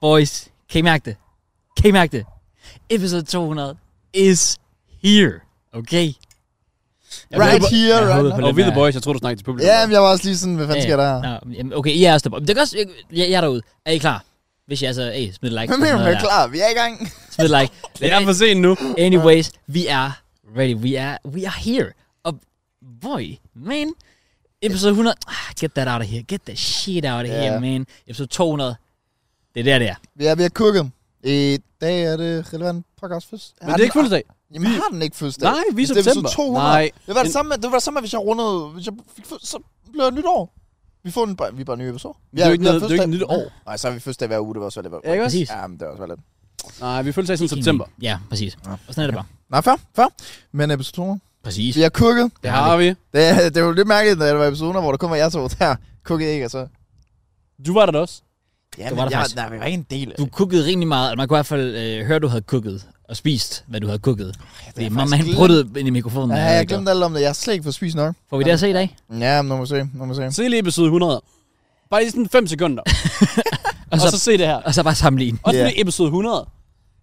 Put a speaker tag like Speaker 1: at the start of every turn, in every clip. Speaker 1: Boys, kan I mærke det? Kan I mærke det? Episode 200 is here, okay?
Speaker 2: Jeg right
Speaker 3: håber-
Speaker 2: here,
Speaker 3: jeg
Speaker 2: right
Speaker 3: håbede
Speaker 2: now.
Speaker 3: på
Speaker 1: lidt
Speaker 3: Og with
Speaker 1: mere.
Speaker 3: the boys, jeg tror du snakkede til publikum.
Speaker 2: Ja, men jeg var også lige sådan, hvad fanden sker der her?
Speaker 1: Nå, jamen, okay, I er også deroppe. Det kan også, jeg, jeg, jeg er derude. Er I klar? Hvis jeg er så, hey, smid et like. på
Speaker 2: Hvem er
Speaker 1: sådan
Speaker 2: vi
Speaker 1: noget der.
Speaker 2: klar? Vi er i gang.
Speaker 1: Smid et like.
Speaker 3: Det er for sent nu.
Speaker 1: Anyways, vi er ready. Vi er, we are here. Og boy, man. Episode 100. Ah, get that out of here. Get that shit out of
Speaker 2: Ja.
Speaker 1: here, man. Episode 200. Det er der, det er.
Speaker 2: Vi er ved at kukke. I dag er det relevant podcast først.
Speaker 3: Men det er ikke fødselsdag.
Speaker 2: Jamen har den ikke fødselsdag?
Speaker 3: Nej, vi er
Speaker 2: Hvis det er
Speaker 3: september.
Speaker 2: episode 200.
Speaker 3: Nej.
Speaker 2: Det var det
Speaker 3: Men-
Speaker 2: samme, med- det var det samme, med, hvis jeg rundede, hvis jeg fik fød, så blev det nytår. Vi får en, bare- vi er bare nye episode. Vi
Speaker 3: Det er jo ikke noget- det er jo ikke et nyt år.
Speaker 2: Nej, så er vi fødselsdag hver uge, det var så lidt.
Speaker 3: Ja, ikke også?
Speaker 1: Præcis.
Speaker 2: Ja, men det var også lidt.
Speaker 3: Nej, vi er fødselsdag siden september.
Speaker 1: Ja, præcis.
Speaker 2: Nå.
Speaker 1: Og sådan er det bare.
Speaker 2: Nej, fair, fair. Men episode 200.
Speaker 1: Præcis.
Speaker 2: Vi har kukket.
Speaker 3: Det har vi.
Speaker 2: Det, er- det var lidt mærkeligt, når det var episoder, hvor der kun var jer to der. Kukkede ikke, og så...
Speaker 3: Du var der da også.
Speaker 2: Ja,
Speaker 1: var der
Speaker 2: jeg,
Speaker 1: faktisk.
Speaker 2: der var ikke en del af
Speaker 1: Du kukkede rimelig meget, eller man kunne i hvert fald øh, høre, du havde kukket og spist, hvad du havde kukket.
Speaker 2: Ja,
Speaker 1: Det er
Speaker 2: har
Speaker 1: mamma,
Speaker 2: faktisk
Speaker 1: han
Speaker 2: glemt.
Speaker 1: pruttede ind i mikrofonen.
Speaker 2: Ja,
Speaker 1: Jeg er
Speaker 2: jeg
Speaker 1: glad.
Speaker 2: glemte alt om Mm, det. Jeg har slet ikke fået spist nok.
Speaker 1: Får vi det at se i dag?
Speaker 2: Ja, men nu må vi se. Nu må vi se.
Speaker 3: Se lige episode 100. Bare lige sådan 5 sekunder.
Speaker 1: Og
Speaker 3: og,
Speaker 1: så,
Speaker 3: så, se det her.
Speaker 1: og så bare sammenligne.
Speaker 3: Også
Speaker 2: Altså- Ja.
Speaker 3: yeah. episode 100.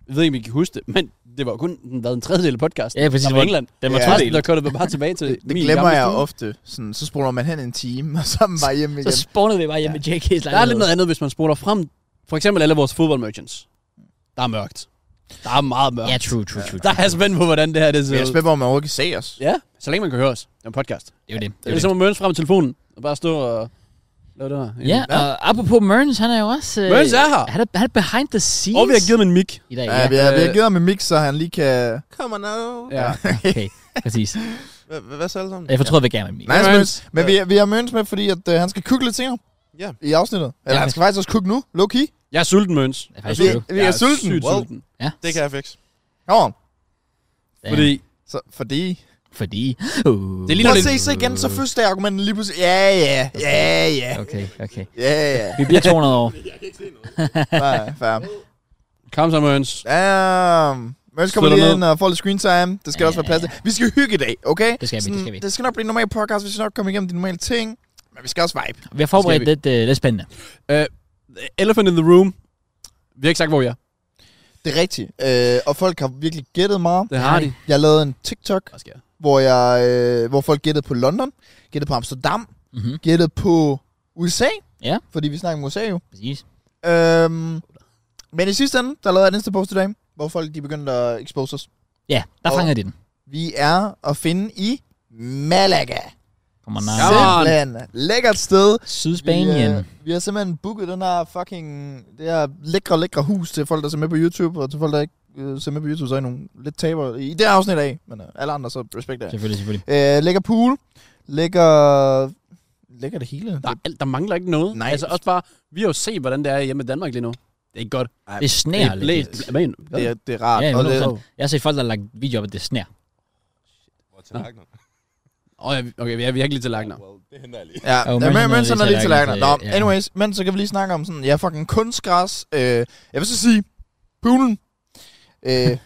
Speaker 3: Jeg ved ikke, om I kan huske det, men det var jo kun den- hvad, en tredjedel af podcasten.
Speaker 1: Ja, præcis,
Speaker 3: Der var
Speaker 1: hvor-
Speaker 3: England.
Speaker 1: den
Speaker 2: var
Speaker 3: ja.
Speaker 1: todelt.
Speaker 3: Der kørte vi bare tilbage til
Speaker 2: Det
Speaker 3: min
Speaker 2: glemmer
Speaker 3: gamle
Speaker 2: jeg
Speaker 3: stue.
Speaker 2: ofte. Sådan, så spoler man hen en time, og så er man bare hjemme
Speaker 1: Så
Speaker 2: igen.
Speaker 1: spawner vi bare hjemme i JK's lejlighed.
Speaker 3: Der er lidt noget andet, hvis man spoler frem. For eksempel alle vores fodboldmerchants. Der er mørkt. Der er meget mørkt.
Speaker 1: Ja, true, true, true.
Speaker 3: Der er jeg spændt på, hvordan det her det
Speaker 2: Men
Speaker 3: ser
Speaker 2: jeg
Speaker 3: ud.
Speaker 2: spiller, om man overhovedet kan se os.
Speaker 3: Ja, så længe man kan høre os. Det er en podcast.
Speaker 1: Det er jo det.
Speaker 3: Det
Speaker 1: det, er jo
Speaker 3: er
Speaker 1: det.
Speaker 3: ligesom at mødes frem med telefonen og bare stå og lave det her.
Speaker 1: Ja, og apropos Mørns, han er jo også... Øh,
Speaker 3: Mørns er her.
Speaker 1: Han er, han er behind the scenes
Speaker 3: Og vi har givet dem en mic.
Speaker 1: i dag. øh,
Speaker 2: Ja, vi har, vi har givet ham en mix, så han lige kan...
Speaker 4: Kommer nu.
Speaker 3: Ja.
Speaker 1: okay, præcis.
Speaker 4: Hvad, hvad, hvad så alle sammen?
Speaker 1: Jeg fortrød, vi gerne med mig.
Speaker 2: Nej,
Speaker 3: Møns.
Speaker 2: Møns. Men vi, vi har Møns med, fordi at, øh, han skal kukke lidt senere.
Speaker 4: Ja.
Speaker 2: I afsnittet. Eller
Speaker 1: Ja.
Speaker 2: han skal faktisk også kukke nu. Low key.
Speaker 3: Jeg er sulten, Møns.
Speaker 1: Jeg er faktisk
Speaker 2: Vi,
Speaker 1: true.
Speaker 2: vi
Speaker 3: Jeg
Speaker 2: er sulten.
Speaker 3: Sygt
Speaker 4: Wow.
Speaker 3: sulten.
Speaker 1: Ja.
Speaker 4: Det kan jeg fikse.
Speaker 2: Kom on.
Speaker 1: Damn.
Speaker 3: Fordi
Speaker 2: Så, fordi...
Speaker 1: Fordi... Uh,
Speaker 3: Det er lige
Speaker 2: Prøv
Speaker 3: når
Speaker 2: at se, så igen, så første argumenten lige pludselig... Ja, ja, ja, ja.
Speaker 1: Okay, okay.
Speaker 2: Ja, ja.
Speaker 1: Vi bliver 200 år.
Speaker 2: Nej, fair.
Speaker 3: Kom så, Møns.
Speaker 2: Damn. Møns kommer
Speaker 3: Slå dig
Speaker 2: lige
Speaker 3: ned.
Speaker 2: ind og får lidt screen time. Det skal
Speaker 1: Ja,
Speaker 2: også være plads til.
Speaker 1: ja,
Speaker 2: Vi skal hygge i dag, okay?
Speaker 1: Det skal vi, det
Speaker 2: Sådan,
Speaker 1: skal vi.
Speaker 2: Det skal nok blive en normal podcast. Vi skal nok komme igennem de normale ting. Men vi skal også vibe.
Speaker 1: Vi har forberedt lidt, uh, lidt spændende.
Speaker 3: Elephant in the room. Vi har ikke sagt, hvor vi er.
Speaker 2: Det er rigtigt. Øh, og folk har virkelig gættet meget.
Speaker 3: Det har de.
Speaker 2: Jeg lavede en TikTok,
Speaker 3: Hvad sker der?
Speaker 2: hvor, jeg, øh, hvor folk gættede på London, gættede på Amsterdam,
Speaker 1: Mhm,
Speaker 2: gættede på USA.
Speaker 1: Ja.
Speaker 2: Fordi vi snakker om USA jo.
Speaker 1: præcis.
Speaker 2: Øhm, men i sidste ende, der lavede jeg en Insta-post i dag, hvor folk de begyndte at expose os.
Speaker 1: Ja, der
Speaker 2: Og-
Speaker 1: fanger de den.
Speaker 2: Vi er at finde i Malaga.
Speaker 1: Kommer den
Speaker 3: Ja.
Speaker 1: af.
Speaker 2: Simpelthen. Lækkert sted.
Speaker 1: Sydspanien.
Speaker 2: Vi, øh, vi har simpelthen booket den her fucking, det her lækre, lækre hus til folk, der ser med på YouTube, og til folk, der ikke øh, ser med på YouTube, så er I nogle lidt tabere i det her afsnit af, men øh, alle andre, så respekt af.
Speaker 1: Selvfølgelig, selvfølgelig.
Speaker 2: Øh, lækker pool, lækker, lækker det hele.
Speaker 3: Der, er alt, der mangler ikke noget.
Speaker 2: Nej.
Speaker 3: Altså også bare, vi har jo set, hvordan det er hjemme i Danmark lige nu. Det er ikke godt.
Speaker 1: Det
Speaker 3: Det
Speaker 1: sner
Speaker 3: er
Speaker 1: lidt.
Speaker 3: blæst. Men,
Speaker 2: Det er, det er rart.
Speaker 1: Ja, altså, ja,
Speaker 2: og det,
Speaker 1: 100%. Jeg har set folk, der har lagt video op, at det sner.
Speaker 3: Åh, ja, vi- okay, vi er virkelig til lagner.
Speaker 4: Det henter jeg lige.
Speaker 2: ja,
Speaker 1: Og
Speaker 2: oh,
Speaker 1: mens
Speaker 2: men,
Speaker 1: han
Speaker 2: men sådan er det lige til lærerne. Nå,
Speaker 1: ja.
Speaker 2: anyways, men så kan vi lige snakke om sådan, ja, fucking kunstgræs. Øh, jeg vil så sige, poolen. Øh, det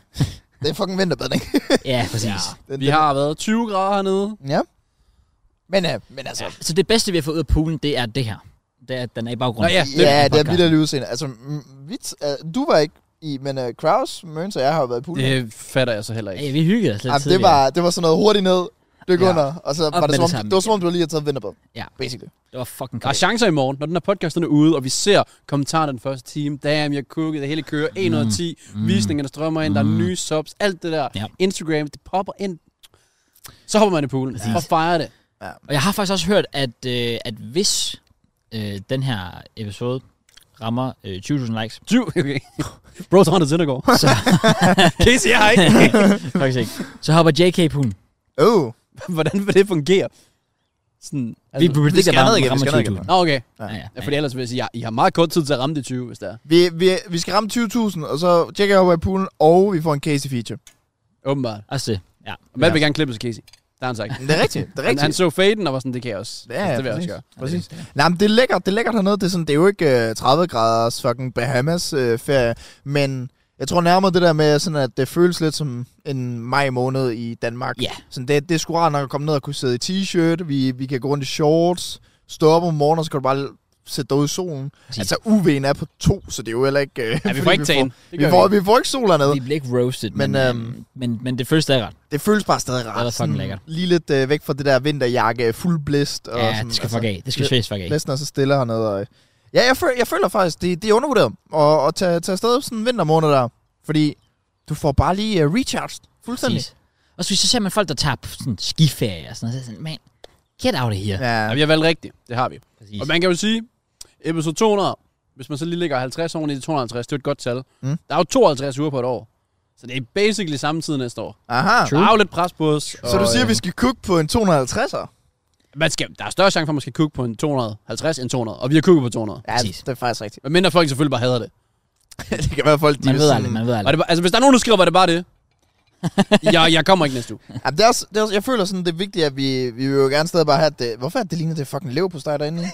Speaker 2: er fucking vinterbadning.
Speaker 1: Ja, præcis.
Speaker 2: Den-
Speaker 3: Vi
Speaker 2: den-
Speaker 3: har været 20 grader hernede.
Speaker 2: Ja. Men, øh, men altså,
Speaker 1: Så det bedste, vi har fået ud af poolen, det er det her. Det er, at den er i baggrunden.
Speaker 3: Nå ja,
Speaker 2: Ja, ja det er
Speaker 1: podcast.
Speaker 2: vildt udseende. Altså, mm, vits, uh, du var ikke i, men uh, Kraus, Mørns og jeg har jo været i poolen.
Speaker 3: Det fatter jeg så heller ikke.
Speaker 1: Ja, vi hyggede os lidt
Speaker 2: Jamen, det, var, det var sådan noget hurtigt ned, dyk
Speaker 3: Ja.
Speaker 2: ja. under, og så var
Speaker 1: med
Speaker 2: det, som
Speaker 1: det
Speaker 2: om,
Speaker 1: samme
Speaker 2: det var som om, du lige havde taget vinterbad.
Speaker 1: Ja.
Speaker 2: Basically.
Speaker 1: Det var fucking
Speaker 3: Der er chancer i morgen, når den her podcast den er ude, og vi ser kommentarer den første time. Damn, jeg kukkede, det hele kører. 1 ud af 10.
Speaker 1: Mm.
Speaker 3: Visningerne der strømmer ind, der
Speaker 1: Mm.
Speaker 3: er nye subs, alt det der.
Speaker 1: Ja.
Speaker 3: Instagram, det popper ind. Så hopper man i poolen
Speaker 1: Præcis.
Speaker 3: og fejrer det.
Speaker 1: Og jeg har faktisk også hørt, at, øh, at hvis øh, den her episode rammer øh, 20.000 likes,
Speaker 3: Du, okay. Bro, så har det Søndergaard.
Speaker 1: så,
Speaker 3: Casey, jeg har ikke.
Speaker 1: faktisk ikke, så hopper JK i poolen.
Speaker 2: Oh.
Speaker 3: Hvordan vil det fungere? Sådan,
Speaker 1: Vi
Speaker 3: altså, vi...
Speaker 1: predicter
Speaker 2: skal
Speaker 1: bare,
Speaker 2: ned
Speaker 1: at den
Speaker 2: igen, vi
Speaker 1: rammer
Speaker 2: skal ned
Speaker 1: 20.000.
Speaker 2: igen.
Speaker 3: Nå, okay.
Speaker 1: Ja, ja,
Speaker 3: Ja, fordi ellers vil jeg sige, ja, I har meget kort tid til at ramme det 20, hvis det er.
Speaker 2: Vi, vi, vi skal ramme 20.000, og så tjekker jeg over i poolen, og vi får en Casey feature.
Speaker 3: Åbenbart.
Speaker 1: ja. Også det. Ja.
Speaker 3: Og Matt vil gerne klippe til Casey. Der har han sagt.
Speaker 2: Men det er rigtigt, det er
Speaker 3: Han,
Speaker 2: rigtigt.
Speaker 3: han så faden og var sådan, det kan jeg også.
Speaker 2: Ja,
Speaker 3: altså, det vil jeg
Speaker 2: præcis.
Speaker 3: også gøre.
Speaker 2: Præcis. Nej, men det er lækkert, det er lækkert hernede. Det er, sådan, det er jo ikke øh, 30 graders fucking Bahamas øh, ferie, men jeg tror nærmere det der med, sådan, at det føles lidt som en maj måned i Danmark.
Speaker 1: Ja.
Speaker 2: Sådan, det, det er sgu rart nok at komme ned og kunne sidde i t-shirt, vi, vi kan gå rundt i shorts, stå op om morgenen, og så kan du bare sætte dig ud i solen.
Speaker 1: Præcis.
Speaker 2: Altså UV'en er på to, så det er jo heller ikke... Øh,
Speaker 3: Ja, vi
Speaker 2: fordi
Speaker 3: får ikke tagen.
Speaker 2: Vi får, vi får ikke sol hernede.
Speaker 1: Vi bliver ikke roasted, men,
Speaker 2: Men,
Speaker 1: men,
Speaker 2: øhm,
Speaker 1: øhm, men, men det første er ret.
Speaker 2: Det føles bare stadig
Speaker 1: Det er
Speaker 2: rart.
Speaker 1: da fucking lækkert.
Speaker 2: Lige lidt øh, væk fra det der vinterjakke, fuld blæst. Og
Speaker 1: Ja,
Speaker 2: sådan, altså.
Speaker 1: det skal fuck af. Det skal
Speaker 2: lidt-
Speaker 1: seriøst fuck af.
Speaker 2: Blæsten er så stille hernede. Og, øh, ja, jeg, føl, jeg føler faktisk, det, det er undervurderet at, at tage, tage afsted sådan en vintermåned der. Fordi du får bare lige uh, recharged fuldstændig.
Speaker 1: Præcis. Og så, så ser man folk, der tager på sådan skiferie og sådan noget. Så er jeg sådan, man, get out of here. Ja,
Speaker 2: Ja,
Speaker 3: Ja, vi har valgt rigtigt. Det har vi.
Speaker 1: præcis.
Speaker 3: Og man kan jo sige, episode 200, hvis man så lige lægger 50 oven i de 250, det er et godt tal.
Speaker 2: Mm.
Speaker 3: Der er jo 52 uger på et år. Så det er basically samme tid næste år.
Speaker 2: aha.
Speaker 1: True.
Speaker 3: Der er jo lidt pres på os.
Speaker 2: Så du siger,
Speaker 1: øh,
Speaker 2: at vi skal cook på en 250'er?
Speaker 3: Man skal, der er større chance for, at man skal kukke på en 250 end 200. Og vi har kukket på 200.
Speaker 2: Ja,
Speaker 1: Præcis.
Speaker 2: det er faktisk rigtigt.
Speaker 3: Men mindre folk selvfølgelig bare hader det.
Speaker 2: det kan være, folk de
Speaker 1: man
Speaker 2: er
Speaker 1: ved
Speaker 2: sådan-
Speaker 1: aldrig, man ved
Speaker 3: Var
Speaker 1: aldrig.
Speaker 3: det bare, altså, hvis der er nogen, der skriver, var det bare det. jeg, jeg kommer ikke næste uge.
Speaker 2: Jamen, det er også, det er også, jeg føler sådan, det er vigtigt, at vi, vi vil jo gerne stadig bare have at det. Hvorfor er det ligner det fucking lever på steg derinde?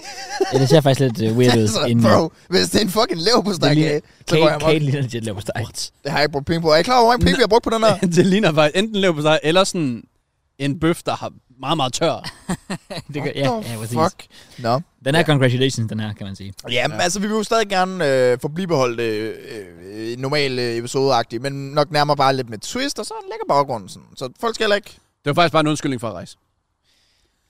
Speaker 1: Ja, det ser faktisk lidt øh, weird ud.
Speaker 2: altså,
Speaker 1: inden-
Speaker 2: bro, hvis det er en fucking lever på
Speaker 1: Det
Speaker 2: steg,
Speaker 1: ligner-
Speaker 2: så går jeg
Speaker 1: Kate,
Speaker 2: amok.
Speaker 1: Kate ligner lidt et leverpostej.
Speaker 2: Det har jeg ikke brugt penge på. Er I klar over, hvor mange penge vi har brugt på den her?
Speaker 3: det ligner faktisk enten lever på sig, eller sådan en bøf, der har meget, meget tør.
Speaker 1: Det gør,
Speaker 2: What
Speaker 1: ja,
Speaker 2: the
Speaker 1: ja, præcis.
Speaker 2: Fuck. Nå.
Speaker 1: Den er congratulations, den her, kan man sige.
Speaker 2: Jamen, ja. altså, vi vil jo stadig gerne øh, forbliveholde øh, øh, normal øh, episodeagtigt, men nok nærmere bare lidt med twist, og så en lækker baggrunden. Sådan. Så folk skal heller ikke...
Speaker 3: Det var faktisk bare en undskyldning for at rejse.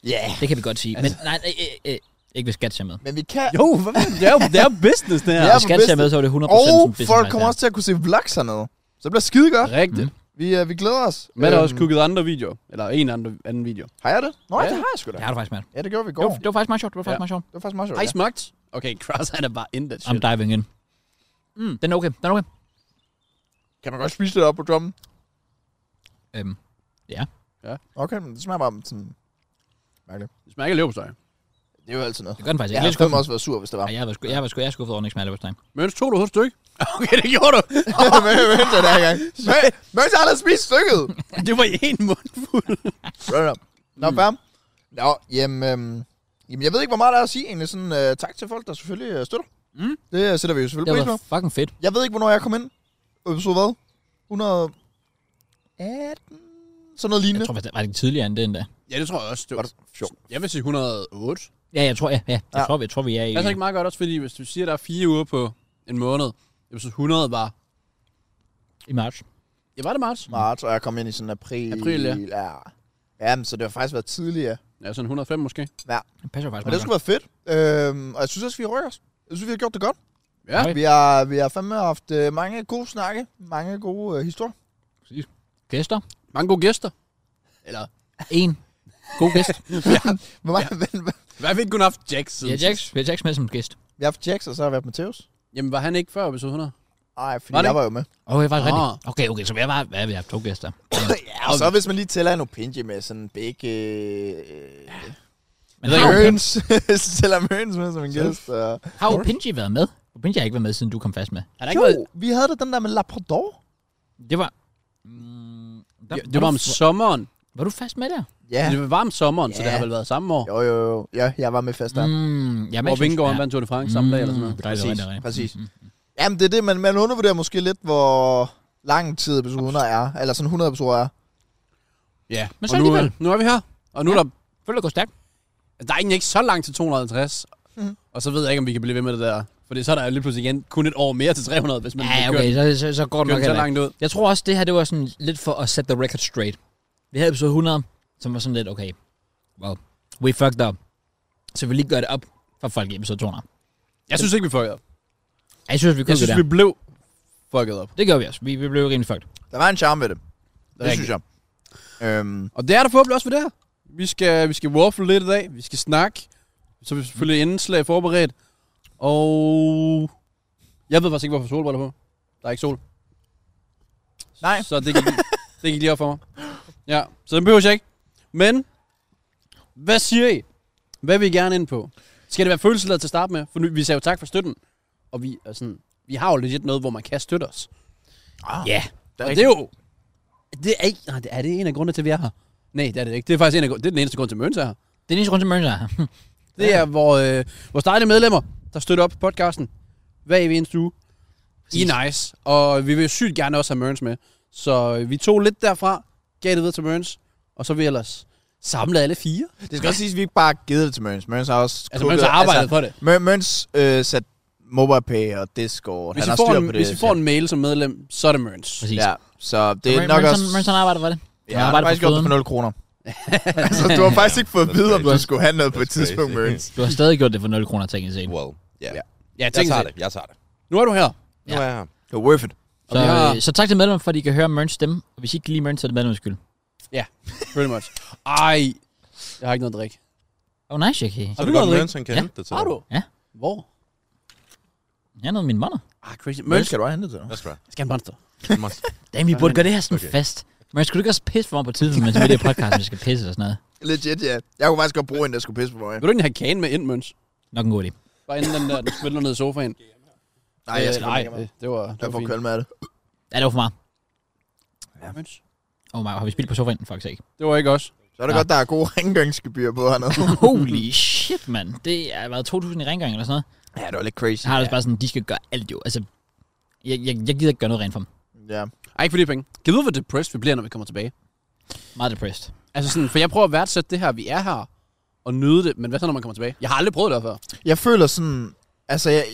Speaker 2: Ja. Yeah.
Speaker 1: Det kan vi godt sige. Men
Speaker 3: Altså-
Speaker 1: nej, nej, øh, øh, ikke hvis skat ser med.
Speaker 2: Men vi kan...
Speaker 3: Jo, hvad fanden? det er jo, det er jo business, det
Speaker 2: Ja,
Speaker 3: her.
Speaker 1: Hvis
Speaker 2: for
Speaker 1: skat ser
Speaker 2: bedste-
Speaker 1: med, så er det 100% sådan
Speaker 2: Og
Speaker 1: business,
Speaker 2: folk
Speaker 1: faktisk
Speaker 2: kommer
Speaker 1: er.
Speaker 2: også til at kunne se vlogs hernede. Så det bliver skide godt.
Speaker 3: Rigtigt.
Speaker 2: Vi, øh, vi glæder os.
Speaker 3: Men der har også
Speaker 2: Øhm,
Speaker 3: kukket andre videoer. Eller en anden, anden video.
Speaker 2: Har jeg det? Nå, ja.
Speaker 3: Ja.
Speaker 2: det har jeg sgu da.
Speaker 1: Det har du faktisk med.
Speaker 2: Ja, det gjorde vi i går.
Speaker 1: Det var, det var faktisk meget sjovt. Det var faktisk
Speaker 3: Ja.
Speaker 1: meget sjovt.
Speaker 2: Det var faktisk meget sjovt.
Speaker 3: Har I
Speaker 2: Ja.
Speaker 3: smagt? Okay, Kraus han er bare in that
Speaker 1: I'm
Speaker 3: shit.
Speaker 1: diving in. Mm, den er okay. Den er okay.
Speaker 2: Kan man godt spise det op på drummen?
Speaker 1: Øhm,
Speaker 2: Okay, men det smager bare sådan...
Speaker 3: Det smager ikke leverpostej.
Speaker 2: Det er jo altid noget.
Speaker 1: det gør den faktisk
Speaker 2: Jeg
Speaker 1: ikke.
Speaker 2: har
Speaker 1: Lidt skuffet.
Speaker 2: fandme også været sur, hvis det var.
Speaker 1: Ej, jeg var, sku- jeg var, sku- jeg var skuffet over, at den ikke smager leverpostej.
Speaker 3: Men så tog du et stykke. Okay, det gjorde du.
Speaker 2: Møn møn sig der gang. Møn- Møn sig aldrig spist stykket.
Speaker 3: Det var i en mundfuld.
Speaker 2: Right up. Nå, mm. bam. Nå, jamen, øhm, jamen, jeg ved ikke, hvor meget der er at sige egentlig. Sådan, øh, tak til folk, der selvfølgelig øh, støtter.
Speaker 1: Mm.
Speaker 2: Det øh, sætter vi jo
Speaker 1: Det
Speaker 2: selvfølgelig
Speaker 1: var
Speaker 2: pris på.
Speaker 1: fucking fedt.
Speaker 2: Jeg ved ikke, hvornår jeg kom ind. Episode hvad? 118? Sådan noget
Speaker 1: Jeg
Speaker 2: lignende.
Speaker 1: tror faktisk, det var lidt tidligere end det endda.
Speaker 3: Ja, det tror jeg også. Det
Speaker 2: Var
Speaker 3: var,
Speaker 2: det sjovt?
Speaker 3: jeg vil sige 108.
Speaker 1: Ja, jeg tror, ja, ja. Jeg,
Speaker 2: Ja.
Speaker 1: Tror, vi, jeg tror, vi er i...
Speaker 3: Det er altså ikke meget godt også, fordi hvis du siger, der er fire uger på en måned, jeg synes 100 var...
Speaker 1: I marts.
Speaker 3: Ja, var det marts?
Speaker 2: Marts, og jeg kom ind i sådan april.
Speaker 3: April, ja.
Speaker 2: ja. Jamen, så det har faktisk været tidligere.
Speaker 3: Ja, sådan 105 måske.
Speaker 1: Det passer faktisk
Speaker 2: Men det
Speaker 1: meget
Speaker 2: skulle være fedt. Øhm, og jeg synes også, vi rykker os. Jeg synes, vi har gjort det godt.
Speaker 3: Ja.
Speaker 1: Okay.
Speaker 2: Vi har, vi har fandme haft øh, mange gode snakke, mange gode øh, historier.
Speaker 1: godt. Gæster.
Speaker 3: Mange gode gæster. Eller...
Speaker 1: En. God gæst.
Speaker 2: Hvor mange, ja.
Speaker 3: Hvad fik kun haft Jack
Speaker 1: Vi
Speaker 3: siden?
Speaker 1: har Jax. Vi har Jax med som gæst.
Speaker 2: vi har haft Jax, og så har vi haft Mateus.
Speaker 3: Jamen, var han ikke før episode 100?
Speaker 2: Nej, fordi
Speaker 3: Var det
Speaker 2: jeg
Speaker 3: ikke?
Speaker 2: var jo med.
Speaker 1: Okay, faktisk
Speaker 3: Ah.
Speaker 1: rigtigt. Okay, okay, så vi har bare... Hvad har vi haft? To gæster.
Speaker 2: ja, og så hvis man lige tæller en opinje med sådan en big... Øh,
Speaker 1: Men
Speaker 3: Jeg ved
Speaker 1: har,
Speaker 3: ikke,
Speaker 1: Opin-
Speaker 2: Mørens. så tæller Mørens med som en gæst. Og...
Speaker 1: har Opinji været med? Opinji har ikke været med, siden du kom fast med.
Speaker 3: Han er ikke været...
Speaker 2: Jo, vi havde da den der med Labrador.
Speaker 1: Det var... Mm, der,
Speaker 3: Ja, det var
Speaker 1: du,
Speaker 3: om sommeren.
Speaker 1: var du fast med der?
Speaker 2: Ja.
Speaker 3: Det var om sommeren, så det
Speaker 2: Ja.
Speaker 3: har vel været samme år.
Speaker 2: Jo, jo, jo. Ja, jeg var med fast der. Mm,
Speaker 1: Mm, ja,
Speaker 3: Hvor Vingegaard han vandt Tour de France samme dag eller sådan noget.
Speaker 1: Præcis.
Speaker 2: præcis,
Speaker 1: Det er
Speaker 2: præcis.
Speaker 1: Mm,
Speaker 2: Jamen, det er det, man, man undervurderer måske lidt, hvor lang tid episode 100 er. Eller sådan 100 episoder er.
Speaker 3: Ja,
Speaker 1: Men
Speaker 3: men
Speaker 1: så
Speaker 3: så nu,
Speaker 1: alligevel.
Speaker 3: nu er vi her. Og nu ja. er der, altså,
Speaker 1: Føler det går stærkt.
Speaker 3: der er egentlig ikke så langt til 250.
Speaker 2: Mhm.
Speaker 3: Mm. Og så ved jeg ikke, om vi kan blive ved med det der. Fordi så er der jo lige pludselig igen kun et år mere til 300, hvis man
Speaker 1: Ja, okay, så, så, så går det
Speaker 3: kører
Speaker 1: nok
Speaker 3: den så
Speaker 1: heller ikke.
Speaker 3: langt ud.
Speaker 1: Jeg tror også, det her, det var sådan lidt for at sætte the record straight. Vi havde episode 100, som var sådan lidt, okay, well, we fucked up. Så vi lige gør det op for folk i episode 200.
Speaker 3: Jeg synes ikke, vi fuckede op.
Speaker 1: Ja, Jeg synes, vi kunne det
Speaker 3: Jeg synes,
Speaker 1: der.
Speaker 3: vi blev fucket op.
Speaker 1: Det gjorde vi også. Vi, vi blev rimelig fucked.
Speaker 2: Der var en charme ved det. Det, det
Speaker 3: rigtigt.
Speaker 2: synes jeg. Øhm,
Speaker 3: Og det er der forhåbentlig også for det her. Vi skal, vi skal waffle lidt i dag. Vi skal snakke. Så er vi selvfølgelig indslag forberedt. Og... Jeg ved faktisk ikke, hvorfor solbriller på. Der er ikke sol.
Speaker 2: Nej.
Speaker 3: Så det gik, det gik lige op for mig. Ja, så den behøver jeg ikke. Men, hvad siger I? Hvad vil I gerne ind på? Skal det være følelsesladet til at starte med? For nu, vi sagde jo tak for støtten. Og vi, er sådan, vi har jo legit noget, hvor man kan støtte os.
Speaker 2: ah,
Speaker 1: Ja.
Speaker 3: Og det er jo... Det er, ikke, nej, det er det en af grundene til, at vi er her? Nej, det er det ikke. Det er faktisk en af, gru- det er den eneste grund til, at Møns er her.
Speaker 1: Det er næste rundt til Mørens her.
Speaker 3: Det er hvor, øh, vores dejlige medlemmer, der støtter op på podcasten hver evig eneste uge. I
Speaker 1: Præcis.
Speaker 3: er nice. Og vi vil sygt gerne også have Mørns med. Så vi tog lidt derfra, gav det videre til Mørns, og så er vi ellers Samlet alle fire?
Speaker 2: Det skal også siges, at vi ikke bare givet det til Mørns. Mørns har også...
Speaker 3: Altså, man har arbejdet altså, for det.
Speaker 2: Mør- Mørns øh, sat MobilePay og Discord.
Speaker 3: Hvis
Speaker 2: han
Speaker 3: vi,
Speaker 2: har
Speaker 3: får
Speaker 2: styr
Speaker 3: en,
Speaker 2: på det.
Speaker 3: hvis vi får en mail som medlem, så er det Mørns.
Speaker 1: Præcis.
Speaker 2: Ja, så det er
Speaker 1: Men-
Speaker 2: nok
Speaker 1: men
Speaker 2: også...
Speaker 1: sådan- Men sådan arbejder for det.
Speaker 2: ja,
Speaker 1: han
Speaker 2: han har
Speaker 1: arbejder
Speaker 2: faktisk
Speaker 1: for
Speaker 2: gjort det
Speaker 1: føden.
Speaker 2: for 0 kroner. altså, du har faktisk ikke fået at vide, om du
Speaker 4: crazy.
Speaker 2: skulle have noget på et
Speaker 4: That's
Speaker 2: tidspunkt,
Speaker 4: crazy.
Speaker 2: Mørns.
Speaker 1: Du har stadig gjort det for 0 kroner, tænker jeg
Speaker 4: Well, yeah.
Speaker 3: Ja.
Speaker 4: ja.
Speaker 3: Ja,
Speaker 4: Jeg
Speaker 3: tænk
Speaker 4: tager
Speaker 3: sig.
Speaker 4: det, jeg tager det.
Speaker 3: Nu er du her.
Speaker 4: Nu er jeg her.
Speaker 2: Det er worth it.
Speaker 1: Så,
Speaker 3: vi har-
Speaker 1: øh, så tak til medlemmerne, for at I kan høre Mørns stemme. Og hvis I ikke kan lide Mørns, så er det medlemmerne skyld.
Speaker 3: Pretty much. Ej, jeg har ikke noget at drikke.
Speaker 1: Åh, oh, nice, Jackie.
Speaker 3: Har
Speaker 4: Så er
Speaker 3: du
Speaker 4: det godt,
Speaker 3: noget,
Speaker 4: Mørens, han kan
Speaker 1: Ja.
Speaker 4: hente det til
Speaker 3: Har
Speaker 4: dig.
Speaker 3: du?
Speaker 1: Ja.
Speaker 3: Hvor?
Speaker 1: Jeg har noget af min måneder.
Speaker 3: Ah, crazy.
Speaker 2: Mørns
Speaker 3: Mørns,
Speaker 2: skal du have hentet til dig.
Speaker 4: Hvad skal jeg?
Speaker 3: jeg skal have en monster.
Speaker 1: Damn, vi burde
Speaker 3: Sådan.
Speaker 1: gøre det her sådan
Speaker 4: Okay.
Speaker 1: fast. Men skulle du ikke også pisse for mig på tiden, mens vi er i det her podcast, hvis vi skal pisse og sådan noget?
Speaker 2: Legit, ja. Jeg kunne faktisk godt bruge en, der skulle pisse på mig.
Speaker 3: Vil du ikke have kagen med ind, Mørns?
Speaker 1: Nok en god idé.
Speaker 3: Bare inden den der, den smelter ned i sofaen.
Speaker 2: Nej, jeg skal
Speaker 3: Øh, Nej,
Speaker 2: ikke.
Speaker 3: det, det var, det
Speaker 2: Jeg
Speaker 3: var
Speaker 2: får
Speaker 3: fint.
Speaker 2: kvalme af det.
Speaker 1: Ja, det var for meget.
Speaker 3: Ja, Mørns.
Speaker 1: Oh my, har vi spildt på sofaen? Fuck sake.
Speaker 3: Det var ikke os.
Speaker 2: Så er det
Speaker 1: Ja.
Speaker 2: godt, der er gode rengøringsgebyr på hernede.
Speaker 1: Holy shit, mand. Det har været 2.000 i rengøring eller sådan noget.
Speaker 2: ja, det var lidt crazy.
Speaker 1: Jeg har det også bare sådan, de skal gøre alt jo. Altså, jeg, jeg, jeg gider ikke gøre noget rent for dem.
Speaker 2: Ja.
Speaker 3: Ej, ikke for de penge. Kan du vide, hvor depressed vi bliver, når vi kommer tilbage?
Speaker 1: Meget depressed.
Speaker 3: Altså sådan, for jeg prøver at værdsætte det her, vi er her, og nyde det. Men hvad så, når man kommer tilbage? Jeg har aldrig prøvet det her før.
Speaker 2: Jeg føler sådan... Altså, jeg,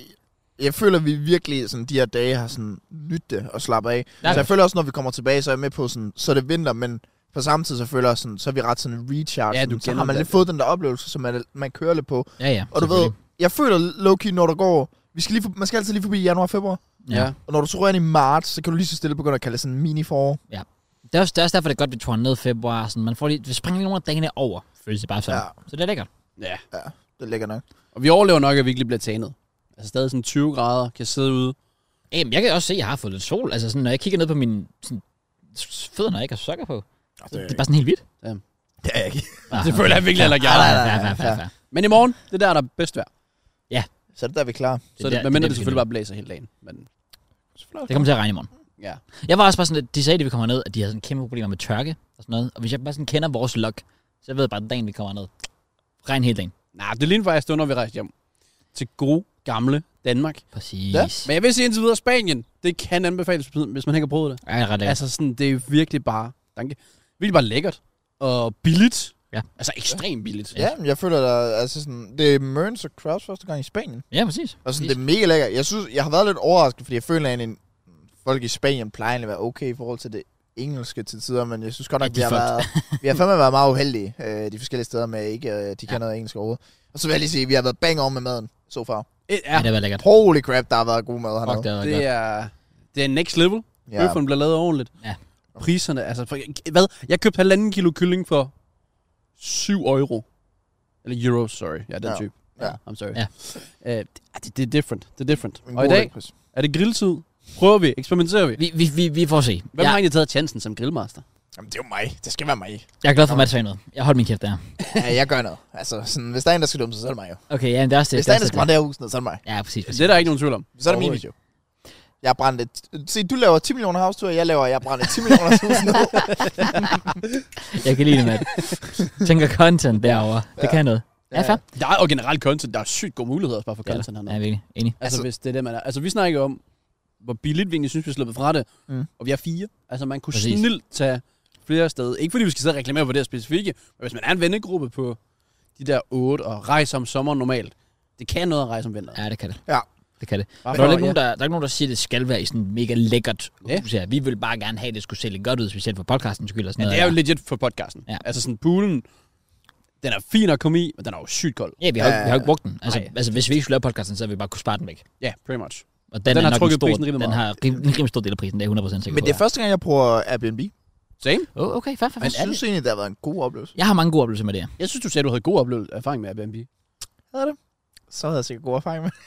Speaker 2: jeg føler, vi virkelig sådan de her dage har sådan nyt det og slappet af.
Speaker 1: Ja.
Speaker 2: Ja. Så jeg føler også, når vi kommer tilbage, så er jeg med på sådan, så er det vinter, men på samme tid, så føler jeg sådan, så er vi ret sådan recharged.
Speaker 3: Ja, du
Speaker 2: Sådan, så
Speaker 3: kender
Speaker 2: har man
Speaker 3: det.
Speaker 2: lidt fået den der oplevelse, som man, man kører lidt på.
Speaker 1: Ja, ja.
Speaker 2: Og du ved, jeg føler low-key, når der går... Vi skal lige for, man skal altid lige forbi januar og februar.
Speaker 1: Ja.
Speaker 2: Og når du tror ind i marts, så kan du lige så stille begynde at kalde det sådan mini forår.
Speaker 1: Det er, også, det er også derfor, det er godt, vi tog ned i februar. Sådan, man får lige, vi springer lige nogle af dagene over, føles det bare sådan.
Speaker 2: Ja.
Speaker 1: Ja. Så det er lækkert.
Speaker 3: Ja.
Speaker 2: Det ligger nok.
Speaker 3: Og vi overlever nok, at vi ikke lige bliver tanet. Altså stadig sådan 20 grader, kan sidde ude.
Speaker 1: Jamen, jeg kan også se, at jeg har fået lidt sol. Altså, sådan, når jeg kigger ned på mine sådan, s- fødder, når jeg ikke har sokker på, så det er bare sådan helt vildt.
Speaker 2: Det er jeg ikke.
Speaker 1: Ah,
Speaker 3: Det føler jeg virkelig heller ikke, jeg
Speaker 1: Ja,
Speaker 3: har.
Speaker 1: ja, ja, ja, ja, ja.
Speaker 3: Men i morgen, det er der, der er bedst vejr.
Speaker 2: Så er det der, vi er klar.
Speaker 3: Så det,
Speaker 1: der-
Speaker 3: det, men det,
Speaker 1: vi skal
Speaker 3: det selvfølgelig
Speaker 1: nå.
Speaker 3: bare blæser hele dagen. Men
Speaker 1: Det kommer til at regne i morgen.
Speaker 3: ja.
Speaker 1: Jeg var også bare sådan, at de sagde, at vi kommer ned, at de havde sådan kæmpe problemer med tørke og sådan noget. Og hvis jeg bare sådan kender vores lok, så ved jeg bare, at dagen vi kommer ned. Regn hele dagen.
Speaker 3: Nej, det lignede faktisk, det var, når vi rejste hjem. Til gode, gamle Danmark.
Speaker 1: Præcis.
Speaker 2: Ja,
Speaker 1: Ja,
Speaker 3: Men jeg vil sige indtil videre, Spanien, det kan anbefales, hvis man ikke har prøvet det.
Speaker 1: det er ret
Speaker 3: Ja.
Speaker 1: lækkert.
Speaker 3: Altså sådan, det er virkelig bare, danke, virkelig bare lækkert og billigt.
Speaker 1: Ja.
Speaker 3: Altså ekstremt billigt.
Speaker 2: Ja, men jeg føler, der, altså sådan, det er Mørns og Kraus første gang i Spanien.
Speaker 1: Ja, præcis.
Speaker 2: Og sådan, det er mega lækkert. Jeg, synes, jeg har været lidt overrasket, fordi jeg føler, at en, folk i Spanien plejer egentlig at være okay i forhold til det engelske til tider, men jeg synes godt nok,
Speaker 1: Ja,
Speaker 2: ja,
Speaker 1: de
Speaker 2: vi,
Speaker 1: er
Speaker 2: har været, vi har fandme været meget uheldige øh, de forskellige steder med, ikke, øh, de kan
Speaker 1: Ja.
Speaker 2: noget engelsk overhovedet. Og så vil jeg lige sige, at vi har været bang on med maden så far.
Speaker 3: Ja,
Speaker 1: Ja,
Speaker 3: ja
Speaker 1: det var lækkert.
Speaker 2: Holy crap, der har været god mad
Speaker 1: Fuck,
Speaker 2: hernede.
Speaker 1: det var godt.
Speaker 3: det er, det er next level. Ja.
Speaker 2: Ja,
Speaker 3: Bøffen bliver lavet ordentligt.
Speaker 1: Ja.
Speaker 3: Priserne, altså, for, hvad? Jeg købte halvanden kilo kylling for 7 euro. Eller euro, sorry. Ja, den
Speaker 2: Ja.
Speaker 3: type.
Speaker 2: Ja.
Speaker 3: I'm sorry.
Speaker 1: Ja.
Speaker 3: Uh, det, det, det er different. Det er different.
Speaker 2: en
Speaker 3: Og i
Speaker 2: god
Speaker 3: dag
Speaker 2: lækkerpris.
Speaker 3: er det grilltid. Prøver vi, eksperimenterer vi.
Speaker 1: Vi, vi, vi, vi får se.
Speaker 3: Hvem
Speaker 1: Jeg,
Speaker 3: har egentlig taget chancen som grillmaster?
Speaker 2: Jamen, det er jo mig. Det skal være mig.
Speaker 1: jeg er glad for, at Mads sagde noget. Jeg holdt min kæft der.
Speaker 2: ja, jeg gør noget. Altså, sådan, hvis der er en, der skal dumme sig, så er det mig jo.
Speaker 1: Okay, ja, men det er også det.
Speaker 2: Hvis der er en,
Speaker 1: også
Speaker 2: der skal brænde det her hus ned, så er det mig.
Speaker 1: Ja, præcis. præcis.
Speaker 3: Det er der ikke nogen tvivl om.
Speaker 2: Så er det min video. Jeg brændte... Se, du laver 10 millioner house tour, jeg laver, jeg brændte 10 millioner hus ned.
Speaker 1: Jeg kan lide det, Matt. Tænker content derovre. Det kan noget. Ja,
Speaker 2: Ja.
Speaker 1: fair.
Speaker 3: Der er, og generelt content, der er sygt gode muligheder bare for
Speaker 1: Ja,
Speaker 3: content hernede.
Speaker 1: Ja, virkelig. Enig.
Speaker 3: Altså, altså,
Speaker 2: Altså-
Speaker 3: hvis det er det, man er. Altså, vi snakker om, hvor billigt vi egentlig synes, vi er sluppet fra det. Mm.
Speaker 2: Mm.
Speaker 3: Og vi er fire. Altså, man kunne
Speaker 1: Præcis.
Speaker 3: snilt tage flere steder. Ikke fordi vi skal sidde og reklamere for det her specifikke, men hvis man er en vennegruppe på de der otte og rejse om sommeren normalt, det kan noget at rejse om vinteren.
Speaker 1: Ja, det kan det.
Speaker 2: Ja.
Speaker 1: Det kan det.
Speaker 3: Bare
Speaker 1: Der er,
Speaker 3: for-
Speaker 1: ikke nogen, der, der er ikke nogen, der siger, at det skal være i sådan mega lækkert
Speaker 3: Ja.
Speaker 1: hus her. Vi vil bare gerne have, at det skulle se lidt godt ud, specielt for podcasten skyld og sådan
Speaker 3: ja,
Speaker 1: noget.
Speaker 3: det er jo legit for podcasten.
Speaker 1: Ja.
Speaker 3: Ja. Altså sådan poolen, den er fin at komme i, men den er jo sygt kold.
Speaker 1: Ja, vi har, jo ikke- vi har jo ikke brugt den. Altså,
Speaker 3: Nej.
Speaker 1: altså, hvis vi ikke skulle lave podcasten, så havde vi bare kunne spare den væk.
Speaker 3: Ja, yeah, pretty much.
Speaker 1: Og den,
Speaker 3: Den
Speaker 1: er
Speaker 3: har
Speaker 1: nok en
Speaker 3: trukket
Speaker 1: stor,
Speaker 3: prisen rimelig
Speaker 1: Den
Speaker 3: meget.
Speaker 1: har rim- en rimelig stor del af prisen, det er jeg 100% sikker
Speaker 2: Men
Speaker 1: på.
Speaker 2: det er første gang, jeg bruger Airbnb.
Speaker 3: Same.
Speaker 1: Oh, okay, fair, fair,
Speaker 2: Men jeg
Speaker 1: fair.
Speaker 2: synes egentlig, det har været en god oplevelse.
Speaker 1: Jeg har mange gode oplevelser med det her.
Speaker 3: Jeg synes, du sagde, du havde god oplevelse erfaring med Airbnb.
Speaker 2: Havde det? Så havde jeg sikkert god erfaring med.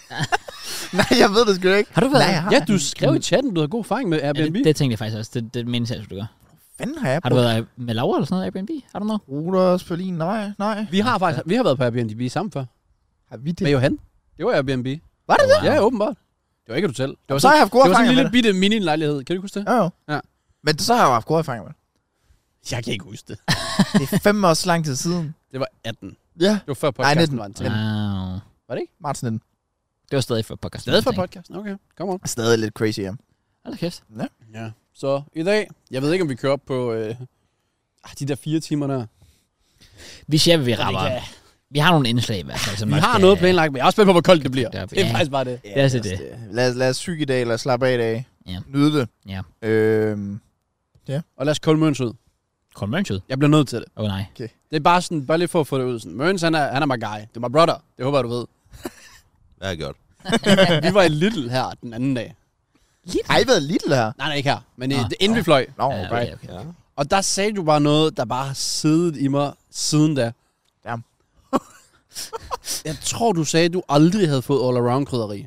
Speaker 2: Nej, jeg ved det sgu da ikke.
Speaker 1: Har du været?
Speaker 2: Nej, jeg har.
Speaker 3: Ja, du skrev i chatten, du havde god erfaring med
Speaker 1: Ja, Ah, det,
Speaker 3: Airbnb.
Speaker 1: det, tænkte jeg faktisk også. Det, det mindes jeg, at du gør.
Speaker 2: Fanden har jeg
Speaker 1: Har du været øh, med Laura eller sådan noget Airbnb? Har du noget?
Speaker 2: Ruders, Berlin, nej, nej.
Speaker 3: Vi har faktisk vi har været på Airbnb sammen før.
Speaker 2: Har vi
Speaker 3: Med
Speaker 2: det?
Speaker 3: Johan. Det var Airbnb.
Speaker 2: Var det det?
Speaker 3: Ja, åbenbart. Det var ikke et hotel. Det var
Speaker 2: Så har
Speaker 3: sådan,
Speaker 2: jeg haft gode
Speaker 3: det var sådan
Speaker 2: erfaringer
Speaker 3: en
Speaker 2: med
Speaker 3: lille
Speaker 2: det.
Speaker 3: bitte mini-lejlighed. Kan du ikke huske det?
Speaker 2: Jo, jo.
Speaker 3: Ja.
Speaker 2: Men så har jeg jo haft gode erfaringer med det.
Speaker 3: Jeg kan ikke huske det.
Speaker 2: Det er fem år så lang tid siden.
Speaker 3: Det var 18. Det
Speaker 2: Ja.
Speaker 3: var før podcasten
Speaker 2: 19.
Speaker 3: var en ting.
Speaker 1: Wow.
Speaker 3: Var det ikke?
Speaker 2: Marts 19.
Speaker 1: Det var stadig for podcasten.
Speaker 3: Stadig før
Speaker 1: tænker jeg.
Speaker 3: podcasten. Okay, come on.
Speaker 2: Stadig lidt crazy, ja.
Speaker 1: Hold da kæft.
Speaker 3: Ja. Så i dag, jeg ved ikke, om vi kører op på øh, ah, de der fire timer der.
Speaker 1: Vi ser, hvad vi rammer.
Speaker 3: kan-
Speaker 1: Vi har nogle indslag i hvert fald. Som
Speaker 3: Vi
Speaker 1: nok
Speaker 3: har
Speaker 1: skal-
Speaker 3: noget planlagt, men jeg er også spændt på, hvor koldt det bliver.
Speaker 1: Ja.
Speaker 3: Det er faktisk bare det.
Speaker 1: Lad os se det.
Speaker 2: Altså, Lad os, lad os syge i dag, lad os slappe af i dag.
Speaker 1: Ja.
Speaker 2: Nyde det.
Speaker 1: Ja.
Speaker 2: Øhm,
Speaker 3: Og lad os kolde Mørens ud.
Speaker 1: Kom Mørns ud.
Speaker 3: Jeg bliver nødt til det.
Speaker 1: Åh oh, nej.
Speaker 3: Det er bare sådan, bare lige for at få det ud. Sådan, Mørens, han er, han er my guy. Det er my brother. Det håber jeg, du ved.
Speaker 4: Hvad har jeg gjort?
Speaker 3: Vi var i Little her den anden dag.
Speaker 2: har I været Little her?
Speaker 3: Nej, nej, ikke her. Men ah,
Speaker 1: Ah,
Speaker 3: det, inden vi fløj.
Speaker 2: Nå,
Speaker 1: Ja,
Speaker 2: okay.
Speaker 1: okay, okay.
Speaker 4: Ja.
Speaker 3: Og der sagde du bare noget, der bare har siddet i mig siden da.
Speaker 2: Damn.
Speaker 3: jeg tror, du sagde, du aldrig havde fået all-around krydderi.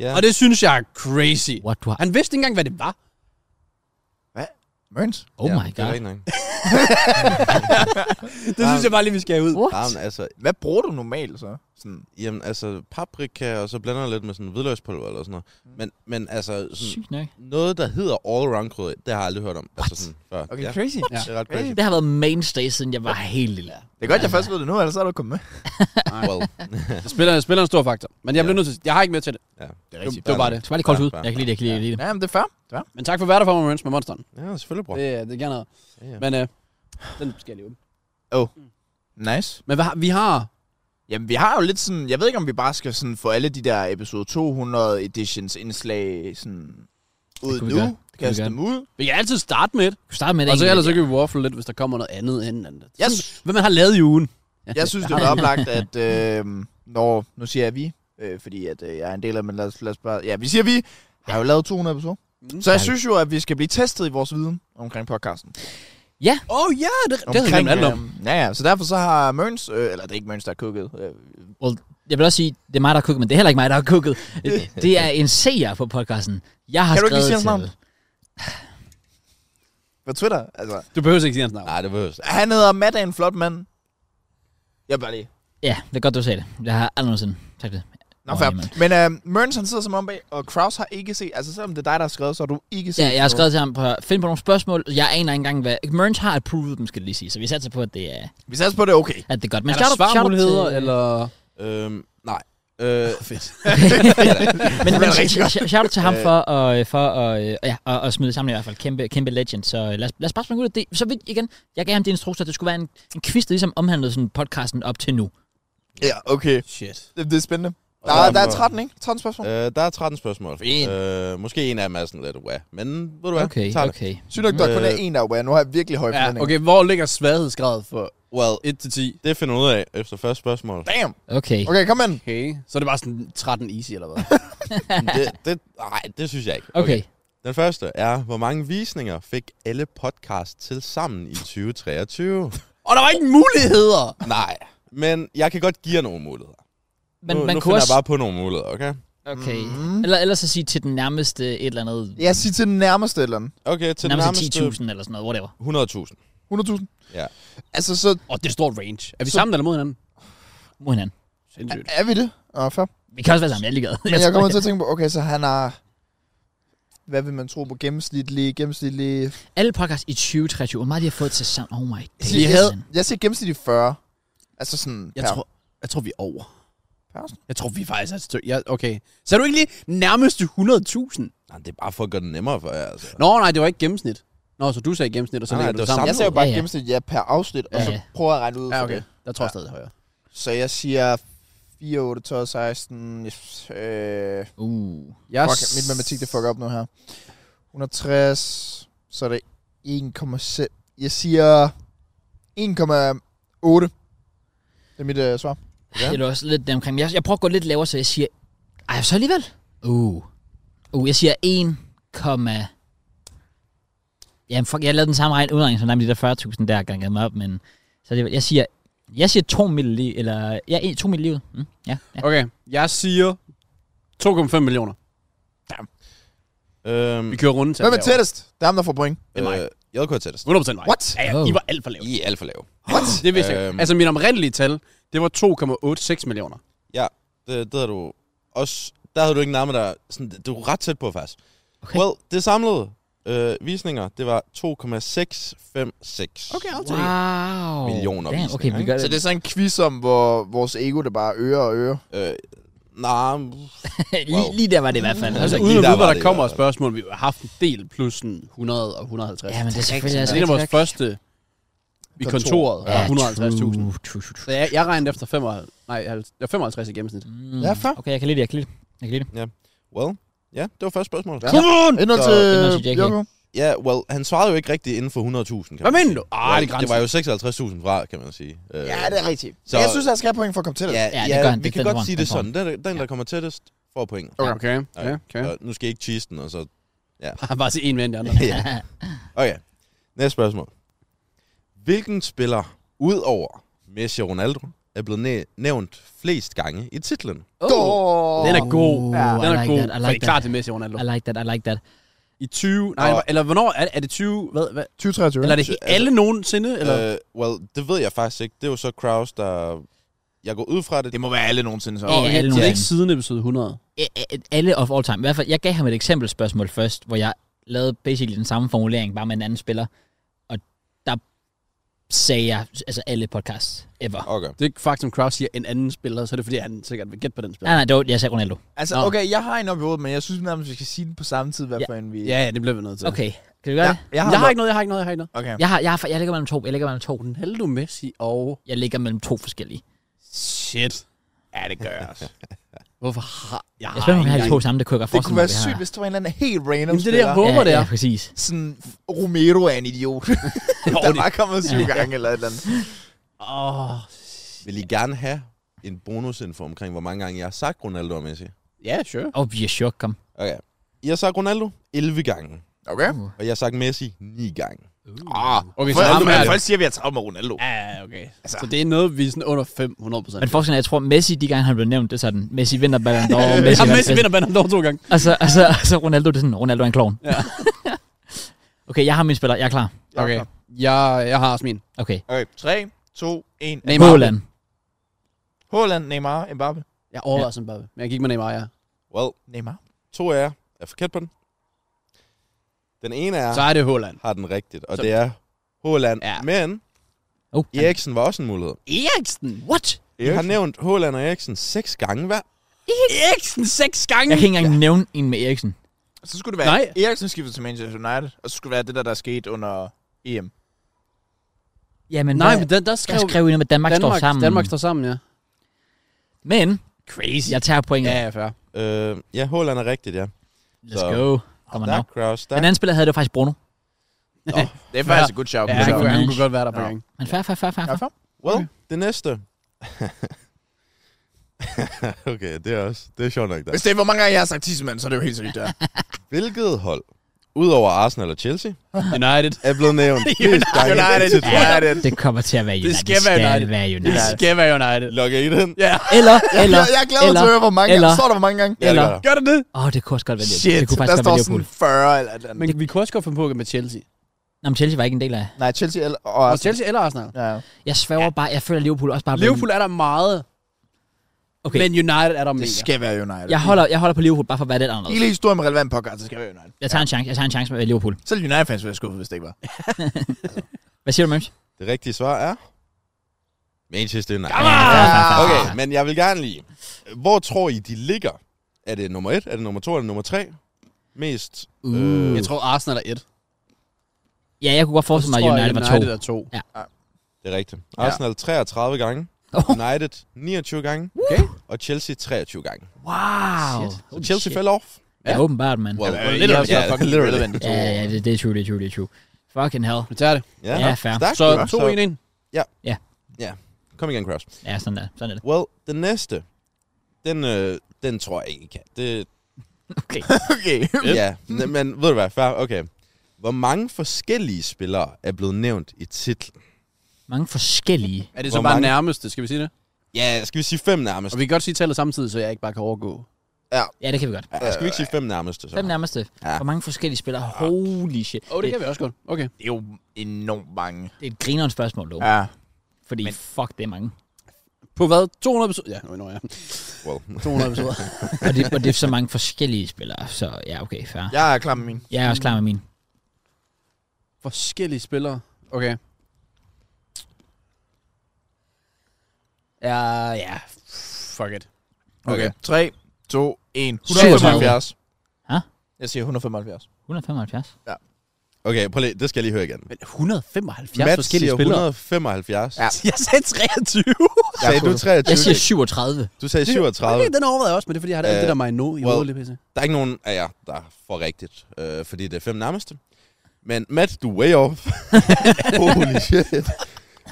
Speaker 3: Ja.
Speaker 4: ja.
Speaker 3: Og det synes jeg er crazy.
Speaker 1: What du har...
Speaker 3: Han vidste ikke engang, hvad det var.
Speaker 2: Mørns?
Speaker 1: Oh
Speaker 4: ja,
Speaker 1: my
Speaker 4: Det er
Speaker 1: god.
Speaker 4: rigtig nok.
Speaker 3: Det synes jeg bare lige, vi skal have ud.
Speaker 1: What?
Speaker 4: Jamen, altså,
Speaker 2: Hvad bruger du normalt så? Sådan,
Speaker 4: jamen, altså paprika, og så blander jeg lidt med sådan hvidløgspulver eller sådan noget. Men, men altså, sådan,
Speaker 1: Sygt nok.
Speaker 4: noget, der hedder all around krydder, det har jeg aldrig hørt om.
Speaker 1: What?
Speaker 4: Altså sådan før.
Speaker 2: okay,
Speaker 4: ja.
Speaker 2: crazy.
Speaker 3: Ja.
Speaker 4: Det er ret crazy.
Speaker 1: Det har været mainstay, siden jeg var helt lille.
Speaker 2: Det er godt, jeg først ved det nu, ellers er du kommet med.
Speaker 4: Well,
Speaker 3: Det Altså, spiller, det spiller en stor faktor. Men jeg
Speaker 4: Ja.
Speaker 3: bliver nødt til Jeg har ikke med til det.
Speaker 4: ja.
Speaker 2: Det
Speaker 3: Det, det var bare det.
Speaker 1: Det var lige koldt
Speaker 4: Ja,
Speaker 1: ud.
Speaker 4: bare-
Speaker 1: Jeg kan lide det, jeg kan lide det, jeg kan lide det.
Speaker 2: Ja, men det er fair.
Speaker 3: Men tak for at være der for mig, Mørens, med monsteren.
Speaker 4: ja, selvfølgelig, bror.
Speaker 3: Det, øh, det er gerne noget.
Speaker 4: Ja, ja.
Speaker 3: Men øh, den skal jeg lige åbne.
Speaker 2: Nice.
Speaker 3: Men hvad, har- vi har...
Speaker 2: Jamen, vi har jo lidt sådan... Jeg ved ikke, om vi bare skal sådan få alle de der episode 200 editions indslag sådan ud
Speaker 1: kunne vi
Speaker 2: nu.
Speaker 1: gøre. Det kunne vi
Speaker 2: kaste
Speaker 1: gøre.
Speaker 2: dem ud.
Speaker 3: Vi kan altid starte med et.
Speaker 1: Du starter med det.
Speaker 3: Og så
Speaker 1: enkelte.
Speaker 3: ellers så kan vi waffle lidt, hvis der kommer noget andet end andet.
Speaker 2: Jeg,
Speaker 3: Hvad man har lavet i ugen.
Speaker 2: jeg synes, det er oplagt, at øh, når... Nu siger jeg vi, øh, fordi at, øh, jeg er en del af... Men lad os, lad os bare... Ja, vi siger vi har jo lavet 200 episoder.
Speaker 3: Mm.
Speaker 2: Så jeg
Speaker 1: Ja.
Speaker 2: synes jo, at vi skal blive testet i vores viden omkring podcasten.
Speaker 3: Åh oh, ja, det, det har jeg
Speaker 2: Omkring,
Speaker 3: glemt alt om.
Speaker 2: øh, ja, ja, så derfor så har Mørns... Øh, eller det er ikke Mørns, der har kukket. Øh,
Speaker 1: Jeg vil også sige, det er mig, der har kukket, men det er heller ikke mig, der har kukket. Det er en seer på podcasten. Jeg har
Speaker 2: Kan du ikke
Speaker 1: skrevet
Speaker 2: lige sige hans
Speaker 1: til...
Speaker 2: navn? på Twitter, altså...
Speaker 3: Du behøver ikke sige hans navn.
Speaker 4: Nej, det behøves.
Speaker 2: Han hedder Matt er en flot mand. Jeg bare lige.
Speaker 1: Ja, det er godt, du sagde det. Jeg har aldrig nogensinde sagt det.
Speaker 2: Nå,
Speaker 1: Nå,
Speaker 2: fair.
Speaker 1: jamen.
Speaker 2: Men øh, Mørns, han sidder som om bag, og Kraus har ikke set... Altså, selvom det er dig, der har skrevet, så har du ikke set...
Speaker 1: Ja, jeg har skrevet til ham på at finde på nogle spørgsmål. Jeg aner ikke engang, hvad... Merns har approved dem, skal jeg lige sige. Så vi satser på, at det er,
Speaker 2: Vi satser på det, er okay.
Speaker 1: at det er godt. Men
Speaker 3: Men er der
Speaker 1: shout-out- shout-out
Speaker 3: svarmuligheder,
Speaker 1: til-
Speaker 3: eller...
Speaker 4: Øhm, nej. Øh,
Speaker 3: Fedt.
Speaker 1: men men
Speaker 2: er rigtig
Speaker 1: sh- sh- shout out til ham for at, øh, for at, øh, ja, at, at smide det sammen i hvert fald. Kæmpe, kæmpe legend. Så øh, lad os, lad os bare springe ud af det. Så vidt igen, jeg gav ham de instrukser. Det skulle være en, en quiz, der ligesom omhandlede sådan podcasten op til nu.
Speaker 2: Ja, okay.
Speaker 3: Shit.
Speaker 2: Det, det er spændende.
Speaker 4: og
Speaker 2: Der,
Speaker 4: så
Speaker 2: er- der er
Speaker 4: nogle-
Speaker 2: 13, ikke? 13 spørgsmål.
Speaker 4: Øh, der er 13 spørgsmål.
Speaker 2: Fint.
Speaker 4: Øh, måske en af dem er sådan lidt, wah. Men ved du hvad?
Speaker 1: Okay,
Speaker 4: Tager det.
Speaker 1: okay.
Speaker 2: Sygt nok, der kun er
Speaker 4: Øh.
Speaker 2: en der, hvor jeg nu har jeg virkelig høje
Speaker 3: Ja,
Speaker 2: forventninger.
Speaker 3: okay, hvor ligger sværhedsgradet for
Speaker 4: Well,
Speaker 3: 1 til 10?
Speaker 4: det finder jeg ud af efter første spørgsmål.
Speaker 2: Damn!
Speaker 1: Okay.
Speaker 2: Okay, kom ind.
Speaker 3: Okay. Så er det bare sådan 13 easy, eller hvad?
Speaker 4: det, det, nej, det synes jeg ikke.
Speaker 1: Okay.
Speaker 4: Den første er, hvor mange visninger fik alle podcasts til sammen i 2023?
Speaker 3: og der var ikke muligheder!
Speaker 4: nej. Men jeg kan godt give jer nogle muligheder.
Speaker 1: Men
Speaker 4: nu,
Speaker 1: man
Speaker 4: nu
Speaker 1: kunne
Speaker 4: finder
Speaker 1: også...
Speaker 4: jeg bare på nogle muligheder, okay?
Speaker 1: Okay.
Speaker 2: Mm.
Speaker 1: Eller ellers så sige til den nærmeste et eller andet... Ja,
Speaker 2: Jeg siger til den nærmeste eller andet.
Speaker 4: Okay, til
Speaker 1: til
Speaker 4: den
Speaker 1: nærmeste,
Speaker 4: nærmeste
Speaker 1: 10.000 eller sådan noget, whatever.
Speaker 4: 100.000.
Speaker 2: 100.000?
Speaker 4: Ja.
Speaker 2: Altså, så
Speaker 3: Og det er et stort range. Er vi
Speaker 2: Så-
Speaker 3: sammen eller mod hinanden?
Speaker 1: Mod hinanden.
Speaker 3: Sindssygt.
Speaker 2: er vi det? Åh, fair.
Speaker 1: Vi kan også være sammen, jeg er ligeglad.
Speaker 2: Men jeg kommer til at tænke på, okay, så han har... Hvad vil man tro på gennemsnitlige, gennemsnitlige...
Speaker 1: Alle podcasts i 2023, hvor meget de har fået til sammen. Oh my god.
Speaker 2: Jeg havde... Jeg siger gennemsnitlige 40. Altså sådan...
Speaker 3: Jeg,
Speaker 2: per-
Speaker 3: tror, jeg tror, vi er over.
Speaker 2: Pausen?
Speaker 3: Jeg tror, vi faktisk er et stykke. Ja, okay. Så er du ikke lige nærmeste 100.000?
Speaker 4: Nej, det er bare for at gøre det nemmere for jer, altså.
Speaker 3: Nå, nej, det var ikke gennemsnit. Nå, så du sagde gennemsnit, og så
Speaker 2: Ah,
Speaker 4: Nej,
Speaker 3: ligger
Speaker 4: det
Speaker 3: du
Speaker 4: var
Speaker 3: sammen.
Speaker 2: Jeg sagde jo bare
Speaker 1: Ja,
Speaker 2: ja,
Speaker 1: ja.
Speaker 2: ja. gennemsnit ja, per afsnit, ja,
Speaker 1: Ja,
Speaker 2: og så
Speaker 1: ja.
Speaker 2: prøver jeg at regne ud
Speaker 3: Ja,
Speaker 2: for
Speaker 3: okay.
Speaker 2: det.
Speaker 3: Der tror jeg
Speaker 2: Ja.
Speaker 3: stadig højere.
Speaker 2: Så jeg siger 4, 8, 12, 16... yes, Øh,
Speaker 1: Uh.
Speaker 3: Jeg
Speaker 2: fuck, mit matematik det fucker op nu her. 160, så er det 1,6... Jeg siger 1,8. Det er mit øh, svar.
Speaker 1: Ja. Det er da også lidt der omkring. Jeg, jeg prøver at gå lidt lavere, så jeg siger... Ej, så alligevel. Uh. Uh, jeg siger 1, Jamen fuck, jeg lavede den samme regn udregning som dig med de der 40.000 der ganget mig op, men... Så det, jeg siger... Jeg siger 2 milliliv, eller... Ja, 1, 2 milliliv. Mm, ja, ja.
Speaker 3: Okay, jeg siger 2,5 millioner.
Speaker 4: Øhm,
Speaker 3: Mm. Vi kører rundt til.
Speaker 2: Hvem er tættest? Det er ham, der får point.
Speaker 3: Det er mig.
Speaker 4: øh, jeg kunne tættest.
Speaker 3: 100% mig.
Speaker 2: What?
Speaker 3: Ja, ja,
Speaker 1: Oh.
Speaker 3: I var alt for lave.
Speaker 4: I er alt for lave.
Speaker 3: Det vidste jeg
Speaker 4: Øhm.
Speaker 3: ikke. Altså, mit oprindelige tal, det var 2,86 millioner.
Speaker 4: Det, det havde du også... Der havde du ikke nærmet dig... Sådan, du er ret tæt på, faktisk. Okay. Well, det samlede øh, visninger, det var 2,656.
Speaker 1: Wow.
Speaker 4: Millioner
Speaker 1: Damn, okay,
Speaker 4: visninger,
Speaker 1: vi gør det.
Speaker 2: Så det Mm. er sådan en quiz om, hvor vores ego det bare øger og øger.
Speaker 4: Øh, nej, mm,
Speaker 1: lige, lige der var det i hvert fald.
Speaker 4: Altså,
Speaker 3: Altså,
Speaker 4: lige
Speaker 3: uden at
Speaker 4: der
Speaker 3: vide,
Speaker 4: var
Speaker 3: hvad der
Speaker 4: det i
Speaker 3: kommer af
Speaker 4: hvert fald.
Speaker 3: spørgsmål, vi har haft en del plus sådan 100 og 150.
Speaker 1: Ja, men det er selvfølgelig
Speaker 3: det er
Speaker 1: altså
Speaker 3: en af vores
Speaker 1: rigtigt nok.
Speaker 3: første i kontoret.
Speaker 1: Ja,
Speaker 3: Ja, 150.000.
Speaker 1: true, true, true,
Speaker 3: Så
Speaker 1: true.
Speaker 3: jeg, jeg regnede efter 55, nej, halv- ja, 55 i gennemsnit.
Speaker 1: Mm.
Speaker 2: Ja, fair.
Speaker 1: Okay, jeg kan lide det, jeg kan lide det. Jeg kan lide det.
Speaker 4: Well, ja, det var første spørgsmål.
Speaker 2: Ja.
Speaker 4: Ja,
Speaker 2: Come on! Endnu
Speaker 4: Så-
Speaker 1: Indhold til
Speaker 2: til
Speaker 1: JK.
Speaker 2: Joko.
Speaker 4: ja well, han svarede jo ikke rigtigt inden for 100.000.
Speaker 3: Hvad mener du? Ah, det er
Speaker 4: det, det
Speaker 3: grænsen.
Speaker 4: var jo 56.000 fra, kan man sige. Øh,
Speaker 2: Ja, det er rigtigt.
Speaker 4: Så-
Speaker 2: Så... Jeg synes, jeg skal have point for at komme til det.
Speaker 4: Ja,
Speaker 1: Ja,
Speaker 4: ja,
Speaker 1: det gør han.
Speaker 4: vi
Speaker 1: Det-
Speaker 4: kan
Speaker 1: den
Speaker 4: godt
Speaker 1: får
Speaker 4: sige
Speaker 1: han.
Speaker 4: det
Speaker 1: Den får
Speaker 4: sådan. Den, den der kommer tættest, får point.
Speaker 2: Okay.
Speaker 3: Okay, okay. okay.
Speaker 4: Så nu skal I ikke cheese den, og så...
Speaker 3: Han bare se en ven, de andre.
Speaker 4: ja. Okay, næste spørgsmål. Hvilken spiller, udover Messi og Ronaldo, er blevet næ- nævnt flest gange i titlen?
Speaker 2: Oh.
Speaker 3: Den er god.
Speaker 1: Oh,
Speaker 3: Ja,
Speaker 1: I
Speaker 3: den er
Speaker 1: like
Speaker 3: god.
Speaker 1: that, I
Speaker 3: For
Speaker 1: like
Speaker 3: det er
Speaker 1: that.
Speaker 3: klart, det er Messi og Ronaldo.
Speaker 1: I like that, I like that.
Speaker 3: I 20... Nej,
Speaker 4: Og-
Speaker 3: eller hvornår? Er, er det 20... Hvad, hvad?
Speaker 2: 2023.
Speaker 3: Eller er det
Speaker 4: Altså-
Speaker 3: alle nogensinde? Eller?
Speaker 4: Øh, well, det ved jeg faktisk ikke. Det er jo så Kraus, der... Jeg går ud fra det.
Speaker 2: Det må være alle nogensinde så.
Speaker 1: Ja, alle
Speaker 3: så det er
Speaker 1: nogensinde.
Speaker 3: ikke siden episode 100.
Speaker 1: Æ, æ, Alle of all time. I hvert fald, jeg gav ham et eksempelspørgsmål først, hvor jeg lavede basically den samme formulering, bare med en anden spiller. Og der sagde jeg, altså alle podcasts ever.
Speaker 4: Okay.
Speaker 3: Det er ikke faktum, Kraus siger en anden spiller, så er det fordi, han sikkert vil gætte på den spiller.
Speaker 1: Nej, nej, det var, jeg sagde Ronaldo.
Speaker 2: Altså, okay, jeg har en op i hovedet, men jeg synes nærmest, vi skal sige den på samme tid, hvad
Speaker 1: Ja.
Speaker 2: for en vi...
Speaker 3: Ja, ja, det bliver vi nødt til.
Speaker 1: Okay, kan vi gøre
Speaker 2: Ja,
Speaker 1: det?
Speaker 2: jeg har,
Speaker 3: Jeg har
Speaker 2: en
Speaker 3: ikke noget, jeg har ikke noget, jeg har ikke noget.
Speaker 2: op- Okay.
Speaker 1: Jeg, har, jeg, har, jeg ligger mellem to, jeg ligger mellem to.
Speaker 3: Ronaldo, Messi og...
Speaker 1: Jeg ligger mellem to forskellige.
Speaker 3: Shit. Ja, det gør jeg også. Hvorfor har... Jeg
Speaker 1: Jeg spørger, om vi har de
Speaker 3: engang-
Speaker 1: to sammen, det kunne jeg godt
Speaker 2: Det
Speaker 1: forestille mig,
Speaker 2: kunne være
Speaker 1: vi har.
Speaker 2: sygt, hvis det var en eller anden helt random
Speaker 3: Jamen, det er det,
Speaker 2: spiller.
Speaker 3: jeg håber,
Speaker 1: ja,
Speaker 3: det er.
Speaker 1: Ja, præcis.
Speaker 2: Sådan, Romero er en idiot. der
Speaker 3: det-
Speaker 2: var kommet syv gange eller et eller andet.
Speaker 3: Åh,
Speaker 4: Vil I gerne have en bonusinfo omkring, hvor mange gange jeg har sagt Ronaldo og Messi?
Speaker 3: ja, sure.
Speaker 1: Åh, vi er chok, kom.
Speaker 4: Okay. I har sagt Ronaldo 11 gange,
Speaker 2: Okay.
Speaker 3: Mm.
Speaker 4: og jeg har sagt Messi 9 gange.
Speaker 2: Ah,
Speaker 3: Okay,
Speaker 2: for,
Speaker 3: så ham her...
Speaker 2: men folk siger, at vi har travlt med Ronaldo.
Speaker 3: Ja, okay.
Speaker 2: Altså.
Speaker 3: Så det er noget, vi er sådan under 500 procent.
Speaker 1: Men forskellen er, jeg tror, Messi, de gange han blev nævnt, det er sådan, Messi vinder Ballon d'Or, Messi,
Speaker 3: Ja, Messi vinder Ballon d'Or to gange.
Speaker 1: Og så, og, så, og så Ronaldo, det er sådan, Ronaldo er en klovn.
Speaker 3: Ja.
Speaker 1: okay, jeg har min spiller, jeg er klar.
Speaker 3: Okay, jeg, jeg har også min.
Speaker 1: Okay.
Speaker 2: Okay, 3, 2, 1.
Speaker 3: Neymar.
Speaker 1: Måland.
Speaker 2: Haaland, Neymar, Mbappe.
Speaker 3: Jeg overvejede sådan bare, men jeg gik med Neymar, ja.
Speaker 4: Well,
Speaker 2: Neymar.
Speaker 4: to af jer er forkert på den. Den ene af
Speaker 3: Så
Speaker 4: jer
Speaker 3: er det Holland.
Speaker 4: har den rigtigt, og
Speaker 3: Så-
Speaker 4: det er Håland.
Speaker 3: Ja.
Speaker 4: Ja. Men
Speaker 1: Oh,
Speaker 4: Eriksen var også en mulighed.
Speaker 3: Eriksen?
Speaker 1: What?
Speaker 4: Jeg har nævnt Håland og Eriksen seks gange hver.
Speaker 3: Eriksen seks gange?
Speaker 1: Jeg kan ikke engang ja. nævne en med Eriksen.
Speaker 2: Så skulle det være,
Speaker 3: Nej.
Speaker 2: Nej. Eriksen skiftede til Manchester United, og så skulle det være det der, der skete under E EM.
Speaker 1: Ja, men
Speaker 3: Nej, men der, der skrev,
Speaker 1: jeg skrev jo med, at Danmark,
Speaker 3: Danmark,
Speaker 1: står sammen.
Speaker 3: Danmark står sammen, ja.
Speaker 1: Men,
Speaker 3: Crazy.
Speaker 1: jeg tager pointet.
Speaker 3: Ja, ja, fair.
Speaker 4: Øh, ja, Håland er rigtigt, ja.
Speaker 1: Let's
Speaker 4: så-
Speaker 1: go. Kommer
Speaker 4: Der
Speaker 1: now.
Speaker 4: er Kraus, der
Speaker 1: Den anden spiller havde det jo faktisk Bruno.
Speaker 2: Det er faktisk et godt shout.
Speaker 3: Ja,
Speaker 2: men
Speaker 3: han,
Speaker 2: så-
Speaker 3: kunne, han
Speaker 1: nice.
Speaker 3: kunne godt være der på
Speaker 2: Nå.
Speaker 3: gang.
Speaker 1: Men fair, fair, fair, fair.
Speaker 2: Ja, fair.
Speaker 4: Well,
Speaker 3: Okay.
Speaker 4: okay. det næste. okay, det er også... Det er sjovt nok, der.
Speaker 2: Hvis det er, hvor mange gange jeg har sagt tissemand, så er det jo helt seriøst der.
Speaker 4: Hvilket hold, udover Arsenal og Chelsea,
Speaker 3: United.
Speaker 4: er blevet nævnt flest gange i
Speaker 2: United,
Speaker 4: titlen?
Speaker 2: United.
Speaker 1: Det kommer til at være United.
Speaker 3: skal være United.
Speaker 1: være
Speaker 3: Det
Speaker 1: United.
Speaker 3: skal være United.
Speaker 4: Logger I den?
Speaker 3: Ja.
Speaker 1: Eller, eller,
Speaker 2: Jeg, jeg glæder mig til at høre, hvor mange
Speaker 1: eller-
Speaker 2: gange. Står der, hvor mange gange?
Speaker 4: Ja, det
Speaker 1: Eller-
Speaker 4: gør der.
Speaker 3: Gør det det?
Speaker 1: Åh, oh, det kunne også godt være Liverpool.
Speaker 2: Shit,
Speaker 1: Det kunne
Speaker 2: der
Speaker 1: faktisk godt være
Speaker 2: står sådan
Speaker 1: Liverpool.
Speaker 2: 40 eller et eller andet.
Speaker 3: Men vi kunne også godt finde på at gå med Chelsea.
Speaker 1: Nå, men Chelsea var ikke en del af.
Speaker 2: Nej, Chelsea eller... Og,
Speaker 3: Og Chelsea eller Arsenal.
Speaker 2: Ja, ja.
Speaker 1: Jeg sværger bare, jeg føler at Liverpool også bare... er blevet-
Speaker 3: Liverpool er der meget,
Speaker 1: Okay,
Speaker 3: men United er der
Speaker 2: Det
Speaker 3: mega.
Speaker 2: skal være United.
Speaker 1: jeg holder, jeg holder på Liverpool bare for at være lidt anderledes.
Speaker 2: Hele historien med relevant podcast, det skal være United.
Speaker 1: Jeg tager en chance, jeg tager en chance med Liverpool.
Speaker 2: Selv United-fans ville jeg skuffet, hvis det ikke var.
Speaker 1: Hvad siger du, Møms?
Speaker 4: Det rigtige svar er... Manchester United.
Speaker 1: Ah!
Speaker 4: Okay, men jeg vil gerne lige... Hvor tror I, de ligger? Er det nummer 1, er det nummer 2 eller nummer 3? Mest...
Speaker 1: Uh.
Speaker 4: Øh,
Speaker 3: Mm. Jeg tror Arsenal er et.
Speaker 1: Ja, jeg kunne godt
Speaker 3: Og så
Speaker 1: forestille mig, at
Speaker 3: tror
Speaker 1: United
Speaker 3: jeg,
Speaker 1: var to.
Speaker 3: United er to.
Speaker 4: det er rigtigt. Arsenal 33 gange.
Speaker 1: Oh.
Speaker 4: United 29 gange.
Speaker 3: Okay.
Speaker 4: Og Chelsea 23 gange.
Speaker 1: Wow.
Speaker 3: Shit.
Speaker 4: Så Chelsea falder off.
Speaker 1: Ja, åbenbart, mand.
Speaker 4: Well,
Speaker 2: Øh,
Speaker 3: lidt
Speaker 2: I har
Speaker 3: også,
Speaker 2: været
Speaker 4: ja,
Speaker 2: fucking
Speaker 4: literally.
Speaker 2: relevant.
Speaker 1: Ja, ja, det, det er true, det er true, det er true. Fucking hell.
Speaker 3: Vi tager det.
Speaker 4: Ja,
Speaker 1: Ja, fair.
Speaker 4: Stærkt,
Speaker 3: Så
Speaker 4: hva'?
Speaker 3: 2-1-1.
Speaker 4: Kom igen, Kraus.
Speaker 1: Ja, sådan der. Sådan er det.
Speaker 4: Well, den næste, den, øh, den tror jeg ikke, I kan. Det,
Speaker 1: Okay.
Speaker 2: Okay.
Speaker 4: ja, n- men ved du hvad, fair, okay. Hvor mange forskellige spillere er blevet nævnt i titlen?
Speaker 1: Mange forskellige.
Speaker 3: Er det så
Speaker 4: Hvor
Speaker 3: bare
Speaker 4: mange?
Speaker 3: nærmeste, skal vi sige det?
Speaker 4: Ja, skal vi sige fem nærmest?
Speaker 3: Og vi kan godt sige tallet samtidig, så jeg ikke bare kan overgå.
Speaker 1: Ja, det kan vi godt.
Speaker 4: Ja, skal vi ikke sige fem nærmeste? Så?
Speaker 1: Fem nærmeste.
Speaker 4: Ja.
Speaker 1: Hvor mange forskellige spillere. Holy shit.
Speaker 3: Åh, oh, det kan vi også godt. Okay.
Speaker 2: Det er jo enormt mange.
Speaker 1: det er et grineren spørgsmål, dog.
Speaker 2: Ja.
Speaker 1: Fordi
Speaker 2: men-
Speaker 1: fuck, det er mange. nærmeste.
Speaker 3: På hvad? 200 episoder? Ja, nu når jeg.
Speaker 4: Well,
Speaker 3: 200 episoder.
Speaker 1: Og det, og det er så mange forskellige spillere. Så ja, okay, fair.
Speaker 2: Jeg er klar med min.
Speaker 1: Jeg er også klar med min.
Speaker 3: Forskellige spillere. Okay. Ja, ja. Fuck it.
Speaker 2: Okay. 3, 2, 1.
Speaker 1: 175.
Speaker 2: 175. Jeg siger 175.
Speaker 1: 175.
Speaker 4: Okay, prøv lige, det skal jeg lige høre igen.
Speaker 3: Men 175
Speaker 4: Matt
Speaker 3: forskellige
Speaker 4: siger
Speaker 3: spillere.
Speaker 4: 175.
Speaker 2: Ja.
Speaker 3: Jeg sagde 23.
Speaker 4: Sagde du 23?
Speaker 1: Jeg siger 37.
Speaker 4: Du sagsagde
Speaker 3: Okay,
Speaker 4: 37.
Speaker 3: den overvejede jeg også, men det er fordi, jeg har alt
Speaker 4: Øh,
Speaker 3: det der mig nå i
Speaker 4: well.
Speaker 3: hovedet lige pisse.
Speaker 4: Der er ikke nogen af jer, der får rigtigt, øh, fordi det er fem nærmeste. Men Matt, du er way off. Holy shit.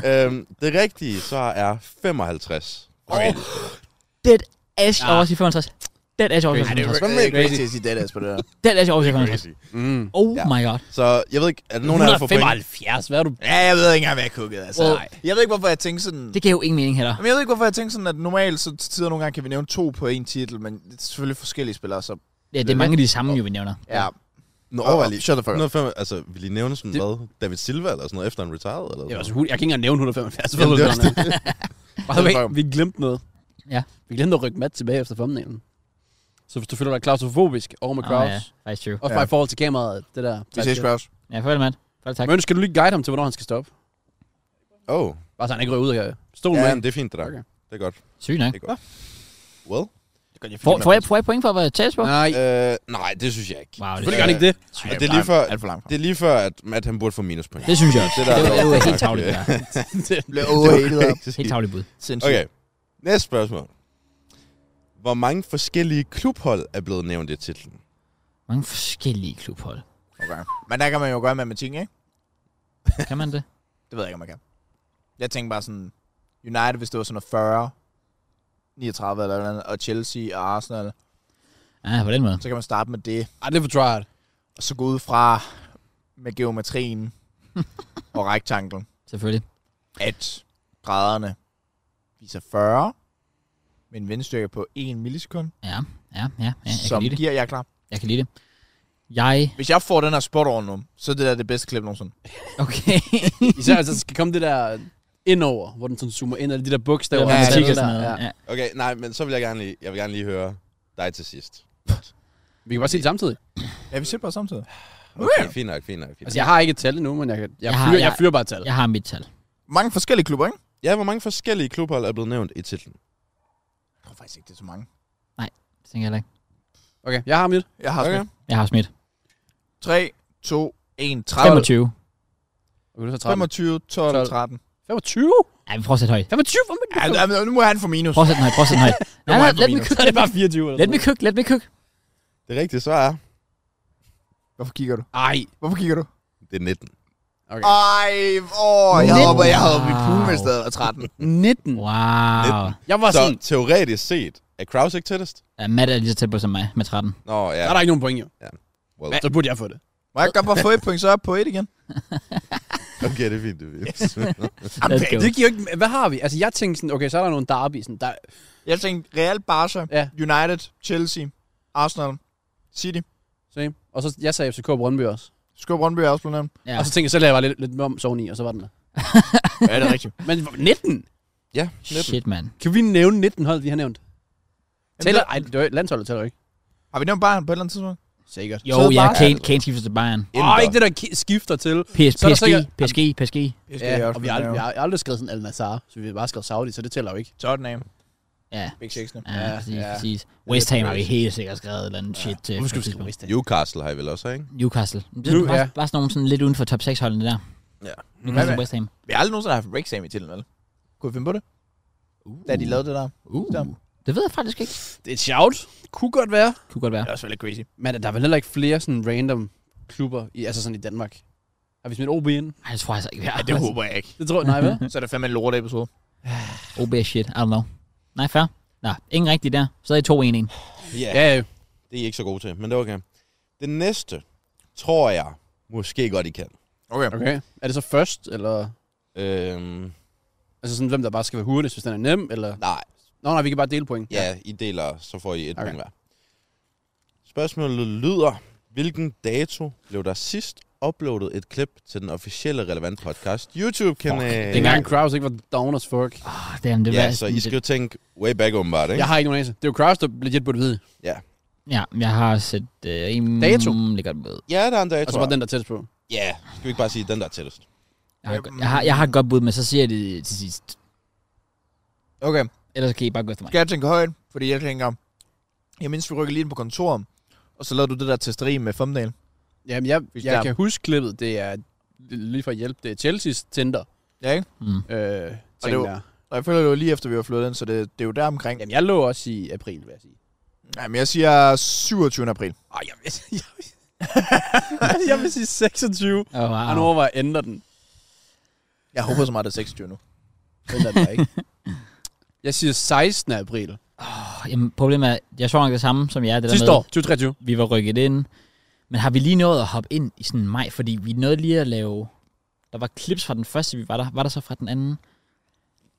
Speaker 4: øhm, det rigtige så er 55. Okay.
Speaker 1: Dead ass
Speaker 3: Ah.
Speaker 1: over at sige 55. Dead ass over at sige
Speaker 3: Ej, det er jo-
Speaker 1: 55.
Speaker 2: Det er
Speaker 3: Crazy.
Speaker 2: crazy at sige deadass på det der.
Speaker 1: Dead ass over at sige 55.
Speaker 3: Mm.
Speaker 1: Oh
Speaker 4: Ja.
Speaker 1: my god.
Speaker 4: Så jeg ved ikke, er der nogen af jer, der får point?
Speaker 3: 175, hvad er du?
Speaker 2: Ja, jeg ved ikke engang, hvad jeg kukkede, altså.
Speaker 1: Well-
Speaker 2: jeg ved ikke, hvorfor jeg tænkte sådan...
Speaker 1: Det giver jo ingen mening heller.
Speaker 2: Jamen, jeg ved ikke, hvorfor jeg tænkte sådan, at normalt så til tider nogle gange kan vi nævne to på en titel, men det er selvfølgelig forskellige spillere, så
Speaker 1: Ja, det er mange af de samme, jo, vi nævner.
Speaker 2: ja.
Speaker 4: Nå,
Speaker 2: Åh,
Speaker 4: oh, lige.
Speaker 2: Shut the fuck up.
Speaker 4: 105, altså, vil I nævne sådan, hvad? David Silva eller sådan noget, efter han retired? Eller
Speaker 3: Jeg,
Speaker 4: sådan?
Speaker 3: altså, jeg kan ikke engang nævne 175.
Speaker 4: Jamen, det er også
Speaker 3: Bare
Speaker 2: Det er
Speaker 3: væk, vi glemte noget.
Speaker 1: Ja.
Speaker 3: Vi glemte at rykke Matt tilbage efter thumbnailen. Så hvis du føler dig klaustrofobisk over med
Speaker 1: Åh,
Speaker 3: crowds,
Speaker 1: ja, faktisk true.
Speaker 3: også
Speaker 2: Ja.
Speaker 3: bare i forhold til kameraet, det der.
Speaker 2: Vi ses, Kraus.
Speaker 1: Ja, farvel, mand. Farvel, tak.
Speaker 3: Men skal du lige guide ham til, hvornår han skal stoppe?
Speaker 4: Åh, oh,
Speaker 3: Bare så han ikke ryger ud af stolen.
Speaker 4: ja,
Speaker 3: Ja,
Speaker 4: men det er fint, det der.
Speaker 3: Okay.
Speaker 4: Det er godt.
Speaker 1: Sygt nok.
Speaker 4: Det er godt. Well,
Speaker 1: Får, får, jeg, får jeg point for at være tæt på?
Speaker 3: Nej,
Speaker 4: øh, nej, det synes jeg ikke.
Speaker 1: Wow, det,
Speaker 3: selvfølgelig gør han ikke det.
Speaker 4: Og det er lige før-
Speaker 2: Alt for langt.
Speaker 4: Det er lige før, at Matt han burde få minuspoint.
Speaker 1: det synes jeg også.
Speaker 4: Det
Speaker 1: Det,
Speaker 4: der-
Speaker 1: det, var- det var helt
Speaker 4: Tak,
Speaker 1: tavligt,
Speaker 4: ja.
Speaker 1: det der.
Speaker 2: Blev overhated op.
Speaker 1: Helt tavligt bud.
Speaker 2: Sindssygt.
Speaker 4: Okay, næste spørgsmål. Hvor mange forskellige klubhold er blevet nævnt i titlen?
Speaker 1: Mange forskellige klubhold.
Speaker 2: okay. Men der kan man jo gøre matematikken, ikke?
Speaker 1: Kan man det?
Speaker 2: Det ved jeg ikke, om man kan. Jeg tænker bare sådan, United, hvis det var sådan noget 40, 39 eller noget, og Chelsea og Arsenal,
Speaker 1: Ja, på den måde.
Speaker 2: så kan man starte med det,
Speaker 3: Ej, det er for tryhard.
Speaker 2: og så gå ud fra med geometrien og rektanglen,
Speaker 1: Selvfølgelig.
Speaker 2: at graderne viser 40, med en vindstyrke på 1 millisekund,
Speaker 1: Ja, ja, ja. ja jeg, kan
Speaker 2: som
Speaker 1: lide det.
Speaker 2: giver jeg er klar.
Speaker 1: jeg kan lide det. Jeg...
Speaker 2: Hvis jeg får den her spot over nu, så er det der det bedste klip nogensinde.
Speaker 1: Okay.
Speaker 3: Især altså, skal komme det der indover, hvor den sådan zoomer ind, eller de der bogstaver.
Speaker 1: Det var
Speaker 2: Ja,
Speaker 3: man
Speaker 1: matematik
Speaker 3: sætter
Speaker 1: og sådan
Speaker 3: der.
Speaker 1: noget. Ja.
Speaker 3: Ja.
Speaker 4: Okay, nej, men så vil jeg gerne lige, jeg vil gerne lige høre dig til sidst.
Speaker 3: Vi kan bare se det samtidig.
Speaker 2: Ja, vi ser bare samtidig.
Speaker 4: Okay, fint nok, fint nok. Fint nok.
Speaker 3: Altså, jeg har ikke et tal endnu, men jeg, kan- jeg,
Speaker 1: Jeg har-
Speaker 3: fyrer, jeg
Speaker 1: jeg-
Speaker 3: fyrer bare et tal.
Speaker 1: Jeg har mit tal.
Speaker 2: Mange forskellige klubber, ikke?
Speaker 4: Ja, hvor mange forskellige klubhold er blevet nævnt i titlen?
Speaker 2: Jeg tror faktisk ikke, det er så mange.
Speaker 1: Det tænker jeg heller ikke.
Speaker 3: Okay, jeg har mit.
Speaker 2: Jeg har
Speaker 4: Okay.
Speaker 2: okay.
Speaker 1: Jeg har smidt.
Speaker 2: 3, 2, 1, 30.
Speaker 1: 25.
Speaker 3: Okay, du så 30.
Speaker 2: 25, 12,
Speaker 3: 12.
Speaker 2: 13.
Speaker 3: 25?
Speaker 1: Ja, vi prøver at sætte højt.
Speaker 3: 25? Hvor
Speaker 2: Ja, altså, nu må han få minus.
Speaker 1: Prøv at sætte den højt. Prøv at sætte den højt. Nej,
Speaker 2: må
Speaker 1: nej,
Speaker 2: jeg få
Speaker 1: let me
Speaker 2: minus.
Speaker 1: cook.
Speaker 3: er det bare 24 eller
Speaker 1: Let me cook. Let me cook.
Speaker 4: Det rigtige svar er...
Speaker 2: Hvorfor kigger du?
Speaker 3: Ej.
Speaker 2: Hvorfor kigger du?
Speaker 4: Det er 19.
Speaker 3: Okay.
Speaker 2: Ej, åh, jeg
Speaker 1: Nitten.
Speaker 2: havde op, jeg havde op i
Speaker 1: Wow.
Speaker 2: pool med stedet og 13.
Speaker 3: 19.
Speaker 1: Wow.
Speaker 3: Jeg var sådan,
Speaker 4: Så teoretisk set, er Kraus ikke tættest?
Speaker 1: Ja, Matt er lige så tæt på som mig med 13.
Speaker 4: Nå,
Speaker 3: der
Speaker 4: ja.
Speaker 3: er der ikke nogen point, jo.
Speaker 4: Well,
Speaker 3: Så burde jeg få det.
Speaker 2: Må jeg godt bare få et point, så op på et igen?
Speaker 4: okay, det er fint, det er fint.
Speaker 2: Jamen,
Speaker 1: Let's go.
Speaker 3: Det giver jo ikke... Hvad har vi? Altså, jeg tænkte sådan, okay, så er der nogle derby. Sådan, der,
Speaker 2: Jeg tænkte Real Barca,
Speaker 3: Ja.
Speaker 2: United, Chelsea, Arsenal, City.
Speaker 3: same. Og så jeg sagde FCK på Brøndby også.
Speaker 2: Skub Brøndby er også blevet nævnt.
Speaker 1: Ja.
Speaker 3: Ja. Og så tænkte jeg, så lavede jeg bare lidt, lidt om soven i, og så var den der.
Speaker 2: Ja, det er rigtigt.
Speaker 3: Men 19?
Speaker 4: ja, 19.
Speaker 1: Shit, mand.
Speaker 3: Kan vi nævne 19 hold, vi har nævnt? Tæller,
Speaker 2: det-
Speaker 3: ej, det var, landsholdet tæller jo ikke.
Speaker 2: Har vi nævnt Bayern på et eller andet tidspunkt?
Speaker 3: Sikkert.
Speaker 1: Jo,
Speaker 2: Så er
Speaker 1: ja,
Speaker 2: Barca-
Speaker 1: Kane, Kane skifter til Bayern.
Speaker 3: Åh, oh, ikke det, der ki- skifter til.
Speaker 1: PS,
Speaker 3: Så er der
Speaker 1: PSG,
Speaker 3: sikkert-
Speaker 1: PSG, PSG.
Speaker 2: PSG
Speaker 3: Ja,
Speaker 2: er
Speaker 3: og
Speaker 2: også
Speaker 3: vi
Speaker 2: blevet
Speaker 3: har, aldrig, vi
Speaker 2: nævnt.
Speaker 3: har aldrig skrevet sådan Al Nassar, så vi har bare skrevet Saudi, så det tæller jo ikke.
Speaker 2: Tottenham.
Speaker 1: Ja,
Speaker 2: Big Six'ene.
Speaker 1: ja,
Speaker 3: Ja,
Speaker 1: præcis,
Speaker 3: ja.
Speaker 1: præcis. West Ham har vi helt sikkert skrevet et eller andet shit til.
Speaker 3: Hvorfor
Speaker 1: på
Speaker 3: skal vi
Speaker 1: et
Speaker 3: skrive
Speaker 1: tidspunkt.
Speaker 3: West Ham?
Speaker 4: Newcastle har I vel også, ikke?
Speaker 1: Newcastle. Det
Speaker 3: Nu-
Speaker 1: er bare,
Speaker 3: ja.
Speaker 1: bare sådan nogle sådan lidt uden for top 6 holdene der.
Speaker 4: Ja.
Speaker 1: Newcastle
Speaker 2: Hvad med-
Speaker 1: West Ham.
Speaker 2: Vi har aldrig nogensinde haft Wrexham i titlen, vel? Kunne vi finde på det? Uh. Da de lavede det der.
Speaker 1: Uh. Det ved jeg faktisk ikke.
Speaker 3: Det er et shout. Kunne godt være.
Speaker 1: Kunne godt være.
Speaker 2: Det er også veldig crazy.
Speaker 3: Men der er vel heller ikke flere sådan random klubber, i, altså sådan i Danmark. Har vi smidt OB ind?
Speaker 1: Ej, det tror jeg altså ikke. Ja,
Speaker 2: jeg ikke.
Speaker 3: Det tror jeg, nej, hvad?
Speaker 2: Så er det fandme en lort episode.
Speaker 1: OB er shit. I don't know. Nej, fair. Nå, ingen rigtig der. Så er I 2-1-1.
Speaker 4: Ja,
Speaker 3: ja, ja.
Speaker 4: det er I ikke så gode til, men det er okay. Det næste, tror jeg, måske godt I kan.
Speaker 2: Okay.
Speaker 3: Okay. Er det så først, eller...
Speaker 4: Øhm,
Speaker 3: Altså sådan, hvem der bare skal være hurtigst, hvis den er nem, eller...
Speaker 4: nej,
Speaker 3: Nå, nej, vi kan bare dele point.
Speaker 4: ja, I deler, så får I et
Speaker 3: Okay.
Speaker 4: okay. point hver. Spørgsmålet lyder, hvilken dato blev der sidst uploadet et klip til den officielle relevant podcast YouTube-kanal?
Speaker 1: det er
Speaker 3: Dengang Kraus ikke var down as fuck.
Speaker 1: Oh, damn, det var...
Speaker 4: Ja, så I skal jo tænke way back åbenbart, ikke?
Speaker 3: Jeg har ikke nogen anelse. Det er jo Kraus, der legit burde vide.
Speaker 4: Ja.
Speaker 1: Ja, jeg har set øh, en...
Speaker 3: Dato?
Speaker 1: Ligger med.
Speaker 4: ja, der er en dato.
Speaker 3: Og så var den der tættest på.
Speaker 4: Ja, skal vi ikke bare sige, den der er tættest?
Speaker 1: Jeg har, jeg, har, jeg har et godt bud, men så siger jeg det til sidst.
Speaker 2: Okay.
Speaker 1: Ellers kan I bare gå efter mig.
Speaker 2: Skal jeg tænke højt? Fordi jeg tænker, jeg mindst vi rykker lige ind på kontoret, og så lavede du det der testeri med thumbnail.
Speaker 3: Jamen, jeg,
Speaker 2: Hvis
Speaker 3: jeg
Speaker 2: der-
Speaker 3: kan huske klippet. Det er lige for at hjælpe. Det er Chelsea's Tinder,
Speaker 2: Ja, ikke?
Speaker 1: Mm.
Speaker 3: øh,
Speaker 2: det var-
Speaker 3: tænker jeg.
Speaker 2: Og jeg føler, det var lige efter, vi var flyttet ind, så det, det er jo der omkring.
Speaker 3: Jamen, jeg lå også i april, vil jeg sige.
Speaker 2: Jamen, jeg siger 27. april.
Speaker 3: Ej, jeg vil, jeg vil, jeg vil sige 26. Wow.
Speaker 1: Oh,
Speaker 3: Og nu
Speaker 1: wow.
Speaker 3: overvejer jeg at ændre den.
Speaker 2: Jeg håber så meget, det er 26 nu.
Speaker 3: Ændre den ikke. Jeg siger 16. april.
Speaker 1: Oh, jamen, problemet er, jeg tror nok det samme som jer. Det der
Speaker 3: Sidste
Speaker 1: med,
Speaker 3: år, 2023.
Speaker 1: Vi var rykket ind. Men har vi lige nået at hoppe ind i sådan maj? Fordi vi nåede lige at lave... Der var clips fra den første, vi var der. Var der så fra den anden?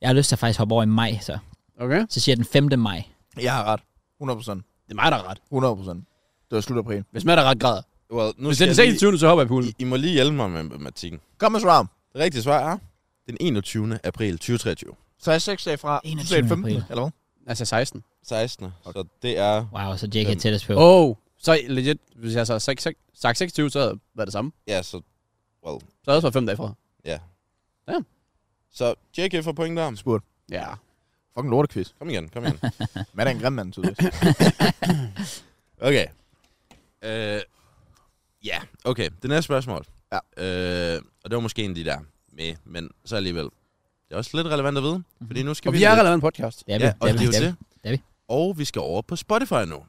Speaker 1: Jeg har lyst til at faktisk hoppe over i maj, så.
Speaker 3: Okay.
Speaker 1: Så siger jeg den 5. maj.
Speaker 2: Jeg har ret. 100 procent.
Speaker 3: Det er mig, der er ret.
Speaker 2: 100 procent. Det var slut april.
Speaker 3: Hvis man er ret grad.
Speaker 4: Well, nu
Speaker 3: Hvis det er den
Speaker 4: skal jeg lige,
Speaker 3: 26. så hopper jeg i poolen.
Speaker 4: I, I må lige hjælpe mig med matematikken.
Speaker 2: Kom med svar.
Speaker 4: Det rigtige svar er den 21. april 2023.
Speaker 2: Så er jeg 6 dage fra.
Speaker 1: 21.
Speaker 2: Så er det 15,
Speaker 1: april.
Speaker 2: eller hvad?
Speaker 3: Altså 16.
Speaker 4: 16. Så det er...
Speaker 1: Wow, så Jake er
Speaker 4: Øhm,
Speaker 1: tættest på.
Speaker 3: Åh, oh, så legit. Hvis jeg så sagt seks- sagt 26, så havde det været det samme.
Speaker 4: Ja, så... Well,
Speaker 3: Så havde jeg fået fem dage fra.
Speaker 4: ja.
Speaker 3: Ja.
Speaker 4: Så JK får point der.
Speaker 2: Spurgt.
Speaker 3: Ja.
Speaker 2: Fucking lortekvist.
Speaker 4: Kom igen, kom igen.
Speaker 2: Man er en grim mand, tydeligvis.
Speaker 4: Okay. Øh, ja, okay. Det næste spørgsmål.
Speaker 2: Ja.
Speaker 4: Øh, og det var måske en af de der med, men så alligevel. Det er også lidt relevant at vide, fordi nu skal
Speaker 3: Og
Speaker 4: vi...
Speaker 3: vi er relevant podcast.
Speaker 1: Det er vi.
Speaker 4: Ja, og
Speaker 1: det er
Speaker 4: det
Speaker 1: vi.
Speaker 4: er jo
Speaker 1: det er
Speaker 4: det.
Speaker 1: vi. Det er vi.
Speaker 4: Og vi skal over på Spotify nu.
Speaker 3: Åh,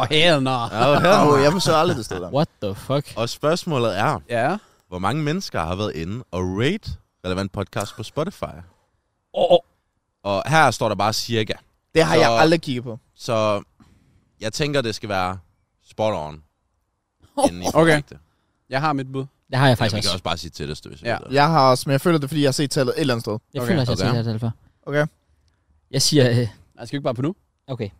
Speaker 3: oh, hell no.
Speaker 2: Åh, oh, jeg forsøger aldrig det sted der.
Speaker 1: What the fuck?
Speaker 4: Og spørgsmålet er,
Speaker 3: Ja.
Speaker 4: hvor mange mennesker har været inde og rate relevant podcast på Spotify?
Speaker 1: Oh, oh.
Speaker 4: Og her står der bare cirka.
Speaker 2: Det har
Speaker 4: Så-
Speaker 2: jeg aldrig kigget på.
Speaker 4: Så jeg tænker, det skal være spot on. inden I får
Speaker 3: Okay.
Speaker 4: rigtigt.
Speaker 3: Jeg har mit bud.
Speaker 1: Det har jeg
Speaker 4: Eller
Speaker 1: faktisk
Speaker 4: man kan
Speaker 1: også.
Speaker 4: også bare sige tætteste, hvis
Speaker 3: Ja.
Speaker 4: jeg ved det.
Speaker 2: Jeg har også, men jeg føler det, er, fordi jeg har set tallet et eller andet sted.
Speaker 1: Jeg
Speaker 3: Okay,
Speaker 1: føler også, jeg
Speaker 4: okay.
Speaker 1: tænker det for.
Speaker 2: Okay.
Speaker 1: Jeg siger... Øh,
Speaker 3: Jeg skal vi ikke bare på nu.
Speaker 1: okay.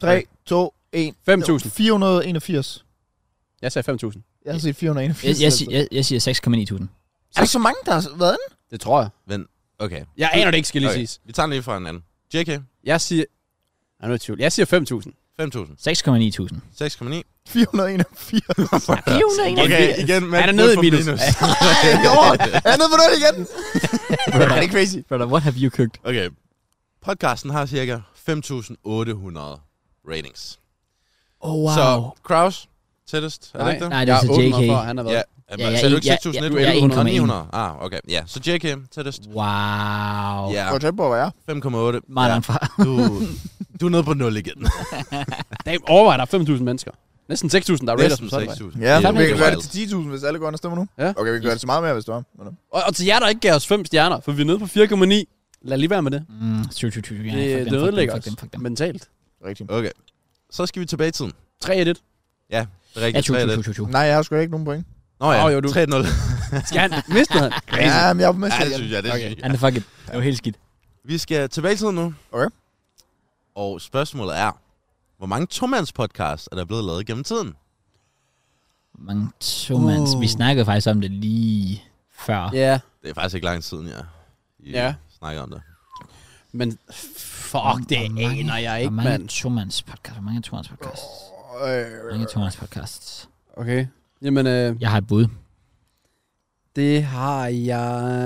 Speaker 2: 3, 2, 1.
Speaker 3: 5.000.
Speaker 2: 481.
Speaker 3: Jeg sagde 5.000.
Speaker 2: Jeg har set 481.
Speaker 1: Jeg, jeg, jeg, jeg siger 6,9.000.
Speaker 2: er der så mange, der har været inde?
Speaker 3: Det tror jeg.
Speaker 4: Okay.
Speaker 3: Jeg aner det ikke, skal lige
Speaker 4: okay.
Speaker 3: siges.
Speaker 4: Vi tager den lige fra hinanden. JK,
Speaker 3: Jeg siger... Jeg er nu i tvivl. Jeg siger 5.000.
Speaker 4: 5.000.
Speaker 1: 6,9.000.
Speaker 4: 6,9.
Speaker 2: 481.
Speaker 4: Okay, igen. Men
Speaker 3: Han er nede i minus.
Speaker 2: Er nede på nul igen? er det crazy?
Speaker 1: Brother, what have you cooked?
Speaker 4: okay. Podcasten har cirka 5.800 ratings.
Speaker 1: Oh, wow.
Speaker 4: Så Kraus, tættest. Er det ikke det?
Speaker 1: Nej, det var
Speaker 3: Jeg
Speaker 1: så
Speaker 3: er 800
Speaker 1: JK.
Speaker 3: for, han har været.
Speaker 4: Ja,
Speaker 1: Ja, jeg
Speaker 4: ja, så
Speaker 1: er
Speaker 4: er du
Speaker 1: en- ja,
Speaker 4: ikke
Speaker 1: ja, jeg er
Speaker 4: 6.100,
Speaker 1: 1,1.
Speaker 4: 900. Ah, okay. Ja, så JK, tættest.
Speaker 1: Wow.
Speaker 4: Ja,
Speaker 2: Hvor tæt på var jeg?
Speaker 4: 5,8.
Speaker 1: Meget
Speaker 4: Ja,
Speaker 1: langt fra.
Speaker 4: Du, du er nede på 0 igen.
Speaker 3: Damn, overvej, der er 5.000 mennesker. Næsten 6.000, der er rated
Speaker 4: Næsten
Speaker 3: på Spotify.
Speaker 4: 6.000.
Speaker 2: Ja,
Speaker 4: Det er
Speaker 2: vi kan gøre det
Speaker 4: wild.
Speaker 2: til 10.000, hvis alle går ind og stemmer nu.
Speaker 3: Ja.
Speaker 2: Okay, vi kan gøre det til meget mere, hvis du har. Men,
Speaker 3: Og, og til jer, der ikke gav os 5 stjerner, for vi er nede på 4,9. Lad lige være med det.
Speaker 1: Mm, 20, 20, 20, ja, fuck dem,
Speaker 3: det, det
Speaker 1: fuck dem,
Speaker 3: ødelægger
Speaker 1: fuck
Speaker 3: os
Speaker 1: dem, fuck dem.
Speaker 3: mentalt.
Speaker 2: Rigtig.
Speaker 4: Okay. Så skal vi tilbage i tiden.
Speaker 3: 3 1
Speaker 4: Ja, det er
Speaker 1: Ja,
Speaker 4: rigtigt.
Speaker 1: 20,
Speaker 4: 3 er
Speaker 1: 20,
Speaker 4: det.
Speaker 1: 20, 20.
Speaker 2: Nej, jeg har sgu da ikke nogen point.
Speaker 4: Nå ja,
Speaker 3: Åh, jo, du-
Speaker 4: 3-0.
Speaker 3: Skal han? Mistede han?
Speaker 2: Ja, men jeg er på
Speaker 4: Ja,
Speaker 2: mester
Speaker 4: det
Speaker 2: igen.
Speaker 4: synes jeg, det
Speaker 3: Okay.
Speaker 4: synes jeg.
Speaker 1: Han er fucking... Det var helt skidt.
Speaker 4: Vi skal tilbage i tiden nu.
Speaker 2: Okay.
Speaker 4: Og spørgsmålet er, hvor mange tomandspodcasts er der blevet lavet gennem tiden?
Speaker 1: Mange tomans.
Speaker 3: Uh.
Speaker 1: Vi snakkede faktisk om det lige før.
Speaker 3: Ja.
Speaker 4: Det er faktisk ikke lang tid siden, jeg I
Speaker 3: Ja.
Speaker 4: snakker om det.
Speaker 3: Men fuck, det
Speaker 1: Hvor mange-
Speaker 3: aner jeg ikke,
Speaker 1: Hvor mange
Speaker 3: mand.
Speaker 1: tomans podcast? Hvor mange tomans podcast?
Speaker 2: Øh,
Speaker 1: Hvor mange tomans podcast?
Speaker 3: Okay. Jamen, øh,
Speaker 1: Jeg har et bud.
Speaker 3: det har jeg...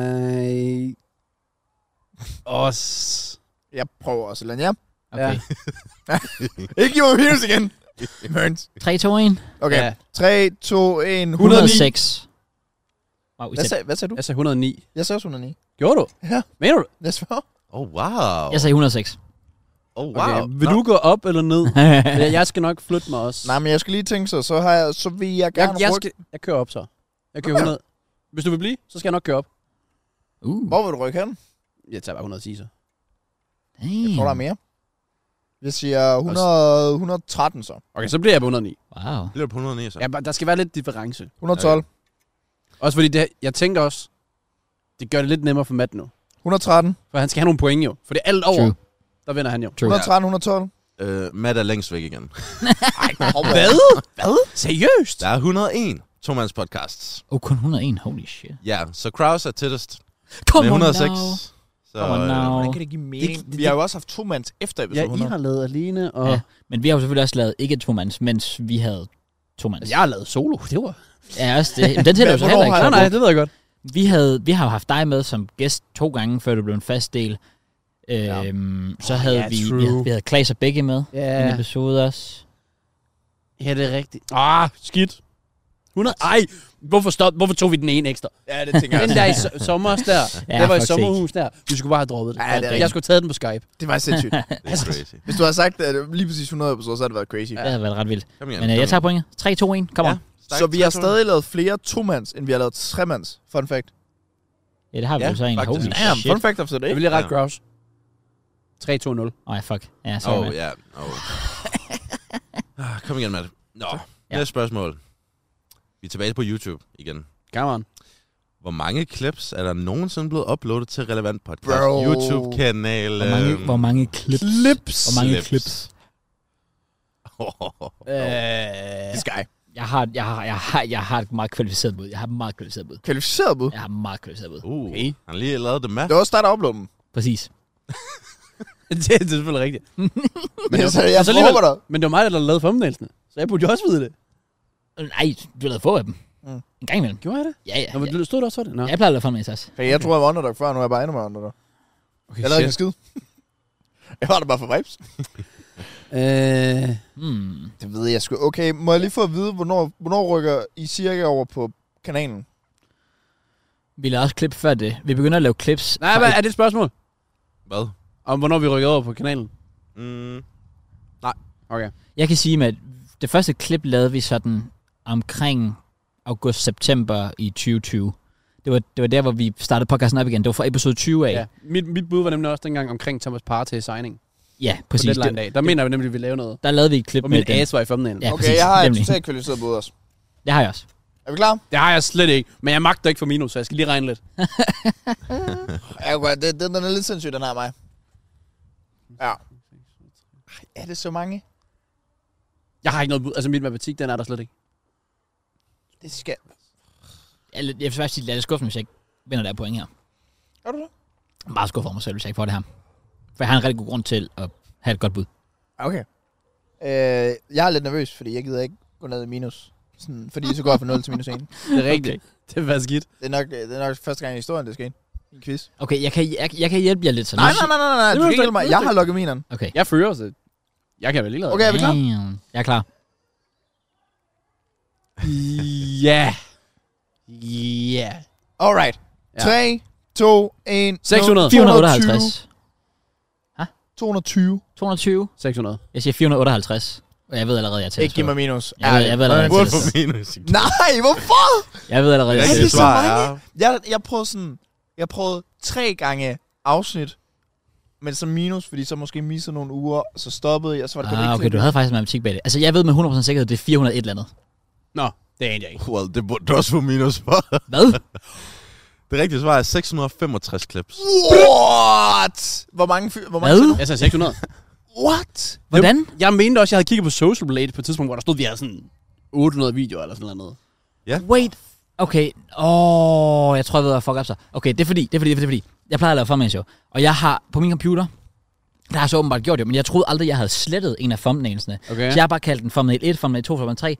Speaker 3: Også.
Speaker 2: Jeg prøver også, Lanja.
Speaker 1: Okay.
Speaker 2: Ikke Joachim Peters igen. Mørns.
Speaker 1: 3, 2, 1.
Speaker 2: Okay.
Speaker 3: Ja.
Speaker 2: 3, 2, 1. 109.
Speaker 1: 106. Wow, I
Speaker 2: Hvad
Speaker 1: sagde,
Speaker 2: sagde, hvad sagde du?
Speaker 3: Jeg sagde 109.
Speaker 2: Jeg sagde også 109.
Speaker 3: Gjorde du?
Speaker 2: Ja.
Speaker 3: Mener du?
Speaker 2: Jeg svarer.
Speaker 4: Oh, wow.
Speaker 1: jeg sagde 106.
Speaker 4: Oh, wow.
Speaker 3: Okay, vil
Speaker 4: Nå,
Speaker 3: du gå op eller ned? jeg, jeg skal nok flytte mig også.
Speaker 2: Nej, men jeg skal lige tænke så, så, har jeg, så vil jeg gerne
Speaker 3: jeg, jeg,
Speaker 2: rykke.
Speaker 3: skal, jeg kører op så. Jeg kører 100. Hvis du vil blive, så skal jeg nok køre op.
Speaker 1: Uh,
Speaker 2: Hvor vil du rykke hen?
Speaker 3: Jeg tager bare 110 så.
Speaker 2: Jeg tror, der er
Speaker 1: damn.
Speaker 2: mere. Jeg siger 100, 113 så.
Speaker 3: Okay, så bliver jeg på 109.
Speaker 1: Wow.
Speaker 4: det bliver på 109, så.
Speaker 3: Ja, bare- der skal være lidt difference.
Speaker 2: 112.
Speaker 3: Også fordi det, jeg tænker også, det gør det lidt nemmere for Matt nu.
Speaker 2: 113.
Speaker 3: For han skal have nogle point jo. For det er alt over,
Speaker 1: True.
Speaker 3: der vinder han jo.
Speaker 1: True.
Speaker 2: 113, 112.
Speaker 4: Øh, Matt er længst væk igen.
Speaker 3: Hvad? Hvad? Seriøst?
Speaker 4: Der er 101 tomandspodcasts.
Speaker 1: Oh, kun 101. Holy shit.
Speaker 4: Ja, så Kraus er tættest
Speaker 1: Come
Speaker 4: med
Speaker 1: on
Speaker 4: 106.
Speaker 1: now.
Speaker 4: Så,
Speaker 1: Come on
Speaker 4: øh,
Speaker 1: now.
Speaker 2: Hvordan kan det give mening?
Speaker 3: Det- det-
Speaker 2: vi har jo også haft to mands efter episode
Speaker 3: Ja, I
Speaker 2: 100.
Speaker 3: har lavet alene, og...
Speaker 1: Ja. Men vi har jo selvfølgelig også lavet ikke to mands, mens vi havde to mands.
Speaker 3: Altså, jeg har lavet solo. Det var...
Speaker 1: Ja, også det. Men den tæller jo så
Speaker 2: Hvornår
Speaker 1: heller ikke.
Speaker 2: har
Speaker 3: Nej,
Speaker 1: så
Speaker 2: jeg-
Speaker 3: nej, det ved jeg godt.
Speaker 1: Vi, havde, vi har jo haft dig med som gæst to gange, før du blev en fast del. Øhm, Så havde
Speaker 3: ja,
Speaker 1: vi,
Speaker 3: true.
Speaker 1: vi, havde- vi havde Klaas og Begge med.
Speaker 3: Ja,
Speaker 1: Ja. En episode også.
Speaker 3: ja det er rigtigt. Ah, skidt. 100? Ej, hvorfor, stop, hvorfor tog vi den ene ekstra?
Speaker 4: Ja, det tænker
Speaker 3: Den der i so- sommer der,
Speaker 1: Ja,
Speaker 3: ja, der var i
Speaker 1: for
Speaker 3: sommerhus der. Vi skulle bare have droppet det.
Speaker 2: Ja, det er rigtigt.
Speaker 3: jeg skulle have taget den på Skype.
Speaker 2: Det var sindssygt.
Speaker 4: Det
Speaker 1: Altså,
Speaker 4: er crazy.
Speaker 2: Hvis du havde sagt at lige præcis 100 episoder, så havde det været crazy.
Speaker 1: Det havde været ret vildt.
Speaker 4: Kom igen.
Speaker 1: Men øh, jeg tager pointet. 3, 2, 1. Kom on.
Speaker 2: Så vi har stadig lavet flere to-mands, end vi har lavet tre-mands. Fun fact.
Speaker 1: Ja, det har vi
Speaker 4: Ja,
Speaker 1: jo så egentlig.
Speaker 4: faktisk.
Speaker 1: Holy
Speaker 2: Damn,
Speaker 1: shit.
Speaker 2: fun fact of the day.
Speaker 3: Jeg ville ret
Speaker 4: Ja.
Speaker 3: gross. 3-2-0.
Speaker 1: Ej, fuck. Ja, så
Speaker 4: Åh,
Speaker 1: oh, yeah.
Speaker 4: ja. Åh. Ah, Kom igen, Matt. Nå,
Speaker 1: Ja.
Speaker 4: næste spørgsmål. Vi er tilbage på YouTube igen.
Speaker 3: Come on.
Speaker 4: Hvor mange clips er der nogensinde blevet uploadet til relevant podcast?
Speaker 2: Bro.
Speaker 4: YouTube-kanal.
Speaker 1: hvor, mange,
Speaker 4: øhm,
Speaker 1: hvor mange clips?
Speaker 2: Lips.
Speaker 1: Hvor mange
Speaker 4: slips.
Speaker 1: clips?
Speaker 2: Det skal jeg.
Speaker 1: Øh, Jeg har, jeg, har, jeg, har, jeg har et meget kvalificeret bud. Jeg har et meget kvalificeret bud.
Speaker 2: Kvalificeret bud.
Speaker 1: Jeg har et meget kvalificeret bud.
Speaker 4: Uh,
Speaker 3: Okay.
Speaker 4: han har lige lavet det med.
Speaker 2: Det var også dig, der uploadede dem.
Speaker 1: Præcis.
Speaker 3: det, det er selvfølgelig rigtigt.
Speaker 2: Men
Speaker 3: det
Speaker 2: jeg,
Speaker 3: var-
Speaker 2: sagde, jeg
Speaker 3: så
Speaker 2: så
Speaker 3: alligevel-
Speaker 2: håber dig.
Speaker 3: Men det var mig, der lavede thumbnailsene. Så jeg burde jo også vide det.
Speaker 1: Nej, du lavede få af dem.
Speaker 2: Mm.
Speaker 1: En gang imellem.
Speaker 3: Gjorde jeg det?
Speaker 1: Ja, ja.
Speaker 3: Nå, men
Speaker 1: ja.
Speaker 3: du stod der også for det? Nå.
Speaker 1: Jeg plejer at lave fandme også.
Speaker 2: Hey, jeg tror, jeg var underdog før, nu er jeg bare endnu mere underdog.
Speaker 3: Okay,
Speaker 2: Jeg lavede ikke en skid. Jeg var der bare for vibes.
Speaker 3: Øh,
Speaker 1: Hmm.
Speaker 2: Det ved jeg sgu. Okay, må jeg lige få at vide, hvornår, hvornår rykker I cirka over på kanalen?
Speaker 1: Vi lavede også klip før det. Vi begynder at lave clips.
Speaker 3: nej,
Speaker 1: fra
Speaker 3: hvad,
Speaker 1: et-
Speaker 3: er det et spørgsmål?
Speaker 4: Hvad?
Speaker 3: Om hvornår vi rykker over på kanalen?
Speaker 4: Mm,
Speaker 3: Okay.
Speaker 1: Jeg kan sige, at det første klip lavede vi sådan omkring august-september i 2020. Det var, det var der, hvor vi startede podcasten op igen. Det var fra episode 20 af.
Speaker 3: Ja. Mit, mit bud var nemlig også dengang omkring Thomas Partey signing.
Speaker 1: ja
Speaker 3: På
Speaker 1: præcis.
Speaker 3: deadline
Speaker 1: Det,
Speaker 3: dag. Der mener jeg nemlig, at vi lavede noget.
Speaker 1: der lavede vi et klip
Speaker 3: Og
Speaker 1: med
Speaker 3: min
Speaker 1: den.
Speaker 3: ass var i thumbnailen.
Speaker 1: Ja,
Speaker 2: okay,
Speaker 1: præcis.
Speaker 2: jeg har et
Speaker 1: nemlig.
Speaker 2: totalt kvalificeret bud også.
Speaker 1: Det har jeg også.
Speaker 2: Er vi klar?
Speaker 3: Det har jeg slet ikke. Men jeg magter ikke for minus, så jeg skal lige regne lidt.
Speaker 2: Ja, okay, det, den, den er lidt sindssyg, den her mig. Ja. Ej, er det så mange?
Speaker 3: Jeg har ikke noget bud. Altså, mit matematik, den er der slet ikke.
Speaker 2: Det skal...
Speaker 1: Jeg, er lidt- jeg vil faktisk sige, lad det skuffe mig, hvis jeg ikke vinder der point her.
Speaker 2: Er du det?
Speaker 1: Jeg er meget skuffet over mig selv, hvis jeg ikke får det her. For jeg har en rigtig god grund til at have et godt bud.
Speaker 2: Okay. Øh, jeg er lidt nervøs, fordi jeg gider ikke gå ned i minus. Sådan, fordi så går jeg fra 0 til minus 1. Det
Speaker 3: Det er rigtigt. Det var skidt.
Speaker 2: er nok, øh, det er nok første gang i historien, det er sket. En quiz.
Speaker 1: Okay, jeg kan, jeg, jeg kan hjælpe jer lidt. Så
Speaker 2: Nej,
Speaker 1: nu-
Speaker 2: nej, nej, nej, nej.
Speaker 3: Det
Speaker 2: Du kan
Speaker 3: må du
Speaker 2: ikke
Speaker 3: ikke-
Speaker 2: hjælpe mig.
Speaker 3: det må
Speaker 2: Jeg
Speaker 3: du
Speaker 2: har lukket mineren.
Speaker 1: Okay.
Speaker 3: Jeg fører, så jeg kan være ligeglad.
Speaker 2: Okay, er vi klar?
Speaker 1: Damn. Jeg er klar.
Speaker 3: Ja. Ja.
Speaker 2: Alright.
Speaker 3: Ja.
Speaker 2: 3, 2, 1...
Speaker 3: 600.
Speaker 1: 458.
Speaker 2: 220.
Speaker 1: 220.
Speaker 3: 600.
Speaker 1: Jeg siger 458. Og jeg ved allerede, jeg er tæt.
Speaker 2: Ikke giv mig minus.
Speaker 1: Jeg ved- jeg ved
Speaker 2: Ærligt.
Speaker 1: allerede,
Speaker 4: burde
Speaker 1: det
Speaker 4: få
Speaker 1: er-
Speaker 4: minus.
Speaker 2: Nej, hvorfor?
Speaker 1: Jeg ved allerede,
Speaker 2: Er
Speaker 1: jeg er
Speaker 2: det så
Speaker 1: tæt.
Speaker 4: svar
Speaker 2: mange?
Speaker 4: er-
Speaker 2: Jeg, jeg prøvede sådan... Jeg prøvede tre gange afsnit, men så minus, fordi så måske missede nogle uger, så stoppede jeg, så var det kun
Speaker 1: Ah,
Speaker 2: ikke
Speaker 1: okay, du havde faktisk matematik bag det. Altså, jeg ved med 100% sikkerhed, det er 401 eller andet.
Speaker 3: Nå, det er jeg ikke.
Speaker 4: Well, det burde du også få minus for.
Speaker 1: Hvad?
Speaker 4: Det rigtige svar er 665 clips.
Speaker 2: What? Hvor mange fyr? Hvor mange
Speaker 1: Hvad?
Speaker 2: siger du?
Speaker 3: Jeg sagde 600.
Speaker 2: What?
Speaker 1: Hvordan?
Speaker 3: Jeg mente også, jeg havde kigget på Social Blade på et tidspunkt, hvor der stod, at vi havde sådan 800 videoer eller sådan noget.
Speaker 1: Wait. Okay. Åh, oh, jeg tror, jeg ved, at fuck op sig. Okay, det er fordi, det er fordi, det er fordi. Jeg plejer at lave thumbnails jo. Og jeg har på min computer, der har jeg så åbenbart gjort det, men jeg troede aldrig, jeg havde slettet en af thumbnailsene.
Speaker 3: Okay.
Speaker 1: Så jeg har bare kaldt den thumbnail 1, thumbnail 2, thumbnail 3.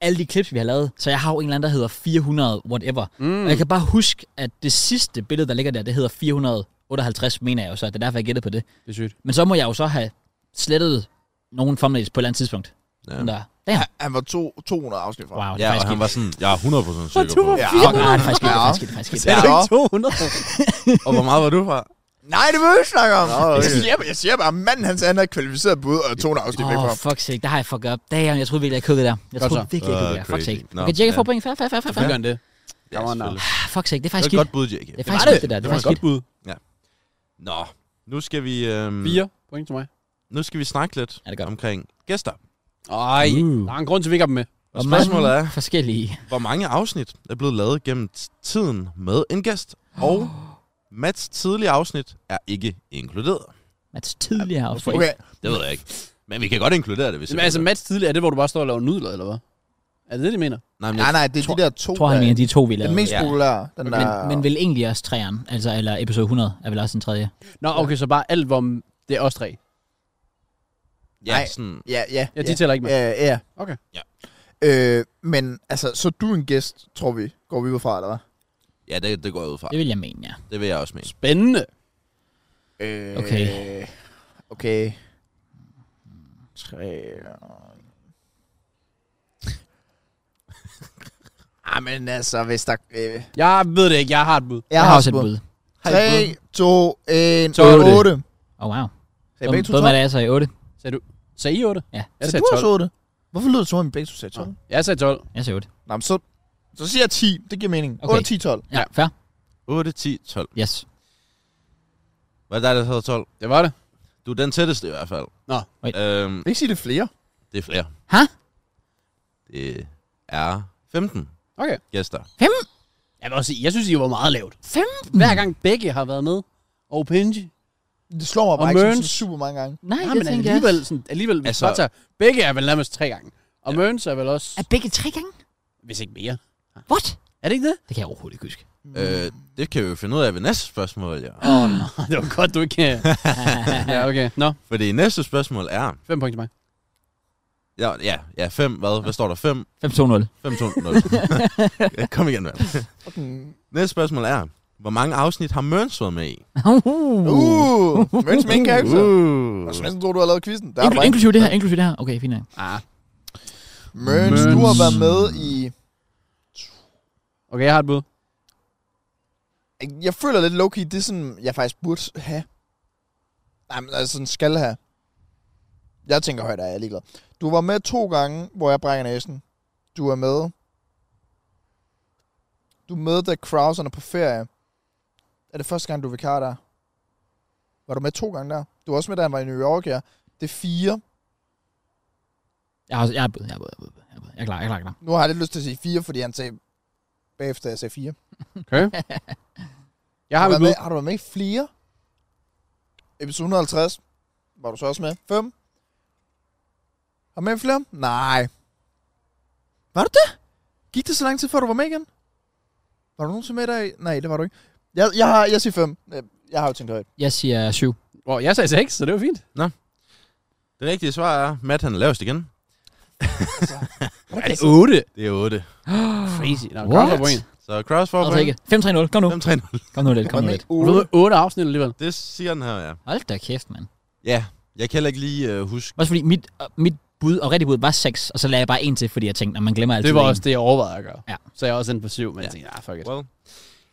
Speaker 1: Alle de clips, vi har lavet. Så jeg har jo en eller anden, der hedder 400 whatever. Mm. Og jeg kan bare huske, at det sidste billede, der ligger der, det hedder 458, mener jeg jo så. Det er derfor, jeg gættede på det.
Speaker 3: Det er sygt.
Speaker 1: Men så må jeg jo så have slettet nogle thumbnails på et eller andet tidspunkt.
Speaker 4: Ja.
Speaker 1: Ja. Der, der.
Speaker 2: Han var to, 200 afsnit fra.
Speaker 1: Wow, det
Speaker 4: Ja,
Speaker 1: er
Speaker 4: og
Speaker 1: faktisk
Speaker 4: han
Speaker 1: ikke.
Speaker 4: var sådan, jeg er 100% sikker på.
Speaker 2: Ja.
Speaker 1: Fuck, nej, det er faktisk ikke, det er faktisk ikke, det er faktisk ikke.
Speaker 3: Det er
Speaker 2: Ja.
Speaker 3: ikke 200.
Speaker 4: Og hvor meget var du fra?
Speaker 2: Nej, det vil jeg ikke snakke om.
Speaker 4: Nå, okay.
Speaker 2: jeg, siger, jeg siger bare, manden hans han er et kvalificeret bud, og 200 afsnit væk
Speaker 1: Åh,
Speaker 2: fra
Speaker 1: oh,
Speaker 2: ham.
Speaker 1: fuck sake, der har jeg fucked up. Damn, jeg troede virkelig, jeg kødte det der. Jeg
Speaker 3: Godt
Speaker 1: troede
Speaker 3: så.
Speaker 1: virkelig, jeg kødte det der.
Speaker 4: Øh,
Speaker 1: Fuck
Speaker 4: crazy.
Speaker 1: sake.
Speaker 4: Nå,
Speaker 1: Okay, Jake får
Speaker 4: ja.
Speaker 1: point. Fair, fair, fair, fair, fair.
Speaker 3: Hvad gør han det?
Speaker 4: Ja,
Speaker 3: Come on now.
Speaker 4: selvfølgelig.
Speaker 1: Ah, Fuck sake, det er
Speaker 4: Det
Speaker 1: faktisk
Speaker 4: var et
Speaker 1: skidt.
Speaker 4: godt bud, Jake.
Speaker 1: Det er faktisk skidt, det der. Det
Speaker 3: Det
Speaker 1: er
Speaker 3: var et
Speaker 1: faktisk
Speaker 3: godt
Speaker 1: skidt.
Speaker 3: bud.
Speaker 4: Nå, nu skal vi, øhm,
Speaker 3: 4 point til mig.
Speaker 4: nu skal vi snakke lidt
Speaker 1: Ja, det er godt.
Speaker 4: omkring gæster.
Speaker 3: Ej,
Speaker 1: Uh.
Speaker 3: der er en grund til, at vi ikke har dem med.
Speaker 4: Og spørgsmålet er,
Speaker 1: Forskellige.
Speaker 4: hvor mange afsnit er blevet lavet gennem t- tiden med en gæst? Og Mats tidlige afsnit er ikke inkluderet.
Speaker 1: Mats tidligere afsnit.
Speaker 2: Okay,
Speaker 4: Det ved jeg ikke. Men vi kan godt inkludere det, hvis
Speaker 3: Men
Speaker 4: jeg
Speaker 3: altså,
Speaker 4: vil.
Speaker 3: Mats tidligere, er det, hvor du bare står og laver nudler, eller hvad? Er det det, de mener?
Speaker 4: Nej, men jeg,
Speaker 2: nej, nej, det er de der to.
Speaker 1: Jeg tror, han
Speaker 2: der-
Speaker 1: mener de to, vi
Speaker 2: Den
Speaker 1: lavede.
Speaker 2: mest
Speaker 4: Ja.
Speaker 2: populære, den
Speaker 1: Men,
Speaker 2: der...
Speaker 1: men vel egentlig også træeren, altså, eller episode 100 er vel også den tredje.
Speaker 3: Nå, okay, så bare alt, hvor det er os tre.
Speaker 4: ja,
Speaker 2: nej.
Speaker 4: sådan,
Speaker 2: Ja, ja.
Speaker 3: Ja, de tæller ikke med.
Speaker 2: Ja, ja.
Speaker 3: Okay.
Speaker 4: Ja.
Speaker 2: Øh, men altså, så er du en gæst, tror vi, går vi ud fra, eller hvad?
Speaker 4: ja det, det går jeg ud fra.
Speaker 1: Det vil jeg mene, ja.
Speaker 4: Det vil jeg også mene.
Speaker 3: Spændende.
Speaker 2: Øh,
Speaker 1: Okay.
Speaker 2: Okay. Tre... Ah, men altså, hvis der... Øh, jeg,
Speaker 3: Jeg ved det ikke, jeg har et bud.
Speaker 1: Jeg har også et bud.
Speaker 3: Har I et
Speaker 2: 3, 2, 1,
Speaker 3: Otte.
Speaker 2: 8. Sagde
Speaker 1: Oh, wow.
Speaker 2: jeg begge to
Speaker 1: Både
Speaker 2: 12?
Speaker 1: med, da jeg sagde 8.
Speaker 3: Sagde du? Sagde I 8?
Speaker 1: Ja.
Speaker 3: Jeg
Speaker 2: Sagde
Speaker 3: sagde
Speaker 2: du også
Speaker 3: 12.
Speaker 2: 8? Hvorfor lyder det som om, I begge to sagde 12? Ja.
Speaker 3: Jeg sagde 12.
Speaker 1: Jeg sagde 8.
Speaker 2: Nå, men så, så siger jeg 10. Det giver mening.
Speaker 1: Okay.
Speaker 2: 8, 10, 12.
Speaker 1: Ja,
Speaker 3: Ja.
Speaker 1: fair.
Speaker 4: 8, 10, 12.
Speaker 1: Yes.
Speaker 4: Hvad er det, der hedder 12?
Speaker 3: Det var det.
Speaker 4: Du er den tætteste i hvert fald.
Speaker 3: Nå.
Speaker 1: Oj.
Speaker 4: Øhm,
Speaker 2: Jeg vil ikke sige, det er flere.
Speaker 4: det er flere.
Speaker 1: Ha?
Speaker 4: Det er 15
Speaker 3: Okay.
Speaker 4: gæster.
Speaker 3: Jeg vil også sige, jeg synes, I var meget lavt.
Speaker 1: 15?
Speaker 3: Hver gang begge har været med, og Pinji,
Speaker 2: Det slår mig
Speaker 3: Og
Speaker 2: bare ikke sådan
Speaker 3: Mørns.
Speaker 2: super mange gange.
Speaker 1: Nej,
Speaker 3: Nej,
Speaker 1: det
Speaker 3: men
Speaker 1: tænker jeg
Speaker 3: alligevel,
Speaker 1: også.
Speaker 3: sådan, alligevel hvis
Speaker 4: Altså-
Speaker 3: altså, tager, begge er vel nærmest tre gange. Og ja. Mørns er vel også,
Speaker 1: Er begge tre gange?
Speaker 3: hvis ikke mere.
Speaker 1: What?
Speaker 3: Er det ikke det?
Speaker 1: Det kan jeg overhovedet ikke huske.
Speaker 4: Øh, det kan vi jo finde ud af ved næste spørgsmål, ja.
Speaker 3: Åh, oh, nej. Det var godt, du ikke kan. ja, okay. Nå,
Speaker 4: Fordi næste spørgsmål er...
Speaker 3: fem point til mig.
Speaker 4: Ja, ja, ja 5, hvad? Hvad står der? 5?
Speaker 1: 5-2-0.
Speaker 4: 5, 2, 0. Kom igen, mand.
Speaker 2: Fucking-
Speaker 4: Næste spørgsmål er... Hvor mange afsnit har Mørns været med i?
Speaker 1: Uh.
Speaker 2: Uh, Mørns med en kaktus.
Speaker 4: Uh.
Speaker 2: Jeg synes næsten, tror, du har lavet quizzen. Der er du
Speaker 1: Inkl-
Speaker 2: bare ikke.
Speaker 1: inklusive det her, inklusive det her. Okay, fint nok.
Speaker 3: Ah,
Speaker 2: Mørns, du har været med i...
Speaker 3: okay, jeg har et bud.
Speaker 2: Jeg føler lidt low-key, det er sådan, jeg faktisk burde have. Nej, men altså sådan skal have. Jeg tænker højt, at jeg er ligeglad. Du var med to gange, hvor jeg brækker næsen. Du er med. Du er med, da Krausen er på ferie. Er det første gang, du er vikar der? Var du med to gange der? Du var også med, da han var i New York, ja. Det er fire.
Speaker 1: Jeg har, jeg har et bud, jeg har et bud, jeg har et bud, jeg har et bud. Jeg er klar, jeg er klar, jeg er klar.
Speaker 2: Nu har jeg lidt lyst til at sige fire, fordi han sagde bagefter, jeg sagde fire.
Speaker 3: Okay. Jeg har
Speaker 2: Har, du været
Speaker 3: et bud.
Speaker 2: med, har du været med i flere? Episode 150. Var du så også med? 5. Har du med i flere? Nej. Var du det? Gik det så lang tid, før du var med igen? Var du nogensinde med dig? Nej, det var du ikke. Jeg, jeg, har, jeg siger 5. Jeg har jo tænkt højt.
Speaker 1: Jeg siger 7.
Speaker 3: Wow, jeg sagde seks, så det var fint.
Speaker 4: Det rigtige svar er, Matt han er lavest igen.
Speaker 3: Er det otte?
Speaker 4: Det er 8.
Speaker 3: Crazy. Nå,
Speaker 1: What?
Speaker 3: What? point.
Speaker 4: Så Kraus får
Speaker 1: Altså ikke.
Speaker 4: point.
Speaker 1: 5-3-0. Kom nu.
Speaker 4: 5-3-0.
Speaker 1: Kom nu lidt, kom nu lidt.
Speaker 2: Var med i
Speaker 3: Du
Speaker 2: otte.
Speaker 3: ved, otte afsnit alligevel.
Speaker 4: Det siger den her, ja.
Speaker 1: Hold da kæft, mand.
Speaker 4: Ja, jeg kan heller ikke lige øh, huske.
Speaker 1: Også fordi mit, øh, mit bud og rigtig bud var 6, og så lagde jeg bare en til, fordi jeg tænkte, at man glemmer altid
Speaker 3: Det var
Speaker 1: en.
Speaker 3: også det, jeg overvejede at gøre.
Speaker 1: Ja.
Speaker 3: Så jeg er også inde på syv, men jeg
Speaker 4: Ja.
Speaker 3: tænkte, ah, fuck it.
Speaker 4: Well,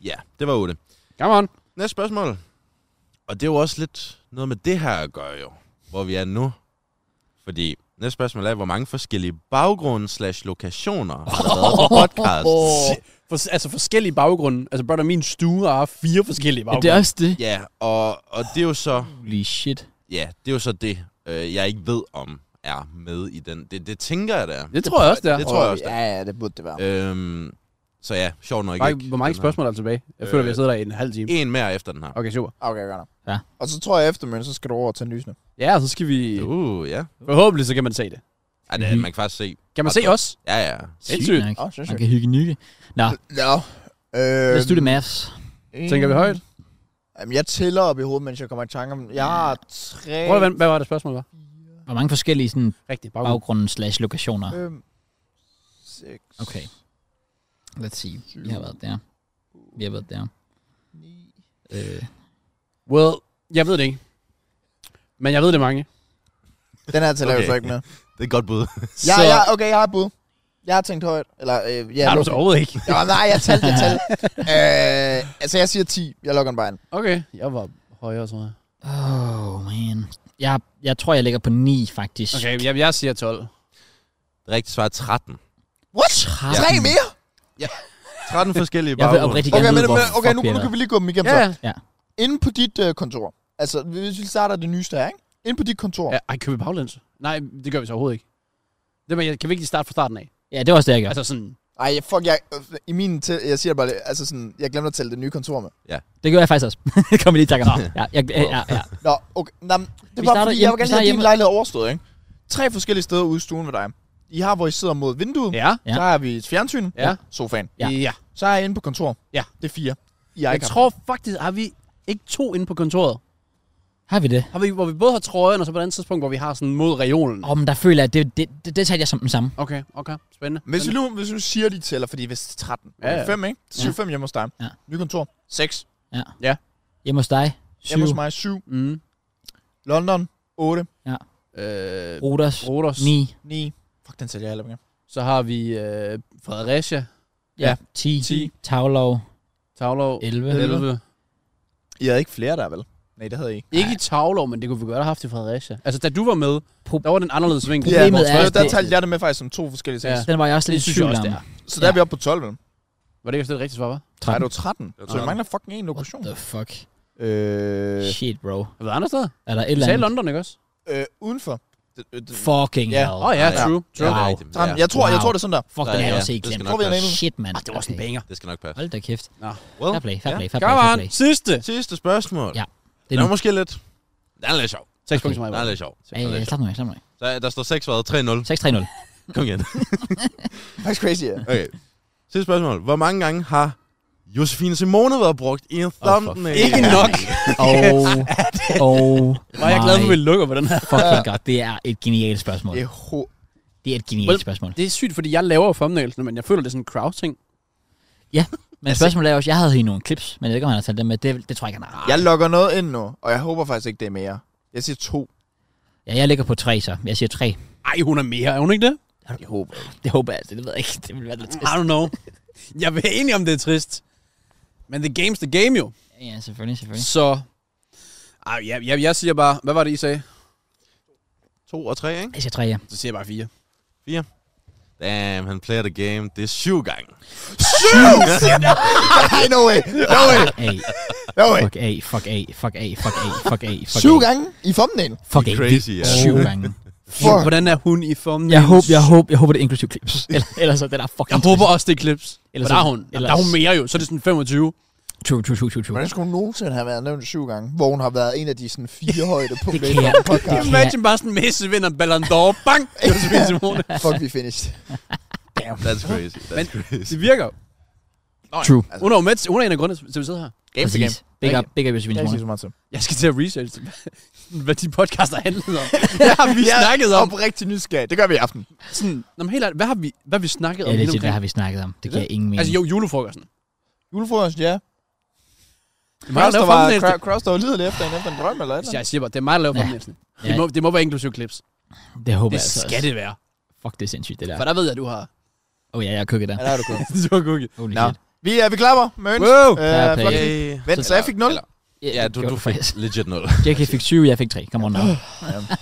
Speaker 4: ja, det var 8.
Speaker 3: Come on.
Speaker 4: Næste spørgsmål. Og det er jo også lidt noget med det her at gøre jo, hvor vi er nu. Fordi næste spørgsmål er, hvor mange forskellige baggrunde slash lokationer har der været på podcasten?
Speaker 3: Altså, For, altså forskellige baggrunde. Altså bare der min stue har fire forskellige
Speaker 1: Ja,
Speaker 3: baggrunde.
Speaker 1: det er også det.
Speaker 4: Ja, og, og det er jo så,
Speaker 1: Holy shit.
Speaker 4: ja, det er jo så det, øh, jeg ikke ved om er med i den. Det, det tænker jeg, det er.
Speaker 3: det tror jeg også, det er.
Speaker 4: Det tror jeg også, det
Speaker 2: Ja, ja, det burde det være.
Speaker 4: er. Øhm, så ja, sjovt nok
Speaker 3: Mark,
Speaker 4: ikke.
Speaker 3: hvor mange
Speaker 4: den her.
Speaker 3: spørgsmål er der tilbage? Jeg føler,
Speaker 4: Øh.
Speaker 3: vi har siddet der i en halv time.
Speaker 4: En mere efter den her.
Speaker 3: Okay, super.
Speaker 2: Okay, godt nok.
Speaker 1: Ja.
Speaker 2: Og så tror jeg eftermiddag, så skal du over til nysene.
Speaker 3: Ja, og så skal vi...
Speaker 4: Uh, ja.
Speaker 3: Forhåbentlig så kan man se det.
Speaker 4: Ej, det,
Speaker 1: Mhm.
Speaker 4: man kan faktisk se.
Speaker 3: Kan man
Speaker 4: Og
Speaker 3: se
Speaker 4: der-
Speaker 3: os?
Speaker 4: Ja, ja.
Speaker 3: Sindssygt.
Speaker 1: nok.
Speaker 2: Åh, oh, sindssygt.
Speaker 1: Man kan hygge nykke. Nå,
Speaker 2: Nå. Øh,
Speaker 1: lad os det maths.
Speaker 3: Tænker vi højt?
Speaker 2: Øhm, Jamen, jeg tæller op i hovedet, mens jeg kommer i tanke om... Jeg har tre...
Speaker 3: Prøv at vente. Hvad var det spørgsmål var?
Speaker 1: Hvor mange forskellige sådan,
Speaker 3: Rigtig baggrund.
Speaker 1: baggrunde slash
Speaker 3: Ah.
Speaker 1: lokationer?
Speaker 2: 5, 6,
Speaker 1: Okay. Let's see. Vi har været der. Vi har været der.
Speaker 2: 9.
Speaker 1: Øh,
Speaker 3: Well, jeg ved det ikke. Men jeg ved det er mange.
Speaker 2: Den her tæller okay. jeg
Speaker 4: Okay.
Speaker 2: jo så ikke med.
Speaker 4: Det er et godt bud.
Speaker 2: Ja,
Speaker 3: så...
Speaker 2: ja, okay, jeg har et bud. Jeg har tænkt højt. Eller, øh, ja,
Speaker 3: Har du
Speaker 2: okay.
Speaker 3: så overhovedet ikke?
Speaker 2: Nå, nej, jeg talte, jeg talte. øh, altså, jeg siger 10. Jeg lukker den bare ind.
Speaker 3: Okay, jeg var højere, tror jeg.
Speaker 1: oh, man. Jeg, jeg tror, jeg ligger på 9, faktisk.
Speaker 3: Okay, jeg, jeg siger 12.
Speaker 4: Det rigtige svar er 13.
Speaker 2: What?
Speaker 3: Ah.
Speaker 1: 13.
Speaker 2: Tre mere?
Speaker 4: 13 forskellige
Speaker 1: Jeg vil
Speaker 4: baggrunde.
Speaker 1: oprigtigt
Speaker 2: Okay,
Speaker 1: gerne
Speaker 2: men,
Speaker 1: vide,
Speaker 2: men,
Speaker 1: hvor
Speaker 2: okay
Speaker 1: fuck
Speaker 2: nu,
Speaker 1: vi er
Speaker 2: nu
Speaker 1: der.
Speaker 2: kan vi lige gå dem igennem
Speaker 3: Ja,
Speaker 2: så.
Speaker 3: ja.
Speaker 2: Inde på dit øh, kontor. Altså, hvis vi starter det nyeste her, ikke? Inde på dit kontor.
Speaker 3: ja. Ej, køber vi baglæns? Nej, det gør vi så overhovedet ikke. Det men jeg, kan vi ikke lige starte fra starten af?
Speaker 1: Ja, det var også det, jeg
Speaker 3: Ja.
Speaker 1: gjorde.
Speaker 3: Altså sådan...
Speaker 2: Ej, fuck, jeg, øh, i min tæ- jeg siger det bare, lidt, altså sådan, jeg glemte at tælle det nye kontor med.
Speaker 1: Det gjorde jeg faktisk også. Det kom jeg lige i tanke om. Ja, jeg, ja, ja, ja.
Speaker 2: Nå, okay, nej, men
Speaker 1: Vi
Speaker 2: det var
Speaker 1: starter
Speaker 2: fordi,
Speaker 1: hjemme-
Speaker 2: jeg vil
Speaker 1: vi
Speaker 2: gerne
Speaker 1: starter
Speaker 2: have din
Speaker 1: hjemme.
Speaker 2: lejlighed overstået, ikke? Tre forskellige steder ude i stuen ved dig. I har, hvor I sidder mod vinduet.
Speaker 3: Ja.
Speaker 1: Ja.
Speaker 2: Ja. Der har vi et fjernsyn.
Speaker 3: Ja.
Speaker 2: Sofaen.
Speaker 1: Ja.
Speaker 3: Ja. ja.
Speaker 2: Så er jeg inde på kontor.
Speaker 3: Ja.
Speaker 2: Det er fire. I har
Speaker 3: Jeg
Speaker 2: ikke haft-
Speaker 3: tror faktisk, har vi ikke to inde på kontoret?
Speaker 1: Har vi det?
Speaker 3: Har vi, hvor vi både har trøjen, og så på et andet tidspunkt, hvor vi har sådan mod reolen.
Speaker 1: Åh, oh, men der føler jeg, at det, det, det, det tager jeg som den samme.
Speaker 3: Okay, okay. Spændende.
Speaker 2: Hvis vi nu, hvis vi nu siger, at de tæller, fordi hvis det er 13.
Speaker 3: Ja, ja.
Speaker 2: 5, ikke? 7, 5 hjemme hos dig.
Speaker 1: Ja.
Speaker 2: Nye kontor. 6.
Speaker 1: Hjemme hos dig. 7.
Speaker 2: Hjemme hos mig. 7.
Speaker 3: Mm.
Speaker 2: London. 8.
Speaker 3: Øh,
Speaker 1: Roters.
Speaker 3: Roters.
Speaker 1: 9.
Speaker 2: 9. Fuck, den tæller jeg heller ikke.
Speaker 3: Så har vi øh, Fredericia.
Speaker 1: Ja, 10.
Speaker 3: 10.
Speaker 1: Tavlov,
Speaker 3: Tavlov.
Speaker 1: 11.
Speaker 3: 11.
Speaker 2: I havde ikke flere der, vel? Nej, det havde I ikke.
Speaker 3: Ikke i Tavlov, men det kunne vi godt have haft i Fredericia. Altså, da du var med,
Speaker 1: Pro-
Speaker 3: der var den anderledes vinkel.
Speaker 1: Problemet
Speaker 3: Vores
Speaker 1: er,
Speaker 2: Ja,
Speaker 3: første-
Speaker 1: at
Speaker 2: der
Speaker 1: det-
Speaker 2: talte jeg det med faktisk som to forskellige ting.
Speaker 3: Ja.
Speaker 2: Ja.
Speaker 1: Den var jeg også lidt i
Speaker 3: synes jeg
Speaker 1: tvivl
Speaker 3: også,
Speaker 1: om.
Speaker 3: det er.
Speaker 2: Så der er vi oppe på 12, vel?
Speaker 3: Var det ikke også det rigtige svar, var?
Speaker 2: Nej, det
Speaker 1: 13.
Speaker 2: var 13.
Speaker 4: var
Speaker 2: Så vi
Speaker 4: 13.
Speaker 2: mangler fucking en lokation.
Speaker 1: The fuck?
Speaker 2: Øh,
Speaker 1: Shit, bro.
Speaker 3: Har du været andre steder?
Speaker 1: Er der et
Speaker 3: Du
Speaker 1: eller
Speaker 3: sagde
Speaker 1: andet?
Speaker 3: London, ikke også?
Speaker 2: øh, udenfor. Det, øh, det,
Speaker 1: Fucking
Speaker 2: Ja.
Speaker 1: hell.
Speaker 3: Åh oh, ja,
Speaker 4: Ja.
Speaker 3: true.
Speaker 4: Ja, det
Speaker 3: true.
Speaker 4: er
Speaker 1: Wow.
Speaker 4: rigtigt.
Speaker 2: Tram, jeg tror, jeg
Speaker 1: Wow.
Speaker 2: tror, det er sådan der.
Speaker 1: Fuck, den
Speaker 4: Ja, ja,
Speaker 1: har jeg
Speaker 4: ja.
Speaker 1: også ikke
Speaker 4: Det skal
Speaker 1: glemt.
Speaker 4: nok
Speaker 2: Tror vi, den er
Speaker 4: passe.
Speaker 1: Shit, mand.
Speaker 3: Ah, det var også en
Speaker 1: Okay.
Speaker 3: banger.
Speaker 4: Det skal nok passe.
Speaker 1: Hold da kæft.
Speaker 3: Nå.
Speaker 4: Well.
Speaker 1: Fair play, fair play, fair play,
Speaker 3: Come
Speaker 1: fair
Speaker 3: on.
Speaker 1: play.
Speaker 3: Sidste.
Speaker 4: Sidste spørgsmål.
Speaker 1: Ja. Det
Speaker 4: Det
Speaker 1: er
Speaker 4: er
Speaker 1: nu.
Speaker 4: måske lidt... Den er lidt sjov.
Speaker 3: Seks point til mig.
Speaker 4: Den er lidt sjov. Den er
Speaker 1: Ej,
Speaker 4: lidt sjov.
Speaker 1: slap nu af, slap nu af.
Speaker 4: Der, der står 6 vejret 3-0.
Speaker 1: 6-3-0.
Speaker 4: Kom igen.
Speaker 2: Faktisk crazy, ja.
Speaker 4: Okay. Sidste spørgsmål. Hvor mange gange har Josefine Simone været brugt i en thumbnail?
Speaker 3: Ikke nok.
Speaker 1: Oh, oh
Speaker 3: Var jeg glad for, at
Speaker 1: my
Speaker 3: vi lukker på den her.
Speaker 1: Fucking godt. Det er et genialt spørgsmål.
Speaker 2: Det er ho-
Speaker 1: Det er et genialt
Speaker 3: Well,
Speaker 1: spørgsmål.
Speaker 3: Det er sygt, fordi jeg laver thumbnailsene, men jeg føler, det er sådan en crowd-ting.
Speaker 1: Men spørgsmålet er også, jeg havde hende nogle clips, men jeg ved ikke, om han har talt dem med. Det, det tror jeg ikke, han har.
Speaker 2: Jeg logger noget ind nu, og jeg håber faktisk ikke, det er mere. Jeg siger to.
Speaker 1: Ja, jeg ligger på tre, så. Jeg siger tre.
Speaker 3: Ej, hun er mere, er hun ikke det?
Speaker 2: Jeg håber ikke.
Speaker 1: Det håber jeg altså. Det ved jeg ikke. Det vil være lidt
Speaker 3: I
Speaker 1: trist.
Speaker 3: don't know. Jeg ved enig om, det er trist. Men the game's the game, jo.
Speaker 1: Ja, selvfølgelig, selvfølgelig.
Speaker 3: Så... Ej, jeg, jeg, jeg siger bare... Hvad var det, I sagde?
Speaker 4: 2 og 3, ikke?
Speaker 1: Jeg siger tre, ja.
Speaker 3: Så siger jeg bare fire.
Speaker 4: 4. Damn, han player the game. Det er syv gange.
Speaker 2: Nej, no way. No way.
Speaker 1: A.
Speaker 2: No way.
Speaker 1: Fuck A. Fuck A. Fuck A. Fuck A. Fuck A. Fuck A.
Speaker 2: Syv gange i thumbnail.
Speaker 1: Fuck A.
Speaker 4: Crazy, ja.
Speaker 1: Syv gange.
Speaker 2: Fuck.
Speaker 3: Hvordan er hun i thumbnails?
Speaker 1: Jeg håber, jeg håber, jeg håber, det er inklusiv clips. Eller- Ellers så er det der fucking
Speaker 3: Jeg håber også, det er clips. Eller
Speaker 1: Ellers-
Speaker 3: der er hun. Der er hun
Speaker 1: ellers-
Speaker 3: mere jo. Så er det sådan 25.
Speaker 1: True, true, true, true, true.
Speaker 2: Hvordan skulle hun nogensinde have været nævnt syv gange, hvor hun har været en af de sådan fire højdepunkter
Speaker 1: Det
Speaker 2: i
Speaker 1: kan
Speaker 2: den
Speaker 1: jeg-
Speaker 2: podcast?
Speaker 1: det
Speaker 3: Imagine bare sådan, Messi vinder Ballon d'Or. Bang! Josefine Simone.
Speaker 2: Fuck, vi finished.
Speaker 4: That's crazy. That's
Speaker 3: Men-
Speaker 4: crazy.
Speaker 3: Det virker. jo.
Speaker 1: True.
Speaker 4: Altså,
Speaker 3: Hun er jo med til, hun er en af grundene til, at vi sidder her.
Speaker 2: Game
Speaker 1: Præcis. Big up, big up, Josefine
Speaker 2: Jeg kan ikke sige
Speaker 1: Simone.
Speaker 2: så meget til.
Speaker 3: Jeg skal til at research, hvad de podcaster handlede om. Hvad har vi snakket om?
Speaker 2: Op rigtig nysgerrig. Det gør vi i aften.
Speaker 3: Sådan, nå, men helt ærligt, hvad har vi, hvad har vi snakket
Speaker 1: Ja,
Speaker 3: om?
Speaker 1: det
Speaker 3: lige
Speaker 1: er det,
Speaker 3: omkring?
Speaker 1: har vi snakket om. Det giver ingen mening.
Speaker 3: Altså jo, julefrokosten.
Speaker 2: Julefrokost, ja.
Speaker 3: Det er mig, der
Speaker 2: Cross, der
Speaker 3: laver
Speaker 2: var,
Speaker 3: thumbnails.
Speaker 2: Cro- Cross, der var liderlig efter en efter en drøm eller et eller
Speaker 3: Jeg siger bare, det er mig, der laver
Speaker 1: Ja.
Speaker 3: thumbnailsen.
Speaker 1: Ja.
Speaker 3: Det, må, det må være inklusiv clips.
Speaker 1: Det håber
Speaker 3: Det
Speaker 1: jeg altså
Speaker 3: skal
Speaker 1: også.
Speaker 3: det være.
Speaker 1: Fuck, det er sindssygt, det der.
Speaker 3: For der ved jeg, du har...
Speaker 1: Åh oh, ja, jeg har kukket der.
Speaker 2: andet. Ja, der er du god.
Speaker 3: du har cookie.
Speaker 1: Holy
Speaker 2: Nå.
Speaker 1: shit.
Speaker 2: Vi, øh, vi klapper med ønske.
Speaker 3: Wow!
Speaker 1: Fair play.
Speaker 2: fucking-
Speaker 4: Yay.
Speaker 2: Vent, så jeg fik 0.
Speaker 4: Altså, Eller- Ja, du, du fik legit 0.
Speaker 1: Jackie fik 7, jeg fik 3. Kom on now.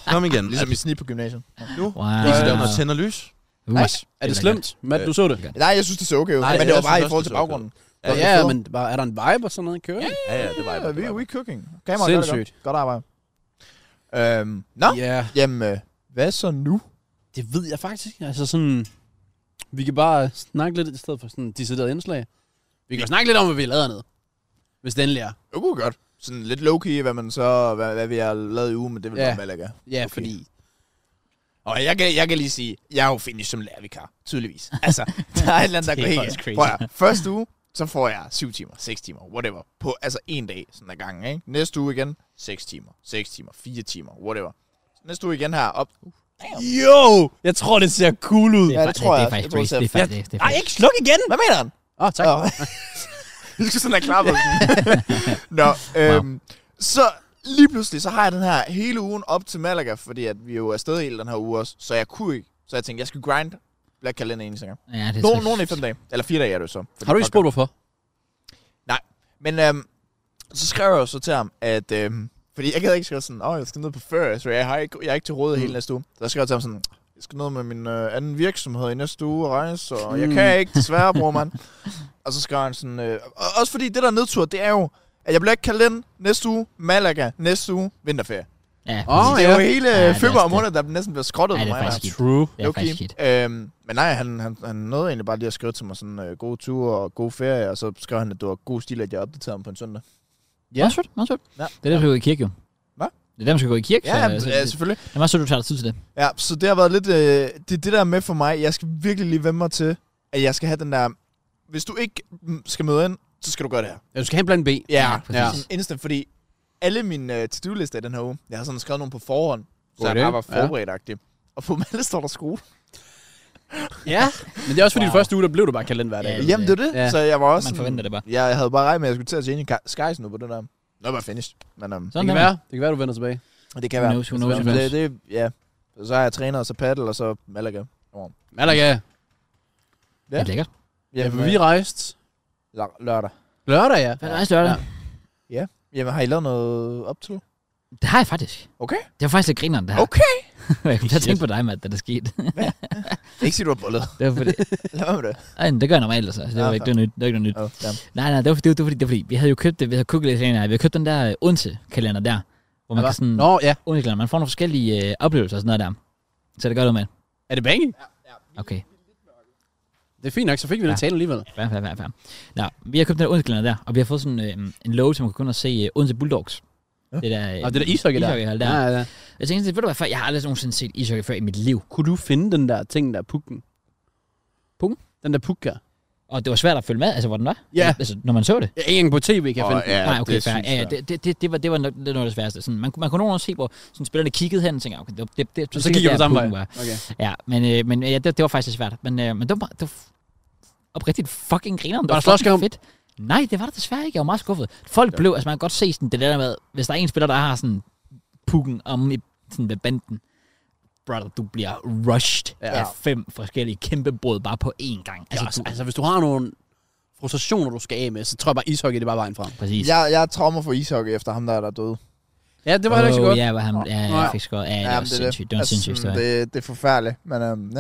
Speaker 4: Kom igen.
Speaker 2: Ligesom i snit på gymnasiet.
Speaker 1: Wow.
Speaker 4: Lige så der, når tænder lys.
Speaker 1: Uh,
Speaker 3: Nice. Er det
Speaker 1: er
Speaker 3: slemt? Matt, du så det?
Speaker 1: godt.
Speaker 2: Nej, jeg synes, det ser okay ud.
Speaker 4: Nej,
Speaker 2: Men
Speaker 4: jeg
Speaker 2: det var bare
Speaker 4: synes
Speaker 2: i
Speaker 4: også,
Speaker 2: forhold
Speaker 4: det
Speaker 2: til
Speaker 4: ser okay
Speaker 2: baggrunden.
Speaker 4: Ja,
Speaker 3: Ja,
Speaker 2: det er
Speaker 3: men bare, er der en vibe og sådan noget? Kører ja,
Speaker 4: Ja, ja, det var jeg.
Speaker 2: Ja, vi er we cooking. Kameraet gør det
Speaker 3: Sindssygt.
Speaker 2: godt. Godt arbejde. Øhm, nå,
Speaker 3: ja,
Speaker 2: jamen, øh, hvad så nu?
Speaker 3: det ved jeg faktisk ikke. Altså sådan... Vi kan bare snakke lidt i stedet for sådan decideret indslag. Vi kan jo snakke lidt om, hvad vi lavede hernede. Hvis den lærer.
Speaker 2: Det kunne godt. Sådan lidt low-key, hvad, man så, hvad, hvad vi har lavet i ugen, men det vil
Speaker 3: Ja.
Speaker 2: ja. være lækker.
Speaker 3: Ja, okay. fordi...
Speaker 2: Og jeg kan, jeg kan lige sige, jeg er jo finish som lærervikar, tydeligvis. Altså, der er et eller andet, der
Speaker 3: Det
Speaker 2: går
Speaker 3: er
Speaker 2: helt
Speaker 3: faktisk
Speaker 2: galt.
Speaker 3: crazy.
Speaker 2: Prøv at høre, første uge, så får jeg 7 timer, 6 timer, whatever. På, altså en dag sådan ad gangen, ikke? Næste uge igen, 6 timer, 6 timer, 4 timer, whatever. Næste uge igen her, op.
Speaker 3: Jo! Jeg tror, det ser cool ud.
Speaker 1: er
Speaker 2: Ja, det
Speaker 1: fa-
Speaker 2: tror
Speaker 1: Det
Speaker 2: jeg.
Speaker 1: er faktisk
Speaker 2: Jeg tror,
Speaker 1: crazy. Det
Speaker 2: det
Speaker 1: er
Speaker 2: ser-
Speaker 1: faktisk... det er
Speaker 3: Ej,
Speaker 1: faktisk-
Speaker 3: ikke sluk igen!
Speaker 2: Hvad mener han?
Speaker 3: Åh, oh, tak.
Speaker 2: Nå. Jeg skal sådan have klappet. Nå, øhm, så lige pludselig, så har jeg den her hele ugen op til Malaga, fordi at vi jo er afsted hele den her uge også, så jeg kunne ikke. Så jeg tænkte, jeg skal grind Black Calendar en gang.
Speaker 1: Ja, det er
Speaker 2: Nogen,
Speaker 1: trist.
Speaker 2: nogen i fem dage. Eller fire dage er det så. fordi
Speaker 3: Har du ikke
Speaker 2: folk-
Speaker 3: spurgt, hvorfor?
Speaker 2: Men øhm, så skrev jeg jo så til ham, at... Øhm, fordi jeg gad ikke skrive sådan, åh, oh, jeg skal ned på ferie, så jeg, har ikke, jeg er ikke til råd mm. hele næste uge. Så skrev jeg til ham sådan, jeg skal ned med min øh, anden virksomhed i næste uge og rejse, og mm. jeg kan ikke, desværre, bror mand. og så skrev han sådan, øh, og også fordi det der nedtur, det er jo, at jeg bliver ikke kaldt ind næste uge, Malaga, næste uge, vinterferie.
Speaker 1: Ja,
Speaker 3: Åh,
Speaker 1: præcis.
Speaker 2: Oh, det er
Speaker 3: ja.
Speaker 2: jo hele
Speaker 1: Ja, det
Speaker 2: ja,
Speaker 1: er
Speaker 2: februar
Speaker 1: også
Speaker 2: måned, der næsten bliver skrottet
Speaker 1: Ja,
Speaker 2: for
Speaker 1: det er
Speaker 2: mig.
Speaker 1: faktisk skidt.
Speaker 3: True.
Speaker 1: Det er faktisk skidt.
Speaker 2: Okay. Øhm, men nej, han, han, han nåede egentlig bare lige at skrive til mig sådan, øh, god tur og god ferie, og så skrev han, at det var god stil, at jeg opdaterede ham på en søndag.
Speaker 1: Ja. Meget sødt, meget sødt.
Speaker 2: Ja.
Speaker 1: Det er der, du skal gå i kirke, jo.
Speaker 2: Hvad?
Speaker 1: Det er der, man skal gå i kirke.
Speaker 2: Ja, ja,
Speaker 1: øh, så,
Speaker 2: ja
Speaker 1: så,
Speaker 2: selvfølgelig.
Speaker 1: det er meget sødt, du tager dig tid til det.
Speaker 2: Ja, så det har været lidt... Øh, det er det der med for mig. Jeg skal virkelig lige vende mig til, at jeg skal have den der... Hvis du ikke mm, skal møde ind, så skal du gøre det her.
Speaker 3: Ja, du skal have en plan B.
Speaker 1: Ja,
Speaker 3: ja.
Speaker 1: præcis.
Speaker 2: Sådan instant, fordi alle mine øh, to-do-lister i den her uge, jeg har sådan skrevet nogle på forhånd, så
Speaker 3: God
Speaker 2: jeg
Speaker 3: idé.
Speaker 2: bare var
Speaker 3: Ja.
Speaker 2: forberedt ja. Og på dem alle står der skole.
Speaker 3: Ja, men det er også fordi, wow.
Speaker 1: Wow.
Speaker 3: første uge, der blev du bare kaldt ind hver dag.
Speaker 1: Ja,
Speaker 3: Ja,
Speaker 2: Jamen, det er det.
Speaker 3: Ja.
Speaker 2: Ja. Så jeg var også...
Speaker 1: Man
Speaker 2: sådan-
Speaker 1: forventer det bare.
Speaker 2: Ja, jeg havde bare regnet med, at jeg skulle til at tjene i skies nu på den der. Nå, bare finished. Men um,
Speaker 3: det
Speaker 1: Sådan
Speaker 3: kan
Speaker 1: der.
Speaker 3: være, det kan være, du vender tilbage.
Speaker 2: det kan
Speaker 1: Who
Speaker 2: være.
Speaker 1: knows, who knows, who
Speaker 2: Men
Speaker 1: knows.
Speaker 2: det, det, ja. Så har jeg træner, og så paddle, og så Malaga.
Speaker 3: Malaga.
Speaker 1: Det er lækkert.
Speaker 3: Ja, for vi rejste
Speaker 2: L- lørdag.
Speaker 3: lørdag, ja.
Speaker 1: Hvad er det, lørdag?
Speaker 3: Ja.
Speaker 2: Jamen, har I lavet noget op til?
Speaker 1: Det har jeg faktisk.
Speaker 2: Okay.
Speaker 1: Det var faktisk lidt grineren, det her.
Speaker 2: Okay.
Speaker 1: jeg kunne da tænke på dig, mand, da det skete.
Speaker 2: Ikke sige, du har bollet.
Speaker 1: det var fordi,
Speaker 2: Lad mig med det.
Speaker 1: Ej, men det gør jeg normalt, altså. Det var
Speaker 2: Ah,
Speaker 1: ikke det var nyt. Det var ikke noget nyt.
Speaker 2: Oh, damn.
Speaker 1: Nej, nej, det var, det, var, det var fordi, det var fordi, vi havde jo købt det, vi havde kukket lidt vi havde købt den der øh, Odense-kalender der, hvor man
Speaker 3: Hvad?
Speaker 1: kan sådan,
Speaker 3: Nå, ja.
Speaker 1: Odense-kalender, man får nogle forskellige øh, oplevelser og sådan noget der. Så det gør noget med.
Speaker 3: Er det bange?
Speaker 1: Okay,
Speaker 3: Det er fint nok, så fik vi ja.
Speaker 1: Ja.
Speaker 3: lidt tale alligevel.
Speaker 1: fair, fair, fair, fair. Nå, vi har købt den der Odense-kalender der, og vi har fået sådan øh, en lov, som man kan gå ind og se øh, Odense Bulldogs.
Speaker 2: Ja.
Speaker 1: Det der, øh,
Speaker 3: Og det der ishockey der.
Speaker 1: ishockeyhold der.
Speaker 3: ja, ja.
Speaker 1: Jeg tænkte, ved du hvad, før, jeg har aldrig nogensinde set ishockey før i mit liv.
Speaker 3: Kunne du finde den der ting, der er pukken?
Speaker 1: Pukken?
Speaker 3: Den der puk her.
Speaker 1: Og det var svært at følge med, altså hvor den var.
Speaker 3: Ja.
Speaker 1: Altså, når man så det.
Speaker 3: Ja, ikke engang på tv kan jeg
Speaker 4: Åh,
Speaker 3: finde den.
Speaker 4: ja,
Speaker 1: Nej, okay,
Speaker 4: det
Speaker 1: fair.
Speaker 4: synes
Speaker 1: Ja, ja,
Speaker 4: jeg.
Speaker 1: det, det, det, det, var, det var nok, det, var noget af det sværeste. Sådan, man, kunne- man kunne nogen se, hvor sådan, spillerne kiggede hen og tænkte, okay, det, var- det, det,
Speaker 3: Og
Speaker 1: det,
Speaker 3: så gik jeg på samme vej.
Speaker 1: Var.
Speaker 3: Okay.
Speaker 1: Ja, men, øh, men øh, ja, det, det var faktisk lidt svært. Men, øh, men det var, bare- det var f- oprigtigt fucking griner. Det
Speaker 3: Var
Speaker 1: var,
Speaker 3: der
Speaker 1: fucking
Speaker 3: slåskamp?
Speaker 1: fedt. Nej, det var der desværre ikke. Jeg var meget skuffet. Folk blev, altså man kan godt se sådan, det der med, hvis der er en spiller, der har sådan pukken om i sådan ved banden. Brother, du bliver rushed
Speaker 3: Ja.
Speaker 1: ja. af fem forskellige kæmpe brud bare på én gang. Altså,
Speaker 3: Altså, altså,
Speaker 1: du,
Speaker 3: altså, hvis du har nogle frustrationer, du skal af med, så tror jeg bare, ishockey det er bare vejen frem.
Speaker 1: præcis.
Speaker 2: Jeg, jeg er trauma for ishockey efter ham, der er der døde.
Speaker 3: Ja, det var heller ikke så
Speaker 1: Åh,
Speaker 3: godt.
Speaker 1: Ja, hvor han, ja, jeg
Speaker 3: Nej.
Speaker 1: fik skåret. Ja, det var
Speaker 2: men er
Speaker 1: sindssygt. Det var en
Speaker 2: Altså,
Speaker 1: sindssyg
Speaker 2: sådan,
Speaker 1: historie.
Speaker 2: det, det er forfærdeligt, men øhm, ja.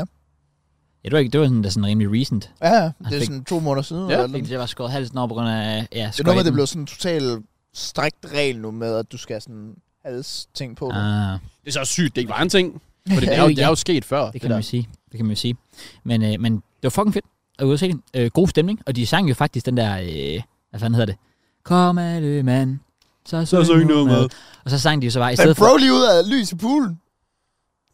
Speaker 1: Ja, det var, ikke, det var sådan, der sådan rimelig recent.
Speaker 2: Ja, ja, det er
Speaker 1: fik-
Speaker 2: sådan to måneder siden.
Speaker 3: Ja,
Speaker 2: eller
Speaker 1: Jeg fik
Speaker 2: noget.
Speaker 1: det var skåret halsen over på grund af, ja,
Speaker 2: Det er noget med,
Speaker 1: skøjten.
Speaker 2: det blev sådan en total strikt regel nu med, at du skal sådan hals ting på. Ah.
Speaker 1: Ah.
Speaker 3: Det er så sygt, det ikke var en ting. For det, er jo, det er jo sket før.
Speaker 1: Det kan man jo sige. Det kan man jo sige. Men, øh, men det var fucking fedt at ud og se det. Øh, god stemning. Og de sang jo faktisk den der... Øh, hvad fanden hedder det? Kom alle mand, så syng,
Speaker 3: syng
Speaker 1: nu
Speaker 3: nu med.
Speaker 1: Og så sang de jo så bare i
Speaker 2: Den
Speaker 1: stedet for...
Speaker 2: bro lige ud af lys i poolen.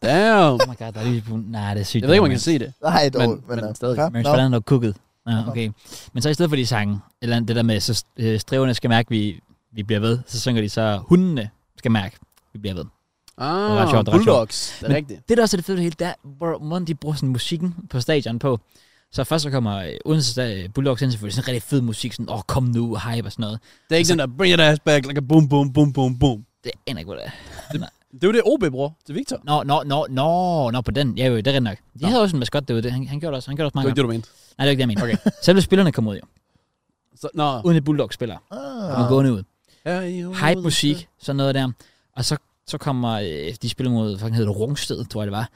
Speaker 3: Damn.
Speaker 1: Oh my god, der er lige... Nej, det er sygt.
Speaker 3: Jeg ved ikke, om man kan se det.
Speaker 2: Nej, dog.
Speaker 3: Men- men
Speaker 2: øh,
Speaker 3: stadig.
Speaker 2: fair.
Speaker 1: Men
Speaker 2: Nå.
Speaker 1: spilleren var kukket. Nå, okay. Men så i stedet for de sang, eller andet, det der med, så øh, striverne skal mærke, vi, vi bliver ved, så synger de så, hundene skal mærke, vi bliver ved. var ret sjovt,
Speaker 3: Ah,
Speaker 1: det var ret
Speaker 3: Bulldogs. Det er
Speaker 1: Men-
Speaker 3: rigtigt.
Speaker 1: Det der også er det fede ved det hele, der hvor måden de bruger sådan musikken på stadion på. Så først så kommer øh, Odense øh, Bulldogs ind, selvfølgelig sådan rigtig fed musik, sådan, åh, kom nu, hype og sådan noget.
Speaker 3: Det er ikke sådan der, bring your ass back, like a boom, boom, boom, boom, boom.
Speaker 1: Det aner jeg ikke, hvad det er.
Speaker 3: Det er jo det OB, bror. Det er Victor.
Speaker 1: Nå, nå, nå, nå, nå på den. Ja, jo, det er rigtig nok. De
Speaker 3: Nå.
Speaker 1: havde også en maskot derude, det, han, han gjorde det også, han gjorde det
Speaker 3: Det
Speaker 1: også
Speaker 3: var
Speaker 1: mange
Speaker 3: ikke det, du mente.
Speaker 1: gange. Nej, det er ikke det, jeg mener. Okay. Selve spillerne kom ud jo,
Speaker 3: Så, nå.
Speaker 1: uden et Bulldogs-spiller.
Speaker 2: Ah.
Speaker 1: Ah. Og gående ud.
Speaker 3: Ja, jo.
Speaker 1: hype musik, sådan noget der. Og så, så kommer øh, de spiller mod, fucking hedder det Rungsted, tror jeg det var.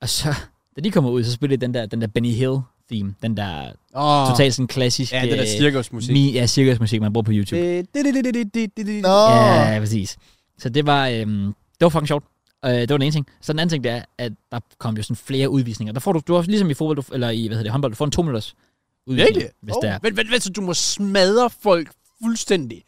Speaker 1: Og så, da de kommer ud, så spiller de den der, den der Benny Hill theme, den der
Speaker 3: Åh.
Speaker 1: totalt sådan klassisk...
Speaker 3: Ah. Ja, det der
Speaker 1: øh,
Speaker 3: cirkusmusik.
Speaker 1: Mi, ja, cirkusmusik, man bruger på YouTube.
Speaker 2: Nå.
Speaker 1: Ja, præcis. Så det var, øhm, det var fucking sjovt. Øh, det var den ene ting. Så den anden ting, det er, at der kom jo sådan flere udvisninger. Der får du, du har ligesom i fodbold, du, eller i, hvad hedder det, håndbold, du får en to minutters udvisning.
Speaker 3: Virkelig?
Speaker 1: Hvis
Speaker 2: Oh.
Speaker 1: det er.
Speaker 3: Vent, vent, vent, så du må smadre folk fuldstændig.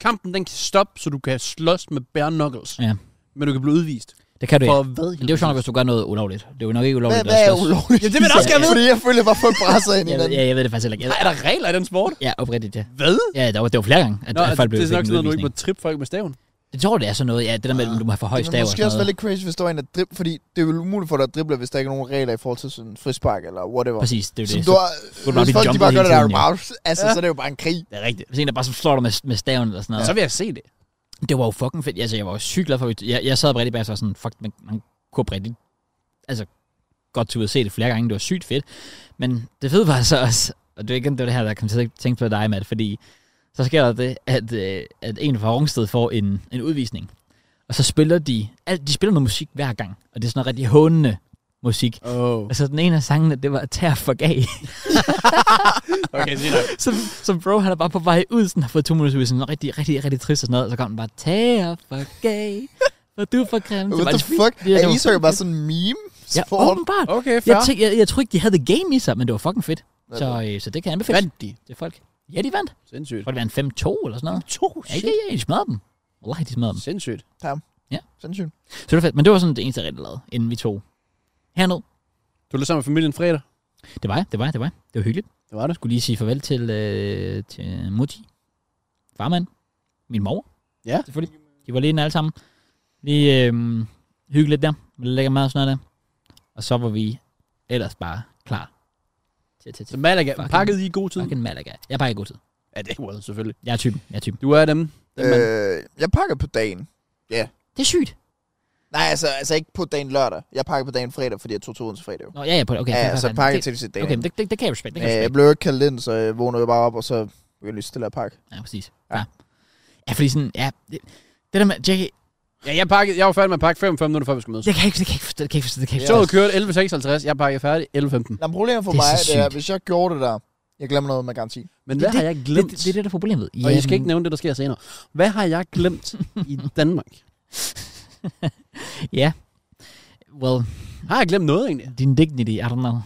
Speaker 3: Kampen, den kan stoppe, så du kan slås med bare knuckles.
Speaker 1: Ja.
Speaker 3: Men du kan blive udvist.
Speaker 1: Det kan du
Speaker 3: For
Speaker 1: ikke.
Speaker 3: hvad?
Speaker 1: Men det er jo sjovt nok, hvis du gør noget ulovligt. Det er jo nok ikke
Speaker 2: Hvad,
Speaker 1: ulovligt.
Speaker 2: hvad
Speaker 1: at
Speaker 2: er
Speaker 1: slås.
Speaker 2: ulovligt?
Speaker 3: Jamen, det vil jeg da også gerne vide.
Speaker 2: Fordi jeg føler, at folk brænder ind i
Speaker 1: Jeg, ved-
Speaker 2: den.
Speaker 1: ja, jeg ved det faktisk heller ikke. Jeg,
Speaker 3: Ej, er der regler i den sport?
Speaker 1: Ja, oprigtigt, ja.
Speaker 3: Hvad?
Speaker 1: Ja, der var, det var flere gange, at,
Speaker 3: Nå,
Speaker 1: Nå, at
Speaker 3: altså,
Speaker 1: folk
Speaker 3: det
Speaker 1: blev
Speaker 3: er Ah.
Speaker 1: fik
Speaker 3: nok
Speaker 1: en
Speaker 3: sådan noget, du ikke
Speaker 1: udvisning.
Speaker 3: må trippe folk med staven.
Speaker 1: Jeg tror, det er sådan noget, ja, det der med, at du må have for høj
Speaker 2: Det
Speaker 1: stav
Speaker 2: er
Speaker 1: og
Speaker 2: måske
Speaker 1: sådan
Speaker 2: også være
Speaker 1: noget.
Speaker 2: lidt crazy, hvis der var en, der drib, fordi det er jo umuligt for dig at drible, hvis der ikke er nogen regler i forhold til sådan frispark eller whatever.
Speaker 1: Præcis, det er jo
Speaker 2: Så
Speaker 1: det.
Speaker 2: du
Speaker 1: Så,
Speaker 2: har,
Speaker 1: du bare
Speaker 2: hvis
Speaker 1: blive
Speaker 2: folk de
Speaker 1: jumpet
Speaker 2: bare gør
Speaker 1: hele
Speaker 2: det, der er jo
Speaker 1: tiden,
Speaker 2: bare, altså,
Speaker 3: Ja.
Speaker 2: så er det jo bare en krig.
Speaker 3: Det er rigtigt.
Speaker 1: hvis en, der bare så slår dig med, med staven eller sådan noget.
Speaker 3: Så vil jeg se det.
Speaker 1: Det var jo fucking fedt. Altså, jeg var jo sygt glad for, at vi- jeg, jeg sad oprigtigt bag og så var sådan, fuck, man, man kunne oprigtigt, altså, godt til ud at se det flere gange. Det var sygt fedt. Men det fede var så også, og det er igen det, var det her, der kom til at tænke på dig, Matt, fordi så sker der det, at, øh, at en fra Rungsted får en, en udvisning. Og så spiller de, alt, de spiller noget musik hver gang, og det er sådan noget rigtig hånende musik.
Speaker 3: Oh.
Speaker 1: Og så den ene af sangene, det var Tag og fuck af.
Speaker 3: Okay, sig nok.
Speaker 1: så, så bro, han er bare på vej ud, sådan har fået to minutter ud, sådan rigtig, rigtig, rigtig trist og sådan noget. Og så kom den bare, Tag og fuck af, for du er for grim.
Speaker 2: What
Speaker 1: var
Speaker 2: the
Speaker 1: lidt-
Speaker 2: fuck?
Speaker 1: Ja, det
Speaker 2: Er
Speaker 1: var-
Speaker 2: ishockey bare sådan en meme?
Speaker 1: Ja,
Speaker 2: Sport?
Speaker 1: åbenbart.
Speaker 3: Okay, fair.
Speaker 1: Jeg, tænkte, jeg, jeg tror ikke, de havde the game i sig, men det var fucking fedt. Så, øh, så det kan jeg anbefale
Speaker 3: Vandt de?
Speaker 1: til folk. Ja, de vandt.
Speaker 3: Sindssygt.
Speaker 1: Jeg tror, det var en 5-2 eller sådan noget.
Speaker 3: To
Speaker 1: Ja, ja, ja, de smadrede dem. Wallahi, de smadrede dem.
Speaker 3: Sindssygt.
Speaker 2: Sindssygt.
Speaker 1: Så det var fedt. Men det var sådan det eneste, jeg rigtig lavede, inden vi tog herned.
Speaker 3: Du lød sammen med familien fredag.
Speaker 1: Det var jeg, det var jeg, det var jeg. Det var hyggeligt.
Speaker 3: Det var det.
Speaker 1: Jeg skulle lige sige farvel til, øh, til Muji, farmand, min mor.
Speaker 3: Ja.
Speaker 1: Selvfølgelig. De var lige inde alle sammen. Lige øh, hygge lidt der. Med lidt lækker mad og sådan noget der. Og så var vi ellers bare klar til at tage
Speaker 3: Så
Speaker 1: til
Speaker 3: Malaga,
Speaker 1: Fucking-
Speaker 3: pakket i god tid.
Speaker 1: fucking Malaga. Jeg pakker i god tid.
Speaker 3: Ja, det er well, selvfølgelig.
Speaker 1: Jeg er typen, jeg er typen.
Speaker 3: Du er dem. dem øh.
Speaker 2: Øh, jeg pakker på dagen.
Speaker 1: Det er sygt.
Speaker 2: Nej, altså, altså ikke på dagen lørdag. Jeg pakkede på dagen fredag, fordi jeg tog turen til fredag.
Speaker 1: Nå, ja, ja, på det. Okay,
Speaker 2: Ja,
Speaker 1: fair,
Speaker 2: ja, så
Speaker 1: fair.
Speaker 2: pakkede jeg
Speaker 1: det,
Speaker 2: til sidste dagen.
Speaker 1: Okay, men det, det, det, kan jeg respektere. Det kan
Speaker 2: Øh,
Speaker 1: jeg
Speaker 2: jeg
Speaker 1: respektere.
Speaker 2: blev jo ikke kaldt ind, så jeg vågnede jeg bare op, og så blev jeg lige stille at pakke.
Speaker 1: Ja, præcis.
Speaker 2: Ja.
Speaker 1: Ja. ja, fordi sådan, ja, det, det der med, Jackie,
Speaker 3: Ja, jeg, pakkede, jeg var færdig med at pakke 5-5 minutter, før vi skulle mødes.
Speaker 1: det kan jeg ikke, det kan jeg ikke forstå, det kan jeg ikke forstå, det kan jeg ikke
Speaker 3: Toget
Speaker 1: forstå.
Speaker 3: kørte 11.56, jeg pakkede færdig 11.15.
Speaker 2: Nå, men problemet for
Speaker 1: Det er
Speaker 2: mig
Speaker 1: så
Speaker 2: det er,
Speaker 1: sygt.
Speaker 2: hvis jeg gjorde det der, jeg glemmer noget med garanti.
Speaker 3: Men hvad har jeg
Speaker 1: Det,
Speaker 3: glemt?
Speaker 1: det, det, er det, der er problemet.
Speaker 3: Og I skal ikke nævne det, der sker senere. Hvad har jeg glemt i Danmark?
Speaker 1: Ja. Well,
Speaker 3: Har jeg glemt noget egentlig?
Speaker 1: din dignity, I don't know.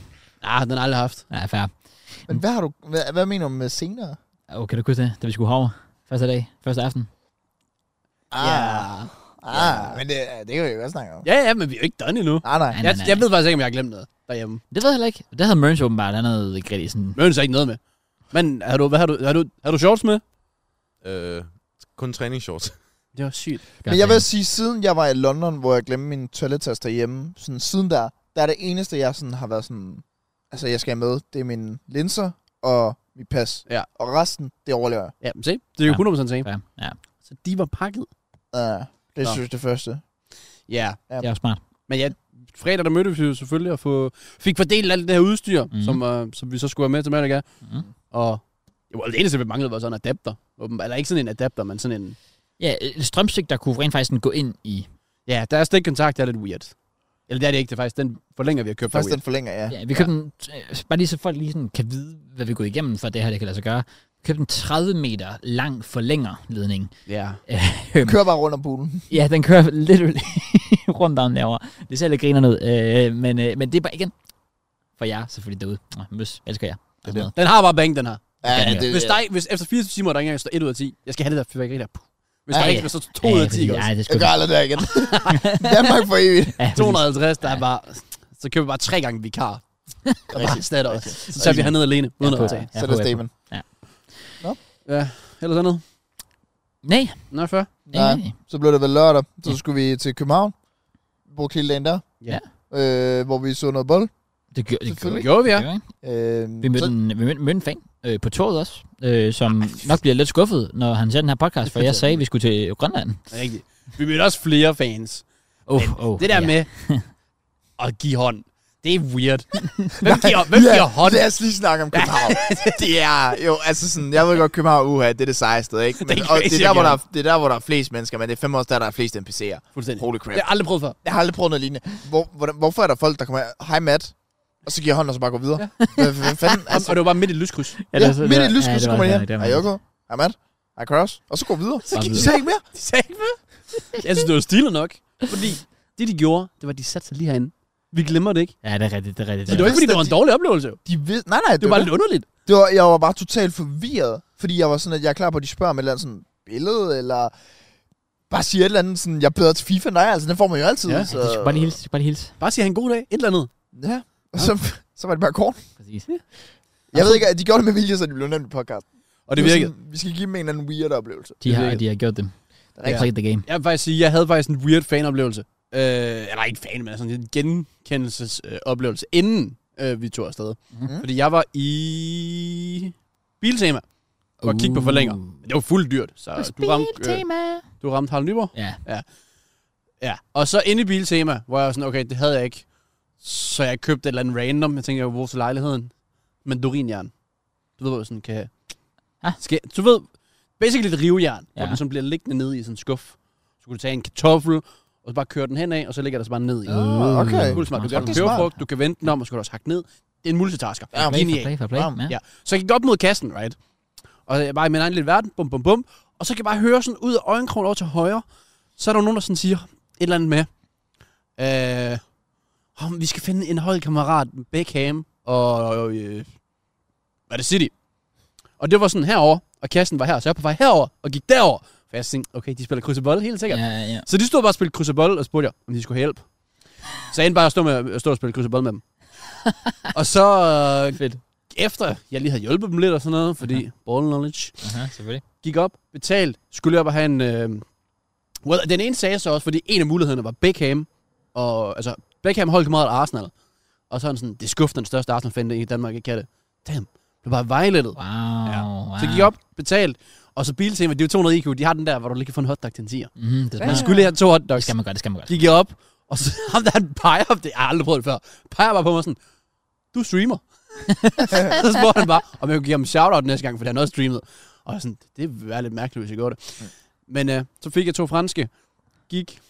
Speaker 3: Ah, den har jeg aldrig haft.
Speaker 1: Ja, fair.
Speaker 2: Men hvad, har du, hvad, hvad mener du med senere?
Speaker 1: Okay, kan du huske det, da vi skulle herover? Første dag, første aften.
Speaker 2: Ah,
Speaker 3: Ja.
Speaker 2: ah men det, det kan vi jo godt snakke om.
Speaker 3: Ja, ja, men vi er jo ikke done endnu.
Speaker 2: Nej, nej.
Speaker 1: Nej,
Speaker 3: Jeg, jeg ved faktisk ikke, om jeg har glemt noget derhjemme.
Speaker 1: Det ved jeg heller ikke. Der havde Merns åbenbart, han havde ikke rigtig sådan...
Speaker 3: Møns er ikke noget med. Men har du, hvad har du, har du, har du shorts med?
Speaker 4: Øh, kun træningsshorts.
Speaker 3: Det var sygt.
Speaker 2: Men jeg vil sige, siden jeg var i London, hvor jeg glemte min toilettast derhjemme, sådan siden der, der er det eneste, jeg sådan har været sådan, altså jeg skal have med, det er mine linser og mit pas.
Speaker 3: Ja.
Speaker 2: Og resten, det overlever jeg.
Speaker 3: Ja, men se, det er jo
Speaker 1: Ja.
Speaker 3: 100% same.
Speaker 1: Ja, ja.
Speaker 3: Så de var pakket.
Speaker 2: Uh, det er
Speaker 3: Nå.
Speaker 2: synes jeg, det første.
Speaker 3: Ja,
Speaker 1: Det er jo smart.
Speaker 3: men ja, fredag der mødtes vi jo selvfølgelig og få, fik fordelt alt det her udstyr,
Speaker 1: Mhm.
Speaker 3: mm. som, uh, som vi så skulle have med til Malaga.
Speaker 1: Mhm.
Speaker 3: Og det, var det eneste, vi manglede, var sådan en adapter. Åbenbart. Eller ikke sådan en adapter, men sådan en...
Speaker 1: Ja, et strømstik, der kunne rent faktisk sådan gå ind i...
Speaker 3: Ja, der er stikkontakt, det er lidt weird. Eller det er det ikke, det er faktisk den forlænger, vi har købt. der er
Speaker 2: Først den forlænger, ja.
Speaker 1: Ja, vi købte ja. en... øh, Bare lige så folk lige sådan kan vide, hvad vi går igennem, for at det her det kan lade sig gøre. Vi købte en 30 meter lang forlængerledning.
Speaker 3: weird. Ja.
Speaker 2: Jeg kører bare rundt om bulen.
Speaker 1: Ja, den kører literally rundt om derovre. Det ser lidt griner ud. Øh, men, øh, men det er bare igen for jer selvfølgelig derude. Nå, Møs, elsker jer.
Speaker 2: er
Speaker 1: Og sådan
Speaker 3: Den har bare bang, den her.
Speaker 1: Ja,
Speaker 2: det,
Speaker 3: Hvis, dig, hvis efter 24 timer, der ikke engang står 1 ud af 10, jeg skal have det der fyrværkeri der. Puh. Hvis
Speaker 1: Ja,
Speaker 3: der
Speaker 1: ja.
Speaker 3: ikke ja. står 2 ud
Speaker 1: Ja,
Speaker 3: af 10,
Speaker 1: fordi-
Speaker 3: ikke også?
Speaker 1: ej, det er sgu
Speaker 2: Jeg gør
Speaker 1: da-
Speaker 2: aldrig der igen. Danmark for evigt.
Speaker 1: ja, præcis.
Speaker 3: 250, der er bare... Så køber vi bare tre gange vikar. Og bare stater også. Så tager vi herned alene, uden
Speaker 1: Ja,
Speaker 3: at optage.
Speaker 1: ja,
Speaker 2: Så er
Speaker 1: på-
Speaker 2: det Stamen.
Speaker 3: Ja, eller sådan noget.
Speaker 1: Nej,
Speaker 3: Nå, før.
Speaker 1: nej,
Speaker 2: Nej.
Speaker 1: nej.
Speaker 2: Så blev det vel lørdag. Så
Speaker 1: Ja.
Speaker 2: skulle vi til København. Brugte hele dagen der.
Speaker 3: Ja.
Speaker 2: Øh, hvor vi så noget bold.
Speaker 1: Det gjorde det gjorde
Speaker 2: Selvfølgelig.
Speaker 3: Det gjorde vi, ja.
Speaker 1: vi. ikke?
Speaker 2: Øh,
Speaker 1: Vi mødte
Speaker 2: så,
Speaker 1: en, vi mødte, mødte en fan øh, på toget også, øh, som nok bliver lidt skuffet, når han ser den her podcast, for jeg sagde, at vi skulle til Grønland.
Speaker 3: Rigtigt. Vi mødte også flere fans.
Speaker 1: Oh,
Speaker 3: Men
Speaker 1: oh,
Speaker 3: Det der
Speaker 1: ja.
Speaker 3: med at give hånd, det er weird. Hvem giver, hvem giver hånd?
Speaker 2: Lad os lige snakke om København. det er jo, altså sådan, jeg ved godt, København, uha, det er det sejeste sted, ikke? Men,
Speaker 3: Det er
Speaker 2: og
Speaker 3: crazy
Speaker 2: det, er der, hvor
Speaker 3: at
Speaker 2: der, er- det er der, hvor der er flest mennesker, men det er fem år, der, der er flest NPC'er.
Speaker 3: Fuldstændig.
Speaker 2: Holy
Speaker 3: Det
Speaker 2: crap.
Speaker 3: har jeg aldrig prøvet før.
Speaker 2: Jeg har aldrig prøvet noget lignende. Hvor, hvordan, hvorfor er der folk, der kommer her, hej Matt, og så giver jeg hånden, og så bare går videre? Hvad, hvad fanden?
Speaker 3: Altså, og
Speaker 2: Altså,
Speaker 3: det var bare midt i et lyskryds.
Speaker 1: Ja,
Speaker 2: ja,
Speaker 1: det var-
Speaker 2: midt i
Speaker 1: det var-
Speaker 2: lysken,
Speaker 1: ja,
Speaker 2: så
Speaker 1: det var-
Speaker 2: kommer jeg
Speaker 1: det
Speaker 2: hen.
Speaker 1: var-
Speaker 2: Hej Joko, hej Matt, hej Cross, og så går videre. Så
Speaker 1: Bare
Speaker 2: giver de
Speaker 1: videre.
Speaker 2: sig ikke mere.
Speaker 3: De sagde ikke hvad? Jeg synes, det var stilet nok. Fordi det, de gjorde, det var, at de satte sig lige herinde. Vi glemmer det ikke.
Speaker 1: Ja, det er rigtigt, det er rigtigt.
Speaker 3: Så det var ikke, fordi det var en dårlig oplevelse. jo.
Speaker 2: De vidste, nej, nej, det,
Speaker 3: Det var bare lidt underligt.
Speaker 2: det var, jeg var bare totalt forvirret, fordi jeg var sådan, at jeg er klar på, at de spørger om et eller andet sådan billede, eller bare siger et eller andet sådan, jeg er bedre til FIFA end dig, altså den får man jo altid.
Speaker 3: Ja,
Speaker 1: Ja, de skulle bare lige hilse, de skulle bare lige hilse.
Speaker 3: Bare sige, han en god dag. Et eller andet.
Speaker 2: Ja, og så, så var det bare kort.
Speaker 1: Præcis.
Speaker 2: Jeg ved ikke, at de gjorde det med vilje, så de blev nævnt i podcast.
Speaker 3: Og det
Speaker 2: var
Speaker 3: virkede.
Speaker 2: Sådan, vi skal give dem en eller anden weird oplevelse.
Speaker 1: De har, de har gjort dem.
Speaker 2: er
Speaker 1: They played the game.
Speaker 3: Jeg vil faktisk sige, jeg havde faktisk en weird fanoplevelse. Øh, eller ikke fan, men altså sådan en genkendelsesoplevelse, øh, oplevelse, inden øh, vi tog afsted.
Speaker 1: Mhm.
Speaker 3: Mm-hmm. Fordi jeg var i Biltema og uh. kiggede på forlænger. Men Det var fuldt dyrt, så du ramte, øh, du ramte Harald Nyborg.
Speaker 1: Ja,
Speaker 3: Ja, og så inde i Biltema, hvor jeg var sådan, okay, det havde jeg ikke. Så jeg købte et eller andet random, jeg tænkte, jeg ville bruge til lejligheden. Mandorinjern. Du ved, hvor jeg sådan kan...
Speaker 1: Ah.
Speaker 3: Skal, du ved, basically et rivejern,
Speaker 1: Ja.
Speaker 3: ja. hvor den sådan bliver liggende nede i sådan en skuff. Så kunne du tage en kartoffel, og så bare køre den henad, og så ligger der så bare ned i.
Speaker 2: Ja, Ah, okay.
Speaker 3: Cool smart. Du kan
Speaker 1: Fuck,
Speaker 3: have
Speaker 2: det er smart.
Speaker 3: peberfrugt, du kan vente den om, og så kan du også hakke ned. Det er en multitasker.
Speaker 2: Ja,
Speaker 1: play for
Speaker 3: Genial.
Speaker 1: play for play. Ja.
Speaker 3: Ja. Så jeg gik op mod kassen, right? Og jeg var i min egen lille verden, bum bum bum. Og så kan jeg bare høre sådan ud af øjenkrogen over til højre, så er der nogen, der sådan siger et eller andet med, øh, om vi skal finde en holdkammerat, Beckham og, øh, hvad er det, City? Og det var sådan herover og kassen var her, så jeg var på vej herover og gik derover. For jeg tænkte, okay, de spiller kryds og bold, helt sikkert.
Speaker 1: Ja, ja.
Speaker 3: Så de stod bare og spillede kryds og bold, og spurgte jeg, om de skulle hjælpe. Så jeg endte bare at stå, med, at stå og spille kryds og bold med dem. og så øh,
Speaker 1: Fedt.
Speaker 3: efter jeg lige havde hjulpet dem lidt og sådan noget, fordi okay. ball knowledge,
Speaker 1: Aha, selvfølgelig.
Speaker 3: gik op, betalt, skulle jeg op og have en... Øh, well, den ene sagde så også, fordi en af mulighederne var Beckham, og, altså Beckham holdt meget Arsenal, og så er han sådan, det er skuffende, den største Arsenal-fan i Danmark ikke kan det. Damn, blev bare vejledet.
Speaker 1: Wow, ja. wow.
Speaker 3: Så gik jeg op, betalt, Og så biltema, det er jo 200 IQ, de har den der, hvor du lige kan få en hotdog til en 10'er.
Speaker 1: Mm, det, er
Speaker 3: Jeg
Speaker 1: smart.
Speaker 3: skulle lige have to
Speaker 1: det
Speaker 3: hotdogs.
Speaker 1: skal man gøre, det skal man gøre.
Speaker 3: De giver op, og så ham der, han peger, det jeg har aldrig prøvet det før, peger bare på mig sådan, du streamer. så spurgte han bare, om jeg kunne give ham en shout-out næste gang, for han også streamet. Og jeg sådan, det ville være lidt mærkeligt, hvis jeg gjorde det. Men øh, så fik jeg to franske, gik,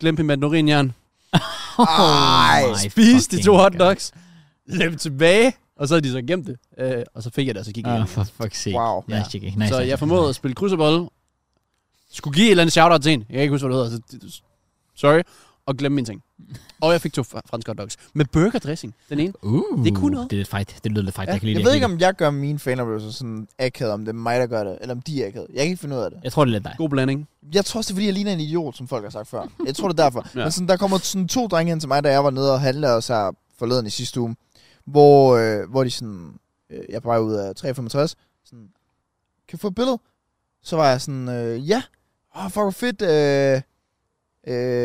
Speaker 3: glemte med et urinjern,
Speaker 2: Ej,
Speaker 1: my
Speaker 3: spiste de
Speaker 1: fucking
Speaker 3: to
Speaker 1: God.
Speaker 3: hotdogs, løb tilbage, og så havde de så gemt det. Øh, og så fik jeg det, og så gik jeg
Speaker 1: Åh,
Speaker 3: hjem.
Speaker 1: oh, for fuck's sake.
Speaker 2: Wow.
Speaker 1: Ja,
Speaker 3: Ja.
Speaker 1: Chicky. Nice,
Speaker 3: Så
Speaker 1: nice,
Speaker 3: jeg
Speaker 1: nice.
Speaker 3: formåede at spille krydserbolle. Skulle give et eller andet shout-out til en. Jeg kan ikke huske, hvad det hedder. så det- Sorry. Og glemme min ting. Og jeg fik to fr- franske hotdogs. Med burgerdressing. Den ene.
Speaker 1: Uh,
Speaker 3: Det kunne noget.
Speaker 1: Det er lidt fight. Det lyder lidt fight.
Speaker 2: Ja,
Speaker 1: jeg kan lide det.
Speaker 2: jeg ved
Speaker 1: kan
Speaker 2: ikke,
Speaker 1: lide
Speaker 2: om jeg gør mine fanoplevelser sådan akavet, om det er mig, der gør det, eller om de er akavet. Jeg kan ikke finde ud af det.
Speaker 1: det. Jeg tror, det er lidt dig.
Speaker 3: God blanding.
Speaker 2: Jeg tror også, det er, fordi jeg ligner en idiot, som folk har sagt før. Jeg tror, det er derfor.
Speaker 3: Ja.
Speaker 2: ja. Men sådan, der kommer sådan to drenge hen til mig, da jeg var nede og handlede os her forleden i sidste uge, hvor, øh, hvor de sådan, øh, jeg er på vej ud af 365, sådan, kan jeg få et billede? Så var jeg sådan, øh, ja, åh, oh, fuck, hvor fedt, øh,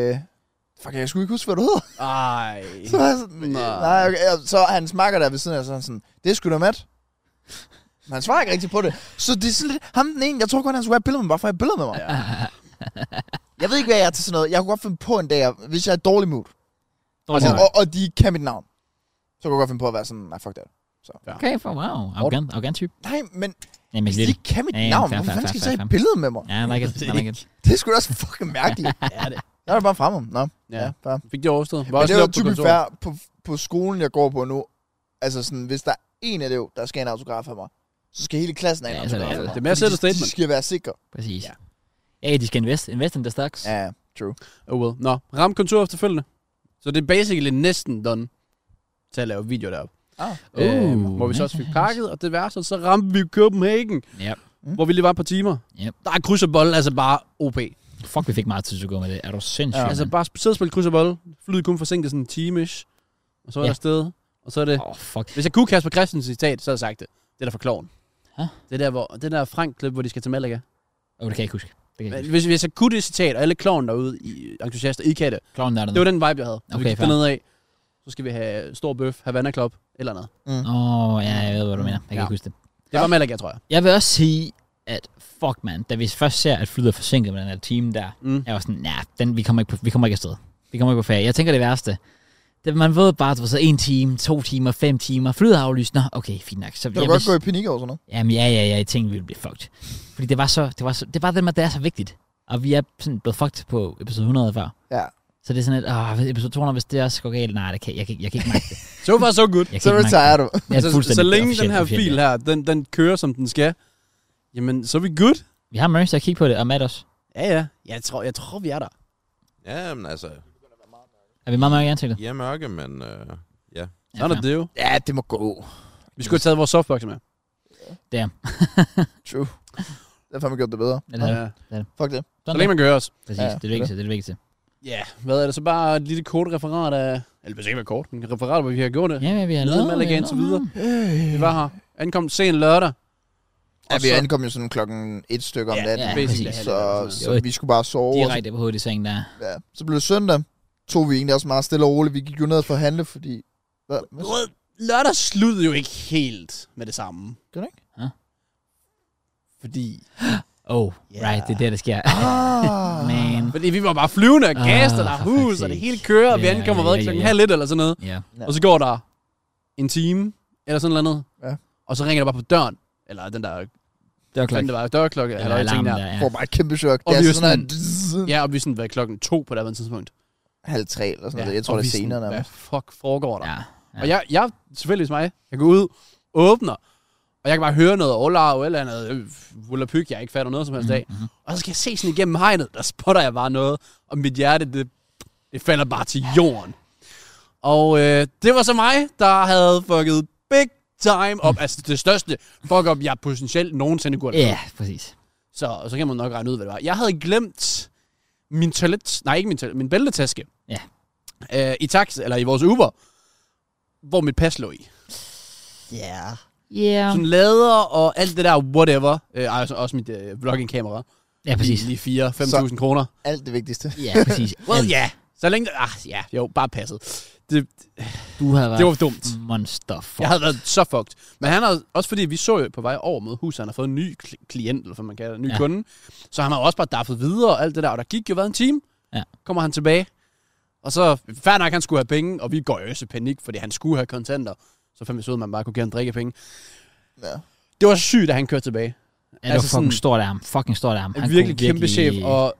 Speaker 2: øh, fuck, jeg skulle ikke huske, hvad du hedder.
Speaker 3: Ej.
Speaker 2: Så var jeg sådan,
Speaker 3: Nej.
Speaker 2: nej, nej okay. Og Så hans makker der ved siden af, så er han sådan, det er sgu da Matt. Men han svarer ikke rigtigt på det. Så det er sådan lidt, ham den ene, jeg tror godt, han skulle have et billede med mig, bare for at have et billede med mig. Ja. Jeg ved ikke, hvad jeg er til sådan noget. Jeg kunne godt finde på en dag, jeg- hvis jeg er i dårlig mood,
Speaker 3: Altså,
Speaker 1: Dårlig
Speaker 2: og,
Speaker 1: nok.
Speaker 2: og, og de kan mit navn, så kunne jeg godt finde på at være sådan, nej, fuck det.
Speaker 1: Okay, for wow. Arrogant, arrogant type.
Speaker 2: Nej, men
Speaker 1: Jamen,
Speaker 2: hvis de
Speaker 1: lidt.
Speaker 2: ikke kan mit
Speaker 1: Ja, ja,
Speaker 2: navn,
Speaker 1: fair,
Speaker 2: hvorfor
Speaker 1: fair,
Speaker 2: fanden
Speaker 1: fair,
Speaker 2: skal de så have
Speaker 1: fair,
Speaker 2: et billede med mig?
Speaker 1: Ja, nej, ikke. Nej, ikke.
Speaker 2: Det er sgu da også fucking mærkeligt.
Speaker 3: Ja, det.
Speaker 2: Jeg er da bare fremme. Nå, ja,
Speaker 3: Ja.
Speaker 2: fair.
Speaker 3: Fik det overstået.
Speaker 2: Men
Speaker 3: også
Speaker 2: det er jo
Speaker 3: lidt på
Speaker 2: typisk
Speaker 3: kontoret.
Speaker 2: fair på, på skolen, jeg går på nu. Altså sådan, hvis der er en elev, der skal have en autograf af mig, så skal hele klassen have
Speaker 1: Ja,
Speaker 2: en
Speaker 1: så er det altså- alle.
Speaker 2: autograf af mig.
Speaker 3: Det er mere at sætte
Speaker 2: Fordi de,
Speaker 3: statement.
Speaker 2: de skal være sikre. Ah.
Speaker 1: Præcis.
Speaker 3: Ja.
Speaker 1: Ja, de skal invest, invest in the stocks. Ja.
Speaker 2: Ja, true.
Speaker 3: Oh well. Nå, ramt kontor efterfølgende. Så det er basically næsten done til at lave video deroppe.
Speaker 2: Ah.
Speaker 3: Øh,
Speaker 1: Uh,
Speaker 3: hvor vi så også
Speaker 1: nice,
Speaker 3: fik
Speaker 1: nice.
Speaker 3: pakket, og det værste, så ramte vi Copenhagen,
Speaker 1: ja.
Speaker 3: hvor vi lige var et par timer.
Speaker 1: Yep.
Speaker 3: Der er kryds og bold, altså bare OP.
Speaker 1: Fuck, vi fik meget tid til at gå med det. Er du sindssyg?
Speaker 2: Ja.
Speaker 1: Ja.
Speaker 3: Altså bare sidde og spille kryds og bold. Flyet kun forsinket sådan en time -ish. Og så er
Speaker 1: Ja.
Speaker 3: ja. der sted. Og så er det...
Speaker 1: Åh, oh, fuck.
Speaker 3: Hvis jeg kunne Kasper Christens citat, så havde jeg sagt det. Det er der for kloven.
Speaker 1: Hæ?
Speaker 3: Det der, hvor, det der Frank-klip, hvor de skal til Malaga.
Speaker 1: Åh, oh, det kan jeg ikke huske. Det kan jeg ikke
Speaker 3: Men Hvis, hvis jeg kunne det citat, og alle kloven derude i entusiaster, I kan det.
Speaker 1: huske. Kloven er der
Speaker 3: Det var den vibe, jeg havde. Når
Speaker 1: Okay,
Speaker 3: vi gik
Speaker 1: fair.
Speaker 3: dernede af, så skal vi have stor bøf, Havana Club, eller noget.
Speaker 1: Åh, oh, ja, jeg ved, hvad du mener. Jeg kan
Speaker 3: Mm, Ja.
Speaker 1: ikke huske det.
Speaker 3: Det var Malaga, tror jeg.
Speaker 1: Jeg vil også sige, at fuck man, da vi først ser, at flyet er forsinket med den her time der,
Speaker 3: Mm.
Speaker 1: jeg var sådan, nej, den, vi, kommer ikke på, vi kommer ikke afsted. Vi kommer ikke på ferie. Jeg tænker det værste. Det, man ved bare, at det var så en time, to timer, fem timer. Flyet har aflyst. Nå, okay, fint nok. Så
Speaker 2: Kan du godt gå i panik over sådan noget?
Speaker 1: Jamen ja, ja, ja, jeg tænkte, vi ville blive fucked. Fordi det var så, det var så, det var det med, at det er så vigtigt. Og vi er sådan blevet fucked på episode 100 før.
Speaker 2: Ja.
Speaker 1: Så det er sådan, at åh, episode 200, hvis det også går galt, nej, det kan, jeg, kan, jeg kan ikke mærke det.
Speaker 3: So far, so good.
Speaker 1: Jeg kan
Speaker 2: Så
Speaker 1: ikke mærke
Speaker 2: retirer du.
Speaker 1: det. Jeg er
Speaker 3: så,
Speaker 1: fuldstændig
Speaker 3: så længe den
Speaker 1: officielt-
Speaker 3: her
Speaker 1: officielt,
Speaker 3: fil
Speaker 1: ja.
Speaker 3: her, den, den kører, som den skal, jamen, så er vi good.
Speaker 1: Vi har Mercy at kigge på det, og Matt også.
Speaker 3: Ja, ja. Jeg tror, jeg tror vi er der.
Speaker 4: Ja, men altså,
Speaker 1: Er vi meget, meget gerne til det?
Speaker 4: I er mørke, men øh, ja.
Speaker 3: Sådan er det jo.
Speaker 2: Ja, det må gå.
Speaker 3: Vi skulle have taget vores softbox med.
Speaker 2: True. Det har fandme gjort det bedre.
Speaker 1: Eller, ja.
Speaker 2: Fuck det.
Speaker 3: Så længe man kan høre os.
Speaker 1: Præcis,
Speaker 2: Ja,
Speaker 1: ja, det er det
Speaker 2: det.
Speaker 1: vigtigste, det er det vigtigste.
Speaker 3: Ja, hvad er det så bare et lille kort referat af... Eller hvis ikke være kort, men et referat, hvor vi har gjort det.
Speaker 1: Ja, ja, vi har
Speaker 3: Nede
Speaker 1: lavet
Speaker 3: med Malaga
Speaker 1: vi har
Speaker 3: indtil
Speaker 1: lavet-
Speaker 3: videre. Vi var her. Ankom sen lørdag.
Speaker 2: Ja,
Speaker 3: Øh, Og
Speaker 2: vi
Speaker 3: så-
Speaker 2: ankom jo sådan klokken et stykke om
Speaker 3: Ja,
Speaker 2: natten.
Speaker 1: ja,
Speaker 3: basically.
Speaker 1: præcis.
Speaker 2: Så,
Speaker 1: Det var
Speaker 2: så vi skulle bare sove. og så-
Speaker 1: Direkte på hovedet i sengen der.
Speaker 2: Ja. Så blev det søndag. Tog vi egentlig også meget stille og roligt. Vi gik jo ned for at handle, fordi... Hvad?
Speaker 3: Du ved, Lørdag sluttede jo ikke helt med det samme.
Speaker 2: Gør det ikke?
Speaker 1: Hå?
Speaker 3: Fordi,
Speaker 1: Oh,
Speaker 3: Ja.
Speaker 1: right, det er det, der sker.
Speaker 2: Ah.
Speaker 1: Man.
Speaker 3: fordi vi var bare flyvende og
Speaker 1: Ah,
Speaker 3: gaster, der er
Speaker 1: for
Speaker 3: hus,
Speaker 1: fuck's
Speaker 3: og det
Speaker 1: sake.
Speaker 3: hele kører, og vi
Speaker 1: Ja,
Speaker 3: ankommer
Speaker 1: ja,
Speaker 3: hvad,
Speaker 1: ja,
Speaker 3: klokken
Speaker 1: ja.
Speaker 3: halv et eller sådan noget.
Speaker 1: Ja.
Speaker 2: Ja.
Speaker 3: Og så går der en time, eller sådan noget.
Speaker 2: Ja.
Speaker 3: Og så ringer der bare på døren, eller den der,
Speaker 1: Det var klart.
Speaker 3: den der dørklokke, eller, eller
Speaker 1: alarmen
Speaker 3: ting der.
Speaker 1: der, ja.
Speaker 2: Får bare et kæmpe chok.
Speaker 3: Og
Speaker 2: Det er
Speaker 3: vi er
Speaker 2: sådan, at...
Speaker 3: Ja, og vi sådan var klokken to på det her tidspunkt.
Speaker 2: halv tre eller sådan
Speaker 3: Ja,
Speaker 2: noget. Jeg tror,
Speaker 3: og
Speaker 2: det er
Speaker 3: vi sådan,
Speaker 2: senere.
Speaker 3: Hvad
Speaker 2: nærmest.
Speaker 3: fuck foregår der?
Speaker 1: Ja.
Speaker 3: Ja. Og jeg, jeg selvfølgelig mig, jeg går ud, åbner, og jeg kan bare høre noget Ola eller noget øh, Volapyk, jeg ikke fatter noget som helst af. Mm-hmm. Og så skal jeg se sådan igennem hegnet, der spotter jeg bare noget, og mit hjerte, det, det falder bare til jorden. Og øh, det var så mig, der havde fucket big time op, altså det største fuck up, jeg potentielt nogensinde kunne have lavet.
Speaker 1: Ja, præcis.
Speaker 3: Så, og så kan man nok regne ud, hvad det var. Jeg havde glemt min toilet... Nej, ikke min toilet, min bæltetaske.
Speaker 1: Ja.
Speaker 3: Øh, I tax, eller i vores Uber, hvor mit pas lå i.
Speaker 2: Ja.
Speaker 1: Yeah.
Speaker 3: Sådan lader og alt det der whatever. Øh, ej, også, også mit øh, vlogging-kamera.
Speaker 1: Ja, præcis.
Speaker 3: Lige 4-5.000 kroner.
Speaker 2: Alt det vigtigste.
Speaker 1: Ja, præcis.
Speaker 3: Well,
Speaker 1: Alt.
Speaker 3: ja. Yeah. Så længe... Ah, ja. Jo, bare passet. det,
Speaker 1: Du havde været
Speaker 3: det var dumt.
Speaker 1: monster fuck.
Speaker 3: Jeg havde været så fucked. Men han har også fordi, vi så jo på vej over mod huset, han har fået en ny kl- klient, eller hvad man kalder det, en ny
Speaker 1: Ja.
Speaker 3: ja. kunde. Så han har jo også bare daffet videre og alt det der, og der gik jo været en time.
Speaker 1: Ja.
Speaker 3: Kommer han tilbage, og så, fair nok, han skulle have penge, og vi går jo også i panik, fordi han skulle have kontanter. Så fandt vi så ud, at man bare kunne give ham drikkepenge.
Speaker 2: Ja.
Speaker 3: Det var sygt, at han kørte tilbage.
Speaker 1: Ja, det var
Speaker 3: altså
Speaker 1: fucking
Speaker 3: sådan-
Speaker 1: stort af ham. Fucking stort af ham.
Speaker 3: Han virkelig
Speaker 1: kunne
Speaker 3: kæmpe chef, og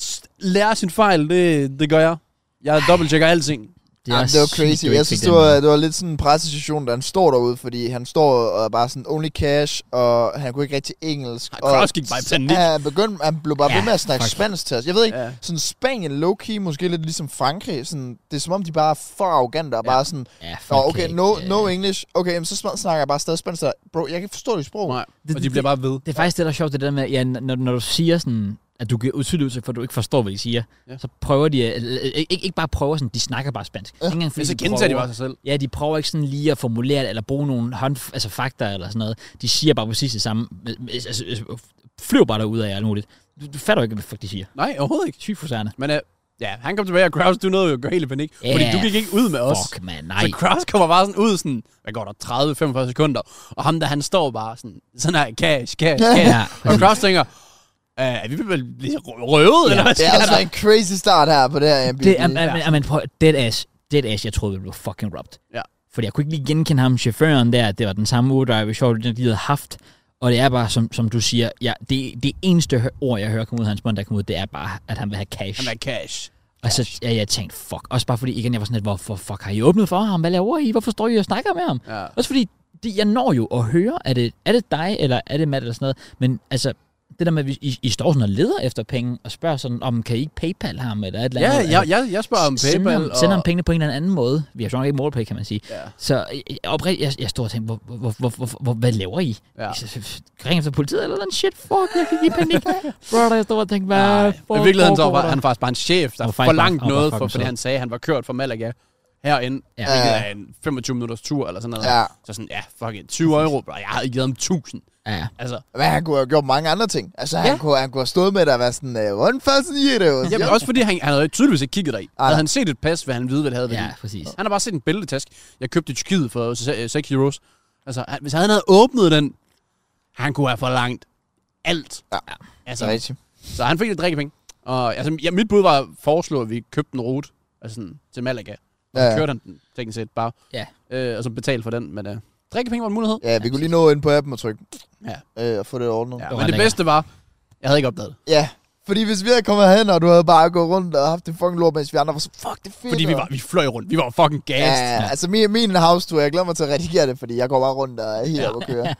Speaker 3: s- lære sin fejl, det, det gør jeg. Jeg dobbelttjekker alting.
Speaker 1: Det,
Speaker 2: Jamen,
Speaker 1: også
Speaker 2: det var
Speaker 1: sygt,
Speaker 2: crazy.
Speaker 1: du ikke
Speaker 2: Jeg synes,
Speaker 1: fik
Speaker 2: det
Speaker 1: den
Speaker 2: var,
Speaker 1: med.
Speaker 2: det var lidt sådan en pressesituation, da han står derude, fordi han står og er bare sådan only cash, og han kunne ikke rigtig engelsk.
Speaker 3: Han
Speaker 2: og
Speaker 3: Cross gik bare i
Speaker 2: så-
Speaker 3: panik.
Speaker 2: ja, han, begyndte, han blev bare ved
Speaker 1: Ja,
Speaker 2: med at snakke
Speaker 1: fuck.
Speaker 2: spansk til os. Jeg ved ikke,
Speaker 3: Ja.
Speaker 2: sådan Spanien low-key, måske lidt ligesom Frankrig. Sådan, det er som om, de bare er for arrogante og
Speaker 3: Ja.
Speaker 2: bare sådan,
Speaker 1: Ja,
Speaker 2: Nå,
Speaker 1: fuck
Speaker 2: okay,
Speaker 1: ikke,
Speaker 2: no,
Speaker 1: øh,
Speaker 2: no English. Okay, jamen, så sn- snakker jeg bare stadig spansk. til dig. Bro, jeg kan ikke forstå dit sprog.
Speaker 3: Nej,
Speaker 1: Det-
Speaker 3: og de
Speaker 1: det-
Speaker 3: bliver bare ved.
Speaker 1: Det er faktisk det, der er sjovt, det der med, ja, når, når du siger sådan, at du giver tydeligt udtryk for, at du ikke forstår, hvad de siger, ja.
Speaker 3: Ja.
Speaker 1: så prøver de, at- eller, øh, ikke, ikke bare prøver sådan, de snakker bare spansk. Ja. Ikke engang,
Speaker 3: Men
Speaker 1: fordi
Speaker 3: så gentager de
Speaker 1: prøver-
Speaker 3: bare sig selv.
Speaker 1: Ja, de prøver ikke sådan lige at formulere det, eller bruge nogle hånd, altså fakta eller sådan noget. De siger bare præcis det samme. Altså, altså, flyver bare derud af alt muligt. Du, du fatter jo ikke, hvad fuck de siger.
Speaker 3: Nej, overhovedet ikke.
Speaker 1: Sygt frustrerende.
Speaker 3: Men øh, ja, han kom tilbage, og Kraus, du nåede jo at gøre helt i panik.
Speaker 1: Ja,
Speaker 3: Yeah, fordi du gik ikke ud med os.
Speaker 1: Fuck, man, nej.
Speaker 3: Så Kraus kommer bare sådan ud, sådan, hvad går der, 30-45 sekunder. Og ham der, han står bare sådan, sådan her, cash, cash, cash.
Speaker 1: Ja,
Speaker 3: og Kraus tænker, "Øh, er vi vel blive rø- røvet,
Speaker 1: Ja.
Speaker 3: yeah. eller hvad
Speaker 2: Det er
Speaker 3: sker
Speaker 2: altså
Speaker 3: der?
Speaker 2: en crazy start her på det her MBB.
Speaker 1: Det er, er, er, er man på dead ass, dead ass, jeg troede, vi blev fucking robbed.
Speaker 3: Ja.
Speaker 1: Fordi jeg kunne ikke lige genkende ham, chaufføren der, det var den samme urdriver, sjovt, den de havde haft. Og det er bare, som, som du siger, ja, det, det eneste hø- ord, jeg hører komme ud af hans mund, der kommer ud, det er bare, at han vil have cash.
Speaker 3: Han er cash.
Speaker 1: og så ja, jeg tænkte, fuck. Også bare fordi, igen, jeg var sådan lidt, hvorfor fuck har I åbnet for ham? Hvad laver I? Hvorfor står I og snakker med ham?
Speaker 3: Ja.
Speaker 1: Også fordi, det, jeg når jo at høre, er det, er det dig, eller er det Matt, eller sådan noget. Men altså, det der med, at vi- I, I står sådan og leder efter penge, og spørger sådan, om kan I ikke PayPal ham, eller et eller
Speaker 3: Ja,
Speaker 1: andet?
Speaker 3: jeg, jeg, jeg spørger om
Speaker 1: Send
Speaker 3: PayPal.
Speaker 1: ham, og... send ham
Speaker 3: og-
Speaker 1: pengene på en eller anden måde. Vi har jo nok ikke MobilePay, kan man sige.
Speaker 3: Ja.
Speaker 1: Så jeg, oprigt, jeg, jeg stod og tænkte, hvor, hvor, hvor, hvor, hvor, hvad laver I? Altså,
Speaker 3: Ja.
Speaker 1: I så- Ring efter politiet eller den shit, fuck, jeg kan give panik. Bro, jeg stod og tænkte, hvad
Speaker 3: Nej, I virkeligheden så var han faktisk bare en chef, der
Speaker 1: var faktisk
Speaker 3: forlangt
Speaker 1: bare- han var
Speaker 3: noget, for,
Speaker 1: fucking
Speaker 3: fordi
Speaker 1: sød.
Speaker 3: han sagde, at han var kørt fra Malaga herind,
Speaker 1: Ja.
Speaker 3: ja. hvilket er en 25 minutters tur eller sådan noget.
Speaker 2: Ja.
Speaker 3: Så sådan, ja, fucking 20 euro, bro. jeg havde givet ham 1000.
Speaker 1: Ja,
Speaker 3: Altså,
Speaker 2: Men han kunne have gjort mange andre ting. Altså, han,
Speaker 3: Ja.
Speaker 2: kunne, han kunne have stået med dig og været sådan, øh, hvordan fanden giver det? jo?"
Speaker 3: Jamen, også fordi han, han havde jo tydeligvis ikke kigget deri.
Speaker 2: Altså, nej.
Speaker 3: Havde han set et pas, hvad han vide, hvad det havde været.
Speaker 1: ja,
Speaker 3: Ja.
Speaker 1: præcis.
Speaker 3: Han har bare set en bæltetask. Jeg købte i Tyrkiet for 6 euros. Altså, han, hvis han havde åbnet den, han kunne have forlangt alt.
Speaker 2: Ja. Det er
Speaker 3: Altså,
Speaker 2: rigtigt.
Speaker 3: så han fik lidt drikkepenge. Og altså, ja, mit bud var at foreslå, at vi købte en rute altså sådan, til Malaga. Og
Speaker 2: Ja,
Speaker 3: ja,
Speaker 2: ja.
Speaker 3: kørte han den, teknisk set, bare.
Speaker 1: Ja.
Speaker 3: Øh, og så betalte for den. Men øh, drikkepenge var en mulighed.
Speaker 2: Ja, vi kunne lige nå ind på appen og trykke.
Speaker 3: Ja.
Speaker 2: Øh, og få det ordnet.
Speaker 3: Ja,
Speaker 1: var
Speaker 3: men det
Speaker 1: lækkert.
Speaker 3: bedste var, jeg havde ikke opdaget det.
Speaker 2: Ja, fordi hvis vi havde kommet hen, og du havde bare gået rundt og haft det fucking lort, mens vi andre var så, fuck, det er fedt.
Speaker 3: Fordi vi,
Speaker 2: og-
Speaker 3: var, vi fløj rundt. Vi var fucking gas. Ja.
Speaker 2: Ja, altså min, min house tour, jeg glæder mig til at redigere det, fordi jeg går bare rundt og er helt ja. op at køre.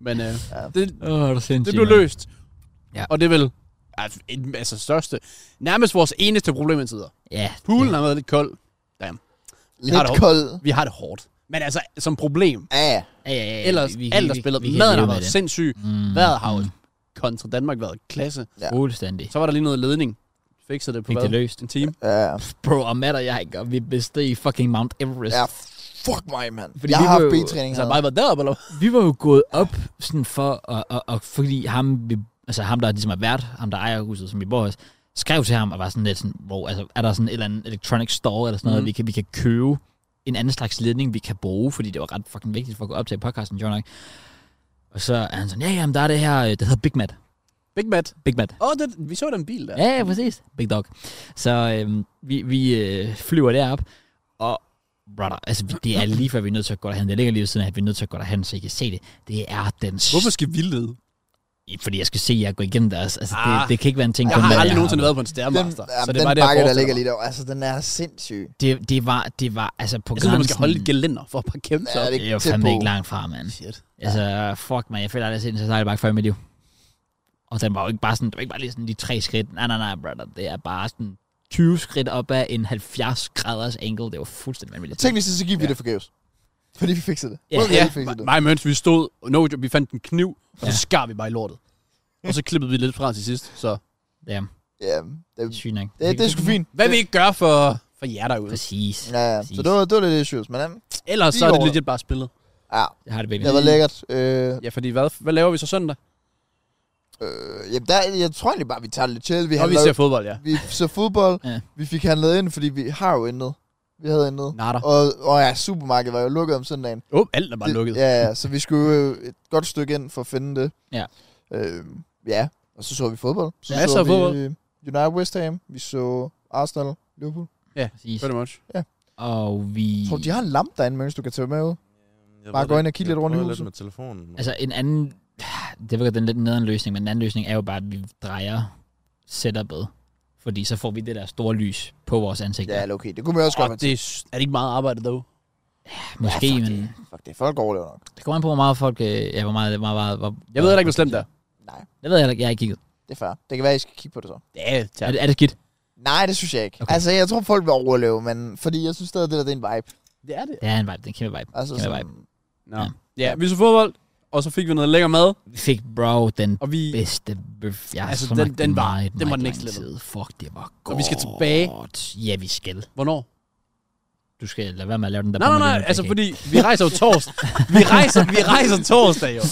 Speaker 3: Men øh,
Speaker 2: Ja.
Speaker 3: det,
Speaker 1: Åh, oh, det er sindssygt.
Speaker 3: Det blev
Speaker 1: mand.
Speaker 3: løst.
Speaker 1: Ja.
Speaker 3: Ja. Og det er vel altså, en- altså største, nærmest vores eneste problem indtil videre.
Speaker 1: Ja.
Speaker 3: Poolen har været lidt kold. har det
Speaker 2: Lidt
Speaker 3: hårdt.
Speaker 2: kold.
Speaker 3: Vi har det hårdt. Men altså, som problem.
Speaker 2: Ja, ja.
Speaker 1: Ja, ja, ja,
Speaker 3: Ellers vi, alt er spillet. Maden har været sindssyg.
Speaker 1: Mm,
Speaker 3: Vejret har jo kontra Danmark været klasse.
Speaker 2: Ja.
Speaker 1: Fuldstændig.
Speaker 3: Så var der lige noget ledning. Fikset det på
Speaker 1: Fik det
Speaker 3: hvad?
Speaker 1: løst.
Speaker 3: En time.
Speaker 2: ja.
Speaker 1: Bro, og Matt og jeg, ikke? Og vi besteg fucking Mount Everest.
Speaker 2: ja. Fuck mig, mand.
Speaker 1: Fordi
Speaker 2: jeg
Speaker 1: vi
Speaker 2: har haft
Speaker 1: var jo-
Speaker 2: B-træning
Speaker 3: Så har
Speaker 2: her.
Speaker 3: jeg altså, bare været deroppe, eller hvad?
Speaker 1: vi var jo gået op sådan for, og, og, og fordi ham, vi, altså ham, der ligesom er vært, ham, der ejer huset, som vi bor hos, skrev til ham og var sådan lidt sådan, bro, altså, er der sådan et eller andet electronic store eller sådan noget,
Speaker 3: Mhm.
Speaker 1: vi kan, vi kan købe en anden slags ledning, vi kan bruge, fordi det var ret fucking vigtigt for at kunne optage podcasten, jo nok. Og så er han sådan, ja, jamen, der er det her, øh, det hedder Big Mat.
Speaker 3: Big Matt.
Speaker 1: Big Mat.
Speaker 3: Åh, oh, vi så den bil der.
Speaker 1: Ja, ja, præcis. Big Dog. Så øhm, vi, vi øh, flyver derop, og brother, altså, vi- det er lige før, vi er nødt til at gå derhen. Det ligger lige ved siden af, at vi er nødt til at gå derhen, så I kan se det. Det er den
Speaker 3: Hvorfor skal vi lede?
Speaker 1: fordi jeg skal se jer gå igennem deres. Altså, ah, det,
Speaker 3: Ah.
Speaker 1: det kan ikke være en ting.
Speaker 3: Jeg
Speaker 1: kun
Speaker 3: har
Speaker 1: Matt og
Speaker 3: aldrig nogensinde
Speaker 1: været.
Speaker 3: været på en
Speaker 2: Den,
Speaker 3: stærmaster.
Speaker 2: ja,
Speaker 3: Så det
Speaker 2: den
Speaker 3: var det, jeg
Speaker 2: bakke, der
Speaker 3: forestiller
Speaker 2: ligger
Speaker 3: mig.
Speaker 2: lige der, altså den er sindssyg.
Speaker 1: Det, det, var, det var altså på
Speaker 3: Jeg synes, at man
Speaker 1: grænsen.
Speaker 3: skal holde et gelænder for at bare kæmpe sig
Speaker 2: Ja,
Speaker 3: op.
Speaker 2: det er
Speaker 1: det er jo
Speaker 2: ikke tæt
Speaker 1: fandme
Speaker 2: på.
Speaker 1: ikke langt fra, mand.
Speaker 3: Shit.
Speaker 1: Altså, fuck, man. Jeg føler aldrig, jeg har set en så sejl bakke før i mit liv. Og den var jo ikke bare sådan, det var ikke bare lige sådan de tre skridt. Nej, nej, nej, brother. Det er bare sådan 20 skridt op ad en 70 graders angle. Det var fuldstændig vanvittigt.
Speaker 2: Teknisk set, så gik vi det forgæves. Fordi vi fikset det.
Speaker 1: Ja.
Speaker 2: Well,
Speaker 3: Ja,
Speaker 2: vi fikset det.
Speaker 3: mig og Møns, vi stod, og no, joke, vi fandt en kniv, og
Speaker 1: Ja.
Speaker 3: så skar vi bare i lortet. Og så klippede vi lidt fra til sidst, så
Speaker 1: Ja,
Speaker 2: Ja,
Speaker 1: det er
Speaker 2: det,
Speaker 1: sygt nok.
Speaker 2: det, det er sgu fint.
Speaker 3: hvad vi ikke gør for, for jer derude.
Speaker 1: Præcis.
Speaker 2: Ja, ja. Så det var, det var lidt issues, men øhm,
Speaker 3: Ellers så er det legit bare spillet.
Speaker 2: ja,
Speaker 1: Jeg har det, baby.
Speaker 2: det var lækkert. Øh,
Speaker 3: Ja, fordi hvad, hvad laver vi så søndag?
Speaker 2: øh, jamen, der, jeg tror egentlig bare, vi tager det lidt chill. Vi
Speaker 3: Vi, Nå, vi
Speaker 2: handler-
Speaker 3: ser fodbold, ja.
Speaker 2: Vi så fodbold,
Speaker 1: Ja.
Speaker 2: ja. vi fik handlet ind, fordi vi har jo intet. vi havde inde.
Speaker 3: Natter.
Speaker 2: Og, og ja, supermarkedet var jo lukket om søndagen.
Speaker 3: Åh, oh, alt er bare lukket.
Speaker 2: Det, ja, ja, så vi skulle jo et godt stykke ind for at finde det.
Speaker 1: Ja.
Speaker 2: Øhm, ja, og så så vi fodbold. Så
Speaker 3: Masser
Speaker 2: så
Speaker 3: af
Speaker 2: vi
Speaker 3: fodbold.
Speaker 2: United West Ham, vi så Arsenal, Liverpool.
Speaker 1: Præcis.
Speaker 3: Pretty much.
Speaker 1: Og vi...
Speaker 2: Tror du, de har en lampe derinde, mens du kan tage med ud?
Speaker 4: Jeg
Speaker 2: Bare
Speaker 4: ved
Speaker 2: gå
Speaker 4: det
Speaker 2: ind
Speaker 4: ikke.
Speaker 2: og kigge
Speaker 4: Jeg
Speaker 2: lidt rundt i
Speaker 4: prøvede
Speaker 2: huset.
Speaker 4: med telefonen.
Speaker 1: Altså en anden... Det var den lidt nederen løsning, men en anden løsning er jo bare, at vi drejer setupet. Fordi så får vi det der store lys på vores ansigt.
Speaker 2: Ja, okay, det kunne man også godt
Speaker 3: Og
Speaker 2: være
Speaker 3: Ah, det er, s- er det ikke meget arbejde, dog?
Speaker 1: Måske, ja,
Speaker 2: Ja, fuck
Speaker 1: men
Speaker 2: det. Fuck det, folk overlever nok.
Speaker 1: det kommer an på, hvor meget folk... øh, Ja, hvor meget... Hvor meget hvor,
Speaker 3: Jeg ved heller ikke, hvor slemt det er.
Speaker 2: Nej,
Speaker 1: Det ved jeg heller ikke, jeg har ikke kigget.
Speaker 2: det er fair. Det kan være, I skal kigge på det så.
Speaker 3: Ja,
Speaker 1: Er, det- er det skidt?
Speaker 2: Nej, det synes jeg ikke.
Speaker 1: Okay.
Speaker 2: Okay. Altså, jeg tror, folk vil overleve, men fordi jeg synes stadig, det der det er en vibe.
Speaker 3: det er det.
Speaker 1: Det er en vibe, det er en kæmpe vibe.
Speaker 2: Altså,
Speaker 1: Kæmpe
Speaker 2: sådan,
Speaker 1: vibe.
Speaker 3: Nå. Ja, vi så fodbold, og så fik vi noget lækker mad,
Speaker 1: Vi fik, bro, den
Speaker 3: og vi...
Speaker 1: bedste bøf. Jeg har
Speaker 3: Altså,
Speaker 1: så
Speaker 3: den-
Speaker 1: magt
Speaker 3: den
Speaker 1: i
Speaker 3: var-
Speaker 1: meget,
Speaker 3: den var
Speaker 1: meget
Speaker 3: next
Speaker 1: lang
Speaker 3: level.
Speaker 1: tid. Fuck, det var godt.
Speaker 3: Og vi skal tilbage.
Speaker 1: Ja, vi skal.
Speaker 3: Hvornår?
Speaker 1: Du skal lade være med at lave den der...
Speaker 3: Nej, nej, nej,
Speaker 1: pomegranate
Speaker 3: altså
Speaker 1: kage.
Speaker 3: fordi vi rejser jo torsdag. Vi rejser, vi rejser torsdag jo.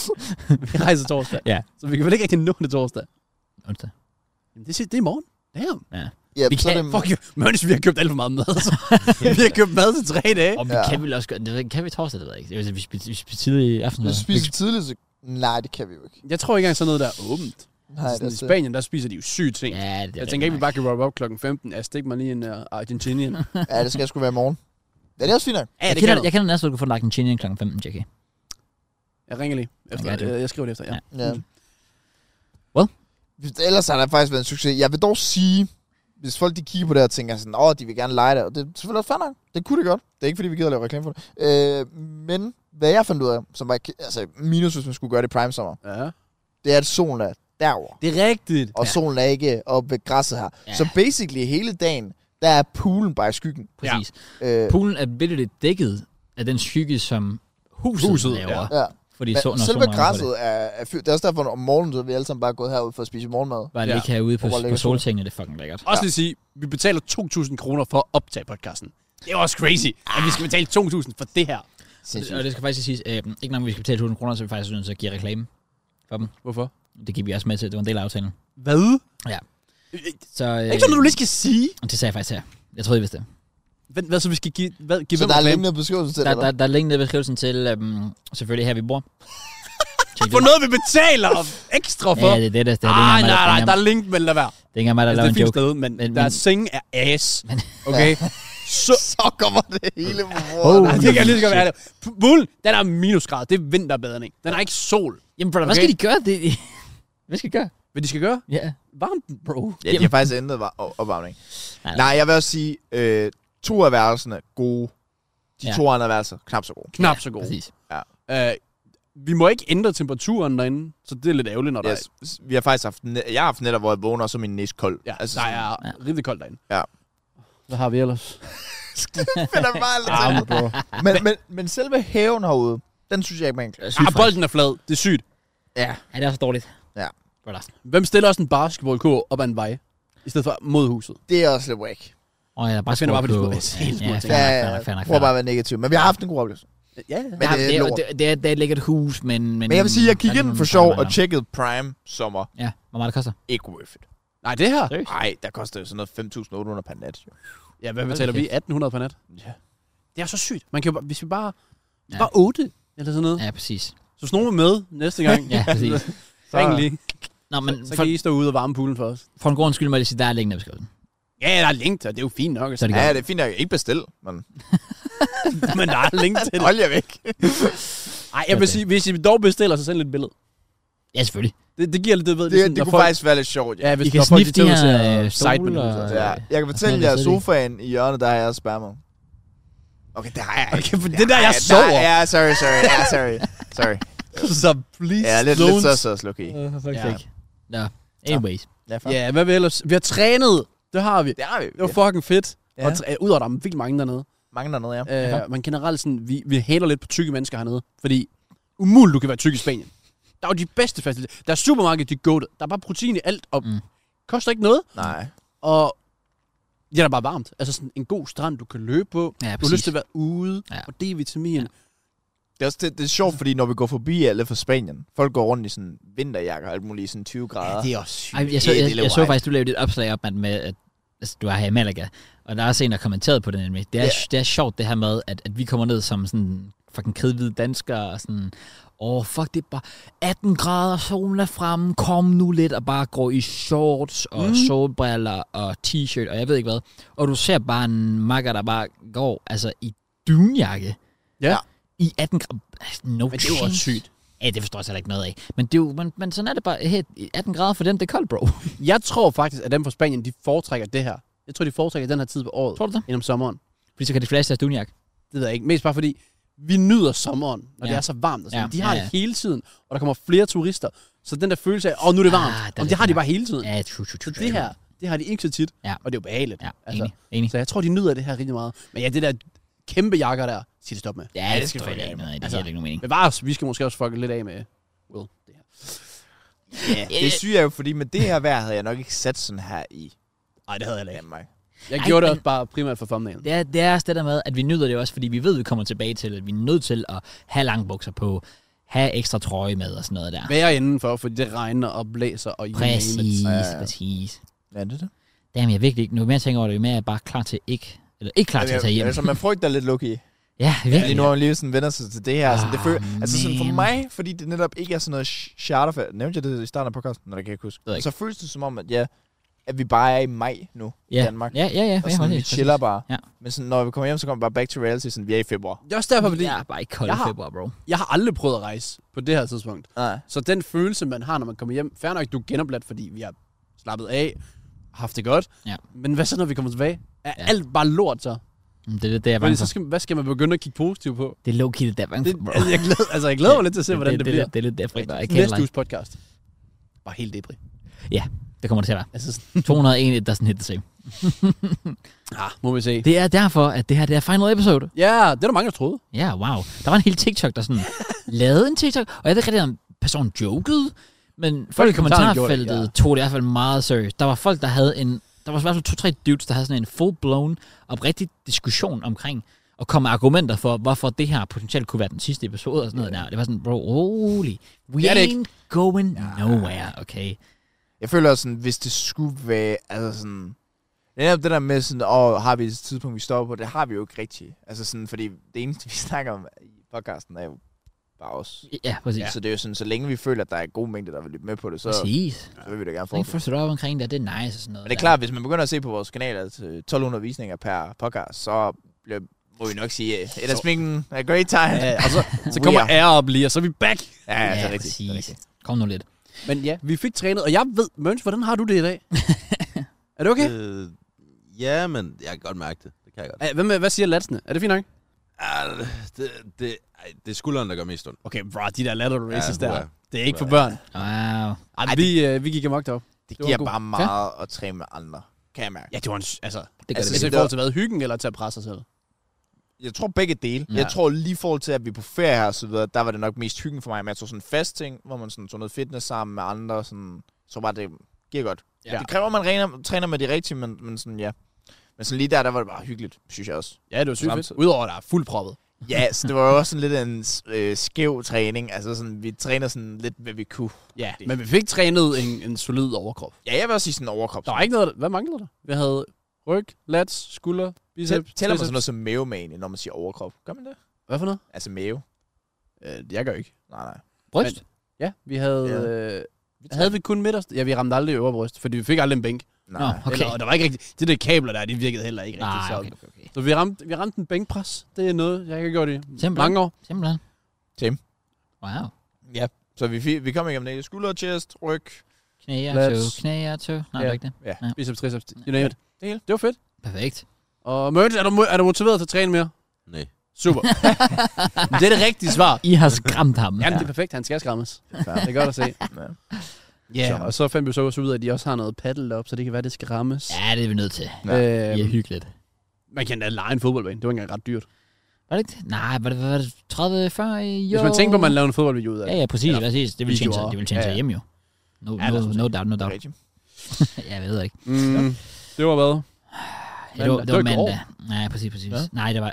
Speaker 3: Vi rejser torsdag.
Speaker 1: Ja.
Speaker 3: Så vi kan vel ikke rigtig nå det torsdag.
Speaker 1: Onsdag.
Speaker 3: Jamen, det, er- det er i morgen. Damn.
Speaker 2: ja,
Speaker 1: Vi
Speaker 2: så er
Speaker 1: kan-
Speaker 2: det,
Speaker 3: Fuck you. Mønnes, vi har købt alt for meget mad. Altså. vi har købt mad til tre dage.
Speaker 1: Og vi ja.
Speaker 2: Ja.
Speaker 1: kan vel også gøre... det ved jeg ikke, Kan vi torsdag, det ved jeg ikke. Det vil sige, vi spiser, vi spiser tidlig i aften.
Speaker 2: Vi
Speaker 1: eller?
Speaker 2: spiser tidligt, så... Nej, det kan vi jo ikke.
Speaker 3: Jeg tror ikke engang sådan noget, der er åbent.
Speaker 2: Nej,
Speaker 3: Sådan
Speaker 2: det
Speaker 3: I
Speaker 2: er det.
Speaker 3: Spanien, der spiser de jo sygt ting.
Speaker 1: Ja, det er
Speaker 3: jeg
Speaker 1: rigtig
Speaker 3: tænker ikke, vi
Speaker 1: nok.
Speaker 3: bare kan wrap op klokken 15. Jeg stikker mig lige en uh, Argentinian. Ja,
Speaker 2: Ja, det skal sgu være i morgen. Ja, det er også fint nok.
Speaker 1: jeg, kender, jeg kender den næste, du kan få en Argentinien kl. 15, Jackie.
Speaker 3: Jeg ringer lige. Efter,
Speaker 1: Ja, det er
Speaker 3: jeg, jeg skriver det efter, ja.
Speaker 1: Ja.
Speaker 2: Ja.
Speaker 1: Well.
Speaker 2: Mm. Ellers har der faktisk været en succes. Jeg vil dog sige, hvis folk de kigger på det og tænker sådan, åh, de vil gerne lege det, og det er selvfølgelig også fair nok. Det kunne det godt. Det er ikke, fordi vi gider at lave reklame for det. Øh, men hvad jeg fandt ud af, som var altså, minus, hvis man skulle gøre det i prime sommer,
Speaker 3: ja.
Speaker 2: det er, at solen er derovre.
Speaker 3: Det er rigtigt.
Speaker 2: Og
Speaker 1: Ja.
Speaker 2: ja. solen er ikke oppe ved græsset her.
Speaker 1: Ja.
Speaker 2: Ja. Så basically hele dagen, der er poolen bare i skyggen.
Speaker 1: Præcis.
Speaker 2: Øh,
Speaker 1: Poolen er vildt dækket af den skygge, som huset,
Speaker 3: Huset,
Speaker 1: huset laver. Ja.
Speaker 2: ja.
Speaker 1: Fordi
Speaker 2: Men
Speaker 1: så, når
Speaker 2: selve
Speaker 1: solen rammer på
Speaker 2: græsset er, er fyr. Det er også derfor, at om morgenen, så er vi alle sammen bare gået herud for at spise morgenmad.
Speaker 1: det. Bare
Speaker 3: Ja.
Speaker 1: ligge herude på,
Speaker 2: Hvor ligger
Speaker 1: på
Speaker 2: solen?
Speaker 1: soltingene, det er fucking lækkert.
Speaker 3: Også lige sige, vi betaler 2.000 kroner for at optage podcasten. Det er også crazy, at vi skal
Speaker 1: Ah.
Speaker 3: betale 2.000 for det her.
Speaker 1: Og det skal faktisk siges, øh, ikke nok, at vi skal betale 1000 kroner, så er vi faktisk nødt til at give reklame for dem.
Speaker 3: Hvorfor?
Speaker 1: Det gik vi også med til, det var en del af aftalen.
Speaker 3: Hvad?
Speaker 1: Ja.
Speaker 3: Øh, øh,
Speaker 1: Så, øh,
Speaker 3: Ikke sådan, at du lige skal sige.
Speaker 1: Det sagde jeg faktisk her. Jeg troede, I vidste det.
Speaker 3: Vent, hvad så vi skal give? Hvad, give
Speaker 2: Så
Speaker 3: hvem
Speaker 2: der er
Speaker 3: reklame?
Speaker 2: lignende beskrivelse til
Speaker 1: Der,
Speaker 2: det,
Speaker 1: der, der er link nede i beskrivelsen til, øhm, selvfølgelig her, vi bor. Tjek
Speaker 3: For
Speaker 1: det.
Speaker 3: noget, vi betaler ekstra for.
Speaker 1: Ja, det er det, der, det, er, det er
Speaker 3: Ej,
Speaker 1: ikke engang mig, der-
Speaker 3: Ah, nej, nej,
Speaker 1: det
Speaker 3: der
Speaker 1: er
Speaker 3: er link, men lad være.
Speaker 1: ikke engang- det er ikke engang mig, der laver
Speaker 3: Altså, det er
Speaker 1: en
Speaker 3: fint
Speaker 1: joke.
Speaker 3: sted, men,
Speaker 1: Men-
Speaker 3: men deres
Speaker 1: men-
Speaker 3: seng er ass.
Speaker 1: Men-
Speaker 3: Okay? Så,
Speaker 2: så kommer det hele på
Speaker 1: Holy
Speaker 2: bordet.
Speaker 3: det kan jeg lige så godt være det. Bullen, den er minusgrad. Det er vinterbadning. Den har ikke sol.
Speaker 1: Jamen, brother, hvad
Speaker 3: Okay.
Speaker 1: skal de gøre? Det, hvad skal de gøre?
Speaker 3: Hvad de skal gøre?
Speaker 1: Ja.
Speaker 3: Varmt, bro.
Speaker 2: Ja, de har faktisk ændret var- op- opvarmning.
Speaker 1: Nej,
Speaker 2: Nej,
Speaker 1: nej.
Speaker 2: nej. jeg vil også sige, øh, to af værelserne gode. De
Speaker 1: Ja.
Speaker 2: ja. to andre værelser, knap så gode.
Speaker 3: Knap så god.
Speaker 1: Præcis.
Speaker 3: Øh, vi må ikke ændre temperaturen derinde, så det er lidt ærgerligt, når der er
Speaker 2: Yes. Vi har faktisk haft, ne- jeg har haft netop, hvor jeg vågner, og så er min næse kold.
Speaker 3: Ja, altså, der
Speaker 2: sådan-
Speaker 3: er ja.
Speaker 1: Ja.
Speaker 3: rigtig koldt derinde. Ah,
Speaker 2: Ja.
Speaker 3: Hvad har vi ellers?
Speaker 2: Finder bare lidt til.
Speaker 3: bro.
Speaker 2: men, men, men selve haven herude, den synes jeg ikke, man kan.
Speaker 3: Ah, bolden er flad. Det er sygt.
Speaker 2: Ja.
Speaker 1: Ja, det er så dårligt.
Speaker 2: Ja.
Speaker 1: Brother.
Speaker 3: Hvem stiller også en basketballkur op ad en vej, i stedet for mod huset?
Speaker 2: Det er også lidt whack.
Speaker 1: Åh, oh, jeg er bare
Speaker 3: finder bare på de små-
Speaker 1: Ja,
Speaker 3: helt små
Speaker 1: ja,
Speaker 3: ting.
Speaker 1: fair nok,
Speaker 2: Ja,
Speaker 1: fair nok, fair nok,
Speaker 2: prøv
Speaker 1: fair
Speaker 2: bare
Speaker 1: nok.
Speaker 2: at være negativ. Men vi har haft en god oplevelse.
Speaker 3: Ja, ja.
Speaker 2: Men
Speaker 1: Ja,
Speaker 2: det er
Speaker 1: det, er,
Speaker 2: lort.
Speaker 1: det, det, er, det er et lækkert hus, men... Men,
Speaker 2: Men jeg vil sige, jeg gik
Speaker 1: der er
Speaker 2: ind
Speaker 1: nogle
Speaker 2: for sjov
Speaker 1: fejl,
Speaker 2: og
Speaker 1: der.
Speaker 2: tjekkede Prime sommer.
Speaker 1: Ja, hvor meget det koster?
Speaker 2: Ikke worth it.
Speaker 3: Nej, det her.
Speaker 1: Seriøst?
Speaker 2: Nej, der koster jo sådan noget 5.800 per nat. jo.
Speaker 3: Ja, hvad betaler vi? 1800 per nat?
Speaker 2: Ja.
Speaker 3: Det er så sygt. Man kan jo bare, hvis vi bare,
Speaker 1: Ja.
Speaker 3: ja. bare 8 eller sådan noget, ja.
Speaker 1: Ja, præcis.
Speaker 3: så hvis nogen er med næste gang.
Speaker 1: Ja, præcis.
Speaker 3: så, ring lige.
Speaker 1: Nå, men
Speaker 3: Så, så
Speaker 1: for,
Speaker 3: kan I stå ude og varme poolen for os.
Speaker 1: for en god undskyld må jeg lige sige, der er længe i beskrivelsen.
Speaker 3: Ja, der er link til, det er jo fint nok.
Speaker 1: Så er det
Speaker 2: Ja,
Speaker 1: godt.
Speaker 2: det er fint, at jeg ikke bestil, men
Speaker 3: Men der er link til det.
Speaker 2: hold jer væk.
Speaker 3: Ej, jeg vil sige, hvis I dog bestiller, så send lidt billede.
Speaker 1: Ja, selvfølgelig.
Speaker 3: Det, det giver lidt det ved.
Speaker 2: Det,
Speaker 3: sådan,
Speaker 2: det
Speaker 3: når
Speaker 2: kunne
Speaker 3: folk-
Speaker 2: faktisk være lidt sjovt, ja.
Speaker 3: Ja, hvis
Speaker 1: I kan
Speaker 3: når folk,
Speaker 1: sniffe de
Speaker 3: tager ud til
Speaker 1: her,
Speaker 3: at
Speaker 1: øh,
Speaker 3: site med
Speaker 1: stole
Speaker 3: det, så-
Speaker 1: og-
Speaker 2: ja. Jeg kan
Speaker 1: sådan
Speaker 2: fortælle
Speaker 1: noget,
Speaker 2: jer,
Speaker 1: det er det
Speaker 2: sofaen i hjørnet, der har jeg sperma. Okay, det har jeg ikke.
Speaker 3: Okay, for det der, jeg
Speaker 2: Ej,
Speaker 3: sover.
Speaker 2: Der, ja, sorry, sorry, ja, sorry. sorry.
Speaker 3: Så please,
Speaker 2: Ja, lidt, lidt
Speaker 3: don't.
Speaker 2: så så okay.
Speaker 1: Ja. Nå, anyways.
Speaker 2: Ja, fuck.
Speaker 3: Ja, hvad vi ellers? Vi har trænet. Det har vi.
Speaker 2: Det har vi.
Speaker 3: Det var fucking fedt.
Speaker 2: Ja.
Speaker 3: Ja. Og træ- udover, der er vildt mange dernede.
Speaker 2: Mange dernede, ja.
Speaker 3: Ja. Øh, man generelt sådan, vi, vi haler lidt på tykke mennesker hernede. Fordi umuligt, du kan være tyk i Spanien. Der er jo de bedste faciliteter. Der er supermarked, de er goated. Der er bare protein i alt, og
Speaker 1: Mm.
Speaker 3: mm. koster ikke noget.
Speaker 2: Nej.
Speaker 3: Og ja, der er bare varmt. Altså sådan en god strand, du kan løbe på.
Speaker 1: Ja,
Speaker 3: du har lyst
Speaker 1: præcis.
Speaker 3: til at være ude,
Speaker 1: Ja.
Speaker 3: ja. og D-vitamin. Ja.
Speaker 2: Det er, også, det, det er sjovt, fordi når vi går forbi alle fra Spanien, folk går rundt i sådan vinterjakker og alt muligt i sådan 20 grader.
Speaker 3: det er også sygt.
Speaker 1: Ej, jeg, så,
Speaker 2: Det er
Speaker 1: jeg,
Speaker 2: lidt
Speaker 1: jeg, så
Speaker 2: wild.
Speaker 1: faktisk, du lavede et opslag op med, at altså, du er her i Malaga, og der er også en, der har kommenteret på det nemlig. Det er,
Speaker 2: Ja.
Speaker 1: yeah. det er sjovt det her med, at, at vi kommer ned som sådan fucking kedhvide danskere, og sådan, åh, oh, fuck, det er bare 18 grader, solen er fremme, kom nu lidt, og bare gå i shorts, og mm. solbriller, og t-shirt, og jeg ved ikke hvad. Og du ser bare en makker, der bare går, altså, i dunjakke,
Speaker 3: Ja.
Speaker 1: i 18 grader, altså, no
Speaker 3: Men det er jo også
Speaker 1: chance.
Speaker 3: sygt.
Speaker 1: Ja, det forstår jeg heller ikke noget af. Men, det er jo, men, men sådan er det bare. Hey, 18 grader for dem, det er koldt, bro.
Speaker 3: Jeg tror faktisk, at dem fra Spanien, de foretrækker det her. Jeg tror, de foretrækker den her tid på året.
Speaker 1: Tror du det?
Speaker 3: End om sommeren.
Speaker 1: Fordi så kan de flashe deres dunjak.
Speaker 3: Det ved jeg ikke. Mest bare fordi, vi nyder sommeren, når ja. det
Speaker 1: Ja.
Speaker 3: er så varmt. Og sådan.
Speaker 1: Ja,
Speaker 3: De har
Speaker 1: ja,
Speaker 3: det
Speaker 1: ja.
Speaker 3: hele tiden, og der kommer flere turister. Så den der følelse af, åh, oh, nu er det
Speaker 1: Ah,
Speaker 3: varmt.
Speaker 1: der er
Speaker 3: Ah, det,
Speaker 1: lidt
Speaker 3: det har de
Speaker 1: mere.
Speaker 3: bare hele tiden. Ja.
Speaker 1: Ja, true, true,
Speaker 3: Så
Speaker 1: true, true.
Speaker 3: det her, Altså- det har de ikke så tit.
Speaker 1: Ja.
Speaker 3: Og det er jo behageligt.
Speaker 1: Ja, enig, enig.
Speaker 3: Så jeg tror, de nyder det her rigtig meget. Men ja, det der kæmpe jakker der, sig det stop med.
Speaker 1: Ja, det skal jeg ikke noget af. Det
Speaker 3: Altså,
Speaker 1: giver ikke nogen mening.
Speaker 3: Bevar os, vi skal måske også fucke lidt af med Will. Det her.
Speaker 1: Øh,
Speaker 2: Det syge er jo, fordi med det her vejr havde jeg nok ikke sat sådan her i
Speaker 3: Ej, det havde jeg heller ikke.
Speaker 2: Danmark.
Speaker 3: Jeg
Speaker 1: Ej,
Speaker 3: gjorde
Speaker 1: men-
Speaker 3: det også bare primært for thumbnailen.
Speaker 1: Det er, det er også det der med, at vi nyder det også, fordi vi ved, at vi kommer tilbage til, at vi er nødt til at have lange bukser på, have ekstra trøje med og sådan noget der.
Speaker 3: Være indenfor, fordi det regner og blæser og you name it.
Speaker 1: Præcis,
Speaker 2: Ja, ja.
Speaker 1: præcis.
Speaker 2: Ja, det er det.
Speaker 1: Damn, jeg er virkelig ikke. Nu mere jeg tænker over det, jo mere jeg er bare klar til ikke, eller ikke klar til at tage hjem.
Speaker 2: Altså, man frygter lidt Loki.
Speaker 1: Ja,
Speaker 2: Lige
Speaker 1: virkelig.
Speaker 2: nu har man lige sådan vender sig til det her. sådan, det
Speaker 1: Ah,
Speaker 2: føler, altså sådan for
Speaker 1: man.
Speaker 2: mig, fordi det netop ikke er sådan noget sh- charterferie. Nævnte jeg det i starten af podcasten? Nej, det kan jeg ikke huske.
Speaker 1: ved jeg
Speaker 2: Så føles det som om, at, ja, at vi bare er i maj nu i
Speaker 1: Ja,
Speaker 2: Danmark.
Speaker 1: ja, ja. ja,
Speaker 2: Og
Speaker 1: ja,
Speaker 2: sådan, vi
Speaker 1: præcis.
Speaker 2: chiller bare.
Speaker 1: Ja.
Speaker 2: Men sådan, når vi kommer hjem, så kommer vi bare back to reality, sådan, vi er i februar.
Speaker 3: Det er også derfor, fordi
Speaker 1: Jeg er bare ikke kold
Speaker 3: Jeg
Speaker 1: i
Speaker 3: har-
Speaker 1: februar, bro.
Speaker 3: jeg har aldrig prøvet at rejse på det her tidspunkt.
Speaker 2: Nej.
Speaker 3: Så den følelse, man har, når man kommer hjem, fair nok, du er genopladt, fordi vi har slappet af, haft det godt.
Speaker 1: Ja.
Speaker 3: Men hvad så, når vi kommer tilbage? Er
Speaker 1: Ja.
Speaker 3: ja. alt bare lort så?
Speaker 1: Mm, Det er det, det er jeg
Speaker 3: Fordi
Speaker 1: bange
Speaker 3: så
Speaker 1: for.
Speaker 3: skal, hvad skal man begynde at kigge positivt på?
Speaker 1: Det er low-key, det er jeg bange
Speaker 3: Det,
Speaker 1: for, bro.
Speaker 3: altså, jeg glæder, altså, jeg glæder mig lidt til at se, hvordan det, det, bliver.
Speaker 1: Det, det er lidt derfor, jeg
Speaker 3: Næste
Speaker 1: kan
Speaker 3: uges podcast. Bare helt debri.
Speaker 1: Det kommer det til at være.
Speaker 3: Altså, sådan,
Speaker 1: 201, der er sådan hit the same.
Speaker 3: ah, må vi se.
Speaker 1: Det er derfor, at det her det er final episode.
Speaker 3: Ja, det er der mange, der troede.
Speaker 1: Ja, yeah, wow. Der var en hel TikTok, der sådan lavede en TikTok, og jeg ved ikke rigtig, om personen jokede, men folk i
Speaker 3: kommentarerne gjorde det,
Speaker 1: kommentarfeltet
Speaker 3: ja.
Speaker 1: ja. tog det i hvert fald meget seriøst. Der var folk, der havde en... Der var i hvert fald to-tre dudes, der havde sådan en full-blown, oprigtig diskussion omkring og komme med argumenter for, hvorfor det her potentielt kunne være den sidste episode og sådan noget der. Det var sådan, bro, rolig. We
Speaker 3: Det er det
Speaker 1: ain't
Speaker 3: ikke.
Speaker 1: going nowhere, okay?
Speaker 2: Jeg føler også sådan, hvis det skulle være, altså sådan... Netop det der med sådan, åh, har vi et tidspunkt, vi stopper på, det har vi jo ikke rigtigt. Altså sådan, fordi det eneste, vi snakker om i podcasten, er jo bare os.
Speaker 1: Ja, præcis.
Speaker 2: Ja. Så det er jo sådan, så længe vi føler, at der er god mængde, der vil lytte med på det, så, så
Speaker 1: Præcis.
Speaker 2: vil vi da gerne
Speaker 1: Så
Speaker 2: få
Speaker 1: kan
Speaker 2: det.
Speaker 1: folk støtte op omkring det, og det er nice og sådan noget.
Speaker 2: Men det er
Speaker 1: der.
Speaker 2: klart, hvis man begynder at se på vores kanaler til 1200 visninger per podcast, så bliver, må vi nok sige, øh, et af sminken a great time.
Speaker 3: Ja, og så, så
Speaker 2: We
Speaker 3: kommer
Speaker 2: are-
Speaker 3: ære op lige, og så er vi back.
Speaker 2: ja, ja, det er rigtigt. Det er
Speaker 1: præcis.
Speaker 2: rigtigt.
Speaker 1: Kom nu lidt.
Speaker 3: Men ja, vi fik trænet, og jeg ved, Møns, hvordan har du det i dag? er det okay?
Speaker 4: Øh, ja, men jeg kan godt mærke det. Det kan jeg godt.
Speaker 3: Æ, Hvad, med, hvad siger latsene? Er det fint nok?
Speaker 4: Ah, det, det, ej, det er skulderen, der gør mest ondt.
Speaker 3: Okay, bro, de der latter races
Speaker 4: Ja,
Speaker 3: ja, der.
Speaker 4: uha.
Speaker 3: Det er ikke for
Speaker 4: Uha.
Speaker 3: børn.
Speaker 1: Wow.
Speaker 3: Ej, vi, øh, vi gik amok derop.
Speaker 2: Det
Speaker 3: var
Speaker 2: giver
Speaker 3: god.
Speaker 2: bare meget at træne med andre, kan jeg mærke.
Speaker 3: Ja, det var en... s- Altså,
Speaker 1: Det gør
Speaker 2: Altså,
Speaker 1: altså,
Speaker 3: hvis
Speaker 1: det.
Speaker 2: det
Speaker 3: i forhold til hvad? Hyggen eller til at presse sig selv?
Speaker 2: Jeg tror begge dele.
Speaker 1: Ja.
Speaker 2: Jeg tror lige i forhold til, at vi er på ferie her og så videre, der var det nok mest hyggen for mig. Men jeg tror sådan fast ting, hvor man sådan tog noget fitness sammen med andre. Sådan, så bare det giver godt.
Speaker 3: Ja.
Speaker 2: Ja. Det kræver, at man rener, træner med de rigtige, men, men sådan ja. Men sådan lige der, der var det bare hyggeligt, synes jeg også.
Speaker 3: Ja, det var sygt fedt.
Speaker 2: Samtidig.
Speaker 3: Udover, at der er fuldt proppet.
Speaker 2: Ja, så det var jo også sådan lidt en øh, skæv træning. Altså sådan, vi træner sådan lidt, hvad vi kunne.
Speaker 3: Ja, men vi fik trænet en, en solid overkrop.
Speaker 2: Ja, jeg vil også sige sådan en overkrop.
Speaker 3: Der var ikke noget... Hvad manglede der? Vi havde ryg, lats, skulder, biceps,
Speaker 2: Tæ- Tæller man
Speaker 3: triceps.
Speaker 2: sådan noget som mavemane, når man siger overkrop? Gør man det?
Speaker 3: Hvad for noget?
Speaker 2: Altså mave?
Speaker 3: Øh, jeg gør ikke.
Speaker 2: Nej, nej.
Speaker 1: Bryst?
Speaker 3: Ja, vi havde...
Speaker 2: Ja.
Speaker 3: Øh, havde vi kun midterst? Ja, vi ramte aldrig øvre bryst, fordi vi fik aldrig en bænk.
Speaker 2: Nej.
Speaker 1: Nå,
Speaker 2: Nå.
Speaker 1: okay.
Speaker 3: Eller, og der var ikke rigtig, de der kabler der, de virkede heller ikke rigtig.
Speaker 1: Nej,
Speaker 3: så-
Speaker 1: Ah, okay, okay, okay.
Speaker 3: Så vi ramte, vi ramte en bænkpres. Det er noget, jeg ikke har gjort i
Speaker 1: Simpelthen.
Speaker 3: mange år.
Speaker 1: Simpelthen.
Speaker 2: Tim.
Speaker 1: Wow.
Speaker 2: Ja. Så vi, fi- vi kom igennem det. Skulder, chest, ryg.
Speaker 1: Knæ og
Speaker 3: Lats.
Speaker 1: tøv, knæ og tøv. Nej, det
Speaker 3: Ja.
Speaker 1: er ikke det.
Speaker 3: Biceps, triceps, you name it. Det, hele. det var fedt.
Speaker 1: Perfekt.
Speaker 3: Og Mørens, er du, mo- er du motiveret til at træne mere?
Speaker 4: Nej.
Speaker 3: Super. Men det er det rigtige svar.
Speaker 1: I har skræmt ham.
Speaker 3: Jamen, det er perfekt. Han skal skræmmes. Det
Speaker 2: Ja.
Speaker 3: er godt at se.
Speaker 2: Ja.
Speaker 3: Ja,
Speaker 2: Så-
Speaker 3: og så fandt vi så også ud af, at de også har noget paddle op, så det kan være, det skal rammes.
Speaker 1: Ja, det er vi nødt til.
Speaker 3: Ja.
Speaker 1: Det er
Speaker 3: Øhm,
Speaker 1: hyggeligt.
Speaker 3: man kan da lege en fodboldbane. Det var ikke engang ret dyrt.
Speaker 1: Var det ikke det? Nej, var det, var det 30, 40 jo.
Speaker 3: Hvis man tænker på, at man laver en fodboldvideo ud af
Speaker 1: Ja,
Speaker 3: det.
Speaker 1: ja, præcis,
Speaker 3: Eller
Speaker 1: præcis. Det vil tjene sig,
Speaker 3: videoer.
Speaker 1: det vil tjene sig
Speaker 3: Ja, ja.
Speaker 1: hjem jo. No,
Speaker 3: Ja,
Speaker 1: no,
Speaker 3: det er sådan
Speaker 1: no doubt, no doubt.
Speaker 2: Rigtig.
Speaker 1: ja, jeg ved ikke.
Speaker 3: Mm, det var hvad?
Speaker 1: Ja, det, var,
Speaker 3: Mandag.
Speaker 1: det var
Speaker 3: Det var i går.
Speaker 1: mandag. Nej, præcis, præcis.
Speaker 2: Ja.
Speaker 1: Nej, det var...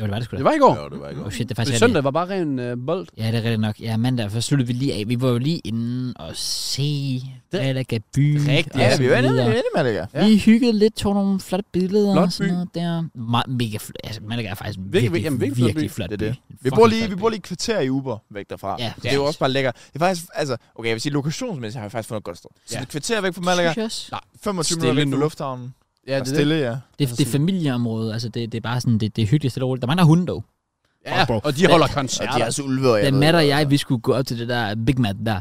Speaker 1: Jo, det var det sgu da.
Speaker 3: Det var i går.
Speaker 4: Ja, det var ikke
Speaker 1: Oh
Speaker 4: godt.
Speaker 1: shit, det er
Speaker 3: Det
Speaker 1: faktisk
Speaker 3: søndag var bare ren øh, bold.
Speaker 1: rigtigt. Ja, det er rigtigt nok. Ja, mandag, for sluttede vi lige af. Vi var jo lige inde og se Malaga by.
Speaker 3: Rigtigt.
Speaker 1: og
Speaker 2: Ja,
Speaker 1: så
Speaker 2: vi er jo endelig
Speaker 1: videre.
Speaker 2: endelig med det, ja.
Speaker 1: Vi hyggede lidt, tog nogle flotte billeder
Speaker 3: Flot
Speaker 1: og sådan
Speaker 3: by.
Speaker 1: noget der. Me- mega flot. Altså, Malaga er faktisk en virkelig,
Speaker 3: Virkelig-
Speaker 1: virkelig,
Speaker 3: jamen,
Speaker 1: virkelig,
Speaker 3: virkelig flot
Speaker 1: virkelig
Speaker 3: by.
Speaker 1: flot
Speaker 2: Det er
Speaker 1: by.
Speaker 2: det.
Speaker 1: En
Speaker 2: Vi
Speaker 1: fucking
Speaker 2: bor, lige,
Speaker 1: flot
Speaker 2: vi
Speaker 1: by.
Speaker 2: bor lige et kvarter i Uber væk derfra.
Speaker 1: Ja,
Speaker 2: Så det er jo også bare lækkert. Det er faktisk, altså, okay, jeg vil sige, lokationsmæssigt har vi faktisk fundet et godt sted. Så
Speaker 3: Ja.
Speaker 2: et kvarter væk fra
Speaker 1: Malaga.
Speaker 2: Malaga, 25 minutter
Speaker 3: Stille
Speaker 2: væk fra
Speaker 3: nu.
Speaker 2: lufthavnen.
Speaker 3: Ja,
Speaker 2: Ja,
Speaker 3: det
Speaker 2: det
Speaker 3: er
Speaker 2: stille, ja.
Speaker 1: Det, det er familieområde, altså det, det er bare sådan, det, det er hyggeligt stille og roligt. Der mangler hunde dog.
Speaker 3: det. Ja, og de holder
Speaker 2: Og
Speaker 3: koncerter.
Speaker 2: de er også ulve, og jeg
Speaker 1: Da
Speaker 2: ved altså.
Speaker 1: Matt og
Speaker 2: ikke
Speaker 1: jeg, vi skulle gå op til det der Big Mac der.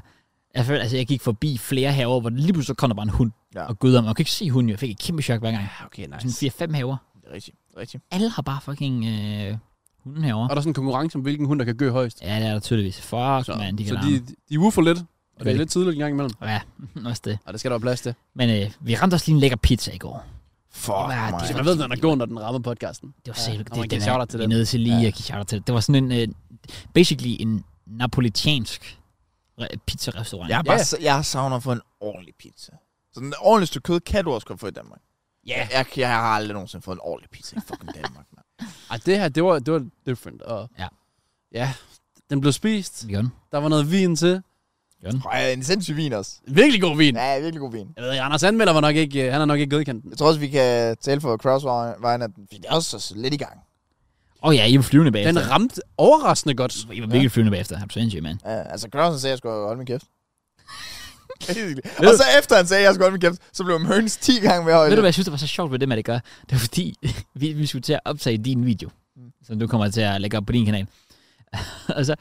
Speaker 1: Jeg følte, altså jeg gik forbi flere haver, hvor lige pludselig så kom der bare en hund.
Speaker 2: Ja.
Speaker 1: Og gud om, jeg kunne ikke se hunden, jeg fik et kæmpe chok hver gang.
Speaker 3: Ja, okay, nice.
Speaker 1: Sådan 4-5 haver.
Speaker 2: hvad. Det er rigtigt, det er rigtigt.
Speaker 1: Alle har bare fucking øh, hunden herovre.
Speaker 3: Og der er sådan en konkurrence om, hvilken hund, der kan gø højst.
Speaker 1: Ja, det er der tydeligvis. Fuck,
Speaker 3: Så,
Speaker 1: mand, de kan
Speaker 3: så
Speaker 1: larme.
Speaker 3: de, de woofer lidt, og det er
Speaker 1: Rigtig.
Speaker 3: lidt tidligt en gang imellem.
Speaker 1: Ja, også det.
Speaker 3: Og det skal der være plads til.
Speaker 1: Men øh, vi ramte også lige en lækker pizza i går.
Speaker 2: Fuck,
Speaker 1: Ja,
Speaker 2: man.
Speaker 1: det
Speaker 3: Så
Speaker 1: er
Speaker 3: man ved, når den er god, når den rammer podcasten.
Speaker 1: Det var
Speaker 3: Ja,
Speaker 1: selv,
Speaker 3: og
Speaker 1: det,
Speaker 3: man giver
Speaker 1: den
Speaker 3: shout-out
Speaker 1: er,
Speaker 3: til
Speaker 1: vi er
Speaker 3: den.
Speaker 1: nødt til lige
Speaker 3: Ja.
Speaker 1: ja. at give shout til det. Det var sådan en, øh, basically en napolitansk re- pizzarestaurant.
Speaker 2: Jeg, har bare, yeah. jeg savner for en ordentlig pizza. Sådan en ordentlig stykke kød kan du også godt få i Danmark.
Speaker 3: Ja.
Speaker 2: Jeg, jeg, jeg har aldrig nogensinde fået en ordentlig pizza i fucking Danmark, mand.
Speaker 3: Ej, det her, det var, det var different. Og
Speaker 1: Ja.
Speaker 3: ja, den blev spist.
Speaker 1: Bjørn.
Speaker 3: Der var noget vin til.
Speaker 2: Ej, en sindssyg vin også.
Speaker 3: Virkelig god vin.
Speaker 2: Ja, virkelig god vin.
Speaker 3: Jeg ved ikke, Anders Anmelder var nok ikke, øh, han har nok ikke godkendt den.
Speaker 2: Jeg tror også, vi kan tale for Crossvejen, at den- det er også så lidt i gang.
Speaker 1: Åh oh, ja, I var flyvende bagefter.
Speaker 3: Den ramte overraskende godt.
Speaker 1: I var virkelig flyvende bagefter. Er du sindssyg, mand?
Speaker 2: Ja, altså Knudsen sagde, at jeg skulle holde min kæft. og så efter han sagde, at jeg skulle holde min kæft, så blev Mørns 10 gange mere højt.
Speaker 1: Ved du, hvad jeg synes, det var så sjovt ved det, man det gør? Det var fordi, vi, vi skulle til at optage din video,
Speaker 3: Mm.
Speaker 1: som du kommer til at lægge op på din kanal. og så,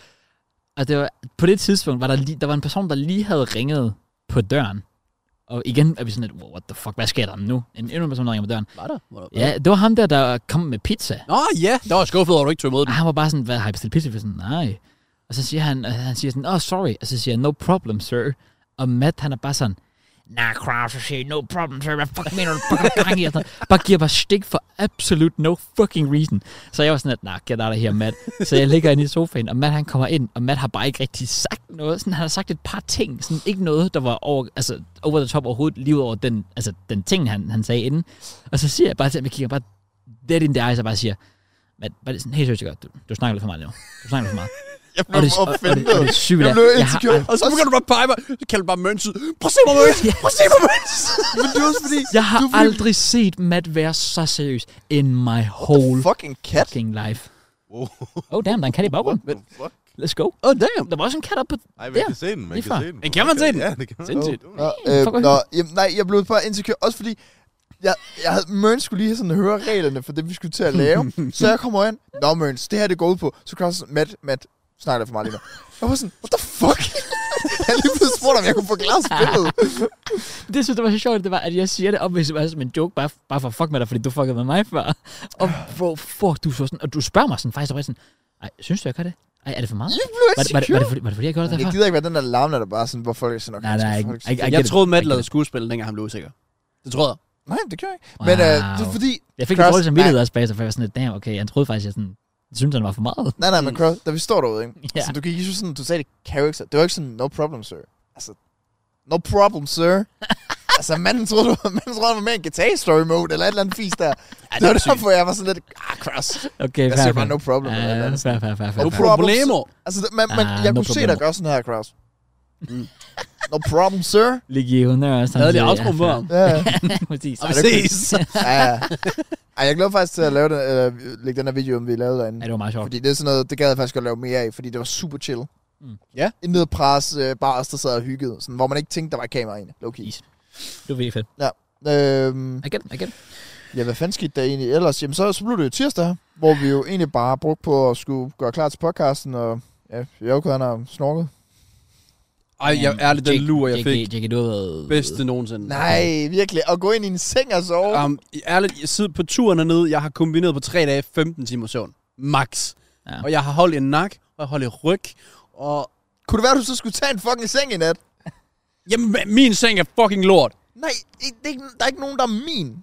Speaker 1: og det var, på det tidspunkt var der, lige, der var en person, der lige havde ringet på døren. Og igen er vi sådan lidt, "Wow, what the fuck, hvad sker der nu? En endnu en person, der ringer på døren.
Speaker 3: Var der? Var der?
Speaker 1: Ja, det var ham der, der kom med pizza.
Speaker 3: Nå ja, der var skuffet over, at du ikke tog imod
Speaker 1: Og
Speaker 3: den.
Speaker 1: han var bare sådan, hvad har I bestilt pizza? for? Sådan, nej. Og så siger han, og han siger sådan, oh sorry. Og så siger jeg, no problem, sir. Og Matt, han er bare sådan, nah, Kraus, så siger jeg, no problem, sir. Hvad fuck mener du? Fuck gang i? Og sådan noget. Bare giver bare stik for absolut no fucking reason. Så jeg var sådan, at, nah, get out of here, Matt. Så jeg ligger inde i sofaen, og Matt han kommer ind, og Matt har bare ikke rigtig sagt noget. Sådan, han har sagt et par ting, sådan ikke noget, der var over, altså, over the top overhovedet, lige ud over den, altså, den ting, han, han sagde inden. Og så siger jeg bare til ham, jeg kigger bare dead in the eyes, og bare siger, men bare sådan, helt seriøst, jeg gør, du, du snakker lidt for meget nu. Du snakker lidt for meget.
Speaker 2: Jeg
Speaker 1: Og
Speaker 2: blev
Speaker 1: det, og, og, og, det, og
Speaker 2: opfindet.
Speaker 1: det syge ved
Speaker 2: Jeg
Speaker 1: det
Speaker 2: blev
Speaker 1: er, jeg har
Speaker 2: insecure.
Speaker 3: Og så begynder du bare at pege mig. Så kalder du bare Møns ud. Prøv at se mig, Møns!
Speaker 1: Ja.
Speaker 3: Prøv at se mig, Møns!
Speaker 2: Men det er også fordi,
Speaker 1: Jeg har
Speaker 2: Du vil-
Speaker 1: aldrig set Matt være så seriøs in my whole
Speaker 2: fucking kat.
Speaker 1: fucking life.
Speaker 4: Wow.
Speaker 1: Oh damn, der er en kat i baggrunden.
Speaker 4: What the fuck?
Speaker 1: Let's go.
Speaker 3: Oh damn!
Speaker 1: Der var også en kat oppe på...
Speaker 4: Ej, man
Speaker 1: Der.
Speaker 4: kan se den, man
Speaker 1: Lige
Speaker 4: kan
Speaker 1: fra.
Speaker 4: se den.
Speaker 3: Men kan man se den?
Speaker 4: Ja, det kan man.
Speaker 3: Sindssygt.
Speaker 2: Nå,
Speaker 1: Hey,
Speaker 2: øh,
Speaker 1: fuck, hvor
Speaker 2: nå, jamen, nej, jeg blev bare insecure. Også fordi, jeg, jeg havde, Mørns skulle lige sådan høre reglerne for det, vi skulle til at lave. så jeg kommer ind. Nå, Mørns, det her det går ud på. Så Kraus sådan, Matt, Matt, snakker lidt for meget lige nu. Jeg var sådan, what the fuck? jeg havde lige blevet spurgt, om jeg kunne forklare spillet.
Speaker 1: Det, jeg synes, det var så sjovt, det var, at jeg siger det op, hvis det var som en joke, bare, bare for at fuck med dig, fordi du fuckede med mig før. Og hvor fuck, du så sådan... Og du spørger mig sådan faktisk, og sådan... Ej, synes du, jeg gør det? Ej, er det for meget?
Speaker 2: Jeg blev
Speaker 1: Var det, var, det, var,
Speaker 2: insecure.
Speaker 1: det, fordi- var det fordi, jeg gjorde det
Speaker 2: Jeg
Speaker 1: derfor?
Speaker 2: gider ikke være den der larmende, der bare sådan, hvor folk er sådan, okay,
Speaker 1: Nej,
Speaker 2: skal
Speaker 1: nej,
Speaker 2: folk
Speaker 1: ikke- ikke-
Speaker 2: sige-
Speaker 1: get
Speaker 3: Jeg
Speaker 1: it.
Speaker 3: troede, Matt
Speaker 1: I get
Speaker 3: lavede
Speaker 1: it.
Speaker 3: skuespil, dengang han blev usikker. Det troede jeg.
Speaker 2: Nej, det gør jeg ikke. Men øh, det er
Speaker 1: Wow.
Speaker 2: fordi,
Speaker 1: Jeg fik en
Speaker 2: Cross-
Speaker 1: dårlig samvittighed også bagefter, for jeg var sådan lidt, damn, okay, jeg troede faktisk, jeg sådan, synes, han var for meget.
Speaker 2: nej, nej, men Cross, da vi står derude, ikke?
Speaker 1: Ja.
Speaker 2: Ja. Så du gik ikke sådan, du sagde det character. Det var ikke sådan, no problem, sir. Altså, no problem, sir. altså, manden troede, du, manden troede, han var med i en guitar story mode, eller et eller andet fis der. Ja, det var derfor, jeg var sådan lidt, ah, Cross.
Speaker 1: Okay,
Speaker 2: Jeg siger bare, no problem. eller et eller andet.
Speaker 1: fair, fair, fair, fair.
Speaker 2: No
Speaker 1: fair.
Speaker 2: problem,
Speaker 3: Problemo.
Speaker 2: Altså, det- man, man,
Speaker 1: Ah,
Speaker 2: jeg
Speaker 1: no
Speaker 2: kunne se
Speaker 1: problem.
Speaker 2: dig gøre sådan her, Cross. no problem, sir.
Speaker 1: Ligge i under og sådan
Speaker 3: Havde det
Speaker 1: set,
Speaker 3: outro på
Speaker 1: fair.
Speaker 3: ham.
Speaker 2: Ja, ja.
Speaker 1: Præcis.
Speaker 3: Og vi ses.
Speaker 2: ja. ja. Ej, jeg glæder faktisk til at lave den, eller, lægge den her video, om vi lavede derinde.
Speaker 1: Ja, det var meget sjovt.
Speaker 2: Fordi det er sådan noget, det gad jeg faktisk godt lave mere af, fordi det var super chill.
Speaker 1: Mm.
Speaker 3: Ja.
Speaker 2: Intet pres, øh, bare os, der sad og hyggede, sådan, hvor man ikke tænkte, der var et kamera inde, low key.
Speaker 1: Yes. Det var virkelig fedt.
Speaker 2: Øhm,
Speaker 1: Again, again.
Speaker 2: ja, hvad fanden skete der egentlig ellers? Jamen, så, så blev det jo tirsdag, hvor vi jo egentlig bare brugte på at skulle gøre klar til podcasten, og ja, Joko han har snorket.
Speaker 3: Ej, jeg, ærligt, den lur, jeg fik.
Speaker 1: JK, du har været...
Speaker 3: Bedste nogensinde.
Speaker 2: Nej, virkelig, at gå ind i en seng og sove.
Speaker 3: Um, ærligt, jeg sidder på turen hernede, jeg har kombineret på tre dage 15 timer søvn. Max.
Speaker 1: Ja.
Speaker 3: Ja. Og jeg har holdt en nak, og jeg har holdt en ryg, og...
Speaker 2: Kunne det være, du så skulle tage en fucking seng i nat?
Speaker 3: Jamen, min seng er fucking lort.
Speaker 2: Nej, det er ikke, der er ikke nogen, der er min.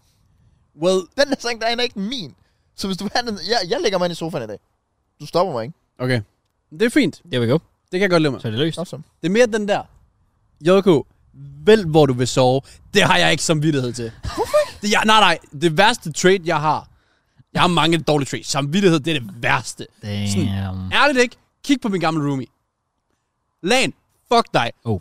Speaker 3: Well,
Speaker 2: Den der seng, der er ikke min. Så hvis du vil have den, jeg, jeg lægger mig ind i sofaen i dag. Du stopper mig, ikke?
Speaker 3: okay. Det er fint.
Speaker 1: There we go.
Speaker 3: Det kan jeg godt lide mig.
Speaker 1: Så er det løst.
Speaker 2: Stop så.
Speaker 3: Det er mere den der. Joko, vælg hvor du vil sove. Det har jeg ikke samvittighed til. Hvorfor Det, jeg, nej, nej. Det værste trait, jeg har, Jeg har mange dårlige trades. Samvittighed, det er det værste.
Speaker 1: Damn.
Speaker 3: Ærligt ikke? Kig på min gamle roomie. Lan, fuck dig.
Speaker 1: Oh.
Speaker 3: Oh.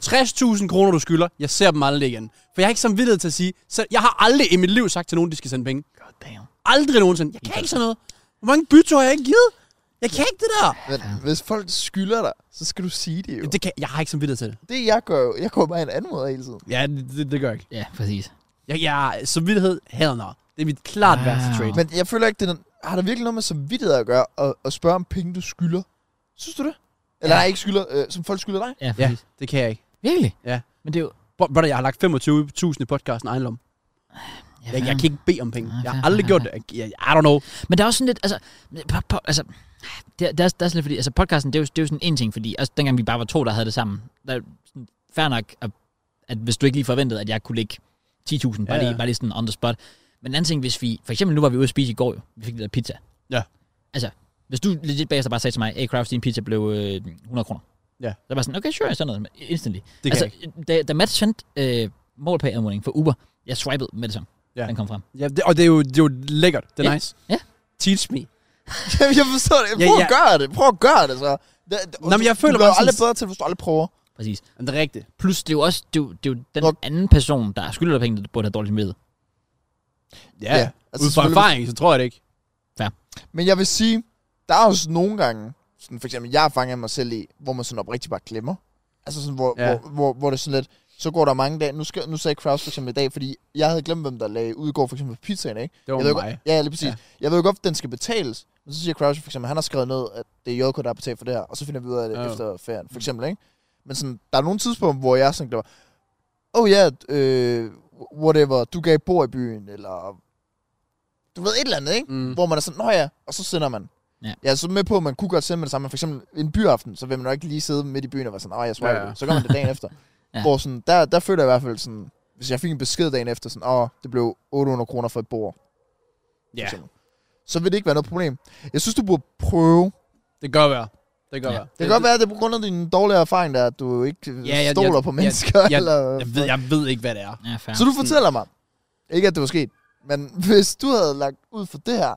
Speaker 3: 60.000 kroner, du skylder. Jeg ser dem aldrig igen. For jeg har ikke samvittighed til at sige... Så jeg har aldrig i mit liv sagt til nogen, de skal sende penge.
Speaker 1: God damn.
Speaker 3: Aldrig nogensinde. Jeg kan ikke sådan noget. Hvor mange byture har jeg ikke givet? Jeg kan ikke det der.
Speaker 2: Men hvis folk skylder dig, så skal du sige det jo.
Speaker 3: Det kan, jeg har ikke samvittighed til det.
Speaker 2: Det jeg gør jo, jeg går bare en anden måde hele tiden.
Speaker 3: Ja, det, det, det gør jeg ikke.
Speaker 1: Ja, præcis.
Speaker 3: Jeg, jeg, samvittighed, hell no. Det er mit klart
Speaker 1: Wow.
Speaker 2: Ah.
Speaker 3: wow. værste trade.
Speaker 2: Men jeg føler ikke, det er den, har der virkelig noget med samvittighed at gøre, at, at spørge om penge, du skylder? Synes du det? Eller
Speaker 3: Ja.
Speaker 2: nej, ikke skylder, øh, som folk skylder dig?
Speaker 1: Ja,
Speaker 3: Ja,
Speaker 1: præcis. Ja.
Speaker 3: det kan jeg ikke.
Speaker 1: Virkelig?
Speaker 3: Ja.
Speaker 1: Men det er jo...
Speaker 3: Bro- Brother, jeg har lagt 25.000 i podcasten egen lomme.
Speaker 1: Ja,
Speaker 3: Jeg, jeg
Speaker 1: fair.
Speaker 3: kan ikke bede om penge.
Speaker 1: Ja,
Speaker 2: Ah,
Speaker 3: Jeg har
Speaker 1: fair,
Speaker 3: aldrig
Speaker 1: fair,
Speaker 3: gjort det. Jeg, jeg, I don't know.
Speaker 1: Men der er også sådan lidt, altså, po- po- altså det, er, det, er, det er sådan lidt, fordi, altså podcasten, det er, jo, det er jo sådan en ting, fordi altså, dengang vi bare var to, der havde det sammen, der er sådan, fair nok, at, at hvis du ikke lige forventede, at jeg kunne lægge 10.000, bare,
Speaker 3: Ja,
Speaker 1: ja,
Speaker 3: ja.
Speaker 1: ja. lige, bare lige sådan on the spot. Men en anden ting, hvis vi, for eksempel nu var vi ude at spise i går jo, vi fik det der pizza.
Speaker 3: Ja.
Speaker 1: Altså, hvis du legit bagefter bare sagde til mig, hey Kraus, din pizza blev øh, 100 kroner.
Speaker 3: Ja.
Speaker 1: Så var jeg sådan, okay, sure, sådan noget, instantly.
Speaker 3: Det kan
Speaker 1: altså,
Speaker 3: jeg
Speaker 1: da, da Mads sendte øh, målpæanmodning for Uber, jeg swipede med det samme.
Speaker 3: Ja.
Speaker 1: Den kom frem.
Speaker 3: Ja, det, og det er, jo, det er jo lækkert. Det er
Speaker 1: Ja.
Speaker 3: nice.
Speaker 1: Ja.
Speaker 3: Teach me.
Speaker 2: Jamen, jeg forstår det.
Speaker 3: Ja,
Speaker 2: Prøv at
Speaker 3: ja.
Speaker 2: gøre det. Prøv at gøre det, så. Det, det,
Speaker 3: Nå, men jeg
Speaker 2: du,
Speaker 3: føler
Speaker 2: du bliver
Speaker 3: bare
Speaker 2: aldrig
Speaker 3: sådan-
Speaker 2: bedre til, hvis du aldrig prøver.
Speaker 1: Præcis.
Speaker 3: Men det er rigtigt.
Speaker 1: Plus, det er jo også det er jo, det er jo den
Speaker 2: Nå.
Speaker 1: anden person, der skylder dig penge, der burde have dårligt med.
Speaker 3: Ja.
Speaker 2: Ja,
Speaker 3: ja.
Speaker 2: altså
Speaker 3: Altså, Ud fra
Speaker 2: selvfølgelig-
Speaker 3: erfaring, så tror jeg det ikke.
Speaker 2: Men jeg vil sige, der er også nogle gange, sådan for eksempel, jeg fanger mig selv i, hvor man sådan oprigtigt bare glemmer. Altså sådan, hvor, ja.
Speaker 3: Ja.
Speaker 2: hvor, hvor, hvor det er sådan lidt, så går der mange dage. Nu, skal, nu sagde Kraus for eksempel i dag, fordi jeg havde glemt, hvem der lagde ud i går for eksempel på pizzaen, ikke?
Speaker 3: Det var
Speaker 2: jeg ved
Speaker 3: mig.
Speaker 2: Godt, ja, lige præcis. Ja.
Speaker 3: Ja.
Speaker 2: Jeg ved jo godt, at den skal betales. Men så siger Crouch for eksempel, han har skrevet ned, at det er JK, der har betalt for det her, og så finder vi ud af det
Speaker 3: Ja.
Speaker 2: oh. efter ferien, for eksempel, ikke? Men sådan, der er nogle tidspunkter, hvor jeg sådan, der var, oh ja, yeah, øh, whatever, du gav bord i byen, eller du ved et eller andet, ikke? Mm.
Speaker 3: Mm.
Speaker 2: Hvor man er sådan, nå ja, og så sender man.
Speaker 1: Ja.
Speaker 2: Jeg er så med på, at man kunne godt sende med det samme. men For eksempel en byaften, så vil man jo ikke lige sidde midt i byen og være sådan, åh, jeg swiper
Speaker 3: Ja,
Speaker 2: ja,
Speaker 3: ja.
Speaker 2: ja. Så gør man det dagen efter.
Speaker 1: Ja.
Speaker 2: ja. Hvor sådan, der, der føler jeg i hvert fald sådan, hvis jeg fik en besked dagen efter, sådan, åh, det blev 800 kroner for et bord
Speaker 3: Ja,
Speaker 2: eksempel. så vil det ikke være noget problem. Jeg synes, du burde prøve.
Speaker 3: det gør være. Det gør
Speaker 1: Ja.
Speaker 3: ja. være.
Speaker 2: Det kan godt være, at det er på grund af din dårlige erfaring, der, at du ikke ja,
Speaker 3: jeg-
Speaker 2: stoler
Speaker 3: jeg-
Speaker 2: på
Speaker 3: jeg-
Speaker 2: mennesker.
Speaker 3: jeg-
Speaker 2: eller,
Speaker 3: Jeg ved, jeg ved ikke, hvad det er.
Speaker 1: Ja, fair.
Speaker 2: Så du fortæller mig, ikke at det var sket, men hvis du havde lagt ud for det her,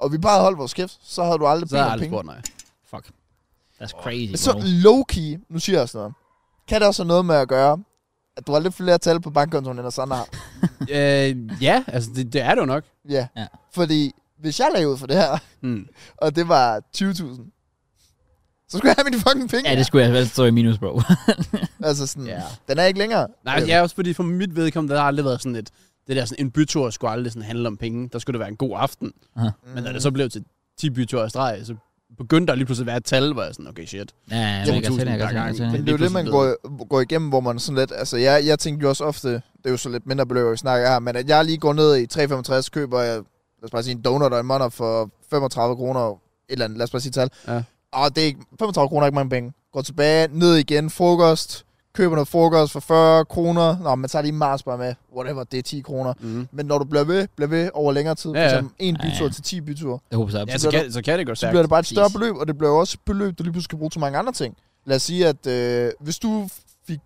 Speaker 2: og vi bare havde holdt vores kæft, så havde du aldrig
Speaker 3: Så har jeg
Speaker 2: bedt om
Speaker 3: aldrig
Speaker 2: penge.
Speaker 3: spurgt, nej.
Speaker 1: Fuck. That's crazy,
Speaker 2: Så
Speaker 1: bro.
Speaker 2: low-key, nu siger jeg sådan noget, kan det også have noget med at gøre, at du har lidt flere tal på bankkontoen, end Sander har?
Speaker 3: øh, ja, altså, det, det er det jo nok.
Speaker 2: Ja.
Speaker 1: Ja.
Speaker 2: Fordi hvis jeg lagde ud for det her,
Speaker 3: Mm.
Speaker 2: og det var 20.000, så skulle jeg have mine fucking penge.
Speaker 1: Ja, det skulle jeg vel stå i minus, bro.
Speaker 2: Altså sådan,
Speaker 3: Ja.
Speaker 2: den er ikke længere.
Speaker 3: Nej, altså, ja, også fordi for mit vedkommende, der har aldrig været sådan et... Det der sådan, en bytur skulle aldrig sådan handle om penge. Der skulle det være en god aften.
Speaker 1: Aha.
Speaker 2: Mm.
Speaker 3: Men da det så blev til 10 byture i streg, så begyndte der lige pludselig at være et tal, hvor jeg sådan, okay, shit.
Speaker 1: ja, jeg
Speaker 3: To
Speaker 1: kan godt
Speaker 3: tusind
Speaker 1: se det, jeg kan
Speaker 3: per
Speaker 1: godt se
Speaker 3: gang.
Speaker 1: det.
Speaker 2: Men det er jo
Speaker 3: lige
Speaker 2: det, man
Speaker 3: pludselig
Speaker 2: går, går igennem, hvor man sådan lidt... Altså, jeg, jeg tænkte jo også ofte... Det er jo så lidt mindre beløb, vi snakker her, men at jeg lige går ned i 3,65, køber jeg, lad os bare sige, en donut og en måned for 35 kroner, et eller andet, lad os bare sige tal.
Speaker 3: Ja.
Speaker 2: Og det er ikke, 35 kroner er ikke mange penge. Går tilbage, ned igen, frokost, køber noget frokost for 40 kroner. Nå, man tager lige en Mars bare med, whatever, det er 10 kroner.
Speaker 3: Mm.
Speaker 2: Men når du bliver ved, bliver ved over længere tid,
Speaker 3: Ja, ja.
Speaker 2: ja, ja. en
Speaker 1: Ja, ja.
Speaker 2: bytur til 10 byture,
Speaker 1: Jeg håber så op.
Speaker 3: Ja, så kan, så kan det gå
Speaker 2: så
Speaker 3: stærkt.
Speaker 2: bliver det bare et større
Speaker 1: Præcis.
Speaker 2: beløb, og det bliver jo også et beløb, du lige pludselig skal bruge til mange andre ting. Lad os sige, at øh, hvis du fik,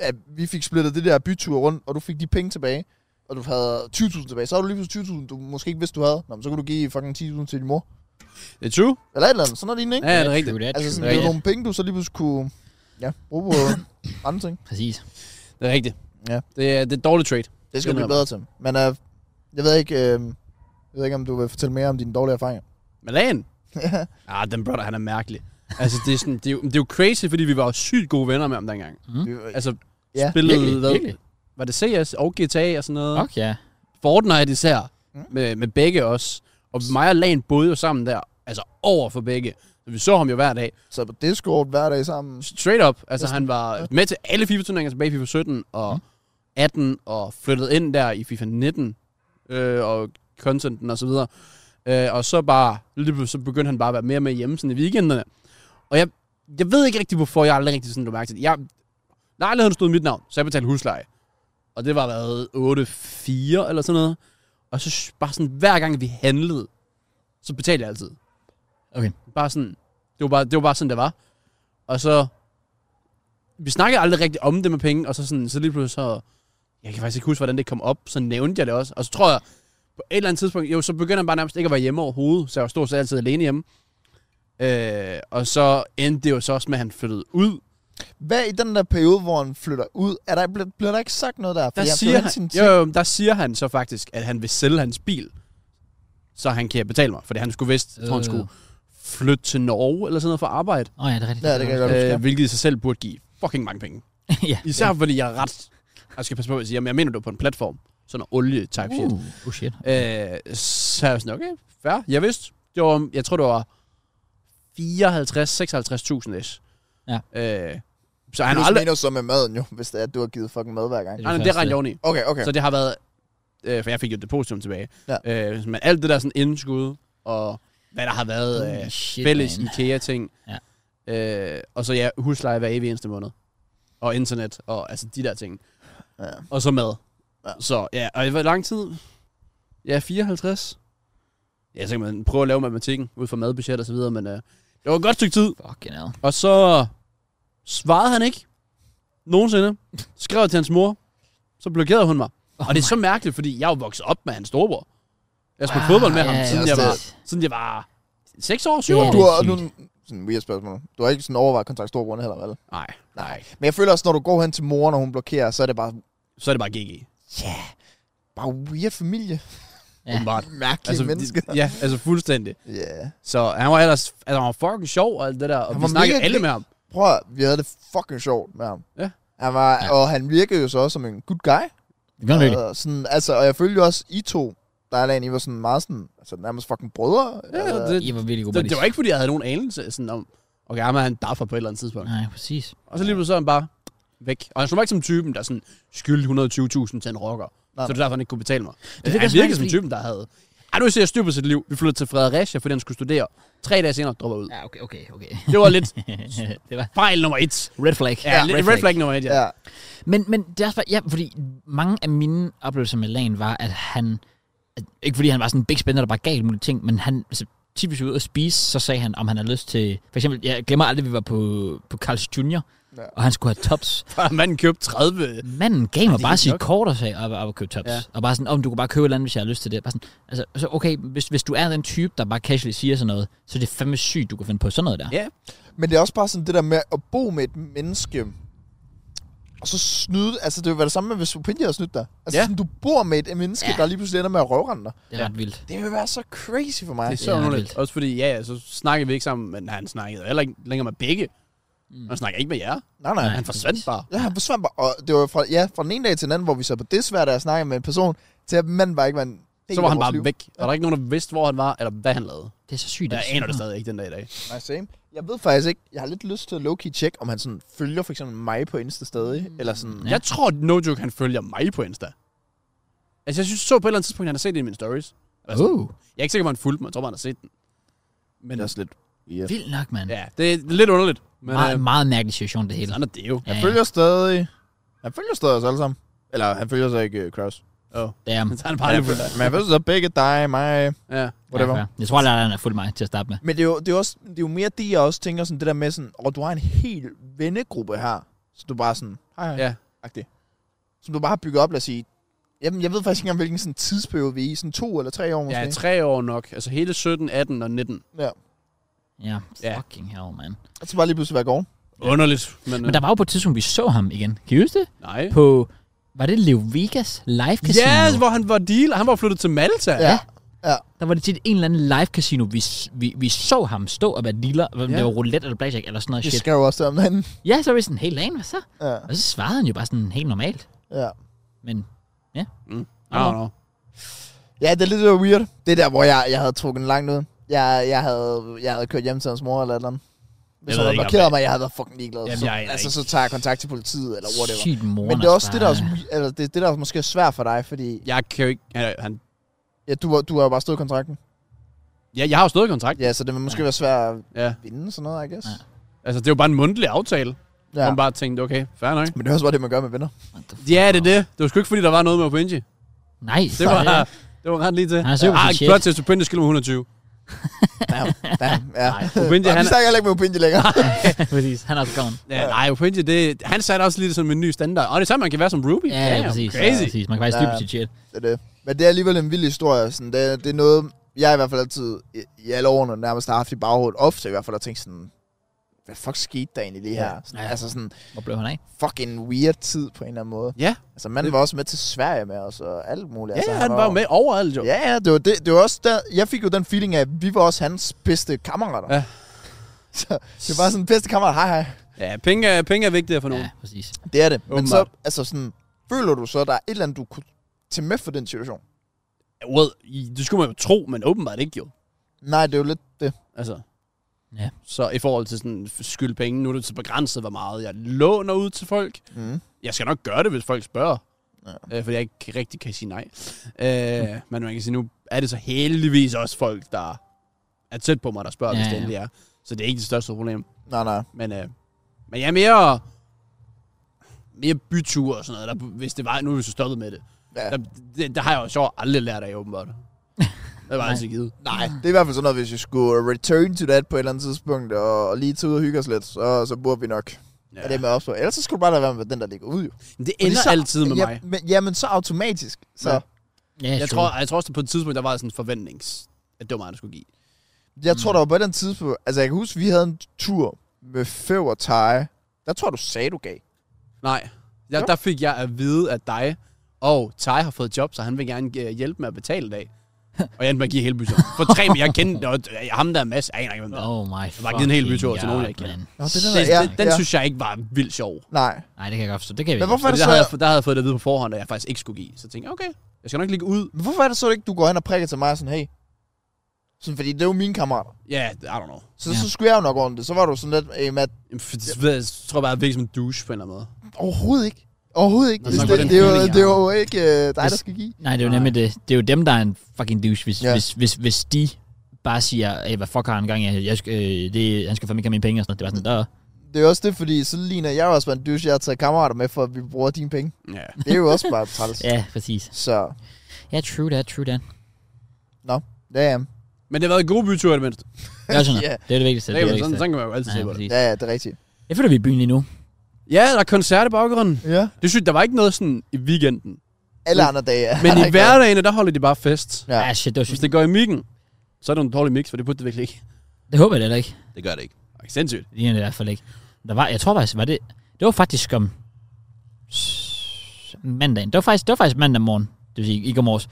Speaker 2: at vi fik splittet det der bytur rundt, og du fik de penge tilbage, og du havde 20.000 tilbage, så havde du lige pludselig 20.000, du måske ikke vidste, du havde. Nå, men så kunne du give fucking 10.000 til din mor.
Speaker 3: Det er true.
Speaker 2: Eller et eller andet, sådan noget lignende,
Speaker 3: Ja,
Speaker 2: ikke?
Speaker 3: ja, det er rigtigt.
Speaker 1: True that,
Speaker 2: altså, sådan,
Speaker 1: true
Speaker 2: det er
Speaker 1: that.
Speaker 2: jo nogle penge, du så lige pludselig kunne ja, bruge på andre ting.
Speaker 1: Præcis.
Speaker 3: Det er rigtigt.
Speaker 2: Ja.
Speaker 3: Det er, det er et dårligt trade.
Speaker 2: Det skal
Speaker 3: Det
Speaker 2: du blive
Speaker 3: er
Speaker 2: bedre til. Men øh, jeg ved ikke, øh, jeg ved ikke, om du vil fortælle mere om dine dårlige erfaringer.
Speaker 3: Mm. Milan? ah, den brother, han er mærkelig. Altså, det er, sådan, det, er jo, det er jo crazy, fordi vi var jo sygt gode venner med ham dengang.
Speaker 2: Vi-
Speaker 3: Altså,
Speaker 2: Ja,
Speaker 3: ja, spillede...
Speaker 1: virkelig,
Speaker 3: hvad-
Speaker 1: virkelig.
Speaker 3: Var det CS og GTA og sådan noget?
Speaker 1: Fuck ja.
Speaker 3: Fortnite især,
Speaker 2: Mm.
Speaker 3: mm. med, med begge os. Og mig og Lan boede jo sammen der, altså over for begge. Så vi så ham jo hver dag.
Speaker 2: Så på Discord hver dag sammen.
Speaker 3: Straight up, altså han var med til alle FIFA-turneringer tilbage i FIFA 17 og mm. 18, og flyttede ind der i FIFA 19, øh, og contenten og så videre. Øh, og så bare, lige pludselig, så begyndte han bare at være mere med hjemme sådan i weekenderne. Og jeg, jeg ved ikke rigtig, hvorfor jeg aldrig rigtig sådan blev mærke til det. Jeg, lejligheden stod i mit navn, så jeg betalte husleje. Og det var været 8-4 eller sådan noget. Og så s- bare sådan, hver gang vi handlede, så betalte jeg altid.
Speaker 1: Okay.
Speaker 3: Bare sådan, det var bare, det var bare sådan, det var. Og så, vi snakkede aldrig rigtig om det med penge, og så, sådan, så lige pludselig så, jeg kan faktisk ikke huske, hvordan det kom op, så nævnte jeg det også. Og så tror jeg, på et eller andet tidspunkt, jo, så begynder han bare nærmest ikke at være hjemme overhovedet, så jeg var stort set altid alene hjemme. Øh, og så endte det jo så også med, at han flyttede ud.
Speaker 2: Hvad i den der periode, hvor han flytter ud? Er der, bliver, bliver der ikke sagt noget der? For
Speaker 3: Der,
Speaker 2: jeg
Speaker 3: siger
Speaker 2: føler
Speaker 3: han,
Speaker 2: ikke sådan
Speaker 3: jo, jo, men der siger han så faktisk, at han vil sælge hans bil, så han kan betale mig. Fordi han skulle vist, jeg tror, han
Speaker 1: Øh.
Speaker 3: skulle flytte til Norge eller sådan noget for arbejde.
Speaker 1: Åh oh, ja, det er rigtigt.
Speaker 2: Ja, det kan jeg godt huske.
Speaker 3: Øh,
Speaker 2: ja.
Speaker 3: hvilket i sig selv burde give fucking mange penge.
Speaker 1: ja.
Speaker 3: Især fordi jeg er ret... Jeg skal passe på, at jeg siger, men jeg mener, du er på en platform. Sådan noget olie-type shit.
Speaker 1: Uh, oh shit.
Speaker 3: Øh, så er jeg sådan, okay, fair. Jeg vidste, det var, jeg tror, det var 54-56.000 ish.
Speaker 1: Ja. ligesom
Speaker 3: Øh, så han har
Speaker 2: Plus
Speaker 3: aldrig...
Speaker 2: minus så med maden jo, hvis det er, at du har givet fucking mad hver gang.
Speaker 1: Det er
Speaker 3: Nej, nej, det
Speaker 1: første.
Speaker 3: er rent oveni.
Speaker 2: Okay, okay.
Speaker 3: Så det har været... Øh, for jeg fik jo depositum tilbage.
Speaker 2: Ja.
Speaker 3: Øh, men alt det der sådan indskud, og hvad der har været
Speaker 1: Holy
Speaker 3: øh,
Speaker 1: shit,
Speaker 3: fælles
Speaker 1: man.
Speaker 3: IKEA-ting. Ja. Øh, og så ja, husleje hver evig eneste måned. Og internet, og altså de der ting.
Speaker 2: Ja.
Speaker 3: Og så mad.
Speaker 2: Ja.
Speaker 3: Ja. Så ja, og i hvor lang tid? Ja, 54. Ja, så kan man prøve at lave matematikken ud fra madbudget og så videre, men øh, det var et godt stykke tid.
Speaker 1: Fucking hell.
Speaker 3: Og så svarede han ikke. Nogensinde. Skrev jeg til hans mor. Så blokerede hun mig.
Speaker 1: Oh
Speaker 3: Og det er
Speaker 1: my-
Speaker 3: så mærkeligt, fordi jeg er jo vokset op med hans storebror. Jeg spillede fodbold med
Speaker 1: Ah,
Speaker 3: ham,
Speaker 1: ja,
Speaker 3: siden,
Speaker 2: ja,
Speaker 3: jeg
Speaker 2: også
Speaker 3: var,
Speaker 1: det.
Speaker 3: siden jeg var 6 år, 7
Speaker 1: Ja.
Speaker 3: år.
Speaker 2: Du har
Speaker 1: sygt.
Speaker 2: nu... Sådan en weird spørgsmål. Du har ikke sådan overvejet at kontakte storebroren heller, vel?
Speaker 3: Nej, nej.
Speaker 2: Men jeg føler også, når du går hen til mor, når hun blokerer, så er det bare,
Speaker 3: Så er det bare GG.
Speaker 2: bare weird familie.
Speaker 1: Ja.
Speaker 3: Åbenbart.
Speaker 2: Mærkelige altså, mennesker.
Speaker 3: de- ja, altså fuldstændig.
Speaker 2: Ja. Yeah.
Speaker 3: Så han var ellers altså, han var fucking sjov og alt det der. Og
Speaker 2: Han
Speaker 3: vi
Speaker 2: var
Speaker 3: snakkede
Speaker 2: mega
Speaker 3: alle
Speaker 2: gri-
Speaker 3: med ham.
Speaker 2: Prøv at, vi havde det fucking sjovt med ham.
Speaker 3: Ja.
Speaker 2: Han var,
Speaker 1: Ja.
Speaker 2: ja. Og han virkede jo så også som en good guy.
Speaker 1: Det gør han virkelig.
Speaker 2: Og, sådan, altså, og jeg følte jo også, I to, der er I var sådan meget sådan, altså nærmest fucking brødre.
Speaker 3: Ja,
Speaker 2: altså,
Speaker 3: det,
Speaker 1: I var virkelig gode
Speaker 3: det, det, var ikke, fordi jeg havde nogen anelse sådan om, okay, ham er han daffer på et eller andet tidspunkt.
Speaker 1: Nej, præcis.
Speaker 3: Og så lige pludselig så er han bare væk. Og han slog mig ikke som typen, der sådan skyldte 120.000 til en rocker.
Speaker 2: Nej,
Speaker 3: så det er derfor, han ikke kunne betale mig. Det
Speaker 1: virker
Speaker 3: han
Speaker 1: så
Speaker 3: virkede
Speaker 1: mærkeligt,
Speaker 3: som
Speaker 1: fordi-
Speaker 3: typen, der havde... Ej, du ser styr på sit liv. Vi flyttede til Fredericia, fordi han skulle studere. Tre dage senere dropper ud.
Speaker 1: Ja, okay, okay, okay.
Speaker 3: Det var lidt
Speaker 1: det var
Speaker 3: fejl nummer et.
Speaker 1: red flag.
Speaker 3: Ja, ja red, flag. red flag nummer et, ja. ja.
Speaker 2: ja.
Speaker 1: Men, men det er også bare, ja, fordi mange af mine oplevelser med Lan var, at han, at, ikke fordi han var sådan en big spender, der bare gav alle mulige ting, men han, altså, tit hvis vi var ude at spise, så sagde han, om han havde lyst til, for eksempel, jeg glemmer aldrig, at vi var på, på Carl's Junior,
Speaker 2: Ja.
Speaker 1: og han skulle have tops.
Speaker 3: Manden købte 30.
Speaker 1: Manden gav mig
Speaker 3: det er
Speaker 1: bare
Speaker 3: vildt
Speaker 1: sit
Speaker 3: nok.
Speaker 1: kort og sagde, op og købe tops. Ja.
Speaker 3: Ja.
Speaker 1: Og bare sådan, om du kan bare købe et eller andet, hvis jeg har lyst til det. Bare sådan, altså, så okay, hvis, hvis du er den type, der bare casually siger sådan noget, så er det fandme sygt, du kan finde på sådan noget der.
Speaker 3: Ja.
Speaker 2: Men det er også bare sådan det der med at bo med et menneske, og så snyde, altså det vil være det samme med, hvis Opinji havde snydt dig. Altså
Speaker 3: Ja.
Speaker 2: ja. sådan, du bor med et menneske,
Speaker 1: Ja.
Speaker 2: ja. der lige pludselig ender med at røvrende dig.
Speaker 1: Det er ret vildt.
Speaker 2: Det vil være så crazy for mig.
Speaker 3: Det er
Speaker 1: Ja,
Speaker 3: så underligt.
Speaker 1: vildt.
Speaker 3: Også fordi, ja, ja, så snakkede vi ikke sammen, men han snakkede heller ikke længere med begge. Mm. Han snakker ikke med jer.
Speaker 2: Nej, nej.
Speaker 1: Nej.
Speaker 2: nej.
Speaker 3: Han forsvandt bare.
Speaker 2: Ja, han forsvandt bare. Og det var fra, ja, fra den ene dag til den anden, hvor vi så på det svært at snakke med en person, til at manden bare ikke var en del
Speaker 3: Så var
Speaker 2: af
Speaker 3: han
Speaker 2: vores
Speaker 3: bare
Speaker 2: liv.
Speaker 3: væk. Og der er ikke nogen, der vidste, hvor han var, eller hvad han lavede.
Speaker 1: Det er så sygt.
Speaker 3: Jeg
Speaker 1: at
Speaker 3: aner det
Speaker 1: sådan
Speaker 3: stadig ikke den dag i dag.
Speaker 2: Nej, same. Jeg ved faktisk ikke, jeg har lidt lyst til at low-key tjekke, om han sådan følger for eksempel mig på Insta stadig, eller sådan...
Speaker 1: Ja.
Speaker 3: Jeg tror, at no joke, han følger mig på Insta. Altså, jeg synes så på et eller andet tidspunkt, han har set det i mine stories.
Speaker 1: noget.
Speaker 3: Sådan.
Speaker 1: Uh,
Speaker 3: Jeg er ikke sikker på, at han fulgte mig. Jeg tror bare, han har set den. Men
Speaker 2: Det er også lidt weird.
Speaker 1: vildt nok, mand.
Speaker 3: ja, det er lidt underligt. Men
Speaker 1: Meget,
Speaker 3: øh,
Speaker 1: meget mærkelig situation, det hele.
Speaker 3: sådan er det jo.
Speaker 1: Ja,
Speaker 2: Han
Speaker 1: ja.
Speaker 2: følger stadig... Han følger stadig os alle sammen. Eller han følger så ikke uh, Kraus.
Speaker 3: Oh.
Speaker 1: Damn.
Speaker 3: Så er han
Speaker 2: Men
Speaker 3: bare
Speaker 2: han
Speaker 3: lidt
Speaker 2: følger- Men han følger så begge dig, mig,
Speaker 3: Ja.
Speaker 2: whatever.
Speaker 1: Ja, fair. jeg tror aldrig, at han har fulgt mig til at starte med.
Speaker 2: Men det er, jo, det, er jo også, det er jo mere det, jeg også tænker sådan det der med sådan, og du har en hel vennegruppe her, så du bare sådan, hej hej,
Speaker 3: Ja.
Speaker 2: agtig. Som du bare har bygget op, lad os sige, jamen, jeg ved faktisk ikke engang, hvilken sådan tidsperiode vi er i, sådan to eller tre år måske.
Speaker 3: ja, tre år nok. Altså hele 17, 18 og 19.
Speaker 2: ja.
Speaker 1: Ja,
Speaker 3: Ja.
Speaker 1: fucking hell, man.
Speaker 2: Og så bare lige pludselig være gården.
Speaker 3: Underligt. Men,
Speaker 1: Men der var jo på et tidspunkt, vi så ham igen. Kan I huske det?
Speaker 3: øh, nej.
Speaker 1: På, var det Leo Vegas live casino?
Speaker 3: Ja, yes, hvor han var deal. Han var flyttet til Malta.
Speaker 2: Ja.
Speaker 1: Der var det tit en eller anden live casino, vi, s- vi, vi så ham stå og være dealer. Om
Speaker 2: Ja.
Speaker 1: Det var roulette eller blackjack eller sådan noget
Speaker 2: Det
Speaker 1: shit.
Speaker 2: skal jo også derom derinde.
Speaker 1: Ja, så var vi sådan, helt lan, hvad så?
Speaker 2: Ja,
Speaker 1: Og så svarede han jo bare sådan helt normalt.
Speaker 2: ja.
Speaker 1: Men
Speaker 3: I don't know.
Speaker 2: ja, det er lidt øh, weird. Det er der, hvor jeg, jeg havde trukket den langt ud. Jeg, jeg, havde, jeg havde kørt hjem til hans mor eller et eller andet. Hvis
Speaker 3: Jeg
Speaker 2: hun
Speaker 3: ved
Speaker 2: havde
Speaker 3: ikke, om
Speaker 2: blokeret
Speaker 3: jeg-
Speaker 2: mig, jeg havde været fucking ligeglad.
Speaker 3: Jamen,
Speaker 2: så,
Speaker 3: jeg er
Speaker 2: altså,
Speaker 3: ikke-
Speaker 2: så tager jeg kontakt til politiet eller whatever.
Speaker 1: sygt moren
Speaker 2: Men det er også
Speaker 1: altså
Speaker 2: det, der, er også,
Speaker 1: bare-
Speaker 2: eller det, det, der er måske er svært for dig, fordi
Speaker 3: Jeg kan jo ikke... Han, han,
Speaker 2: Ja, du, har- du har jo bare stået i kontrakten.
Speaker 3: ja, jeg har jo stået i kontrakt.
Speaker 2: Ja, så det vil måske ja. være svært at
Speaker 3: Ja.
Speaker 2: vinde sådan noget, I guess.
Speaker 1: Ja.
Speaker 3: Altså, det er jo bare en mundtlig aftale. Ja.
Speaker 2: Ja.
Speaker 3: Hvor
Speaker 2: ja.
Speaker 3: man bare tænkte, okay, fair nok.
Speaker 2: Men det er også bare det, man gør med venner.
Speaker 1: What the fuck?
Speaker 3: Ja, det er det. Det var sgu ikke, fordi der var noget med Opinji.
Speaker 1: Nej,
Speaker 3: Det var, det var ret lige til.
Speaker 1: Han er super
Speaker 3: Ah,
Speaker 1: shit.
Speaker 3: plot til Opinji skylder mig 120.
Speaker 2: Damn, damn, ja.
Speaker 1: Nej,
Speaker 3: Opinji,
Speaker 2: Nå,
Speaker 3: han,
Speaker 2: Vi snakker heller ikke med Opinji længere.
Speaker 1: præcis. Han er også gone.
Speaker 3: ja, nej, Opinji, det, han satte også lidt som en ny standard. Og det er sådan, man kan være som Ruby.
Speaker 1: Ja, ja, præcis.
Speaker 3: Crazy.
Speaker 1: Ja, præcis. Man kan faktisk styre på
Speaker 2: Ja.
Speaker 1: sit shit.
Speaker 2: det er det. Men det er alligevel en vild historie. Sådan, det, det er noget, jeg i hvert fald altid i, i alle årene nærmest har haft i baghovedet. Ofte i hvert fald har tænkt sådan, hvad fuck skete der egentlig lige her? Sådan,
Speaker 1: Ja.
Speaker 2: Altså sådan
Speaker 1: Hvor blev han af?
Speaker 2: fucking weird tid på en eller anden måde.
Speaker 3: Ja.
Speaker 2: Altså manden
Speaker 3: Det-
Speaker 2: var også med til Sverige med os og alt muligt. altså,
Speaker 3: Ja, han var jo med overalt, jo.
Speaker 2: Ja, ja, det var, det, det var også der, jeg fik jo den feeling af, at vi var også hans bedste kammerater.
Speaker 3: Ja.
Speaker 2: Så det var sådan, bedste kammerat, hej hej.
Speaker 3: Ja, penge er, penge er vigtigere for nogen.
Speaker 1: Ja, præcis.
Speaker 2: Det er det. Men så,
Speaker 3: Åbenbart.
Speaker 2: altså sådan, føler du så, at der er et eller andet, du kunne tage med for den situation?
Speaker 3: Ja. Well, i- det skulle man jo tro, men åbenbart ikke jo.
Speaker 2: Nej, det er jo lidt det.
Speaker 3: Altså.
Speaker 1: Ja.
Speaker 3: Så i forhold til sådan skyld penge, nu er det så begrænset, hvor meget jeg låner ud til folk.
Speaker 2: Mm.
Speaker 3: Jeg skal nok gøre det, hvis folk spørger.
Speaker 2: Ja.
Speaker 3: Øh, fordi jeg ikke rigtig kan sige nej. Øh, men man kan sige, nu er det så heldigvis også folk, der er tæt på mig, der spørger, ja,
Speaker 1: Ja,
Speaker 3: hvis det
Speaker 1: ja.
Speaker 3: endelig er. Så det er ikke det største problem.
Speaker 2: Nej, nej.
Speaker 3: Men, øh, men jeg er mere, mere byture og sådan noget. Der, hvis det var, nu er vi så stoppet med det.
Speaker 2: Ja.
Speaker 3: Der, det, der har jeg jo sjovt aldrig lært af, åbenbart. Det var altså givet.
Speaker 2: Nej, det er i hvert fald sådan noget, hvis vi skulle return to that på et eller andet tidspunkt, og, og lige tage ud og hygge os lidt, så, så burde vi nok ja. have det med opstå. Ellers så skulle du bare lade være med den, der ligger ud jo. Fordi
Speaker 3: Men det ender
Speaker 2: så,
Speaker 3: altid med
Speaker 2: ja,
Speaker 3: mig.
Speaker 2: Men, ja, men så automatisk. Så
Speaker 3: Ja.
Speaker 2: ja.
Speaker 1: Ja,
Speaker 3: Jeg tror, jeg tror også, at på et tidspunkt, der var sådan en forventnings, at det var mig, der skulle give.
Speaker 2: jeg tror, der var på den tidspunkt, altså jeg kan huske, vi havde en tur med Føv og Thaj. Der tror jeg, du sagde, du gav.
Speaker 3: Nej. Jeg,
Speaker 2: Nå.
Speaker 3: der fik jeg at vide af dig, og Thaj har fået job, så han vil gerne øh, hjælpe med at betale i dag. Og jeg endte med at give hele byturen. For tre, men jeg kendte og, øh, ham der er Mads, jeg aner ikke, hvem der er.
Speaker 1: Oh my
Speaker 3: har givet en hel bytur til nogen, jeg ikke
Speaker 1: kender.
Speaker 2: Nå, det er
Speaker 3: Den,
Speaker 2: der, ja,
Speaker 3: den, den
Speaker 2: ja.
Speaker 3: synes jeg ikke var vildt sjov.
Speaker 2: Nej.
Speaker 1: Nej, det kan jeg godt forstå. Det kan vi
Speaker 2: Men hvorfor er
Speaker 3: Fordi
Speaker 2: det
Speaker 3: der, havde
Speaker 2: så,
Speaker 3: jeg, der havde jeg fået det at vide på forhånd, at jeg faktisk ikke skulle give. Så tænkte jeg, okay, jeg skal nok ligge ud.
Speaker 2: men hvorfor er det så, at ikke du går hen og prikker til mig og sådan, hey? Sådan, fordi det er jo mine kammerater.
Speaker 3: Ja, yeah, I don't know.
Speaker 2: Så,
Speaker 1: Ja.
Speaker 2: ja. så skulle jeg jo nok ordentligt. Så var du sådan lidt, hey, Matt,
Speaker 3: Jamen, for- det ved Jeg jeg tror bare, jeg virkede som en douche på en eller anden måde.
Speaker 2: overhovedet ikke. Overhovedet ikke.
Speaker 3: Nå,
Speaker 2: Det,
Speaker 3: så
Speaker 2: det,
Speaker 3: var
Speaker 2: det,
Speaker 3: det en
Speaker 2: det, er jo,
Speaker 3: feeling,
Speaker 2: det er
Speaker 3: jeg
Speaker 2: jo ikke øh, dig,
Speaker 1: Hvis-
Speaker 2: der skal give.
Speaker 1: Nej, det er jo
Speaker 3: Nej.
Speaker 1: nemlig det. Det er jo dem, der er en fucking douche, hvis,
Speaker 2: Ja.
Speaker 1: ja. hvis, hvis, hvis de bare siger, hey, hvad fuck har han gang i? Jeg skal, øh, det, han skal fandme ikke have mine penge og sådan noget. Det var sådan, der.
Speaker 2: Det er også det, fordi så ligner jeg jo også bare en douche, jeg har taget kammerater med, for at vi bruger dine penge.
Speaker 3: Ja.
Speaker 2: Det er jo også bare træls.
Speaker 1: Ja, præcis.
Speaker 2: Så,
Speaker 1: Ja, true that, true that.
Speaker 2: ja, ja.
Speaker 3: Men det har været gode byture i det mindste.
Speaker 1: Det er, sådan,
Speaker 2: Ja.
Speaker 1: yeah. det er det vigtigste.
Speaker 3: Det
Speaker 1: Det
Speaker 3: kan
Speaker 1: er det vigtigste.
Speaker 3: man, sådan, sådan kan man jo altid se
Speaker 1: ja,
Speaker 3: på det.
Speaker 1: præcis.
Speaker 2: Ja, ja, det er rigtigt.
Speaker 1: Jeg føler, vi er i byen lige nu.
Speaker 3: Ja, der er koncert i baggrunden.
Speaker 2: Ja.
Speaker 3: Det synes der var ikke noget sådan i weekenden.
Speaker 2: Alle andre dage. er der
Speaker 3: Men i
Speaker 2: ikke noget.
Speaker 3: hverdagen, der holder de bare fest.
Speaker 1: Ja,
Speaker 2: Ja.
Speaker 1: ah, shit, det var
Speaker 3: Hvis
Speaker 1: sygt.
Speaker 3: det går i miggen, så er det en dårlig mix, for det burde det virkelig ikke.
Speaker 1: Det håber jeg da heller ikke.
Speaker 4: Det gør det ikke.
Speaker 3: Okay, sindssygt.
Speaker 1: Det ligner det i hvert fald ikke. Der var, jeg tror faktisk, var det, det var faktisk om s- mandagen. Det var faktisk, det var faktisk mandag morgen, det vil sige i går morges.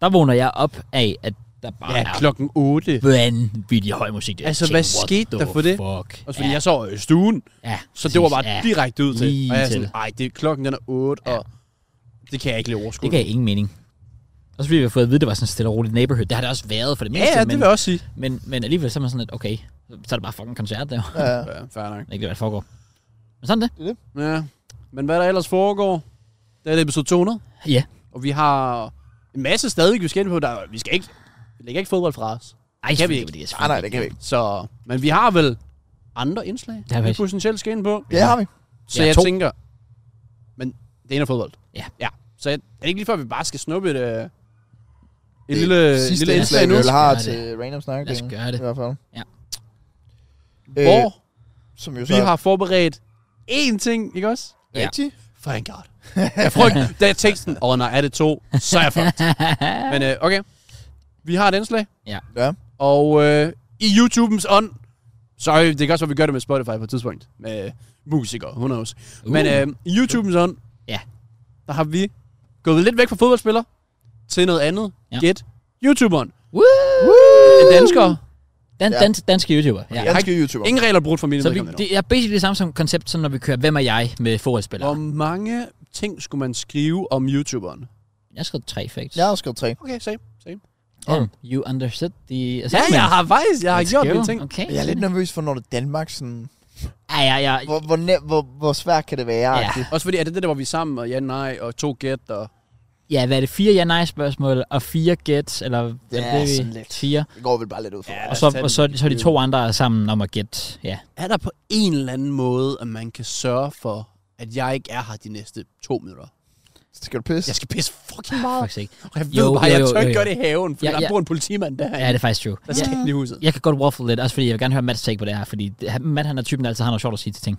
Speaker 1: Der vågner jeg op af, at der bare
Speaker 3: Ja,
Speaker 1: er
Speaker 3: klokken 8.
Speaker 1: vanvittig høj musik. Jeg
Speaker 3: Altså,
Speaker 1: tænkte,
Speaker 3: hvad
Speaker 1: what
Speaker 3: skete
Speaker 1: the
Speaker 3: der for det?
Speaker 1: Fuck.
Speaker 3: Og fordi ja. jeg sov i stuen,
Speaker 1: ja,
Speaker 3: så det var bare
Speaker 1: præcis. ja,
Speaker 3: direkte ud til.
Speaker 1: Lige
Speaker 3: og jeg er
Speaker 1: til.
Speaker 3: sådan, ej, det, klokken den er 8,
Speaker 1: Ja.
Speaker 3: og det kan jeg ikke lige overskue.
Speaker 1: Det gav ingen mening. Også fordi vi har fået at vide, at det var sådan et stille og roligt neighborhood. Det har det også været for det
Speaker 3: Ja,
Speaker 1: meste.
Speaker 3: ja, det
Speaker 1: men,
Speaker 3: vil jeg også sige.
Speaker 1: men, men alligevel så er man sådan lidt, okay, så er det bare fucking koncert der. Jeg
Speaker 2: Ja, ja.
Speaker 3: Ja, fair nok.
Speaker 1: ved ikke, hvad der foregår. Men sådan er det.
Speaker 3: Ja. Men hvad der ellers foregår, det er det episode 200.
Speaker 1: Ja.
Speaker 3: Og vi har en masse stadig, vi skal ind på. Der, vi skal ikke, vi lægger ikke fodbold fra os.
Speaker 1: Ej,
Speaker 3: Kan vi
Speaker 1: selvfølgelig
Speaker 3: ikke?
Speaker 1: det,
Speaker 2: Nej,
Speaker 1: selvfølgelig
Speaker 2: Ah, nej, det kan vi ikke.
Speaker 3: Så, men vi har vel andre indslag,
Speaker 1: har
Speaker 3: vi
Speaker 1: vi.
Speaker 3: potentielt skal ind på.
Speaker 2: Det har vi.
Speaker 3: Så
Speaker 1: Ja,
Speaker 3: jeg
Speaker 1: to.
Speaker 3: tænker, men det ene er fodbold.
Speaker 1: Ja.
Speaker 3: ja. Så jeg, er det ikke lige før, vi bare skal snuppe et, øh, et
Speaker 2: Det
Speaker 3: lille, et
Speaker 2: sidste
Speaker 3: lille indslag
Speaker 2: indslag,
Speaker 3: nu?
Speaker 2: vi vel har
Speaker 1: Lad os
Speaker 2: til
Speaker 1: gøre
Speaker 2: Random
Speaker 1: Lad os
Speaker 2: Snakkepenge.
Speaker 1: gøre det.
Speaker 2: I hvert fald.
Speaker 1: Ja.
Speaker 3: Hvor
Speaker 2: som Øh, jo så
Speaker 3: vi
Speaker 2: er
Speaker 3: har forberedt én ting, ikke også?
Speaker 1: Ja.
Speaker 2: rigtig.
Speaker 3: Thank God. Jeg frygt, da jeg tænkte sådan, åh oh, nej, er det to, så er jeg fucked. Men øh, okay, vi har et indslag,
Speaker 2: Ja.
Speaker 3: og øh, i YouTubens ånd, sorry, det kan også være, vi gør det med Spotify på et tidspunkt, med musikere, who knows. Uh. Men
Speaker 1: Uh.
Speaker 3: øh, i YouTubens ånd,
Speaker 1: Ja.
Speaker 3: der har vi gået lidt væk fra fodboldspiller til noget andet.
Speaker 1: Ja.
Speaker 3: Gæt YouTuberen.
Speaker 1: Woo!
Speaker 3: En dansker.
Speaker 1: Dan,
Speaker 2: Ja.
Speaker 1: dan, danske YouTuber. Ja.
Speaker 2: Danske YouTuber.
Speaker 3: Ingen regler brudt for mine
Speaker 1: Så vi,
Speaker 3: vedkommende.
Speaker 1: det er basically det samme som koncept, som når vi kører Hvem er jeg med fodboldspillere.
Speaker 3: Hvor mange ting skulle man skrive om YouTuberen?
Speaker 1: Jeg har skrevet tre facts.
Speaker 2: Jeg har skrevet tre.
Speaker 3: Okay, same, same.
Speaker 1: Oh, you understood the
Speaker 3: Ja,
Speaker 1: assignment.
Speaker 3: jeg har faktisk, jeg har
Speaker 1: Let's
Speaker 3: gjort
Speaker 1: go.
Speaker 3: mine ting.
Speaker 1: Okay.
Speaker 2: Jeg er lidt nervøs for, når det er Danmark. Sådan,
Speaker 1: Ja, ja, ja.
Speaker 2: hvor, hvor, ne- hvor, hvor svært kan det være?
Speaker 1: Ja.
Speaker 2: agtigt?
Speaker 3: Også fordi, er det det der, hvor vi er sammen, og ja, nej, og to gæt, og...
Speaker 1: Ja, hvad er det? Fire ja-nej-spørgsmål og fire gæt, eller er det
Speaker 2: er
Speaker 1: vi-
Speaker 2: sådan lidt.
Speaker 1: Fire.
Speaker 2: Det går vel bare lidt ud for.
Speaker 3: Ja.
Speaker 2: Ja.
Speaker 1: Og så, og så, så er de to andre sammen om at gætte. Ja.
Speaker 3: Er der på en eller anden måde, at man kan sørge for, at jeg ikke er her de næste to minutter?
Speaker 2: Skal du pisse?
Speaker 3: Jeg skal pisse fucking meget.
Speaker 1: Faktisk ikke.
Speaker 3: Og jeg ved
Speaker 1: Jo,
Speaker 3: bare,
Speaker 1: jo,
Speaker 3: jeg
Speaker 1: jo,
Speaker 3: tør ikke
Speaker 1: jo,
Speaker 3: gøre
Speaker 1: jo.
Speaker 3: det i haven, for
Speaker 1: Ja,
Speaker 3: der
Speaker 1: ja.
Speaker 3: bor en politimand derinde.
Speaker 1: Ja, det er faktisk true.
Speaker 3: Der
Speaker 1: Jeg,
Speaker 3: skal ikke i huset.
Speaker 1: jeg kan godt waffle lidt, også fordi jeg vil gerne høre Mads take på det her, fordi det- han- Matt han er typen, der altid har noget sjovt at sige til ting.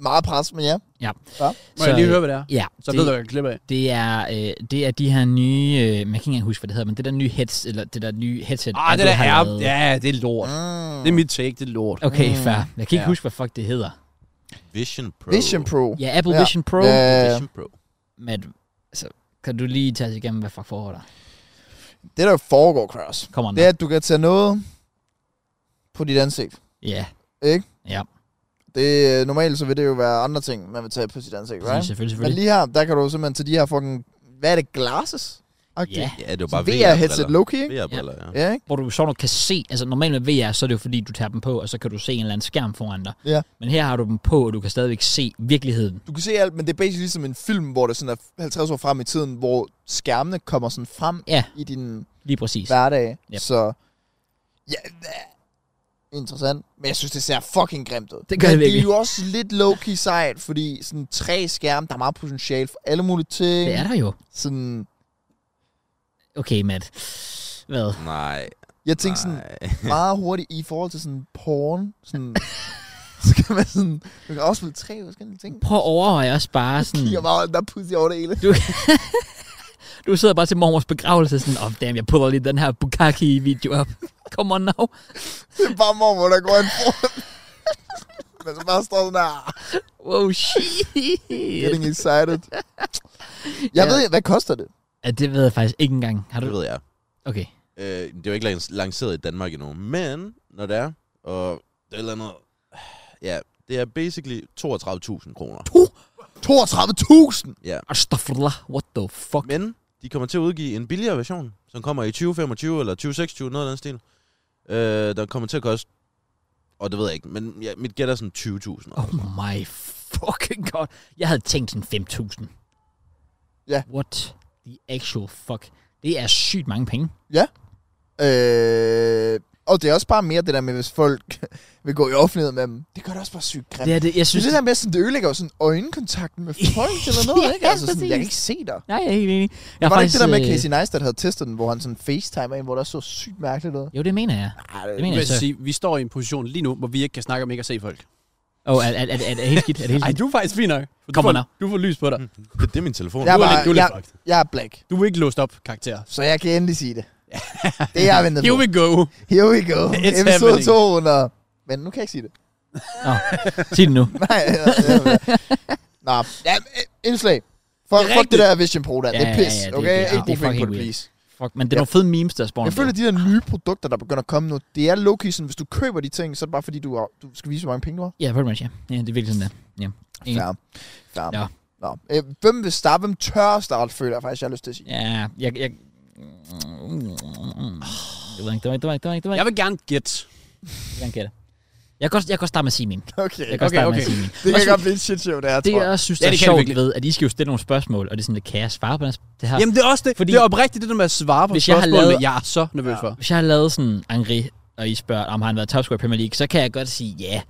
Speaker 2: meget pres, men ja.
Speaker 3: Må jeg
Speaker 1: Så,
Speaker 3: lige
Speaker 1: øh,
Speaker 3: høre, hvad det er?
Speaker 1: Ja,
Speaker 3: Så
Speaker 1: det,
Speaker 3: ved du, hvad jeg kan klippe af.
Speaker 1: det, er, øh, det er de her nye, øh, jeg kan ikke engang huske, hvad det hedder, men det der nye heads, eller det der nye headset.
Speaker 3: Ah, det
Speaker 1: Apple
Speaker 3: der
Speaker 1: har
Speaker 3: er...
Speaker 1: lavet.
Speaker 3: Ja, det er lort.
Speaker 2: Mm.
Speaker 3: Det er mit take, det er lort.
Speaker 1: Okay,
Speaker 2: Mm.
Speaker 1: fair. Jeg kan ikke
Speaker 3: Ja.
Speaker 1: huske, hvad fuck det hedder.
Speaker 4: Vision Pro.
Speaker 2: Vision Pro.
Speaker 1: Ja, Apple
Speaker 2: Ja.
Speaker 1: Vision Pro.
Speaker 2: Ja,
Speaker 4: Vision Pro.
Speaker 1: Men så kan du lige tage os igennem, hvad fuck foregår der?
Speaker 2: det der foregår, Kraus,
Speaker 1: Kommer den?
Speaker 2: det er, at du kan tage noget på dit ansigt.
Speaker 1: Ja,
Speaker 2: Det, er- normalt så vil det jo være andre ting, man vil tage på sit ansigt,
Speaker 1: right?
Speaker 2: right?
Speaker 1: selvfølgelig,
Speaker 2: Men
Speaker 1: selvfølgelig.
Speaker 2: lige her, der kan du simpelthen til de her fucking... Hvad er det?
Speaker 1: Ja,
Speaker 2: Glasses?
Speaker 4: Ja, det er jo
Speaker 2: Bare
Speaker 4: bare
Speaker 2: VR-headset Loki, ikke?
Speaker 4: VR-briller, ja.
Speaker 2: Ja, ikke?
Speaker 1: hvor du sådan kan se, altså normalt med VR, så er det jo fordi, du tager dem på, og så kan du se en eller anden skærm foran dig.
Speaker 2: Ja.
Speaker 1: Men her har du dem på, og du kan stadigvæk se virkeligheden.
Speaker 2: Du kan se alt, men det er basically ligesom en film, hvor det sådan er 50 år frem i tiden, hvor skærmene kommer sådan frem
Speaker 1: Ja.
Speaker 2: i din
Speaker 1: Lige præcis.
Speaker 2: hverdag.
Speaker 1: Yep.
Speaker 2: Så ja, det er interessant. Men jeg synes, det ser fucking grimt ud.
Speaker 1: Det gør
Speaker 2: men
Speaker 1: det
Speaker 2: det er
Speaker 1: virkelig.
Speaker 2: jo også lidt low-key sejt, fordi sådan tre skærme, der er meget potentiale for alle mulige ting.
Speaker 1: Det er der jo.
Speaker 2: Sådan,
Speaker 1: Okay, Matt. Hvad?
Speaker 4: Nej,
Speaker 2: jeg tænkte sådan,
Speaker 4: nej.
Speaker 2: meget hurtigt i forhold til sådan porn. Sådan, så kan man sådan, du kan afspille tre forskellige ting.
Speaker 1: Prøv at overveje også bare sådan...
Speaker 2: Kigger bare, der er pussy over det hele.
Speaker 1: Du sidder bare til mormors begravelse sådan, oh damn, jeg puller lige den her Bukaki-video op. Come on now.
Speaker 2: Det er bare mormor, der går en porn. Men så bare står sådan der,
Speaker 1: Wow, shit.
Speaker 2: getting excited. Jeg
Speaker 1: Ja.
Speaker 2: ved ikke, hvad koster det?
Speaker 1: Ja, det ved jeg faktisk ikke engang. Har
Speaker 4: Det
Speaker 1: du...
Speaker 4: ved jeg.
Speaker 1: Okay.
Speaker 4: Øh, det er jo ikke lan- lanceret i Danmark endnu, men når det er, og det er et eller andet, ja, det er basically 32.000 kroner.
Speaker 2: 32.000!
Speaker 1: Astaghfirullah, what the fuck?
Speaker 4: Men de kommer til at udgive en billigere version, som kommer i 2025 eller 2026, noget af den stil. Øh, der kommer til at koste, og det ved jeg ikke, men ja, mit gæt er sådan 20.000.
Speaker 1: Oh my fucking god. Jeg havde tænkt sådan 5.000.
Speaker 2: Ja.
Speaker 1: What the actual fuck? Det er sygt mange penge.
Speaker 2: Øh, og det er også bare mere det der med, hvis folk vil gå i offentlighed med dem. Det gør det også bare sygt grimt.
Speaker 1: Det er det, jeg
Speaker 2: Det er
Speaker 1: synes...
Speaker 2: det der med, sådan, det ødelægger jo sådan øjenkontakten med folk eller noget,
Speaker 1: Ja,
Speaker 2: ikke? Altså sådan,
Speaker 1: præcis.
Speaker 2: jeg kan ikke se dig.
Speaker 1: Nej, jeg er helt enig. Jeg
Speaker 2: Jeg
Speaker 1: er
Speaker 2: var det ikke det der med
Speaker 1: øh,
Speaker 2: Casey Neistat havde testet den, hvor han sådan facetimer en, hvor der så sygt mærkeligt ud?
Speaker 1: Jo, det mener jeg. Det mener
Speaker 3: Jeg
Speaker 1: jeg
Speaker 3: vil
Speaker 1: så.
Speaker 3: sige, vi står i en position lige nu, hvor vi ikke kan snakke om ikke at se folk.
Speaker 1: Åh, oh, er, er, er, er, det helt skidt? Er det helt
Speaker 3: Ej,
Speaker 1: skidt?
Speaker 3: du er faktisk fin nok. Du,
Speaker 1: Kom on
Speaker 3: får,
Speaker 1: now.
Speaker 3: du får lys på dig. Du
Speaker 4: Det, det er min telefon.
Speaker 2: Ja,
Speaker 4: Ja.
Speaker 3: er,
Speaker 2: bare-
Speaker 3: lidt, du er
Speaker 2: jeg-
Speaker 3: lidt fucked.
Speaker 2: Jeg er black,
Speaker 3: Du er ikke låst op, karakter.
Speaker 2: så jeg kan endelig sige det. det er jeg ventet
Speaker 3: Here
Speaker 2: på.
Speaker 3: we go.
Speaker 2: Here we go.
Speaker 3: It's
Speaker 2: Episode
Speaker 3: happening.
Speaker 2: 200. Men nu kan jeg ikke sige det.
Speaker 1: Sig det nu.
Speaker 2: Nej. ja, ja, ja. Nå, ja, øh, indslag. Fuck,
Speaker 3: Det er
Speaker 2: fuck det
Speaker 3: rigtigt.
Speaker 2: der Vision Pro der.
Speaker 1: Ja,
Speaker 2: det er
Speaker 1: ja, ja,
Speaker 2: pis,
Speaker 1: det-
Speaker 2: okay?
Speaker 1: det er-
Speaker 2: ikke
Speaker 1: det er
Speaker 2: brug penge på
Speaker 1: fucking
Speaker 2: det,
Speaker 1: weird.
Speaker 2: please.
Speaker 1: Fuck, men det er nogle fede memes, der spawner.
Speaker 2: Jeg føler, at de der nye produkter, der begynder at komme nu, det er low-key sådan, hvis du køber de ting, så er det bare fordi, du, har, du skal vise, hvor mange penge du har.
Speaker 1: Ja, pretty much, ja. ja. det er virkelig sådan der. Ja. Enig.
Speaker 2: Ja. Ja.
Speaker 1: Ja.
Speaker 2: ja. Nå. Øh, hvem vil starte? Hvem tør at starte, føler jeg faktisk, jeg har lyst til at sige.
Speaker 1: Ja, jeg... jeg det var ikke, det var ikke, det var ikke, det var ikke, det var
Speaker 3: Jeg
Speaker 1: ikke.
Speaker 3: vil gerne gætte.
Speaker 1: Jeg kan gætte. Jeg kan også, jeg kan også starte med at sige min.
Speaker 2: Okay.
Speaker 1: Jeg kan også starte med at
Speaker 3: okay.
Speaker 1: sige min.
Speaker 2: Det kan
Speaker 1: Også-
Speaker 2: godt blive et shit show, det her,
Speaker 1: Det
Speaker 2: tror
Speaker 1: jeg også synes,
Speaker 3: Ja,
Speaker 1: der
Speaker 3: det
Speaker 1: er
Speaker 3: kan det
Speaker 1: sjovt
Speaker 3: virkelig.
Speaker 1: ved, at I skal jo stille nogle spørgsmål, og det er sådan, kan jeg svare på den det her?
Speaker 3: Jamen, det er også det.
Speaker 1: Fordi-
Speaker 3: Fordi det er oprigtigt, det der med at svare på
Speaker 1: Hvis jeg har
Speaker 3: spørgsmålene. Jeg,
Speaker 1: lavet-
Speaker 3: jeg er så nervøs for.
Speaker 1: Hvis jeg har lavet sådan Angri, og I spørger, om han har været topscorer i Premier League, så kan jeg godt sige ja.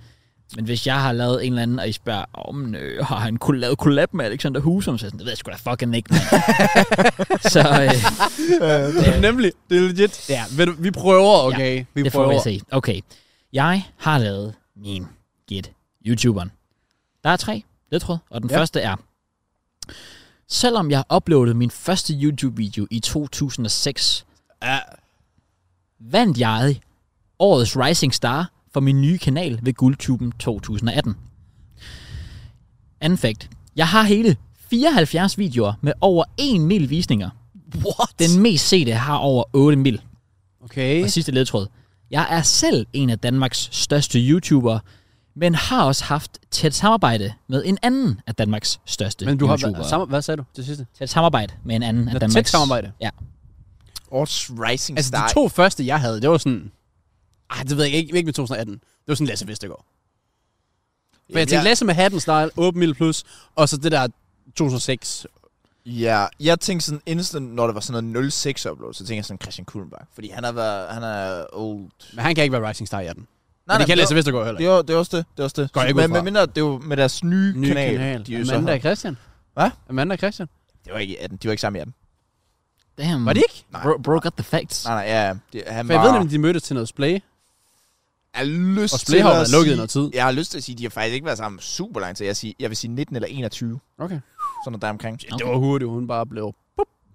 Speaker 1: Men hvis jeg har lavet en eller anden, og I spørger, om øh, har han kun lavet collab med Alexander Husum, så er jeg sådan, det ved jeg sgu da fucking ikke, mand. så øh,
Speaker 3: Ja. Nemlig, det er legit. Ja, ved du, vi prøver, okay? Ja, vi
Speaker 1: det får
Speaker 3: prøver.
Speaker 1: vi at se. Okay, jeg har lavet min gæt, YouTuberen. Der er tre ledtråd, og den
Speaker 2: Ja.
Speaker 1: ja. første er, selvom jeg uploadede min første YouTube-video i 2006,
Speaker 3: Ja,
Speaker 1: vandt jeg årets Rising Star for min nye kanal ved Guldtuben 2018. Anden fact. Jeg har hele 74 videoer med over 1 mil visninger.
Speaker 3: What?
Speaker 1: Den mest sete har over 8 mil.
Speaker 3: okay.
Speaker 1: Og sidste ledtråd. Jeg er selv en af Danmarks største YouTubere, men har også haft tæt samarbejde med en anden af Danmarks største
Speaker 3: Men du har
Speaker 1: YouTubere.
Speaker 3: været... Sam- hvad sagde du til sidste?
Speaker 1: tæt samarbejde med en anden af
Speaker 3: Nå, tæt
Speaker 1: Danmarks...
Speaker 3: samarbejde.
Speaker 1: Ja.
Speaker 2: Årets Rising
Speaker 3: Altså,
Speaker 2: Star.
Speaker 3: de to første, jeg havde, det var sådan... Ej, det ved jeg ikke. Ikke med 2018. Det var sådan Lasse Vestergaard. For jeg tænkte, Lasse med hatten style, 8 mil plus, og så det der 2006.
Speaker 2: Ja, jeg tænkte sådan instant, når det var sådan noget 06 upload, så tænkte jeg sådan Christian Kuhlenberg. Fordi han er, været, han er old.
Speaker 3: Men han kan ikke være Rising Star i 18. Nej,
Speaker 2: Nej,
Speaker 3: det kan Lasse
Speaker 2: det,
Speaker 3: Vestergaard heller
Speaker 2: det, var, det var også det. Det var også det.
Speaker 3: Går jeg ikke ud
Speaker 2: men,
Speaker 3: fra.
Speaker 2: men mindre, det var med deres nye,
Speaker 3: Ny
Speaker 2: kanal.
Speaker 3: kanal.
Speaker 2: De er jo så
Speaker 3: Amanda
Speaker 2: har-
Speaker 3: og Christian.
Speaker 2: Hvad? Mm.
Speaker 3: Amanda og Christian.
Speaker 2: det var ikke i 18. De var ikke sammen i 18.
Speaker 1: Damn.
Speaker 3: Var det ikke?
Speaker 1: Bro, bro got the facts.
Speaker 2: Nej, nej, ja. Det, han
Speaker 3: For jeg ved
Speaker 2: var,
Speaker 3: nemlig, de mødtes til noget play.
Speaker 2: er lyst
Speaker 3: Og Splay har jo
Speaker 2: til at
Speaker 3: været lukket i
Speaker 2: sige-
Speaker 3: noget tid.
Speaker 2: Jeg har lyst til at sige, at de har faktisk ikke været sammen super lang tid. Jeg, siger, jeg vil sige 19 eller 21,
Speaker 3: Okay.
Speaker 2: sådan noget der omkring.
Speaker 3: okay. Det var hurtigt, hun bare blev...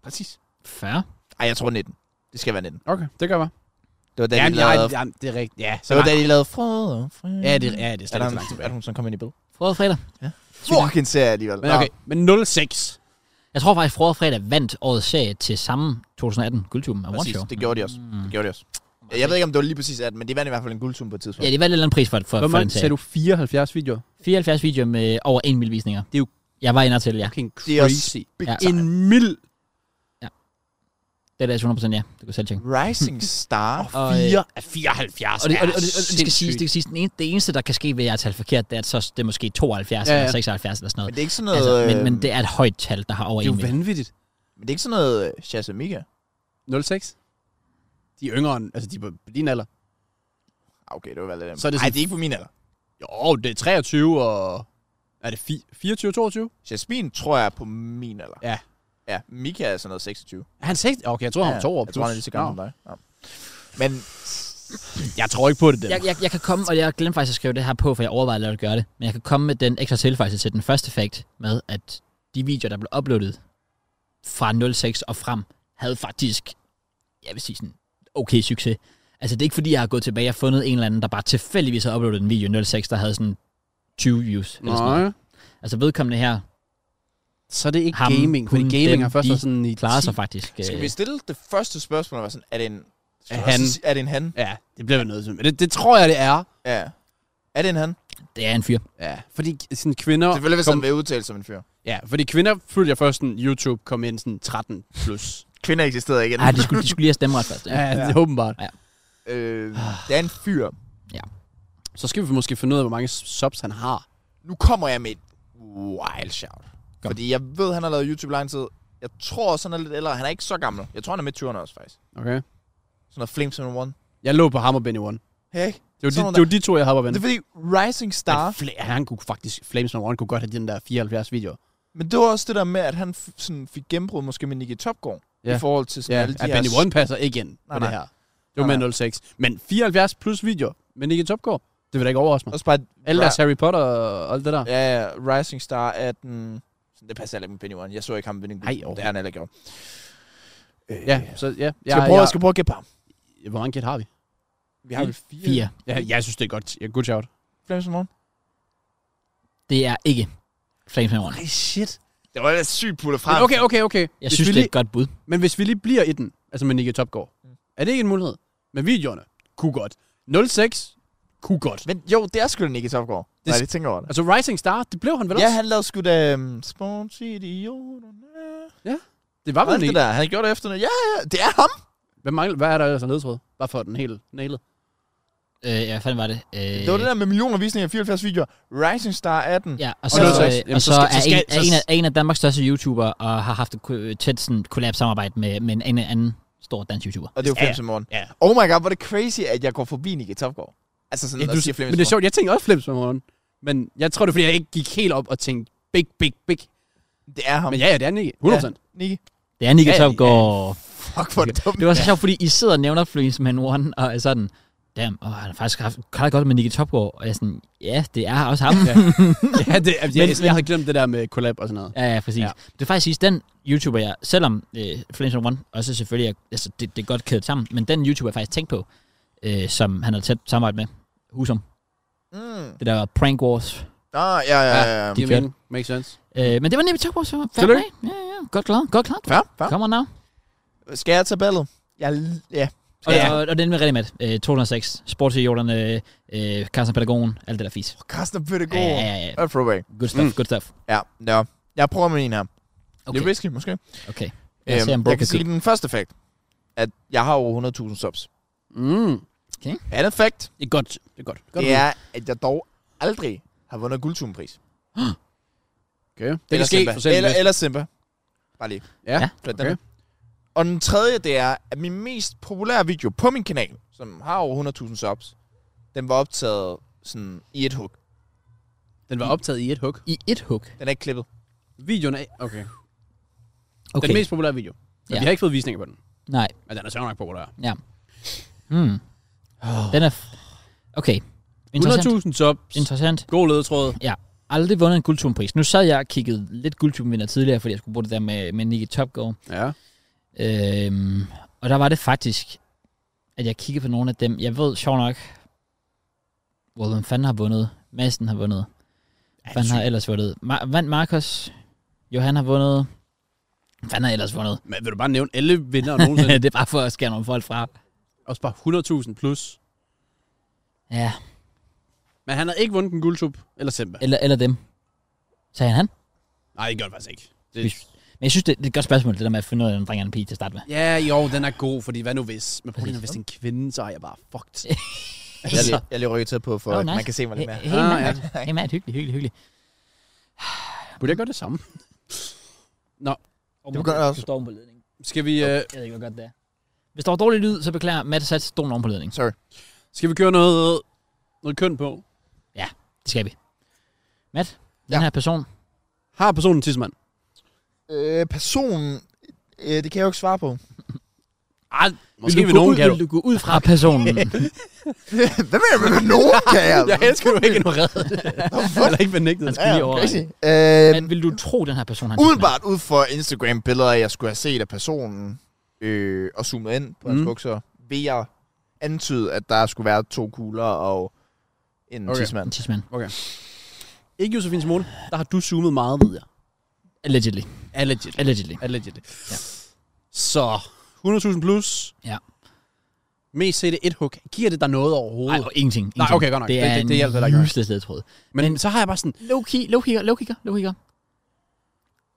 Speaker 2: Præcis.
Speaker 1: Fair.
Speaker 2: Ej, jeg tror 19. Det skal være 19.
Speaker 3: Okay, det gør jeg.
Speaker 2: Det var da,
Speaker 3: Jamen,
Speaker 2: de lavede...
Speaker 3: jeg, jamen, det er rigtigt. Ja,
Speaker 2: det var da,
Speaker 3: langt-
Speaker 2: de lavede Frøder.
Speaker 3: Ja, det, ja, det er
Speaker 2: er der
Speaker 3: slet ikke så langt
Speaker 2: en, er
Speaker 3: tilbage.
Speaker 2: der hun sådan kom ind i billedet?
Speaker 1: Frode fredag.
Speaker 2: Fucking serie alligevel.
Speaker 3: Men
Speaker 2: Nå.
Speaker 3: okay, men 06.
Speaker 1: Jeg tror faktisk, Frode fredag vandt årets serie til samme 2018 guldtuben af One
Speaker 2: Præcis,
Speaker 1: Show.
Speaker 2: det gjorde de også. Det gjorde de også. Jeg ved ikke, om det var lige præcis 18, men de vandt i hvert fald en guldtum på et tidspunkt.
Speaker 1: Ja, det vandt en eller anden pris for, for,
Speaker 3: Hvor
Speaker 1: for den
Speaker 3: mange
Speaker 1: serie.
Speaker 3: sagde du? 74 videoer?
Speaker 1: 74 videoer med over 1 mil visninger.
Speaker 3: Det er jo-
Speaker 1: Jeg var inde til, ja.
Speaker 3: Fucking
Speaker 2: Det er også
Speaker 3: crazy.
Speaker 2: big
Speaker 1: Ja.
Speaker 2: time.
Speaker 3: En mild
Speaker 1: Det er der 100% ja. Det kunne selv tjekke.
Speaker 2: Rising Star.
Speaker 1: Og, øh,
Speaker 3: 4 af 74.
Speaker 1: og det, og, det, og, det, og det, skal
Speaker 3: sindssygt.
Speaker 1: siges, det skal siges, den eneste, det eneste, der kan ske ved, at jeg har talt forkert, det er, at så, det er måske 72
Speaker 3: Ja,
Speaker 1: ja, ja.
Speaker 3: ja.
Speaker 1: eller 76 eller sådan
Speaker 2: Men
Speaker 1: noget.
Speaker 2: det er ikke sådan noget...
Speaker 1: Altså,
Speaker 2: Altså,
Speaker 1: men, men det er et højt tal, der har over
Speaker 3: øhm, Det er
Speaker 1: 1
Speaker 3: jo
Speaker 1: mil.
Speaker 3: vanvittigt.
Speaker 2: men det er ikke sådan noget øh, Shazamiga.
Speaker 3: 06? De er yngre end, altså de er på din alder.
Speaker 2: Ah, Okay, det var vel lidt...
Speaker 3: Så er det
Speaker 2: Ej,
Speaker 3: sådan-
Speaker 2: det er ikke på min alder.
Speaker 3: Jo, det er 23 og... Er det fi- 24, 22?
Speaker 2: Jasmin tror jeg er på min alder.
Speaker 3: Ja.
Speaker 2: Ja, Mika er sådan noget 26.
Speaker 3: Er han 6? Okay, jeg tror, han
Speaker 2: ja,
Speaker 3: er to år.
Speaker 2: Jeg tror, han er lige så gammel som
Speaker 3: Nå.
Speaker 2: dig. Ja. Men
Speaker 3: Jeg tror ikke på det, den.
Speaker 1: Jeg, jeg, jeg kan komme, og jeg glemte faktisk at skrive det her på, for jeg overvejede at gøre det, men jeg kan komme med den ekstra tilføjelse til den første fakt med, at de videoer, der blev uploadet fra 06 og frem, havde faktisk, jeg vil sige sådan, okay succes. Altså det er ikke fordi, jeg har gået tilbage og fundet en eller anden, der bare tilfældigvis har uploadet en video 06, der havde sådan 20 views. Eller sådan noget.
Speaker 3: Nej.
Speaker 1: Altså vedkommende her
Speaker 3: Så er det ikke
Speaker 1: Ham,
Speaker 3: gaming, fordi
Speaker 1: hun,
Speaker 3: gaming
Speaker 1: dem,
Speaker 3: har først
Speaker 1: de
Speaker 3: været sådan i
Speaker 1: klarer
Speaker 3: 10.
Speaker 1: sig faktisk. øh,
Speaker 2: skal vi stille det første spørgsmål, og være sådan, er det en... skal
Speaker 3: Er
Speaker 2: vi også
Speaker 3: han-
Speaker 2: sige, Er det en han?
Speaker 3: Ja, det bliver vel noget til. Men Det, det tror jeg, det er.
Speaker 2: Ja. Er det en han?
Speaker 1: Det er en fyr.
Speaker 3: Ja, fordi sådan kvinder...
Speaker 2: Selvfølgelig, hvis
Speaker 3: kom-
Speaker 2: han vil udtale som en fyr.
Speaker 3: Ja, fordi kvinder følte jeg først sådan, YouTube kom ind sådan 13 plus.
Speaker 2: Kvinder eksisterede ikke.
Speaker 1: Ej, Ah, de skulle, de skulle lige have stemmeret først.
Speaker 3: ja, det er åbenbart.
Speaker 2: øh, det er en fyr.
Speaker 3: Så skal vi måske finde ud af, hvor mange subs han har.
Speaker 2: Nu kommer jeg med et wild shout. Kom. Fordi jeg ved, han har lavet YouTube lang tid. Jeg tror også, han er lidt ældre. Han er ikke så gammel. Jeg tror, han er midt 20'erne også, faktisk.
Speaker 3: Okay.
Speaker 2: Sådan noget Flames in One.
Speaker 3: Jeg lå på ham og Benny One.
Speaker 2: Hey.
Speaker 3: Det var, de,
Speaker 2: Sådan
Speaker 3: det var de to, jeg havde på Benny.
Speaker 2: Det er fordi Rising Star...
Speaker 3: Men Fla- han kunne faktisk, Flames No One kunne godt have den der 74 videoer.
Speaker 2: Men det var også det der med, at han f- sådan fik gennembrud måske med Nicky Topgaard.
Speaker 3: Ja.
Speaker 2: I forhold til sådan
Speaker 3: Ja,
Speaker 2: alle de
Speaker 3: at
Speaker 2: her...
Speaker 3: Benny One passer ikke ind på
Speaker 2: Nej,
Speaker 3: det
Speaker 2: nej.
Speaker 3: her. Det var
Speaker 2: Nej,
Speaker 3: med 06. Men 74 plus videoer med Nicky Topgaard, det vil da ikke overraske mig.
Speaker 2: Også bare...
Speaker 3: Alle
Speaker 2: Ra-
Speaker 3: deres Harry Potter og alt det der.
Speaker 2: Ja, ja, Rising Star er den... Sådan, Det passer heller ikke med Benny One. Jeg så ikke ham vinde en
Speaker 3: Nej,
Speaker 2: guld. Det
Speaker 3: overhovedet.
Speaker 2: har han heller ikke gjort. Øh,
Speaker 3: Ja, så ja. Jeg,
Speaker 2: Skal jeg prøve, jeg skal prøve at gætte på ham?
Speaker 3: jeg, hvor mange gæt har vi?
Speaker 2: Vi har vel fire.
Speaker 1: Fire.
Speaker 3: Jeg, jeg synes, det er godt. Ja, good shout.
Speaker 2: Flames in One.
Speaker 1: Det er ikke Flames Man One.
Speaker 3: Ej, shit.
Speaker 2: Det var da sygt puttet frem.
Speaker 3: Men okay, okay, okay.
Speaker 1: Jeg
Speaker 3: Hvis
Speaker 1: synes,
Speaker 3: vi
Speaker 1: det er
Speaker 3: lige,
Speaker 1: et godt bud.
Speaker 3: Men hvis vi lige bliver i den, altså med Nicky Topgaard, er det ikke en mulighed? Men videoerne kunne godt. 06 kunne godt.
Speaker 2: Men jo, det er sgu da Nicky Topgaard.
Speaker 3: Det-
Speaker 2: Nej, det tænker over det.
Speaker 3: Altså Rising Star, det blev han vel
Speaker 2: Ja,
Speaker 3: også?
Speaker 2: han lavede sgu da... Um, Spons idioterne.
Speaker 3: Det
Speaker 2: Hvad
Speaker 3: var vel
Speaker 2: er det
Speaker 3: Nicky.
Speaker 2: der? Han gjorde det efter noget. Ja, ja, det er ham.
Speaker 3: Hvad, mangler, hvad er der ellers af ledtråd? Bare for den hele nailet.
Speaker 1: Øh, ja, hvad fanden var det? Øh,
Speaker 2: Det var det der med millioner visninger af 74 videoer. Rising Star 18.
Speaker 1: Ja, og
Speaker 3: Og
Speaker 1: så,
Speaker 3: noget
Speaker 1: og,
Speaker 3: sex.
Speaker 1: øh,
Speaker 3: Jamen,
Speaker 1: og så,
Speaker 3: så skal-
Speaker 1: er,
Speaker 3: så skal-
Speaker 1: en, er
Speaker 3: så-
Speaker 1: en, af, en af Danmarks største YouTubere og har haft et ko- øh, tæt sådan, collab-samarbejde med, med en, en anden stor dansk YouTuber.
Speaker 2: Og det var
Speaker 3: Ja,
Speaker 2: Flames in One.
Speaker 3: Ja.
Speaker 2: Oh my god, hvor er det crazy, at jeg går forbi Nicky Topgaard. Altså sådan,
Speaker 3: ja
Speaker 2: ja,
Speaker 3: du,
Speaker 2: du siger Flemming
Speaker 3: men det er sjovt, jeg tænkte også Flips med morgen. Men jeg tror, det er, fordi jeg ikke gik helt op og tænkte big, big, big.
Speaker 2: Det er ham.
Speaker 3: Men ja, ja, det er Nicky. 100%. Ja.
Speaker 2: Nicky,
Speaker 1: Det er Nicky
Speaker 3: Ja,
Speaker 1: ja,
Speaker 3: ja.
Speaker 1: Topgaard.
Speaker 2: fuck hvor er det dumt.
Speaker 1: Det var så sjovt, fordi I sidder og nævner Flames Man One, og er sådan, damn, åh, han har faktisk haft kan det godt med Nicky Topgaard. Og jeg er sådan, ja, det er også ham.
Speaker 3: Ja. ja, det, jeg, jeg, jeg, havde glemt det der med collab og sådan noget.
Speaker 1: Ja, ja, præcis.
Speaker 3: Ja.
Speaker 1: Ja. Det er faktisk sidst, den YouTuber, jeg, selvom øh, Flames on One også selvfølgelig er, altså det, det er godt kædet sammen, men den YouTuber, jeg faktisk tænkte på, øh, som han har tæt samarbejde med, Husum,
Speaker 2: Mm.
Speaker 1: det der var Prank Wars.
Speaker 2: Ah, ja, ja, ja. ja.
Speaker 3: giver
Speaker 1: kan.
Speaker 3: mening. Makes sense.
Speaker 1: Øh, men det var nemlig tak på, så fair
Speaker 3: Tillykke.
Speaker 1: play. Ja, ja, godt klar, godt klar.
Speaker 2: Fair, fair.
Speaker 1: Kom on now.
Speaker 2: Skal jeg tage ballet? Jeg, er l- ja.
Speaker 1: Og,
Speaker 3: Ja.
Speaker 1: ja. og, og den med rigtig med, øh, 206, Sportsidioterne, øh, Carsten Pædagogen, alt det der fis.
Speaker 2: Oh, Carsten Pøttegård.
Speaker 1: Ja, ja, ja, ja.
Speaker 2: Og throwback.
Speaker 1: Good stuff,
Speaker 3: Mm.
Speaker 1: mm. good stuff.
Speaker 2: Ja, ja. Jeg prøver med en her. Okay.
Speaker 1: Okay,
Speaker 2: Lidt risky, måske.
Speaker 1: okay. Jeg ser, om
Speaker 2: Øhm,
Speaker 1: Brooke
Speaker 2: jeg
Speaker 1: er
Speaker 2: kan sige den første fact, at jeg har over 100.000 subs.
Speaker 3: Mm.
Speaker 2: Andet fact,
Speaker 3: Det er godt. Det er godt. godt
Speaker 2: det er, at jeg dog aldrig har vundet guldtumpris.
Speaker 3: Okay. Det kan ske
Speaker 2: Simba.
Speaker 3: for selv.
Speaker 2: Eller,
Speaker 3: Eller,
Speaker 2: eller Simba. Bare lige.
Speaker 3: Ja,
Speaker 2: Flyt den
Speaker 3: okay.
Speaker 2: her. Og den tredje, det er, at min mest populære video på min kanal, som har over 100.000 subs, den var optaget sådan i et hug.
Speaker 3: Den var optaget i et hug.
Speaker 1: I et hug.
Speaker 2: Den er ikke klippet.
Speaker 3: Videoen er... Okay. okay.
Speaker 1: Okay.
Speaker 3: Den mest populære video. Men
Speaker 1: Ja.
Speaker 3: vi har ikke fået visninger på den.
Speaker 1: Nej.
Speaker 3: Men den er så nok populær.
Speaker 1: Ja. Mm. Den er... F- Okay. Interessant.
Speaker 3: 100.000 jobs.
Speaker 1: Interessant.
Speaker 3: God ledetråd.
Speaker 1: Aldrig vundet en guldtubenpris. Nu sad jeg og kiggede lidt guldtubenvinder tidligere, fordi jeg skulle bruge det der med, med Nicky Topgaard.
Speaker 3: Ja.
Speaker 1: Øhm, og der var det faktisk, at jeg kiggede på nogle af dem. Jeg ved sjov nok, hvor hvem fanden har vundet. Madsen har vundet. Hvem har ellers vundet? Ma- vandt Markus? Johan har vundet. Hvem har ellers vundet?
Speaker 3: Men vil du bare nævne 11 vinder nogensinde?
Speaker 1: det er bare for at skære nogle folk fra.
Speaker 3: Også bare 100.000 plus.
Speaker 1: Ja,
Speaker 3: Men han har ikke vundet en guldtub eller Simba.
Speaker 1: eller, eller dem. Sagde han han?
Speaker 3: Nej, det gør det faktisk ikke. Det...
Speaker 1: Hvis- Men jeg synes, det, det er et godt spørgsmål, det der med at finde ud af, om dreng er en pige til at starte med.
Speaker 3: Ja, jo, den er god, fordi hvad nu hvis? Men prøv lige,
Speaker 1: Præcis.
Speaker 3: hvis det er en kvinde, så er jeg bare fucked.
Speaker 2: Jeg, lige- jeg lige rykker tæt på, for
Speaker 1: Nå,
Speaker 2: at
Speaker 1: nice.
Speaker 2: man kan se mig lidt mere.
Speaker 1: He- Helt
Speaker 3: Ah,
Speaker 1: mærkt. Helt mærkt. Hyggeligt, hyggeligt, hyggeligt.
Speaker 3: Burde jeg gøre det samme? Nå,
Speaker 1: Det
Speaker 2: begynder også.
Speaker 1: Du står oven på ledningen.
Speaker 3: skal vi, øh,
Speaker 1: Jeg ved ikke, hvor godt det er. Hvis der var dårlig lyd, så beklager Matt sat stolen oven på ledningen.
Speaker 2: Sorry.
Speaker 3: skal vi køre noget, noget køn på?
Speaker 1: Det skal vi. Matt, ja.
Speaker 2: Ja.
Speaker 1: den her person.
Speaker 3: Har personen en tidsmand?
Speaker 2: Øh, personen, øh, det kan jeg jo ikke svare på.
Speaker 3: Ah, måske vil nogen, kan du.
Speaker 1: Vil du gå ud fra personen?
Speaker 2: Hvad mener du med nogen, kan jeg?
Speaker 3: Jeg elsker, at du ikke ignorerede det. Eller ikke benægtet.
Speaker 1: Han skal lige over.
Speaker 2: crazy. Øh,
Speaker 1: Matt, vil du tro, den her person har en
Speaker 2: Udenbart ud for Instagram-billeder, jeg skulle have set af personen, øh, og zoomet ind på mm. hans
Speaker 3: Mm.
Speaker 2: bukser, vil jeg antyde, at der skulle være to kugler og en
Speaker 3: Okay.
Speaker 2: okay.
Speaker 1: tidsmand? En
Speaker 2: tidsmand.
Speaker 1: tidsmand.
Speaker 3: Ikke Josefine Simone. Der har du zoomet meget, ved jeg.
Speaker 1: Allegedly.
Speaker 3: Allegedly.
Speaker 1: Allegedly.
Speaker 3: Allegedly.
Speaker 1: Ja.
Speaker 3: Ja. Så 100.000 plus.
Speaker 1: Ja.
Speaker 3: Mest set et hug. Giver det dig noget
Speaker 1: Nej,
Speaker 3: overhovedet? Ej,
Speaker 1: ingenting.
Speaker 3: Nej,
Speaker 1: ingenting.
Speaker 3: okay, godt nok.
Speaker 1: Det
Speaker 3: Det-
Speaker 1: er
Speaker 3: det- det hjælper heller
Speaker 1: en
Speaker 3: ikke.
Speaker 1: useless ledetråd.
Speaker 3: men, så har jeg bare sådan...
Speaker 1: Low-key, low-kigger, low-kigger, low-kigger.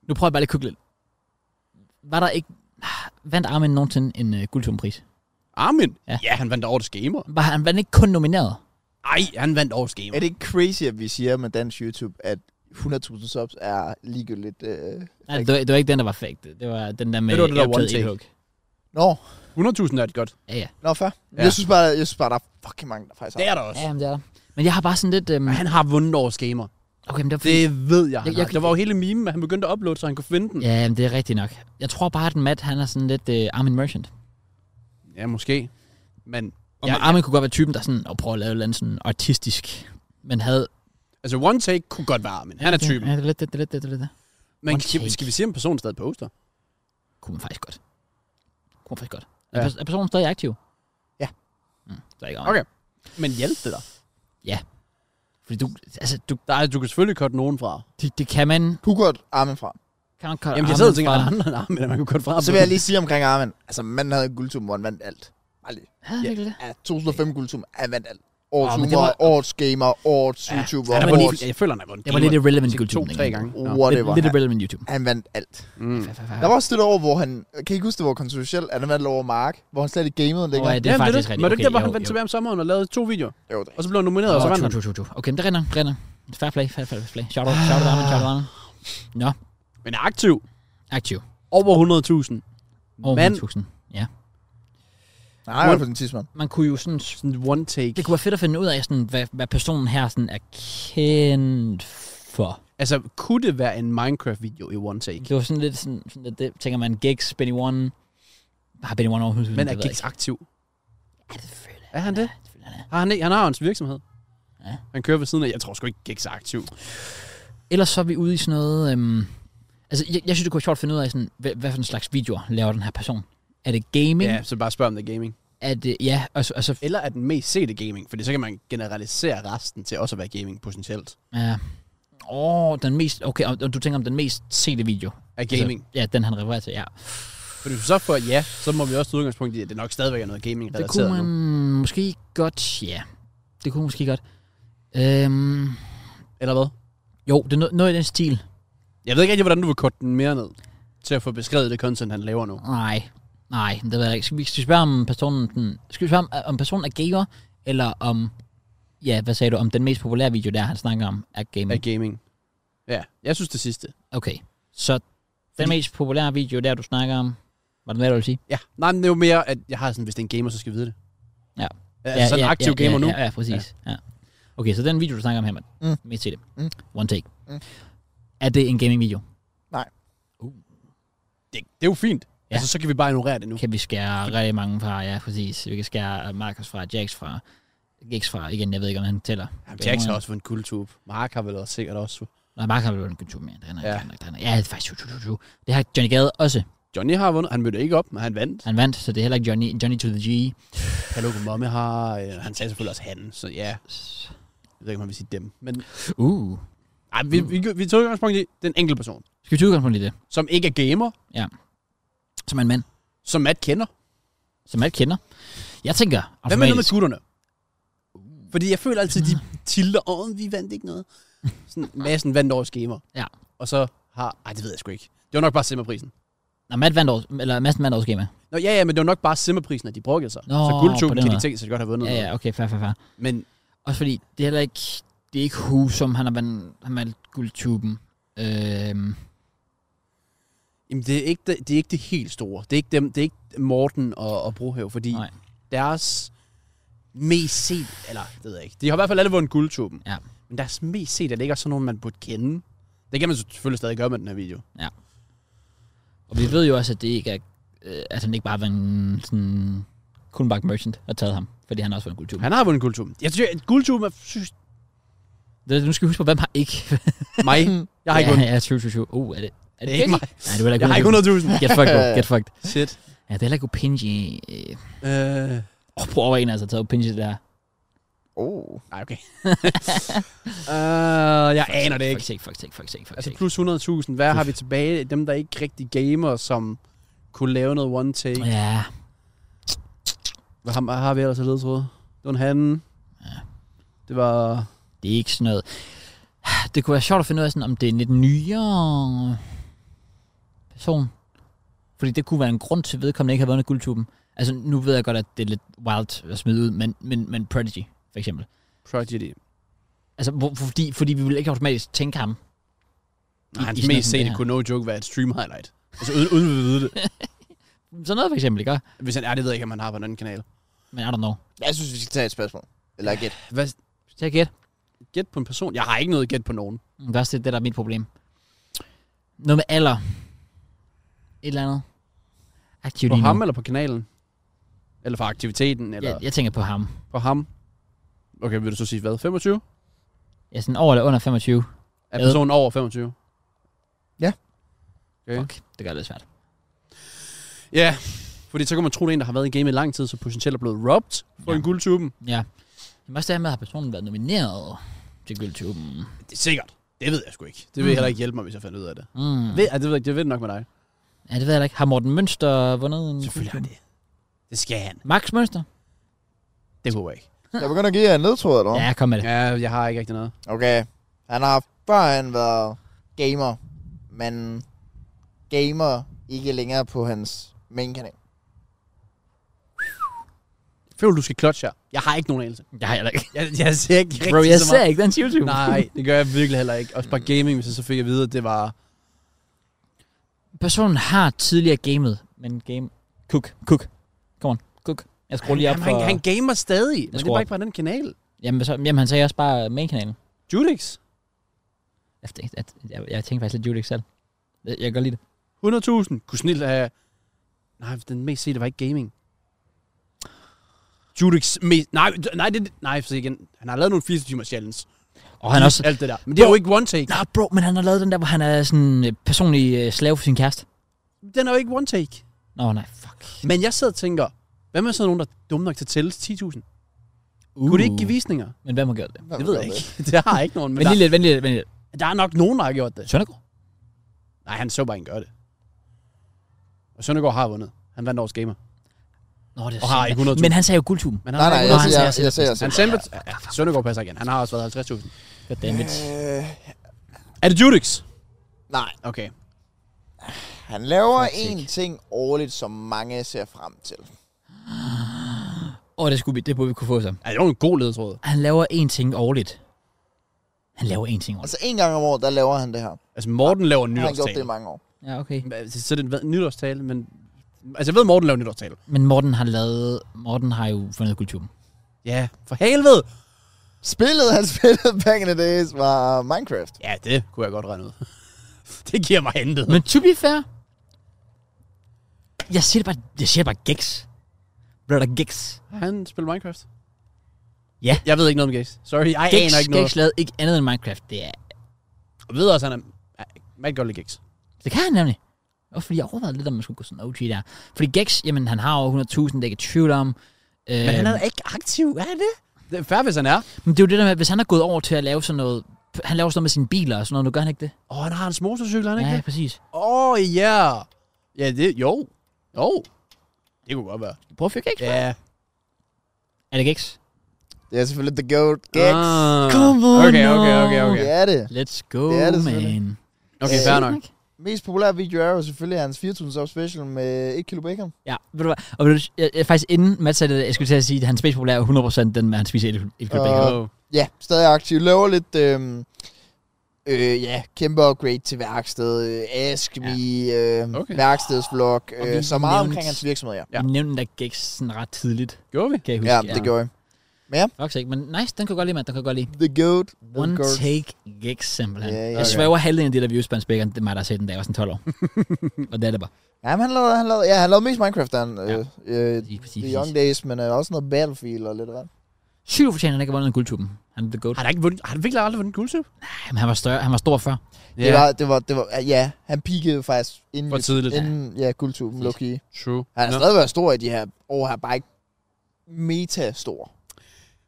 Speaker 1: Nu prøver jeg bare lige at kugle lidt. Var der ikke... Ah, Vandt Armin nogensinde en uh, guldtumpris?
Speaker 3: Armin?
Speaker 1: Ja.
Speaker 3: Ja, ja han vandt over det gamer.
Speaker 1: Var han, var han ikke kun nomineret?
Speaker 3: Ej, han vandt over gamer.
Speaker 2: Er det ikke crazy, at vi siger med dansk YouTube, at 100.000 subs er ligegyldigt? Øh...
Speaker 1: Nej, det var, det var ikke den, der var fake. Det var den der med...
Speaker 3: Det var den der
Speaker 1: optaget
Speaker 3: one take.
Speaker 1: indhug.
Speaker 2: Nå,
Speaker 3: 100.000 er et godt.
Speaker 1: Ja, ja.
Speaker 2: nå fair.
Speaker 3: Ja.
Speaker 2: Ja. Jeg, synes bare, jeg synes bare, der er fucking mange, der faktisk
Speaker 3: Det
Speaker 2: har.
Speaker 3: er der også.
Speaker 1: Ja, jamen, det er der. Men jeg har bare sådan lidt... Øhm,
Speaker 3: Men han har vundet over gamer.
Speaker 1: okay, men det var fordi,
Speaker 3: Det ved jeg, han
Speaker 1: Jeg- jeg-
Speaker 3: har. Der var jo hele meme, men han begyndte at uploade, så han kunne finde den.
Speaker 1: Ja, jamen, det er rigtigt nok. Jeg tror bare, at Matt, han er sådan lidt øh, Armin Merchant.
Speaker 3: ja måske. Men
Speaker 1: Og ja, Armin kunne godt være typen, der sådan, og prøve at lave et eller andet sådan artistisk, men havde...
Speaker 3: altså, one take kunne godt være Armin. Han er typen.
Speaker 1: Ja, det er lidt det, det er lidt det, det, er lidt det.
Speaker 3: Men
Speaker 1: One
Speaker 3: skal,
Speaker 1: take.
Speaker 3: skal vi se, om personen stadig poster?
Speaker 1: Kunne man faktisk godt. Kunne man faktisk godt.
Speaker 3: Ja.
Speaker 1: Er, pers- er personen stadig aktiv?
Speaker 2: Ja.
Speaker 1: Mm, det er ikke Armin.
Speaker 3: Okay. Men hjælp det dig.
Speaker 1: Fordi du, altså, du,
Speaker 3: Der er, du kan selvfølgelig cutte nogen fra.
Speaker 1: det, det kan man,
Speaker 2: Du kunne godt Armin fra.
Speaker 1: kan man kalde
Speaker 3: Jamen, jeg sad og tænkte, at der er andre end Armin, at man kunne cutte fra.
Speaker 2: Så vil jeg lige sige omkring Armin. Altså, manden havde en guldtum, hvor han vandt alt. Bare lige.
Speaker 1: Ja, det er virkelig det.
Speaker 2: Ja, 2005 guldtum, han vandt alt. Årets
Speaker 1: Åh,
Speaker 2: oh,
Speaker 1: men det
Speaker 2: humor,
Speaker 1: var-
Speaker 2: var... årets gamer, årets ja, YouTuber,
Speaker 3: Han har
Speaker 2: årets...
Speaker 3: vundet- Jeg føler, han har vundet.
Speaker 1: Det var lidt irrelevant guldtuben.
Speaker 3: To-tre gange. Nå.
Speaker 2: Whatever.
Speaker 1: Lidt
Speaker 2: han-
Speaker 1: irrelevant YouTube.
Speaker 2: Han vandt alt.
Speaker 3: Mm.
Speaker 2: Der var også det der år, hvor han... Kan I ikke huske, det var kontroversielt, at han vandt over Mark? Hvor han slet ikke gamede
Speaker 1: Åh, ja,
Speaker 2: længere?
Speaker 1: det er faktisk rigtigt.
Speaker 3: Men det
Speaker 1: Okay,
Speaker 3: der, hvor
Speaker 1: jo,
Speaker 3: han vendte
Speaker 1: jo.
Speaker 3: tilbage om sommeren og lavede to videoer,
Speaker 2: Jo, det
Speaker 3: og så blev han nomineret, og så vandt han.
Speaker 1: Åh, tu, tu, tu. Okay, men det renner, det renner. Fair play, fair, fair play. Shout out, shout out, Armin, shout out, Armin. Nå,
Speaker 3: Men er aktiv.
Speaker 1: aktiv.
Speaker 3: Over 100.000.
Speaker 1: Over
Speaker 3: Men
Speaker 1: 100.000. Ja.
Speaker 2: Nej, han var på sin tidsmand.
Speaker 1: Man kunne jo sådan
Speaker 3: sådan one take.
Speaker 1: Det kunne være fedt at finde ud af, sådan, hvad, hvad personen her sådan er kendt for.
Speaker 3: Altså, kunne det være en Minecraft-video i one take?
Speaker 1: Det var sådan lidt sådan, sådan lidt, det tænker man, Gigs, Benny One. Har Benny One overhovedet?
Speaker 3: Men
Speaker 1: Mm, det
Speaker 3: er
Speaker 1: ved jeg
Speaker 3: Gix
Speaker 1: ikke.
Speaker 3: aktiv?
Speaker 1: Ja, det føler jeg.
Speaker 3: Er han det?
Speaker 1: Ja, det føler jeg.
Speaker 3: Har han, ikke, han har jo hans virksomhed.
Speaker 1: Ja.
Speaker 3: Han kører ved siden af. Jeg tror sgu ikke, Gix er aktiv.
Speaker 1: Ellers så er vi ude i sådan noget... Øhm, altså, jeg, jeg synes, det kunne være sjovt at finde ud af, sådan, hvad, hvad for en slags videoer laver den her person. Er det gaming?
Speaker 3: Ja, så bare spørg om det er gaming.
Speaker 1: Er det, ja, og, så- og så...
Speaker 3: Eller er den mest sete gaming? Fordi så kan man generalisere resten til også at være gaming potentielt.
Speaker 1: Ja. Åh, oh, den mest... Okay, og, og du tænker om den mest sete video.
Speaker 3: Er gaming.
Speaker 1: Altså, ja, den han refererer til, ja.
Speaker 3: Fordi hvis du så får ja, så må vi også tage udgangspunkt i, at det nok stadigvæk er noget gaming
Speaker 1: Det kunne
Speaker 3: relateret
Speaker 1: man
Speaker 3: nu.
Speaker 1: måske godt, ja. Det kunne måske godt. Øhm,
Speaker 3: Eller hvad?
Speaker 1: jo, det er noget, noget i den stil.
Speaker 3: Jeg ved ikke rigtig, hvordan du vil korte den mere ned til at få beskrevet det content, han laver nu.
Speaker 1: Nej, nej, det ved jeg ikke. Skal vi, skal vi spørge om personen, den, skal vi spørge om, øh, om personen er gamer, eller om, ja, hvad sagde du, om den mest populære video, der han snakker om, er
Speaker 3: Af
Speaker 1: gaming.
Speaker 3: gaming. Ja, jeg synes det sidste.
Speaker 1: Okay, så den
Speaker 3: Fordi-
Speaker 1: mest populære video, der du snakker om, var det hvad du ville sige?
Speaker 3: Ja, nej, men det er jo mere, at jeg har sådan, hvis det er en gamer, så skal vi vide det.
Speaker 1: Ja.
Speaker 3: Altså ja, sådan en aktiv
Speaker 1: ja,
Speaker 3: gamer
Speaker 1: ja,
Speaker 3: nu.
Speaker 1: Ja, ja, præcis. Ja. Okay, så den video, du snakker om her, man. Mm.
Speaker 2: Mm.
Speaker 1: Mest til det. Mm.
Speaker 2: Mm.
Speaker 1: One take. Mm.
Speaker 2: Mm.
Speaker 1: Er det en gaming-video?
Speaker 3: Det, det er jo fint.
Speaker 1: Ja.
Speaker 3: Ja. Altså, så kan vi bare ignorere det nu.
Speaker 1: Kan vi skære rigtig mange fra, ja, præcis. Vi kan skære Markus fra, øh, Jax fra, Giggs fra, igen, jeg ved ikke, om han tæller.
Speaker 3: Jamen, Jackson har også fået en guldtube. Mark har vel også sikkert også.
Speaker 1: Nej, Mark har vel en kultur mere. Det er nok,
Speaker 3: Ja.
Speaker 1: ja. det er nok. Ja, faktisk. tju, tju, tju, tju. Det har Johnny Gade også.
Speaker 3: Johnny har vundet. Han mødte ikke op, men han vandt.
Speaker 1: Han vandt, så det er heller ikke Johnny, Johnny to the G.
Speaker 3: Hello, Momme har... Øh, han sagde selvfølgelig også han, så ja. Jeg ved ikke, om han vil sige dem. Men
Speaker 1: Uh.
Speaker 3: ej, vi, vi, vi tog udgangspunkt i den enkelte person,
Speaker 1: Skal vi tage udgangspunkt i det?
Speaker 3: som ikke er gamer,
Speaker 1: Som en mand,
Speaker 3: som Matt kender.
Speaker 1: som alt kender. Jeg tænker
Speaker 3: Hvad med noget med
Speaker 1: automatisk...
Speaker 3: gutterne? Fordi jeg føler altid, de tilter, åh, vi vandt ikke noget. Sådan, massen vandt over gamer.
Speaker 1: Ja.
Speaker 3: Og så har... Ej, det ved jeg sgu ikke. Det var nok bare simmerprisen.
Speaker 1: Nå, Matt vandt også, eller Madsen vandt også game.
Speaker 3: Nå, ja, ja, men det var nok bare simmerprisen, at de brokkede sig.
Speaker 1: Nå,
Speaker 3: så
Speaker 1: på den
Speaker 3: guldtuben kan de
Speaker 1: måde.
Speaker 3: tænke sig godt have vundet.
Speaker 1: Ja,
Speaker 3: noget.
Speaker 1: ja, okay, fair, fair, fair.
Speaker 3: Men
Speaker 1: Også fordi, det er heller ikke, det er ikke Hu, som han har vandt, han vandt guldtuben. Øhm,
Speaker 3: Jamen, det er, ikke det, det er ikke det helt store. Det er ikke, dem, det er ikke Morten og, og Brohave, fordi
Speaker 1: Nej.
Speaker 3: Nej. deres mest set, eller det ved jeg ikke, de har i hvert fald alle vundet guldtuben.
Speaker 1: Ja.
Speaker 3: Men deres mest set er ligger sådan nogen, man burde kende. Det kan man selvfølgelig stadig gøre med den her video.
Speaker 1: og vi ved jo også, at det ikke er, øh, at han ikke bare var en sådan, kun bare merchant og taget ham, fordi han også vandt guldtuben.
Speaker 3: Han har vundet guldtuben. Jeg synes, at guldtuben er synes,
Speaker 1: Det, nu skal vi huske på, hvem har ikke...
Speaker 3: mig. Jeg har ikke
Speaker 1: ja,
Speaker 3: vundet.
Speaker 1: ja, true, true, true. Uh, er det, er det,
Speaker 3: Det er ikke
Speaker 1: Pingy?
Speaker 3: mig.
Speaker 1: Nej, det var
Speaker 3: Jeg har ikke 100.000.
Speaker 1: Get fucked, bro. Get fucked.
Speaker 3: Shit.
Speaker 1: Ja, det er heller ikke Opinji. Øh,
Speaker 3: Øh,
Speaker 1: oh, prøv at overveje en, altså, taget Opinji der.
Speaker 2: Oh.
Speaker 3: nej, okay. øh, jeg aner det ikke.
Speaker 1: Fuck sake, fuck sake, fuck sake, fuck
Speaker 3: Altså
Speaker 1: sake.
Speaker 3: plus 100.000. Hvad har vi tilbage? Dem, der ikke rigtig gamer, som kunne lave noget one take.
Speaker 1: Ja,
Speaker 3: Hvad har, hvad har vi ellers af ledtråd? Det var en han.
Speaker 1: Ja.
Speaker 3: Det var...
Speaker 1: det er ikke sådan noget... Det kunne være sjovt at finde ud af, sådan, om det er en lidt nyere person. Fordi det kunne være en grund til, at vedkommende ikke har vundet guldtuben. Altså, nu ved jeg godt, at det er lidt wild at smide ud, men, men, men Prodigy, for eksempel.
Speaker 3: Prodigy.
Speaker 1: Altså, hvor, fordi, fordi vi vil ikke automatisk tænke ham.
Speaker 3: Nej,
Speaker 1: I
Speaker 3: hans
Speaker 1: sådan
Speaker 3: mest
Speaker 1: noget
Speaker 3: sete
Speaker 1: her.
Speaker 3: kunne no joke være et stream highlight. Altså uden, uden at vide det.
Speaker 1: Sådan noget, for eksempel, ikke?
Speaker 3: Hvis han er, det ved jeg ikke, om han har på en anden kanal.
Speaker 1: Men I don't know.
Speaker 2: Jeg synes, vi skal tage et spørgsmål. Eller et gæt.
Speaker 3: Hvad?
Speaker 1: Så jeg gæt.
Speaker 3: Gæt på en person? Jeg har ikke noget gæt på nogen.
Speaker 1: Mm, Det er også det, det, der er mit problem. Noget med alder. Et eller andet. Aktiv
Speaker 3: På
Speaker 1: lige nu.
Speaker 3: ham eller på kanalen? Eller for aktiviteten? Eller
Speaker 1: Jeg, jeg tænker på ham.
Speaker 3: på ham? Okay, vil du så sige hvad? 25?
Speaker 1: Jeg er sådan over eller under 25.
Speaker 3: Er
Speaker 1: Hvad?
Speaker 3: personen over 25?
Speaker 1: Okay.
Speaker 3: Okay.
Speaker 1: Fuck, det gør det lidt svært.
Speaker 3: Ja, fordi så kan man tro, det er en, der har været i gamet i lang tid, så potentielt er blevet robbed for
Speaker 1: Ja.
Speaker 3: en guldtuben.
Speaker 1: Ja. Men også det her med, at personen været nomineret til guldtuben.
Speaker 3: Det er sikkert. Det ved jeg sgu ikke. Det vil
Speaker 1: Mm.
Speaker 3: heller ikke hjælpe mig, hvis jeg fandt ud af det.
Speaker 1: Mm.
Speaker 3: Ved, ah, det ved jeg ikke. Det ved jeg nok med dig.
Speaker 1: Ja, det ved jeg da ikke. Har Morten Mønster vundet en
Speaker 3: Selvfølgelig har
Speaker 1: guldtube?
Speaker 3: han det. Det skal han.
Speaker 1: Max Mønster?
Speaker 3: Det håber jeg ikke.
Speaker 2: Jeg begynder at give jer en ledtråd, eller hvad?
Speaker 1: Ja, kom med det.
Speaker 3: Ja, jeg har ikke rigtig noget.
Speaker 2: Okay. Han har førhen været gamer, men gamer ikke længere på hans main kanal.
Speaker 3: Jeg føler, du skal clutch her. Jeg har ikke nogen anelse.
Speaker 1: Jeg har heller ikke.
Speaker 3: Jeg, jeg ser ikke rigtig
Speaker 1: Bro, jeg
Speaker 3: så
Speaker 1: ser
Speaker 3: meget.
Speaker 1: ikke den YouTube.
Speaker 3: Nej, det gør jeg virkelig heller ikke. Også bare gaming, hvis jeg så fik at vide, at det var...
Speaker 1: Personen har tidligere gamet, men game... Cook, cook. Come on, cook. Jeg skruer lige op
Speaker 3: Jamen,
Speaker 1: for...
Speaker 3: han, han gamer stadig, men det er
Speaker 1: skruer
Speaker 3: bare ikke på den kanal.
Speaker 1: Jamen, så, jamen, han sagde også bare main-kanalen.
Speaker 3: Judix,
Speaker 1: Jeg, tænkte- at- jeg, jeg tænkte faktisk lidt Judix selv. Jeg, jeg kan godt lide det.
Speaker 3: 100.000. Kunne snilt have... Nej, den mest sete var ikke gaming. Judix mest... Nej, d- nej, det, nej, så igen. Han har lavet nogle 80 timers challenge.
Speaker 1: Og han også...
Speaker 3: Alt det der. Men det er jo ikke one take.
Speaker 1: Nå, bro, men han har lavet den der, hvor han er sådan øh, personlig øh, slave for sin kæreste.
Speaker 3: Den er jo ikke one take.
Speaker 1: Nå, nej, fuck.
Speaker 3: Men jeg sidder og tænker, hvad med sådan nogen, der er dumme nok til at tælle til 10.000? Uh. Kunne det ikke give visninger?
Speaker 1: Men hvem har gjort det?
Speaker 3: Det ved jeg ikke. Det har jeg ikke nogen. Men
Speaker 1: Vent lige lidt, vent lige lidt, vent lige lidt.
Speaker 3: der, der er nok nogen, der har gjort det.
Speaker 1: Søndergaard?
Speaker 3: Nej, han så bare ikke gøre det. Og Søndergaard har vundet. Han vandt årets gamer.
Speaker 1: Nå, det er
Speaker 3: Og har
Speaker 1: sindssygt.
Speaker 3: ikke 100.000.
Speaker 1: Men han sagde jo guldtuben.
Speaker 3: Men
Speaker 2: Nej, nej,
Speaker 1: Nå,
Speaker 2: jeg,
Speaker 1: han
Speaker 2: jeg,
Speaker 1: ser-
Speaker 2: jeg,
Speaker 1: ser-
Speaker 2: jeg, ser- jeg,
Speaker 3: Han
Speaker 2: ser.
Speaker 3: sendte... Altså, Ja, ja, Søndergaard passer igen. Han har også været 50.000.
Speaker 1: Goddammit.
Speaker 2: Øh,
Speaker 3: Er det Judix?
Speaker 2: nej,
Speaker 3: Okay.
Speaker 2: han laver en ting årligt, som mange ser frem til.
Speaker 1: Åh, oh, det skulle vi, det burde vi kunne få sammen.
Speaker 3: Er det var en god ledetråd?
Speaker 1: Han laver én ting årligt. Han laver én ting årligt.
Speaker 2: Altså en gang om året, der laver han det her.
Speaker 3: Altså, Morten laver en
Speaker 2: Han har gjort det i
Speaker 3: nytårstale.
Speaker 2: mange år.
Speaker 1: Ja, okay.
Speaker 3: Hva- Så så er det en hvad- nytårstale, men... Altså, jeg ved, Morten laver en nytårstale.
Speaker 1: Men Morten har lavet... Morten har jo fundet guldtuben.
Speaker 3: Ja, for helvede!
Speaker 2: Spillet, han spillede back in the days, var Minecraft.
Speaker 3: Ja, det kunne jeg godt regne ud. det giver mig hentet.
Speaker 1: Men to be fair... Jeg siger det bare... Jeg siger det bare gigs. Hvad er der gigs?
Speaker 3: Han spiller Minecraft.
Speaker 1: Ja.
Speaker 3: Jeg ved ikke noget om Gix. Sorry, jeg
Speaker 1: Gix,
Speaker 3: aner ikke noget.
Speaker 1: Gix lavede ikke andet end Minecraft. Det, er,
Speaker 3: Jeg ved også, han er... Ja, Matt godt lide Gix.
Speaker 1: det kan han nemlig. Også fordi jeg overvejede lidt, om man skulle gå sådan OG der. Fordi Gex, jamen han har over 100.000, det er jeg ikke i tvivl om. Øh,
Speaker 3: Men han er ikke aktiv, er han det? Øhm. det er fair, hvis han er.
Speaker 1: men det er jo det der med, at hvis han er gået over til at lave sådan noget, han laver sådan noget med sine biler og sådan noget, nu gør han ikke det.
Speaker 3: Åh, oh, han har en motorcykel, har han ikke
Speaker 1: ja,
Speaker 3: det?
Speaker 1: præcis.
Speaker 3: Åh, oh, ja. Yeah. Ja, det... Jo. Jo. Det kunne godt være.
Speaker 1: Prøv at fyre Gex.
Speaker 3: Ja.
Speaker 1: Er det Gex?
Speaker 2: Det er selvfølgelig The Goat Gex.
Speaker 3: Ah.
Speaker 1: Come on
Speaker 3: Okay, okay, okay,
Speaker 1: now.
Speaker 3: okay.
Speaker 2: Det er det.
Speaker 1: Let's go,
Speaker 2: Det er det selvfølgelig.
Speaker 1: man.
Speaker 3: Okay,
Speaker 2: Øh,
Speaker 3: fair nok.
Speaker 2: Mest populære video er jo selvfølgelig hans 24 sub special med 1 kilo bacon.
Speaker 1: Ja, ved du hvad? Og ved du, jeg, jeg, faktisk inden Mads sagde det, jeg skulle til at sige, at hans mest populære er 100% den med, at han spiser et, et kilo
Speaker 2: Og-
Speaker 1: bacon.
Speaker 3: Oh.
Speaker 2: Ja, stadig aktiv. Laver lidt, øhm, øh, ja, kæmpe upgrade til værksted, øh, Askmi, øh,
Speaker 3: Okay.
Speaker 2: okay. værkstedsvlog,
Speaker 1: Og
Speaker 2: øh,
Speaker 1: vi
Speaker 2: så meget
Speaker 1: nævnte-
Speaker 2: omkring hans virksomhed, ja.
Speaker 3: Ja.
Speaker 1: Ja. Vi nævnte da Gex sådan ret tidligt,
Speaker 3: Gjorde vi?
Speaker 1: kan jeg huske.
Speaker 2: Ja, det gjorde jeg.
Speaker 1: Faktisk ikke, men nice, den kan jeg godt lide, mand. Den kan jeg godt lide.
Speaker 2: The Goat. The
Speaker 1: One
Speaker 2: goat.
Speaker 1: take Gex, simpelthen.
Speaker 2: Ja, ja,
Speaker 1: Jeg
Speaker 2: ja.
Speaker 1: svæver halvdelen af det der viewspansbækker, det er mig, der har set den, da jeg var sådan 12 år. og det er det bare.
Speaker 2: Ja, men han lavede, han lavede, ja, han lavede mest Minecraft, da han,
Speaker 1: Ja.
Speaker 2: øh, øh,
Speaker 1: Præcis, præcis,
Speaker 2: The
Speaker 1: præcis.
Speaker 2: Young Days, men øh, også noget Battlefield og lidt ret.
Speaker 1: Syv fortjener, han ikke har vundet en guldtuben. Han er the goat.
Speaker 3: Har han, ikke vundet, har han virkelig aldrig vundet guldsøb?
Speaker 1: Ej, men han var, større, han var stor før.
Speaker 2: Det var, det var, det var, ja, han peakede faktisk inden,
Speaker 3: For tidligt.
Speaker 2: inden ja, guldtuben,
Speaker 1: Præcis.
Speaker 2: Loki.
Speaker 3: True.
Speaker 2: Han har
Speaker 3: Nå.
Speaker 2: stadig været stor i de her år her, bare ikke meta stor.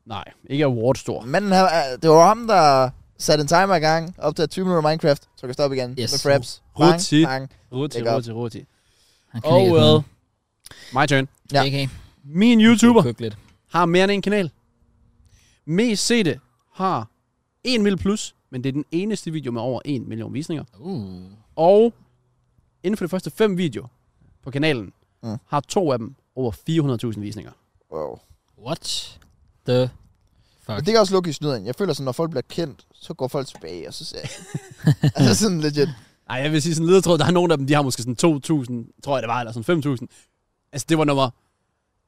Speaker 3: Nej, ikke award stor.
Speaker 2: Men han, øh, det var ham, der satte en timer i gang, op til 20 minutter Minecraft, så kan stoppe igen
Speaker 1: Yes.
Speaker 2: med fraps.
Speaker 3: Ruti.
Speaker 2: bang.
Speaker 3: Ruti,
Speaker 2: Lækker op.
Speaker 3: ruti, ruti.
Speaker 1: Han
Speaker 3: Oh
Speaker 1: knækkede
Speaker 3: well.
Speaker 1: koden.
Speaker 3: My turn.
Speaker 2: Ja.
Speaker 1: Okay.
Speaker 3: Min YouTuber
Speaker 1: Kuk lidt.
Speaker 3: har mere end en kanal. Mest sete har 1 mil plus, men det er den eneste video med over 1 million visninger.
Speaker 1: Uh.
Speaker 3: Og inden for de første 5 videoer på kanalen,
Speaker 2: Mm.
Speaker 3: har to af dem over 400.000 visninger.
Speaker 2: Wow.
Speaker 1: What the fuck?
Speaker 2: Men det kan også lukke i snyden. Jeg føler sådan, når folk bliver kendt, så går folk tilbage, og så ser altså sådan legit.
Speaker 3: Ej, jeg vil sige sådan en ledetråd, der er nogle af dem, de har måske sådan 2.000, tror jeg det var, eller sådan 5.000. Altså, det var nummer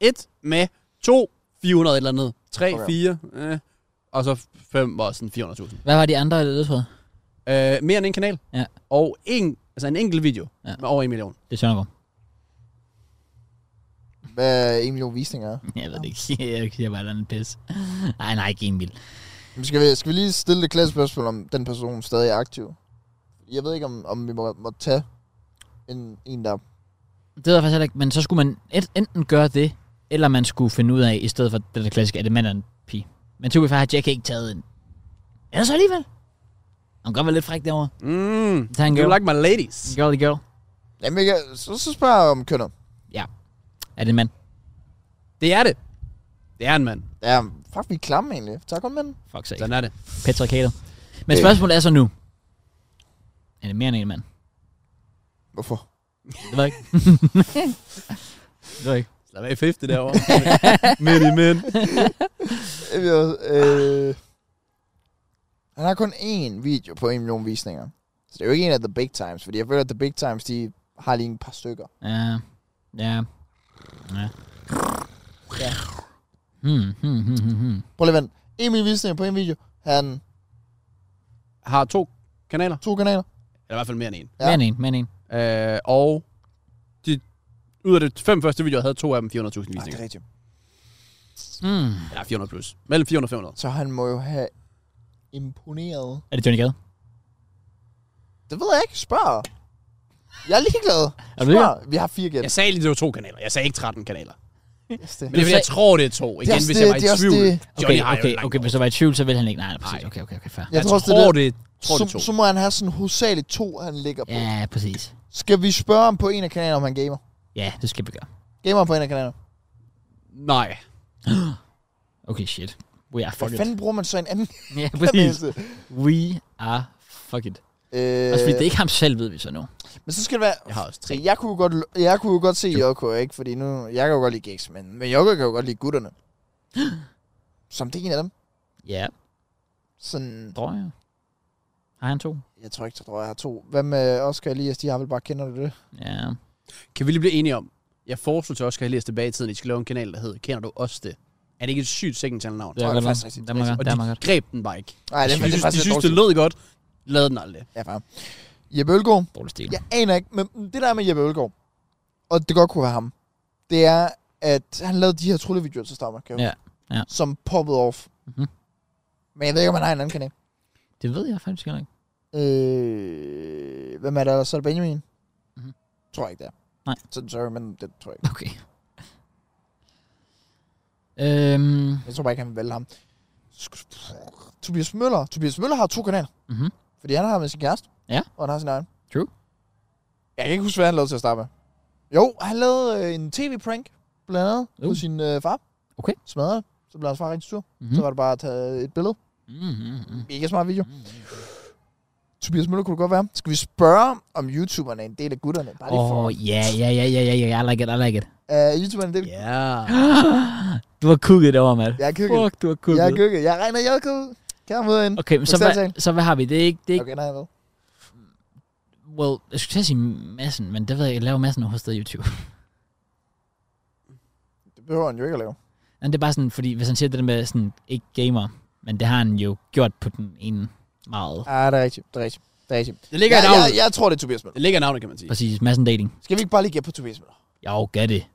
Speaker 3: 1 med 2, 400 et eller andet, 3,
Speaker 2: Okay.
Speaker 3: okay. 4, øh, og så 5 var sådan 400.000.
Speaker 1: Hvad var de andre ledtråde?
Speaker 3: Øh, mere end en kanal.
Speaker 1: Ja.
Speaker 3: Og en, altså en enkelt video
Speaker 1: Ja.
Speaker 3: ja. med over 1 million.
Speaker 1: Det er Søndergaard.
Speaker 2: Hvad en million visninger er.
Speaker 1: Jeg ved det ikke. Jeg siger bare, at den er pis. Nej, nej, ikke en mil.
Speaker 2: Men Skal vi, skal vi lige stille det klare spørgsmål, om den person stadig er aktiv? Jeg ved ikke, om, om vi må, må tage en, en der...
Speaker 1: Det ved jeg faktisk heller ikke, men så skulle man et- enten gøre det, eller man skulle finde ud af, i stedet for den der klassiske, er det mand eller en pige? Men typisk har Jack ikke taget en. Eller så alligevel. Han kan godt være lidt fræk derovre.
Speaker 3: Mm.
Speaker 1: Tag en
Speaker 3: You
Speaker 1: girl.
Speaker 3: like my ladies.
Speaker 1: Girl, girl.
Speaker 2: Jamen, jeg, kan- så, så spørger jeg om kønnet.
Speaker 1: Er det en mand?
Speaker 3: Det er det. Det er en mand.
Speaker 2: Ja, fuck, vi er klamme egentlig. Tak om manden.
Speaker 1: Fuck sake.
Speaker 3: Sådan er det.
Speaker 1: Patriarkatet. Men spørgsmålet er så nu. Er det mere end en mand?
Speaker 2: Hvorfor?
Speaker 1: Det ved jeg ikke. det ved jeg ikke.
Speaker 3: Slap af 50 derovre. men i men.
Speaker 2: Øh, øh, han har kun én video på en million visninger. Så det er jo ikke en af The Big Times, fordi jeg føler, at The Big Times, de har lige en par stykker.
Speaker 1: Ja. Ja. Ja. Hmm, hmm, hmm, hmm, hmm.
Speaker 2: Prøv lige at vente. En million visninger på en video. Han
Speaker 3: Har to kanaler.
Speaker 2: to kanaler.
Speaker 3: Eller i hvert fald mere end en.
Speaker 1: Ja.
Speaker 2: Ja.
Speaker 1: Mere end en, mere end en.
Speaker 3: Øh, og de, ud af de fem første videoer havde to af dem 400.000
Speaker 2: Ah, det
Speaker 3: visninger.
Speaker 2: er rigtigt.
Speaker 1: Hmm.
Speaker 3: Ja, 400 plus. Mellem 400 og 500.
Speaker 2: Så han må jo have imponeret.
Speaker 1: Er det Johnny Gade?
Speaker 2: Det ved jeg ikke. Spørg. Jeg er ligeglad.
Speaker 1: Er du ligeglad?
Speaker 2: Spørg. Vi har fire gæt.
Speaker 3: Jeg sagde lige, det var to kanaler. Jeg sagde ikke 13 kanaler.
Speaker 2: Yes, det.
Speaker 3: Men det, er, fordi, jeg tror, det er to. Igen,
Speaker 2: også
Speaker 3: hvis jeg
Speaker 2: det,
Speaker 3: var i
Speaker 2: det er også
Speaker 3: tvivl.
Speaker 2: det.
Speaker 1: Okay,
Speaker 3: Johnny har jo
Speaker 1: okay,
Speaker 3: langt
Speaker 1: okay,
Speaker 3: over.
Speaker 1: hvis der var i tvivl, så vil han ikke. Nej, nej, præcis. Okay, okay, okay, fair.
Speaker 2: Jeg tror også, det
Speaker 3: tror,
Speaker 2: er det.
Speaker 3: det er, tror, det er to.
Speaker 2: Så, så må han have sådan hovedsageligt to, han ligger på.
Speaker 1: Ja, præcis.
Speaker 2: Skal vi spørge ham på en af kanalerne, om han gamer?
Speaker 1: Ja, det skal vi gøre.
Speaker 2: Gamer på en af kanalerne.
Speaker 3: Nej.
Speaker 1: Okay, shit. We are
Speaker 2: Hvad
Speaker 1: fucked.
Speaker 2: fanden bruger man så en anden
Speaker 1: Ja,
Speaker 2: kanal
Speaker 1: præcis.
Speaker 2: til?
Speaker 1: We are fucked.
Speaker 2: Øh,
Speaker 1: Også Altså, fordi det er ikke ham selv, ved vi så nu.
Speaker 2: Men så skal det være...
Speaker 3: Jeg har også tre.
Speaker 2: Jeg kunne, jo godt, jeg kunne jo godt se Joko, ikke? Fordi nu... Jeg kan jo godt lide Gex, men, men Joko kan jo godt lide gutterne. Som det er en af dem.
Speaker 1: Ja,
Speaker 2: Sådan...
Speaker 1: tror jeg. Har han to?
Speaker 2: Jeg tror ikke, jeg tror, jeg har to. Hvad med Oscar og Elias? De har vel bare kender du det?
Speaker 1: Ja.
Speaker 3: Kan vi lige blive enige om, jeg foreslog til Oscar Elias tilbage i tiden, at I skal lave en kanal, der hedder Kender du os det? Er det ikke et sygt second channel navn?
Speaker 1: Det
Speaker 2: Tror
Speaker 1: er
Speaker 2: jeg
Speaker 1: godt
Speaker 2: faktisk
Speaker 1: nok.
Speaker 2: rigtigt.
Speaker 1: Det er meget
Speaker 3: Og
Speaker 1: godt. Det er meget
Speaker 3: de
Speaker 1: godt.
Speaker 3: greb den bare ikke.
Speaker 2: Nej,
Speaker 3: de,
Speaker 2: det, er- det,
Speaker 3: synes,
Speaker 2: er faktisk
Speaker 3: de synes,
Speaker 2: lidt
Speaker 3: det
Speaker 2: dårligt.
Speaker 3: lød godt. Lavede den aldrig.
Speaker 2: Ja, far. Jeppe Ølgaard.
Speaker 1: Dårlig stil.
Speaker 2: Jeg aner ikke, men det der er med Jeppe Ølgaard, og det godt kunne være ham, det er, at han lavede de her tryllevideoer til Stammer, kan jeg
Speaker 1: Ja.
Speaker 2: huske.
Speaker 1: Ja.
Speaker 2: som poppet off.
Speaker 1: Mhm.
Speaker 2: Mm-hmm. Men jeg ved ikke, om han har en anden kanal.
Speaker 1: Det ved jeg faktisk heller ikke.
Speaker 2: Øh, hvem er der? Så er det Benjamin?
Speaker 1: Mhm.
Speaker 2: Mm-hmm. Tror jeg ikke, det er.
Speaker 1: Nej.
Speaker 2: Så, sorry, men det tror jeg ikke.
Speaker 1: Okay. Øhm,
Speaker 2: Jeg tror bare ikke, han vil vælge ham. Tobias Møller. Tobias Møller har to kanaler.
Speaker 1: mhm.
Speaker 2: Fordi han har med sin kæreste.
Speaker 1: Ja.
Speaker 2: Og han har sin egen.
Speaker 1: True.
Speaker 2: Jeg kan ikke huske, hvad han lavede til at starte med. Jo, han lavede øh, en tv-prank, blandt andet, uh.
Speaker 1: Uh.
Speaker 2: på sin øh, far.
Speaker 1: Okay.
Speaker 2: Smadrede det. Så blev hans far rigtig sur. Mm. Mm.
Speaker 1: Mhm.
Speaker 2: Så var det bare at tage et billede.
Speaker 1: Mhm.
Speaker 2: Ikke smart video. Tobias Møller kunne det godt være. Skal vi spørge, om YouTuberne er en del af gutterne? Bare lige for...
Speaker 1: Åh, ja, ja, ja, ja, ja, ja, I like it, I like it.
Speaker 2: Er YouTuberne en del?
Speaker 3: Ja.
Speaker 1: Du har kukket det over, mand.
Speaker 2: Jeg er kukket.
Speaker 1: Fuck, du har kukket.
Speaker 2: Jeg er kukket. Jeg regner, jeg er kukket. Kan jeg møde ind?
Speaker 1: Okay, men så, hvad,
Speaker 2: Bogstavtalen.
Speaker 1: så hvad har vi? Det er ikke... Det er ikke
Speaker 2: Okay, nej, hvad?
Speaker 1: well, jeg skulle til at sige massen, men det ved jeg ikke. Jeg laver massen over stedet YouTube.
Speaker 2: Det behøver han jo ikke at lave.
Speaker 1: Men det er bare sådan, fordi hvis han siger det der med sådan, ikke gamer, men det har han jo gjort på den ene meget.
Speaker 2: Ah, det er rigtigt. Det er rigtigt. Det er rigtigt.
Speaker 3: Det
Speaker 2: Jeg,
Speaker 3: ligger i
Speaker 2: jeg,
Speaker 3: navnet.
Speaker 2: jeg tror, det er Tobias Møller.
Speaker 3: Det ligger i navnet, kan man sige.
Speaker 1: Præcis, massen dating.
Speaker 2: Skal vi ikke bare lige gætte på Tobias Møller?
Speaker 1: Jo, gør det.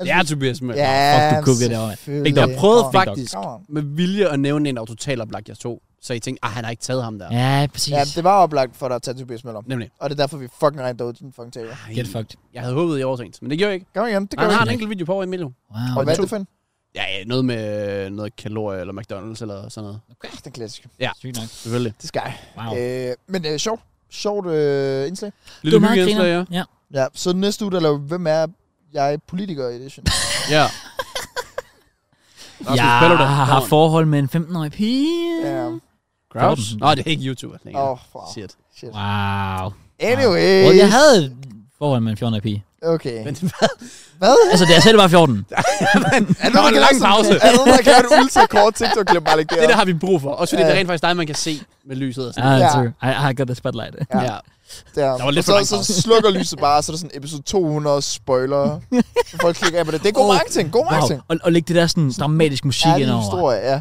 Speaker 3: Det er Tobias Møller.
Speaker 1: fuck, du kukkede det over.
Speaker 2: selvfølgelig.
Speaker 1: Jeg
Speaker 3: prøvede
Speaker 2: Kom,
Speaker 3: faktisk-
Speaker 2: kom on.
Speaker 3: med vilje at nævne en, der var totalt oplagt jeg tog. Så I tænkte, ah, han har ikke taget ham der.
Speaker 1: Ja, præcis.
Speaker 2: Ja, det var oplagt for dig at tage Tobias Møller.
Speaker 3: Nemlig.
Speaker 2: Og det er derfor, vi fucking rent ud den fucking table.
Speaker 3: Ej,
Speaker 1: Get fucked.
Speaker 3: Jeg havde håbet, I overtænkte, men det gjorde jeg ikke.
Speaker 2: Kom igen, det gør
Speaker 3: Han
Speaker 2: vi.
Speaker 3: har
Speaker 1: ikke.
Speaker 3: en enkelt video på over i Milo.
Speaker 1: Wow.
Speaker 2: Og hvad er
Speaker 3: to.
Speaker 2: det for en?
Speaker 3: Ja, ja, noget med øh, noget kalorie eller McDonald's eller sådan noget.
Speaker 2: Ah, Den klassiske.
Speaker 1: Sygt nok.
Speaker 3: Selvfølgelig.
Speaker 2: Det skal jeg.
Speaker 1: Wow.
Speaker 2: Øh, men øh, sjovt. Sjovt øh, indslag.
Speaker 1: Det
Speaker 3: Lille
Speaker 1: var meget
Speaker 3: hyggeindslag, ja.
Speaker 1: griner. Ja.
Speaker 2: Ja, så næste uge, der laver vi, hvem er jeg politiker edition.
Speaker 3: Ja.
Speaker 1: Jeg har haft forhold med en 15-årig pige.
Speaker 2: Ja. Åh,
Speaker 3: Crowds?
Speaker 1: Crowds.
Speaker 3: Nå, det er ikke YouTuber. længere.
Speaker 2: oh, wow.
Speaker 3: Shit.
Speaker 2: Shit.
Speaker 1: Wow.
Speaker 2: Anyway.
Speaker 1: Well, jeg havde et forhold med en 14-årig pige.
Speaker 2: Okay.
Speaker 3: Men hvad?
Speaker 2: Hvad?
Speaker 1: Altså, da jeg selv var 14.
Speaker 2: Er
Speaker 3: Der var en
Speaker 2: kan lave
Speaker 3: lang
Speaker 2: sådan-
Speaker 3: pause.
Speaker 2: Er der nogen, der kan have et ultrakort TikTok-klip, bare lægge
Speaker 3: Det der
Speaker 2: deroppe?
Speaker 3: har vi brug for. Også fordi
Speaker 2: Ja.
Speaker 3: det er rent faktisk dig, man kan se med lyset og sådan
Speaker 1: Ah,
Speaker 2: Ja.
Speaker 1: true. I, I got the spotlight.
Speaker 2: Ja.
Speaker 3: Ja.
Speaker 2: Der.
Speaker 3: Der var lidt
Speaker 2: og
Speaker 3: for lang
Speaker 2: så, så
Speaker 3: pause.
Speaker 2: slukker lyset bare, og så er der sådan episode 200 spoiler. Så folk klikker af på det. Det er god
Speaker 1: Åh,
Speaker 2: marketing, god
Speaker 1: Wow.
Speaker 2: marketing.
Speaker 1: Og, og lægge det der sådan dramatisk musik
Speaker 2: Ærlig
Speaker 1: indover.
Speaker 2: historie, ja.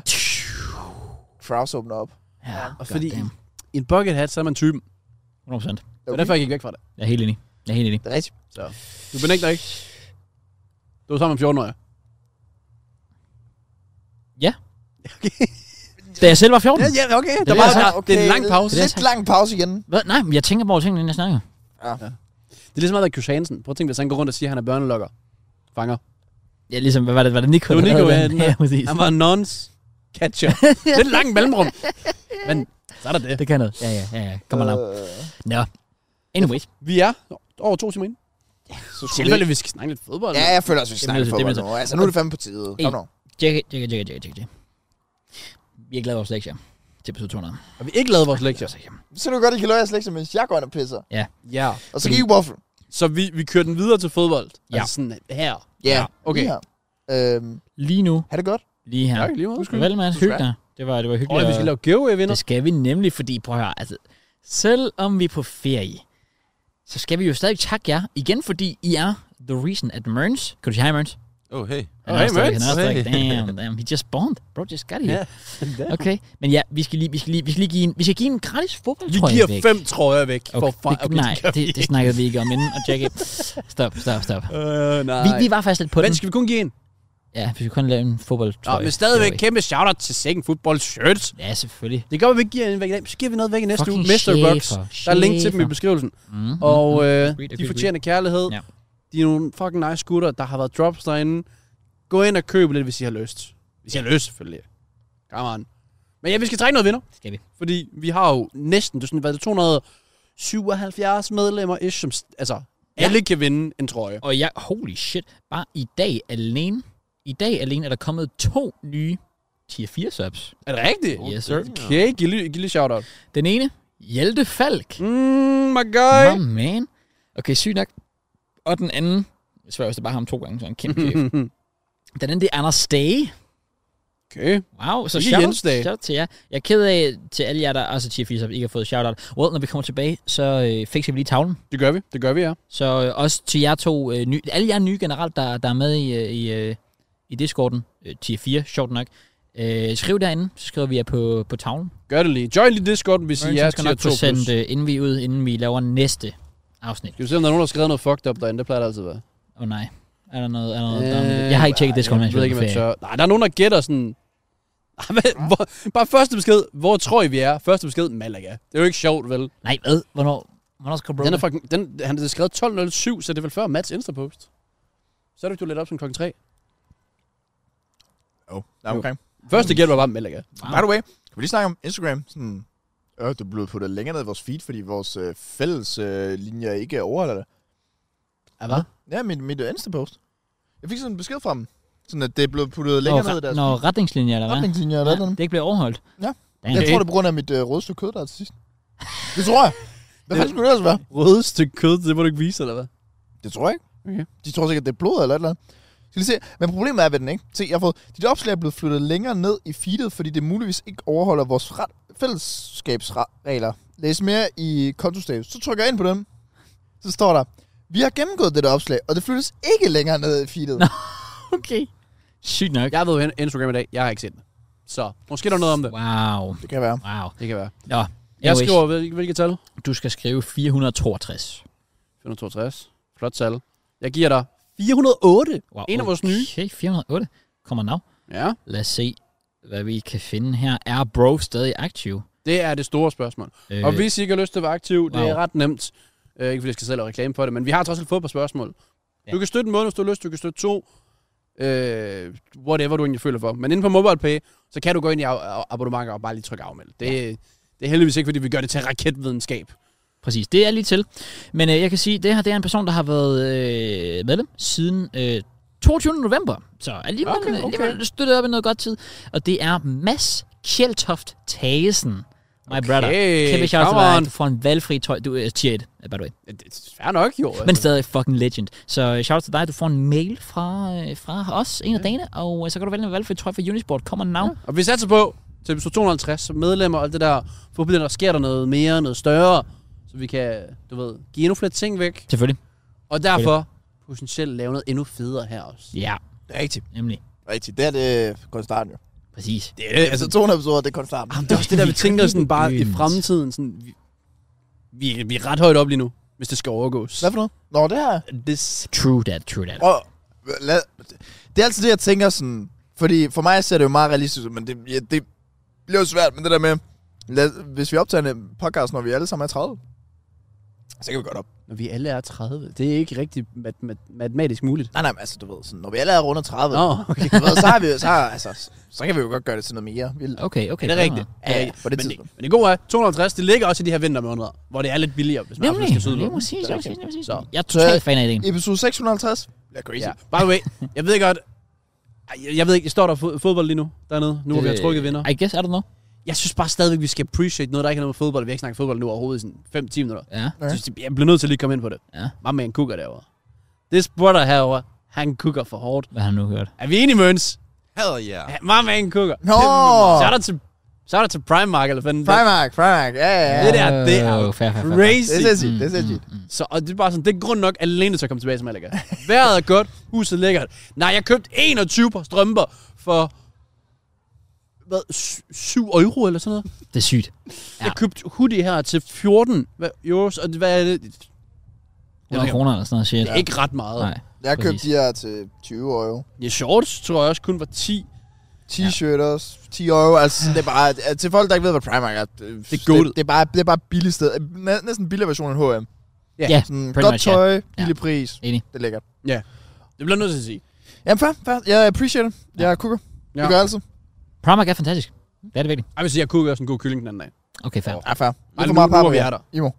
Speaker 2: Crowds åbner op.
Speaker 1: Ja,
Speaker 3: Og
Speaker 1: God
Speaker 3: fordi
Speaker 1: damn.
Speaker 3: i en bucket hat, så er man typen.
Speaker 1: 100%.
Speaker 3: Det var derfor, jeg gik væk fra det.
Speaker 1: Jeg er helt enig. Jeg er helt enig.
Speaker 2: Det er rigtigt.
Speaker 3: Så du benægter ikke. Du var sammen med 14 år.
Speaker 1: Da jeg selv var 14?
Speaker 3: ja, okay.
Speaker 1: Det
Speaker 3: Der
Speaker 1: er
Speaker 3: var,
Speaker 1: det, jeg
Speaker 3: der,
Speaker 1: har
Speaker 3: det er en lang pause.
Speaker 1: Det er
Speaker 2: Lidt
Speaker 1: sagt.
Speaker 2: lang pause igen.
Speaker 1: Hvad? Nej, men jeg tænker bare over tingene, inden jeg snakker.
Speaker 3: Det er ligesom meget af Chris Hansen. Prøv at tænke, hvis han går rundt og siger, at han er børnelokker. Fanger.
Speaker 1: Ja, ligesom, hvad var det? Var det Nico?
Speaker 3: Det var
Speaker 1: der
Speaker 3: Nico,
Speaker 1: havde
Speaker 3: ja,
Speaker 1: den?
Speaker 3: den der.
Speaker 1: ja, præcis.
Speaker 3: Han var nons catcher. Lidt langt mellemrum. Men så er der det.
Speaker 1: Det kan noget. Ja, ja, ja, ja. Kom on now.
Speaker 2: Øh,
Speaker 1: Nå. Anyways.
Speaker 3: Vi er over to timer inde.
Speaker 2: så skulle vi...
Speaker 3: Selvfølgelig, vi skal snakke lidt fodbold.
Speaker 2: Ja, jeg føler også, vi skal
Speaker 1: Det er
Speaker 2: snakke
Speaker 1: nødt til-
Speaker 2: fodbold
Speaker 1: det er
Speaker 2: nu. Altså, nu er det fandme på tide. Kom nu.
Speaker 1: Tjek, tjek, tjek, tjek, tjek, tjek. Vi er glade vores lektier til episode 200.
Speaker 3: Har vi ikke lavet vores lektier?
Speaker 2: Så er det jo godt, I kan lave jeres lektier, mens jeg går ind og pisser.
Speaker 3: Ja.
Speaker 2: Og så kan I waffle.
Speaker 3: Så vi, vi kører den videre til fodbold.
Speaker 1: Ja.
Speaker 3: Altså sådan her.
Speaker 2: Ja,
Speaker 3: okay.
Speaker 2: Lige her. Øhm,
Speaker 1: Lige nu.
Speaker 2: ha' det godt.
Speaker 1: Lige her.
Speaker 3: Tak, lige måde.
Speaker 1: Undskyld. Vel, Mads,
Speaker 2: Undskyld.
Speaker 1: hyg dig. Det var, det var
Speaker 3: Og
Speaker 1: hyggeligt.
Speaker 3: vi skal lave giveaway vinder.
Speaker 1: Mm. Det skal vi nemlig, fordi prøv at høre, altså, selvom vi er på ferie, så skal vi jo stadig takke jer igen, fordi I er the reason at Merns. Kan du sige hej, Merns?
Speaker 4: Oh, hey.
Speaker 1: Han
Speaker 3: Oh,
Speaker 1: er
Speaker 3: hey,
Speaker 1: også stadig-
Speaker 3: Merns.
Speaker 1: Han er også stadig-
Speaker 4: Hey.
Speaker 1: damn, damn, he just spawned. Bro, just got here.
Speaker 3: Ja.
Speaker 1: Okay, men ja, vi skal lige, vi skal lige, vi skal lige give en, vi skal give en gratis
Speaker 3: Vi
Speaker 1: fodboldtrøje
Speaker 3: giver
Speaker 1: væk.
Speaker 3: fem trøjer væk. For
Speaker 1: Okay,
Speaker 3: fuck.
Speaker 1: det, nej, det, det snakkede vi ikke om inden, og Jackie, stop, stop, stop.
Speaker 3: Øh, nej.
Speaker 1: Vi, vi var faktisk lidt på
Speaker 3: Men
Speaker 1: den.
Speaker 3: skal vi kun give en?
Speaker 1: Ja, vi skulle kun lave en
Speaker 3: Nå,
Speaker 1: fodboldtrøje.
Speaker 3: men stadigvæk
Speaker 1: giveaway.
Speaker 3: kæmpe shout-out til Second Football Shirts.
Speaker 1: Ja, selvfølgelig.
Speaker 3: Det gør, at vi ikke giver en væk i dag, men så giver vi noget væk i næste
Speaker 1: Fucking
Speaker 3: uge. Mr.
Speaker 1: chefer,
Speaker 3: Box. Der er link til dem i
Speaker 1: chefer.
Speaker 3: beskrivelsen.
Speaker 1: Mm, mm,
Speaker 3: Og
Speaker 1: mm.
Speaker 3: øh,
Speaker 1: Agreed,
Speaker 3: de
Speaker 1: agreed,
Speaker 3: fortjener kærlighed.
Speaker 1: Ja.
Speaker 3: De er nogle fucking nice gutter. Der har været drops derinde. Gå ind og køb lidt, hvis I har lyst. Hvis I har lyst, selvfølgelig. Come on. Men ja, vi skal trække noget vinder.
Speaker 1: Skal vi.
Speaker 3: Fordi vi har jo næsten, du sådan, hvad er det, 277 medlemmer ish, som, s- altså,
Speaker 1: Ja.
Speaker 3: ja. alle kan vinde en trøje.
Speaker 1: Og jeg, holy shit, bare i dag alene, i dag alene er der kommet to nye tier 4 subs.
Speaker 3: Er det rigtigt?
Speaker 1: Yes, sir.
Speaker 3: Okay, giv lige, giv lige shout-out.
Speaker 1: Den ene, Hjalte Falk.
Speaker 3: Mm, my guy.
Speaker 1: My man. Okay, syg nok. Og den anden, jeg svær, hvis det bare er ham to gange, så er han en kæmpe chef. Den anden, det er Anders Stage.
Speaker 3: Okay.
Speaker 1: Wow, så
Speaker 3: Ikke
Speaker 1: shout,
Speaker 3: Jens Stage.
Speaker 1: shout til jer. Jeg er ked af til alle jer, der også er tier 4 subs, ikke har fået shout-out. Well, når vi kommer tilbage, så øh, fikser vi lige tavlen.
Speaker 3: Det gør vi. Det gør vi, ja.
Speaker 1: Så øh, også til jer to, øh, ny, alle jer nye generelt, der, der er med i, øh, i, øh, i Discorden, øh, tier 4, sjovt nok, øh, skriv derinde, så skriver vi jer på, på tavlen.
Speaker 3: Gør det lige. Join lige Discord, hvis I
Speaker 1: Mørens,
Speaker 3: er
Speaker 1: han skal
Speaker 3: tier
Speaker 1: nok
Speaker 3: 2+.
Speaker 1: få sendt,
Speaker 3: Skal
Speaker 1: øh, inden vi er ude, inden vi laver næste afsnit.
Speaker 3: vi se, om der er nogen, der har skrevet noget fucked up derinde? Det plejer det altid at være.
Speaker 1: Åh oh, nej. Er der noget, er der noget øh, Jeg har ikke tjekket Discord, mens
Speaker 3: jeg
Speaker 1: jeg
Speaker 3: ved
Speaker 1: var
Speaker 3: ikke,
Speaker 1: på
Speaker 3: om
Speaker 1: ferie.
Speaker 3: jeg tør. Nej, der er nogen, der gætter sådan... Ej, hvad- hvor, bare første besked. Hvor tror I, vi er? Første besked, Malaga. Det er jo ikke sjovt, vel?
Speaker 1: Nej, hvad? Hvornår? Hvornår skal bro?
Speaker 3: Den er fucking, den, han har skrevet 12.07, så det er vel før Mats Instapost. Så er det, du lidt op som klokken 3.
Speaker 2: Jo, oh, okay.
Speaker 3: Første gæt var bare Malaga.
Speaker 2: By the way, kan vi lige snakke om Instagram? Sådan, øh, det blev puttet længere ned i vores feed, fordi vores øh, fælles øh, linjer ikke er overholdt.
Speaker 3: Ja, hvad?
Speaker 2: Ja, mit, mit Insta-post. Jeg fik sådan en besked fra dem, sådan at det er blevet puttet længere ned i deres
Speaker 1: Når retningslinjer, eller hvad?
Speaker 2: retningslinjer. Ja.
Speaker 1: Ja, det ikke bliver overholdt.
Speaker 2: Ja.
Speaker 1: Dang.
Speaker 2: Jeg tror, det er på grund af mit øh, røde stykke kød, der er til sidst. Det tror jeg. Hvad fanden skulle det ellers være?
Speaker 3: Røde stykke kød, det må du ikke vise, eller hvad?
Speaker 2: Det tror jeg ikke.
Speaker 3: Okay.
Speaker 2: De tror sikkert, det er blod eller et eller andet. Skal lige se. Men problemet er ved den, ikke? Se, jeg har fået, dit opslag er blevet flyttet længere ned i feedet, fordi det muligvis ikke overholder vores ret, fællesskabsregler. Læs mere i kontostatus. Så trykker jeg ind på dem. Så står der, vi har gennemgået dette opslag, og det flyttes ikke længere ned i feedet.
Speaker 1: Nå. Okay. Sygt nok.
Speaker 3: Jeg har været på in- Instagram i dag. Jeg har ikke set den. Så måske er der noget om det.
Speaker 1: Wow.
Speaker 2: Det kan være.
Speaker 1: Wow.
Speaker 3: Det kan være.
Speaker 1: Nå,
Speaker 3: Jeg
Speaker 1: anyways,
Speaker 3: skriver, hvil- hvilket tal?
Speaker 1: Du skal skrive 462.
Speaker 3: 462. Flot tal. Jeg giver dig 408.
Speaker 1: Wow,
Speaker 3: En af vores nye.
Speaker 1: Okay, 408. Kommer nav.
Speaker 3: Ja.
Speaker 1: Lad os se, hvad vi kan finde her. Er bro stadig aktiv?
Speaker 3: Det er det store spørgsmål.
Speaker 1: Øh,
Speaker 3: Og hvis I ikke har lyst til at være aktiv, det er
Speaker 1: wow.
Speaker 3: ret nemt. Øh, ikke fordi jeg skal selv lave reklame for det, men vi har trods alt fået et par spørgsmål.
Speaker 1: Ja.
Speaker 3: Du kan støtte en måned, hvis du har lyst. Du kan støtte to. Øh, whatever du egentlig føler for. Men inde på MobilePay, så kan du gå ind i ab- abonnementer og bare lige trykke afmeld. Det, det er heldigvis ikke, fordi vi gør det til raketvidenskab.
Speaker 1: Præcis, det er lige til. Men øh, jeg kan sige, det her det er en person, der har været øh, medlem siden øh, 22. november. Så alligevel,
Speaker 3: Okay,
Speaker 1: okay,
Speaker 3: okay.
Speaker 1: okay. alligevel støttet op i noget godt tid. Og det er Mads Kjeldtoft Tagesen. My okay, brother. Kæmpe shout
Speaker 3: come
Speaker 1: til dig.
Speaker 3: on.
Speaker 1: Du får en valgfri tøj. Du er uh, tier 1, by the way.
Speaker 3: Ja, Det er fair nok, jo.
Speaker 1: Men stadig fucking legend. Så øh, shout til dig. Du får en mail fra, øh, fra os en af dagene. Og øh, så kan du vælge en valgfri trøje fra Unisport. Kommer now. Ja.
Speaker 3: Og vi satser på, til episode 250, som medlemmer og alt det der, forhåbentlig der sker der noget mere, noget større, så vi kan, du ved, give endnu flere ting væk.
Speaker 1: Selvfølgelig.
Speaker 3: Og derfor potentielt lave noget endnu federe her også.
Speaker 1: Ja,
Speaker 2: Rigtigt.
Speaker 1: nemlig.
Speaker 2: Rigtigt. Det er det konstant jo.
Speaker 1: Præcis.
Speaker 3: Det er det,
Speaker 2: Altså 200 episoder, det er konstant.
Speaker 3: Jamen, det er også det der, vi tænker sådan bare i
Speaker 1: Begyndt.
Speaker 3: fremtiden. Sådan, vi, vi, vi er ret højt op lige nu, hvis det skal overgås.
Speaker 2: Hvad for noget? Nå, det her.
Speaker 3: This.
Speaker 1: True that, true that.
Speaker 2: Og, lad, det er altid det, jeg tænker sådan... Fordi for mig ser det jo meget realistisk ud, men det, ja, det bliver jo svært. Men det der med, lad, hvis vi optager en øh, podcast, når vi alle sammen er 30, så kan vi godt op.
Speaker 3: Når vi alle er 30, det er ikke rigtig mat- mat- matematisk muligt.
Speaker 2: Nej, nej, men altså du ved, sådan, når vi alle er rundt 30,
Speaker 3: Nå, okay.
Speaker 2: du ved, så, har vi, så, har- altså, så- så kan vi jo godt gøre det til noget mere vildt.
Speaker 1: Okay, okay.
Speaker 3: Det er
Speaker 1: fair
Speaker 3: rigtigt.
Speaker 1: nok.
Speaker 2: Ja, ja, på det
Speaker 3: men, det,
Speaker 2: tidspunkt.
Speaker 3: men det gode er, 250, det ligger også i de her vintermåneder, hvor det er lidt billigere, hvis man absolut skal
Speaker 1: Nemlig.
Speaker 3: syde
Speaker 1: Lige
Speaker 3: på.
Speaker 1: præcis, lige præcis, lige præcis.
Speaker 3: Så.
Speaker 1: Jeg er totalt
Speaker 2: Så-
Speaker 1: fan af ideen.
Speaker 2: Episode 650, det er crazy.
Speaker 3: Ja.
Speaker 2: Ja.
Speaker 3: By the way, jeg ved godt, Ej, jeg, jeg ved ikke, står der fod- fodbold lige nu dernede, nu hvor vi har
Speaker 1: Øh,
Speaker 3: trukket vinder?
Speaker 1: I guess, I don't know.
Speaker 3: Jeg synes bare stadigvæk, vi skal appreciate noget, der ikke er noget med fodbold. Vi har ikke snakket fodbold nu overhovedet i sådan 5-10 minutter.
Speaker 1: Ja.
Speaker 2: Ja.
Speaker 3: Jeg synes, Jeg bliver nødt til at lige komme ind på det.
Speaker 1: Ja.
Speaker 3: Hvad med en kukker derovre? Det spurgte herovre. Han kukker for hårdt.
Speaker 1: Hvad har han nu hørt?
Speaker 3: Er vi enige, Møns?
Speaker 4: Hell yeah.
Speaker 3: Hvad med en kukker?
Speaker 2: Nå!
Speaker 3: Så er der til, så er der til Primark, eller hvad fanden det er.
Speaker 2: Primark, Primark, ja, ja, ja.
Speaker 3: Det der, det er jo
Speaker 1: Øh, fair, fair, fair.
Speaker 2: Det er
Speaker 3: crazy.
Speaker 2: sindssygt, det er sindssygt.
Speaker 3: Så, og det er bare sådan, det er grund nok alene til at komme tilbage som Malaga. Vejret er godt, huset er lækkert. Nej, jeg købte 21 par strømper for hvad, 7 euro eller sådan noget.
Speaker 1: Det er sygt.
Speaker 3: Ja. Jeg købte hoodie her til 14 hvad- euros, og det- hvad er det? Det
Speaker 1: 100 kroner eller sådan noget shit.
Speaker 3: er ikke ret meget.
Speaker 1: Nej.
Speaker 2: Jeg købte
Speaker 1: Præcis.
Speaker 2: de her til 20 euro.
Speaker 3: Ja, shorts tror jeg også kun var 10.
Speaker 2: T-shirt også, 10 euro, altså det er bare, til folk, der ikke ved, hvad Primark er, det,
Speaker 3: Det er goated.
Speaker 2: det, det er bare, det er bare billigt sted, Næ- næsten en billigere version end H&M.
Speaker 1: Ja,
Speaker 2: Sådan,
Speaker 1: pretty
Speaker 2: godt
Speaker 1: much, ja.
Speaker 2: tøj, billig pris,
Speaker 1: Enig.
Speaker 2: det er lækkert.
Speaker 3: Ja, det bliver jeg nødt til at sige.
Speaker 2: Jamen fair, fair, jeg appreciate det, jeg er kukker,
Speaker 3: Ja.
Speaker 2: det gør jeg altid.
Speaker 1: Primark er fantastisk. Det er det virkelig.
Speaker 3: Jeg vil sige, jeg kunne gøre sådan en god kylling den anden dag.
Speaker 1: Okay, fair.
Speaker 2: Ja, fair.
Speaker 3: Ej,
Speaker 2: Lidt for
Speaker 3: nu-
Speaker 2: meget
Speaker 3: nu er
Speaker 2: papper,
Speaker 3: vi
Speaker 2: ja.
Speaker 3: er der.
Speaker 2: I må.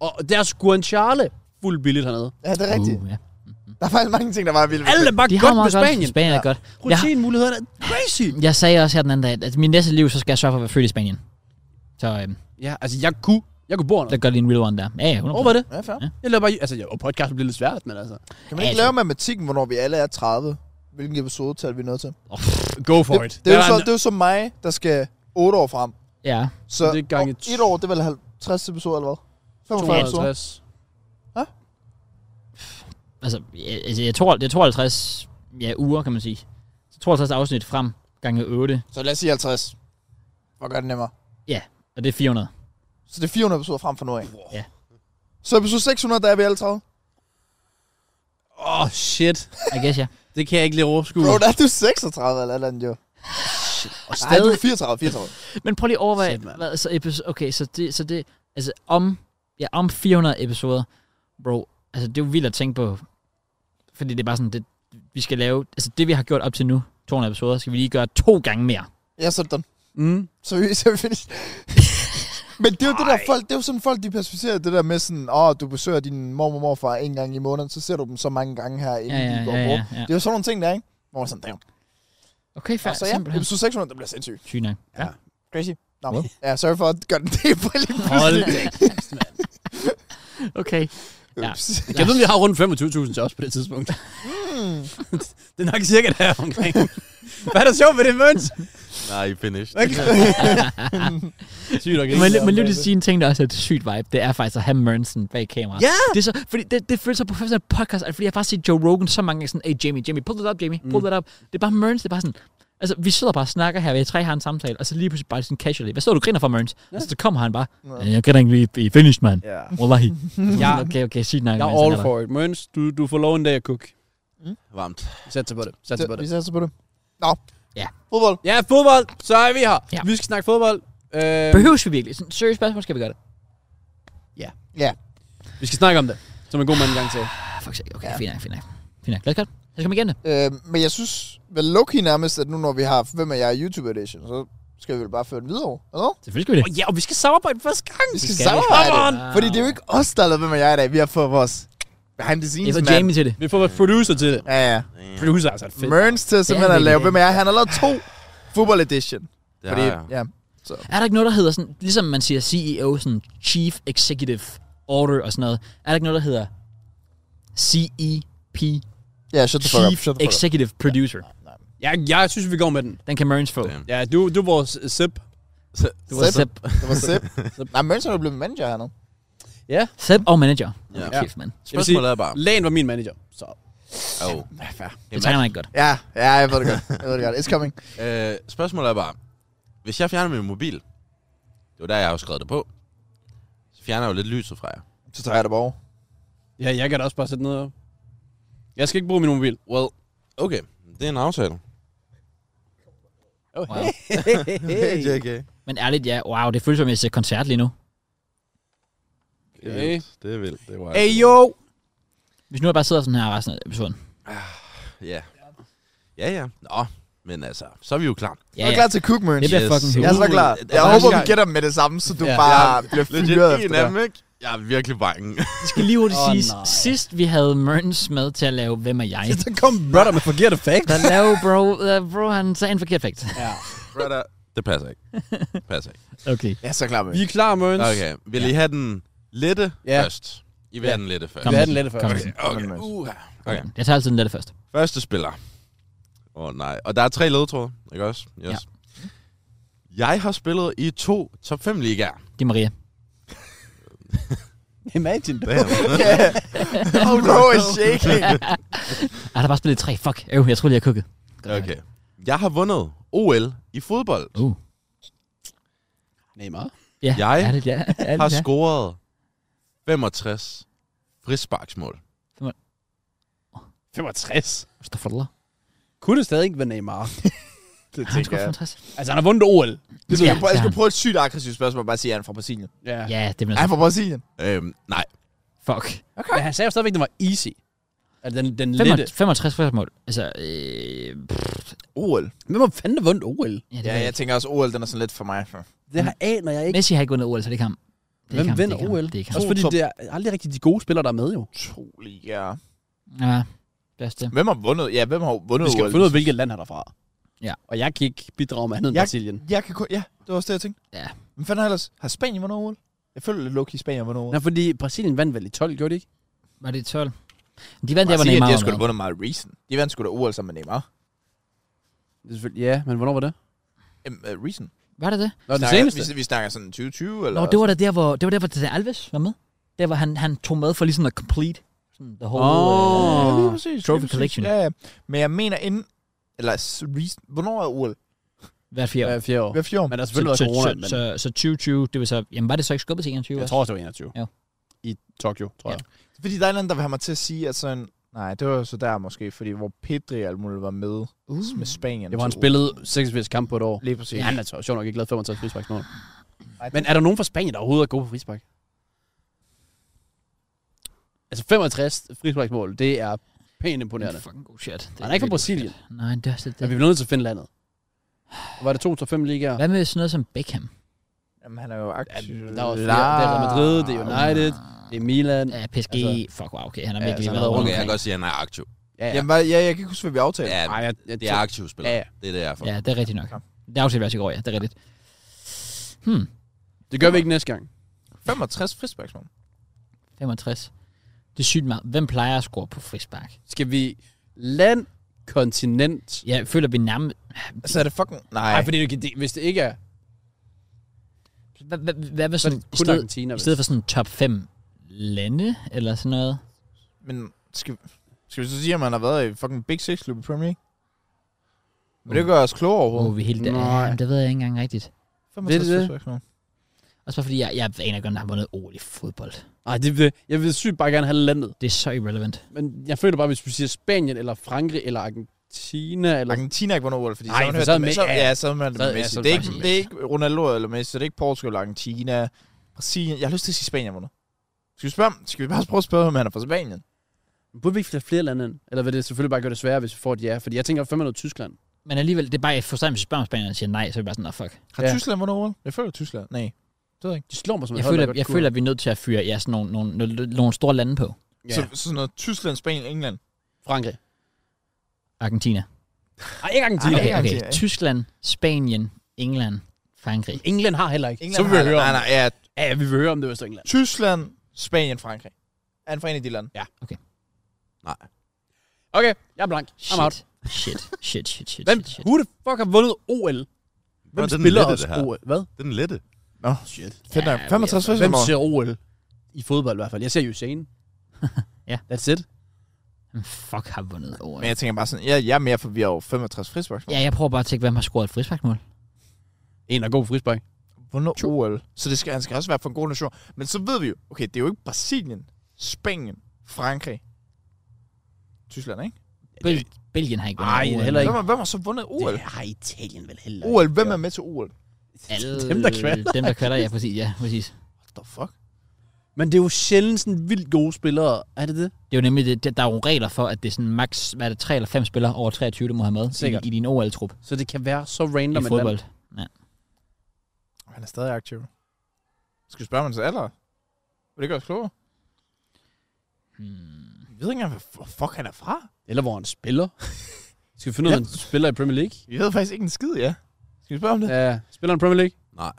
Speaker 3: Og deres guanciale, fuldt billigt hernede.
Speaker 2: Ja, det er rigtigt.
Speaker 1: Uh, ja.
Speaker 2: Der er faktisk mange ting, der var vildt.
Speaker 3: Alle er bare
Speaker 1: De har
Speaker 3: godt med
Speaker 1: meget
Speaker 3: Spanien.
Speaker 1: godt. Spanien er godt. altså, Jeg, har-
Speaker 3: Rutinmulighederne er crazy.
Speaker 1: jeg sagde også her den anden dag, at min næste liv, så skal jeg sørge for at være født i Spanien. Så øhm,
Speaker 3: Ja, altså jeg kunne, jeg kunne bo
Speaker 1: der
Speaker 3: hernede.
Speaker 1: gør lige en real one der. Ja, ja, 100%.
Speaker 3: Over det.
Speaker 2: Ja, fair.
Speaker 3: Jeg laver bare, altså jeg, og podcasten bliver lidt svært, men altså.
Speaker 2: Kan man ikke
Speaker 1: Altså-
Speaker 2: lave matematikken, hvornår vi alle er 30? Hvilken episodetal vi er nødt til?
Speaker 1: Åh,
Speaker 3: Go for
Speaker 2: Det,
Speaker 3: it.
Speaker 2: det, er jo
Speaker 3: Der
Speaker 2: så,
Speaker 3: en-
Speaker 2: det er jo så mig, der skal 8 år frem.
Speaker 1: Ja,
Speaker 2: Så
Speaker 3: Det er gange
Speaker 2: om
Speaker 3: t-
Speaker 2: et år, det er vel 50 episoder, eller hvad? 45 episoder.
Speaker 3: 250.
Speaker 1: altså, jeg, altså jeg tror, det er 52 ja, uger, kan man sige. Så 52 afsnit frem gange 8,
Speaker 2: Så lad os sige 50. For at gøre det nemmere.
Speaker 1: og det er 400.
Speaker 2: Så det er 400 episoder frem for nu af.
Speaker 1: Ja.
Speaker 2: Så episode 600, der er vi alle 30.
Speaker 3: Åh, oh, shit.
Speaker 1: I guess, ja.
Speaker 3: Det kan jeg ikke lige overskue.
Speaker 2: Bro, der er du 36 eller et eller andet, jo.
Speaker 3: og
Speaker 2: Nej, du
Speaker 3: stadig...
Speaker 2: er 34, 34.
Speaker 1: Men prøv lige at overveje,
Speaker 3: Shit, mand.
Speaker 1: hvad, så episode, okay, så det, så det, altså om, ja, om 400 episoder, bro, altså det er jo vildt at tænke på, fordi det er bare sådan, det, vi skal lave, altså det vi har gjort op til nu, 200 episoder, skal vi lige gøre to gange mere.
Speaker 2: Ja, sådan.
Speaker 3: Mm.
Speaker 2: Seriøst, jeg finis. Men det er jo det der folk, det er jo sådan folk, de perspektiverer det der med sådan, åh, oh, du besøger din mormor og morfar en gang i måneden, så ser du dem så mange gange her, inden
Speaker 1: Ja, ja,
Speaker 2: de går
Speaker 1: ja,
Speaker 2: bort.
Speaker 1: ja, ja.
Speaker 2: Det er jo sådan nogle ting der, ikke? Hvor man er sådan, damn.
Speaker 1: Okay, fair,
Speaker 2: Ja, så ja,
Speaker 1: simpelthen.
Speaker 2: episode 600, det bliver sindssygt.
Speaker 1: Sygt nok.
Speaker 2: Crazy. Nå, no.
Speaker 1: Wow.
Speaker 2: ja, sorry for at gøre den det på lige
Speaker 3: Hold
Speaker 2: pludselig.
Speaker 3: da kæft, mand.
Speaker 1: Okay. Ja.
Speaker 2: Ups.
Speaker 3: Jeg ved, vi har rundt 25.000 til os på det tidspunkt.
Speaker 2: Hmm.
Speaker 3: det er nok cirka der omkring. Hvad er der sjovt ved det møns?
Speaker 4: Nej, I finished.
Speaker 3: Sygt nok ikke.
Speaker 1: Men,
Speaker 2: Ja,
Speaker 1: men
Speaker 2: det
Speaker 1: lige
Speaker 2: er
Speaker 1: til
Speaker 2: det.
Speaker 1: sige en ting, der også er et sygt vibe, det er faktisk at have Mørnsen bag kameraet.
Speaker 3: Ja!
Speaker 1: Det, er så, fordi det, det føles så professionelt podcast, altså, fordi jeg har bare set Joe Rogan så mange gange sådan, hey Jamie, Jamie, pull that up, Jamie, pull that up. Det er bare Mørns, det er bare sådan, altså vi sidder bare og snakker her, vi tre har en samtale, og så lige pludselig bare sådan casually, hvad står du og griner for Mørns? Ja. Altså, så kommer han bare,
Speaker 2: Ja.
Speaker 1: "Øh, jeg kan ikke blive i finished, man.
Speaker 2: Ja.
Speaker 1: Wallahi.
Speaker 3: Ja.
Speaker 1: ja. Okay, okay, sygt nok.
Speaker 3: Jeg er all for it. Møns, du, du får lov en dag at cook.
Speaker 4: Varmt.
Speaker 3: Sæt sig på det. Sæt sig på
Speaker 2: Vi
Speaker 3: det.
Speaker 2: satser på det. Nå.
Speaker 1: Ja.
Speaker 2: Fodbold.
Speaker 3: Ja, fodbold. Så er vi her.
Speaker 1: Ja.
Speaker 3: Vi skal snakke fodbold. Øh,
Speaker 1: Behøves vi virkelig? Sådan, seriøst spørgsmål, skal vi gøre det?
Speaker 3: vi skal snakke om det, som en god mand engang sagde.
Speaker 1: Ah, fuck sake. Okay, fint nok, fint nok. Fint nok. Lad os gøre det. Lad os komme igen det.
Speaker 2: Øh, men jeg synes, vel Loki nærmest, at nu når vi har Hvem er jeg YouTube Edition, så skal vi vel bare føre den videre, eller?
Speaker 1: Selvfølgelig skal vi
Speaker 3: Og
Speaker 1: det.
Speaker 3: ja, og vi skal samarbejde første gang.
Speaker 2: Vi skal,
Speaker 1: skal vi.
Speaker 2: samarbejde.
Speaker 1: Come on!
Speaker 2: Fordi det er jo ikke os, der har lavet Hvem er jeg i dag. Vi har fået vores behind the
Speaker 1: Jeg
Speaker 2: scenes,
Speaker 1: får
Speaker 2: mand.
Speaker 1: Jamie til det.
Speaker 3: Vi får vores producer til det.
Speaker 2: Ja, ja.
Speaker 3: Producer er altså et fedt.
Speaker 2: Mørns til simpelthen at
Speaker 1: virkelig
Speaker 2: lave
Speaker 1: det.
Speaker 2: Hvem er jeg. Han har lavet to Football Edition.
Speaker 4: Det
Speaker 2: Fordi,
Speaker 4: har jeg.
Speaker 2: ja.
Speaker 1: Er der ikke noget, der hedder sådan, ligesom man siger CEO, sådan Chief Executive Order og sådan noget. Er der ikke noget, der hedder CEP,
Speaker 2: Ja, shut the fuck up.
Speaker 1: Chief
Speaker 2: Shut the fuck up.
Speaker 1: Executive Producer.
Speaker 3: Jeg, jeg synes, vi går med den.
Speaker 1: Den kan Mørns få.
Speaker 4: Damn.
Speaker 3: Ja, du, du er vores øh, sip.
Speaker 1: Du var
Speaker 2: Sep.
Speaker 1: Seb.
Speaker 2: Det var Sip. Nej, Mørns er jo blevet manager hernede.
Speaker 1: Seb og manager.
Speaker 4: Ja.
Speaker 1: Ja. Kæft, mand.
Speaker 4: Spørgsmålet er bare...
Speaker 3: Lægen var min manager. Så
Speaker 4: Oh.
Speaker 1: Det tegner ikke godt.
Speaker 2: Ja, ja, jeg ved det godt. Jeg ved det godt. It's coming.
Speaker 4: Øh, spørgsmålet er bare, hvis jeg fjerner min mobil, det var der, jeg har jo skrevet det på, så fjerner jeg jo lidt lyset fra jer.
Speaker 2: Så tager jeg det bare over.
Speaker 3: ja, jeg kan da også bare sætte ned. Jeg skal ikke bruge min mobil.
Speaker 4: Well, okay, det er en aftale.
Speaker 3: Oh,
Speaker 1: Wow.
Speaker 3: hey.
Speaker 4: JK.
Speaker 1: Men ærligt, ja, wow, det føles som, jeg ser koncert lige nu.
Speaker 4: Det er vildt. Det er vildt. Det var
Speaker 3: hey, yo.
Speaker 1: Hvis nu jeg bare sidder sådan her resten af episoden.
Speaker 4: Ja. Ja, ja. Nå, men altså, så er vi jo klar.
Speaker 2: Jeg er klar til Cook Mørns.
Speaker 1: Det bliver
Speaker 4: Yes.
Speaker 1: fucking
Speaker 2: Jeg er
Speaker 1: hyggeligt.
Speaker 2: så klar.
Speaker 4: Uh,
Speaker 2: Uhuh. Jeg
Speaker 4: uh,
Speaker 2: håber,
Speaker 4: uh,
Speaker 2: vi gætter dem med det samme, så du
Speaker 3: Ja.
Speaker 2: bare bliver fyret
Speaker 4: Legit
Speaker 2: efter
Speaker 4: en
Speaker 2: det.
Speaker 4: af dem, ikke? Jeg er virkelig bange.
Speaker 1: Det skal lige hurtigt
Speaker 3: Åh,
Speaker 1: siges.
Speaker 3: nej.
Speaker 1: Sidst vi havde Mørns med til at lave Hvem er jeg?
Speaker 3: Så kom brother med forkerte facts.
Speaker 1: Der lavede bro, uh, bro han sagde en forkert fact.
Speaker 3: ja.
Speaker 4: Brother. Det passer ikke. Det passer ikke.
Speaker 1: Okay.
Speaker 2: Jeg er så klar, Mørns.
Speaker 3: Vi er klar, Møns.
Speaker 4: Okay, vil I have den lette
Speaker 3: Ja.
Speaker 4: først? I vil
Speaker 3: Ja.
Speaker 4: have den lette først.
Speaker 1: Kom.
Speaker 3: Vi har den lette først.
Speaker 1: Kom.
Speaker 3: Okay.
Speaker 4: Okay, uh. okay.
Speaker 1: Jeg tager altid den der først.
Speaker 4: Første spiller. Åh oh, nej. Og der er tre ledtråde, ikke også? Yes.
Speaker 1: Ja.
Speaker 4: Ja. Jeg har spillet i to top 5 ligaer.
Speaker 1: Det er Maria.
Speaker 3: Imagine det.
Speaker 2: Oh, bro is shaking.
Speaker 1: Ah, der er bare spillet tre. Fuck. Øv, jeg tror lige, jeg kukkede.
Speaker 4: okay. Jeg har vundet OL i fodbold.
Speaker 1: Uh.
Speaker 3: Neymar.
Speaker 1: Ja,
Speaker 4: Jeg
Speaker 1: ærligt, ja.
Speaker 4: Jeg har
Speaker 1: Ærligt, ja.
Speaker 4: scoret 65 frisparksmål.
Speaker 3: 65.
Speaker 1: Stoffer
Speaker 3: Kunne det stadig ikke være Neymar?
Speaker 2: Det
Speaker 1: Han skulle 65.
Speaker 3: Altså, han har vundet OL.
Speaker 2: Jeg skulle,
Speaker 1: Ja,
Speaker 2: prøve, jeg
Speaker 1: det
Speaker 2: skulle
Speaker 1: har
Speaker 2: prøve et sygt aggressivt spørgsmål, bare sige, at han er fra Brasilien.
Speaker 3: Ja.
Speaker 1: Ja, det bliver
Speaker 2: Er han
Speaker 1: altså...
Speaker 2: fra Brasilien?
Speaker 4: Øhm, nej.
Speaker 1: Fuck.
Speaker 3: Men han sagde jo stadigvæk, at den var easy. Altså, den, den lette.
Speaker 1: 65, 65 første mål. Altså, øh, pff,
Speaker 2: OL.
Speaker 3: Hvem har fanden der vundet
Speaker 1: ja,
Speaker 3: OL?
Speaker 1: det
Speaker 2: Ja,
Speaker 1: ved jeg
Speaker 2: jeg
Speaker 1: ikke.
Speaker 2: tænker også, OL den er sådan lidt for mig.
Speaker 3: Det har aner jeg ikke.
Speaker 1: Messi har ikke vundet OL, så det kan ham. Det er
Speaker 3: Hvem
Speaker 1: ikke ham, det
Speaker 3: vinder
Speaker 1: er ikke ham,
Speaker 3: OL?
Speaker 1: Det er ikke ham.
Speaker 3: Også fordi
Speaker 2: To-
Speaker 3: det er aldrig rigtig de gode spillere, der er med jo.
Speaker 2: To ligaer.
Speaker 1: Ja, bedste.
Speaker 2: Hvem har vundet? Ja, hvem har vundet
Speaker 3: Vi skal jo
Speaker 2: OL?
Speaker 3: finde ud af, hvilket land er derfra.
Speaker 1: Ja.
Speaker 3: Og jeg kan ikke bidrage med andet end
Speaker 2: Jeg-
Speaker 3: Brasilien.
Speaker 2: Jeg kan kun... Ja, det var også det, jeg tænkte.
Speaker 1: Ja.
Speaker 2: Men fanden har ellers... Har Spanien vundet OL? Jeg føler lidt low-key, Spanien har vundet OL.
Speaker 3: Nej, fordi Brasilien vandt vel i 12, gjorde de ikke?
Speaker 1: Var det 12? De vandt der, hvor
Speaker 2: Brasilien,
Speaker 1: Neymar
Speaker 2: de har sgu da
Speaker 1: var med.
Speaker 2: vundet meget recent. De vandt sgu da OL sammen med Neymar.
Speaker 3: Det er selvfølgelig, ja, men hvornår var det?
Speaker 2: Øhm, øh, recent.
Speaker 1: Var det det?
Speaker 3: Nå, den
Speaker 2: Snakker-
Speaker 3: seneste.
Speaker 2: Vi, vi snakker sådan 2020, eller...
Speaker 1: Nå, det var da der, hvor, det var der, hvor Daniel Alves var med. Der, hvor han, han tog med for ligesom at complete sådan, the whole...
Speaker 3: Åh.
Speaker 1: øh,
Speaker 2: Ja, lige præcis.
Speaker 1: Trophy
Speaker 2: lige præcis.
Speaker 1: collection.
Speaker 2: Ja, ja. Men jeg mener inden... Eller, s- recent, hvornår er OL?
Speaker 1: hvert fjerde år.
Speaker 3: Hver fjerde år.
Speaker 2: Hver fjerde år.
Speaker 3: Men der har
Speaker 1: Så,
Speaker 3: selvfølgelig
Speaker 1: så,
Speaker 3: været corona,
Speaker 1: så,
Speaker 3: men
Speaker 1: så, så 2020, det var så... Jamen, var det så ikke skubbet til 21?
Speaker 3: jeg
Speaker 1: også?
Speaker 3: tror også, det var 21.
Speaker 1: Ja.
Speaker 3: I Tokyo, tror
Speaker 1: Ja.
Speaker 3: jeg.
Speaker 2: Fordi der er en eller anden, der vil have mig til at sige, at sådan... Nej, det var jo så der måske, fordi hvor Pedri og alt muligt var med
Speaker 1: Uh.
Speaker 2: med Spanien.
Speaker 3: Mm. Det var, han
Speaker 2: to-
Speaker 3: spillede 86 kampe på et år.
Speaker 2: Lige præcis.
Speaker 3: Ja, han er så- sjovt nok ikke lavet 65 frisparksmål.
Speaker 2: Nej,
Speaker 3: Men er der nogen fra Spanien, der overhovedet er gode på frispark? Altså 65 frisparksmål, det er pænt imponerende.
Speaker 1: Fucking god shit. Det
Speaker 3: Han er ikke fra
Speaker 1: virkelig
Speaker 3: Brasilien.
Speaker 1: god shit. Nej, det er også lidt
Speaker 3: Men vi
Speaker 1: det.
Speaker 3: er nødt til at finde landet. Og var det 2 til 5 ligaer?
Speaker 1: Hvad med sådan noget som Beckham?
Speaker 2: Jamen, han er jo aktiv.
Speaker 3: Ja, der er jo flere. Det er Real Madrid, det er United, det er Milan.
Speaker 1: Ah. Ja, PSG.
Speaker 3: Altså-
Speaker 1: Fuck, wow, okay. Han har
Speaker 3: Ja,
Speaker 1: virkelig
Speaker 3: så han
Speaker 1: været
Speaker 3: har været
Speaker 1: rundt
Speaker 4: Okay, jeg kan
Speaker 1: omkring.
Speaker 4: godt sige, at han er aktiv.
Speaker 3: Ja, ja.
Speaker 2: Jamen, hvad, ja, jeg kan ikke huske, hvad vi aftalte.
Speaker 4: Ja,
Speaker 3: Ej, jeg, jeg,
Speaker 4: det er
Speaker 3: tror-
Speaker 4: aktiv spiller.
Speaker 3: Ja, ja.
Speaker 4: Det er det, jeg er for.
Speaker 1: Ja, det er rigtigt nok.
Speaker 2: Ja.
Speaker 1: Det aftalte vi også i går, ja. Det er rigtigt. Hmm,
Speaker 3: det gør vi ikke næste gang.
Speaker 2: 65 frisparksmål.
Speaker 1: 65. Det er sygt meget. Hvem plejer at score på frispark?
Speaker 3: Skal vi land, kontinent?
Speaker 1: Jeg føler, vi nærmest...
Speaker 2: Altså, er det fucking... Nej.
Speaker 3: Nej, fordi det, kan- det, hvis det ikke er,
Speaker 1: Hvad- hvad- Hvad var
Speaker 3: så er
Speaker 1: sådan...
Speaker 3: det
Speaker 1: I
Speaker 3: kun
Speaker 1: stedet,
Speaker 3: Argentina.
Speaker 1: i stedet for sådan top 5 lande, eller sådan noget?
Speaker 2: Men skal, skal vi så sige, at man har været i fucking Big Six klub i Premier League? Men
Speaker 3: Mm.
Speaker 2: det gør os klogere
Speaker 1: Hvor
Speaker 2: overhovedet.
Speaker 1: vi helt...
Speaker 3: Nej.
Speaker 1: Ja, men det ved jeg ikke engang rigtigt.
Speaker 2: 65
Speaker 3: det?
Speaker 2: frisparksmål.
Speaker 1: Også bare fordi, jeg, jeg aner ikke, om der har vundet OL i fodbold.
Speaker 3: Nej, det vil, jeg vil sygt bare gerne have landet.
Speaker 1: Det er så irrelevant.
Speaker 3: Men jeg føler bare, hvis vi siger Spanien, eller Frankrig, eller Argentina, eller...
Speaker 2: Argentina er ikke vundet OL, fordi
Speaker 3: Nej,
Speaker 2: så, har man
Speaker 3: for
Speaker 2: hørt
Speaker 3: så er
Speaker 2: det med,
Speaker 3: det
Speaker 2: så,
Speaker 3: med- ja.
Speaker 2: ja, så er man det
Speaker 3: Så-
Speaker 2: med
Speaker 3: ja,
Speaker 2: Messi.
Speaker 3: så er
Speaker 2: det, er
Speaker 3: det
Speaker 2: ikke,
Speaker 1: faktisk
Speaker 2: det er ikke Ronaldo eller Messi, det er ikke Portugal eller Argentina. Brasilien. Jeg har lyst til at sige Spanien har vundet. Skal vi, spørge, ham? skal vi bare prøve at spørge, om han er fra Spanien?
Speaker 3: Burde vi ikke flere, flere lande ind? Eller vil det selvfølgelig bare gøre det sværere, hvis vi får et ja? Fordi jeg tænker, fandme noget Tyskland.
Speaker 1: Men alligevel, det er bare, jeg forstår, hvis jeg spørger om Spanien, og siger nej, så er vi bare sådan, oh, fuck.
Speaker 2: Har
Speaker 3: Ja.
Speaker 2: Tyskland vundet OL? Jeg føler Tyskland. Nej.
Speaker 3: De slår mig som et
Speaker 1: Jeg
Speaker 3: hold,
Speaker 1: føler,
Speaker 3: der godt
Speaker 1: jeg
Speaker 3: kunne.
Speaker 1: føler, at vi er nødt til at fyre ja, sådan nogle, nogle, nogle, nogle store lande på.
Speaker 2: Ja. Så, så sådan noget Tyskland, Spanien, England.
Speaker 3: Frankrig.
Speaker 1: Argentina.
Speaker 3: Nej, ikke Argentina.
Speaker 2: Ej,
Speaker 1: Okay,
Speaker 2: ikke
Speaker 1: okay.
Speaker 2: Argentina, ikke?
Speaker 1: Tyskland, Spanien, England, Frankrig.
Speaker 3: England har heller ikke.
Speaker 2: England
Speaker 3: så vil vi
Speaker 2: har-
Speaker 3: høre om
Speaker 2: Nej, nej, ja.
Speaker 3: Ja, ja, vi vil høre om det, hvis det er England.
Speaker 2: Tyskland, Spanien, Frankrig. Er han fra en af de lande?
Speaker 4: Nej.
Speaker 3: Okay, jeg er blank. I'm out.
Speaker 1: Shit. Shit, shit, shit, shit,
Speaker 3: Hvem,
Speaker 1: shit, shit.
Speaker 3: who the fuck har vundet OL? Hvem
Speaker 4: Nå, den
Speaker 3: spiller
Speaker 4: lette,
Speaker 3: os
Speaker 4: det her.
Speaker 3: OL? Hvad?
Speaker 4: Den lette.
Speaker 2: Nå,
Speaker 3: Shit.
Speaker 2: fedt nok.
Speaker 1: Ja,
Speaker 2: 65
Speaker 3: Hvem
Speaker 2: frisparksmål.
Speaker 3: ser OL? I fodbold i hvert fald. Jeg ser Usain.
Speaker 1: Ja.
Speaker 3: That's it.
Speaker 1: Hvem fuck har vundet over?
Speaker 2: Men jeg tænker bare sådan, jeg, jeg er mere forvirret over 65 frisparksmål.
Speaker 1: Ja, jeg prøver bare at tænke, hvem har scoret et frisparkmål.
Speaker 3: En er god frispark.
Speaker 2: Hvornår OL? Så det skal, han skal også være for en god nation. Men så ved vi jo, okay, det er jo ikke Brasilien, Spanien, Frankrig, Tyskland, ikke?
Speaker 1: Bel- Belgien har ikke vundet
Speaker 3: Ej,
Speaker 1: OL.
Speaker 3: heller
Speaker 2: Hvem
Speaker 3: ikke.
Speaker 2: har, hvem har så vundet OL?
Speaker 3: Det har Italien vel heller Altså,
Speaker 2: OL, hvem er med til OL?
Speaker 1: Alle-
Speaker 3: Dem, der kvatter.
Speaker 1: Dem, der kvatter, ja, præcis. Ja, præcis.
Speaker 2: What the fuck?
Speaker 3: Men det er jo sjældent sådan vildt gode spillere. Er det det?
Speaker 1: Det er jo nemlig, det, der- der er jo regler for, at det er sådan max, hvad er det, 3 eller 5 spillere over 23, du må have med
Speaker 3: Sikkert.
Speaker 1: i, i din OL-trup i
Speaker 3: Så det kan være så random. et
Speaker 1: fodbold.
Speaker 3: land.
Speaker 2: Han er stadig aktiv. Skal vi spørge om hans alder? Vil det gøre os klogere?
Speaker 1: Hmm.
Speaker 2: Vi ved ikke engang, hvor- hvor fuck han er fra.
Speaker 3: Eller hvor han spiller. Skal vi finde ud af,
Speaker 2: Ja.
Speaker 3: om han spiller i Premier League?
Speaker 2: Vi ved faktisk ikke en skid, ja. Skal vi spørge om det?
Speaker 3: Ja, spiller han i Premier League?
Speaker 4: Nej.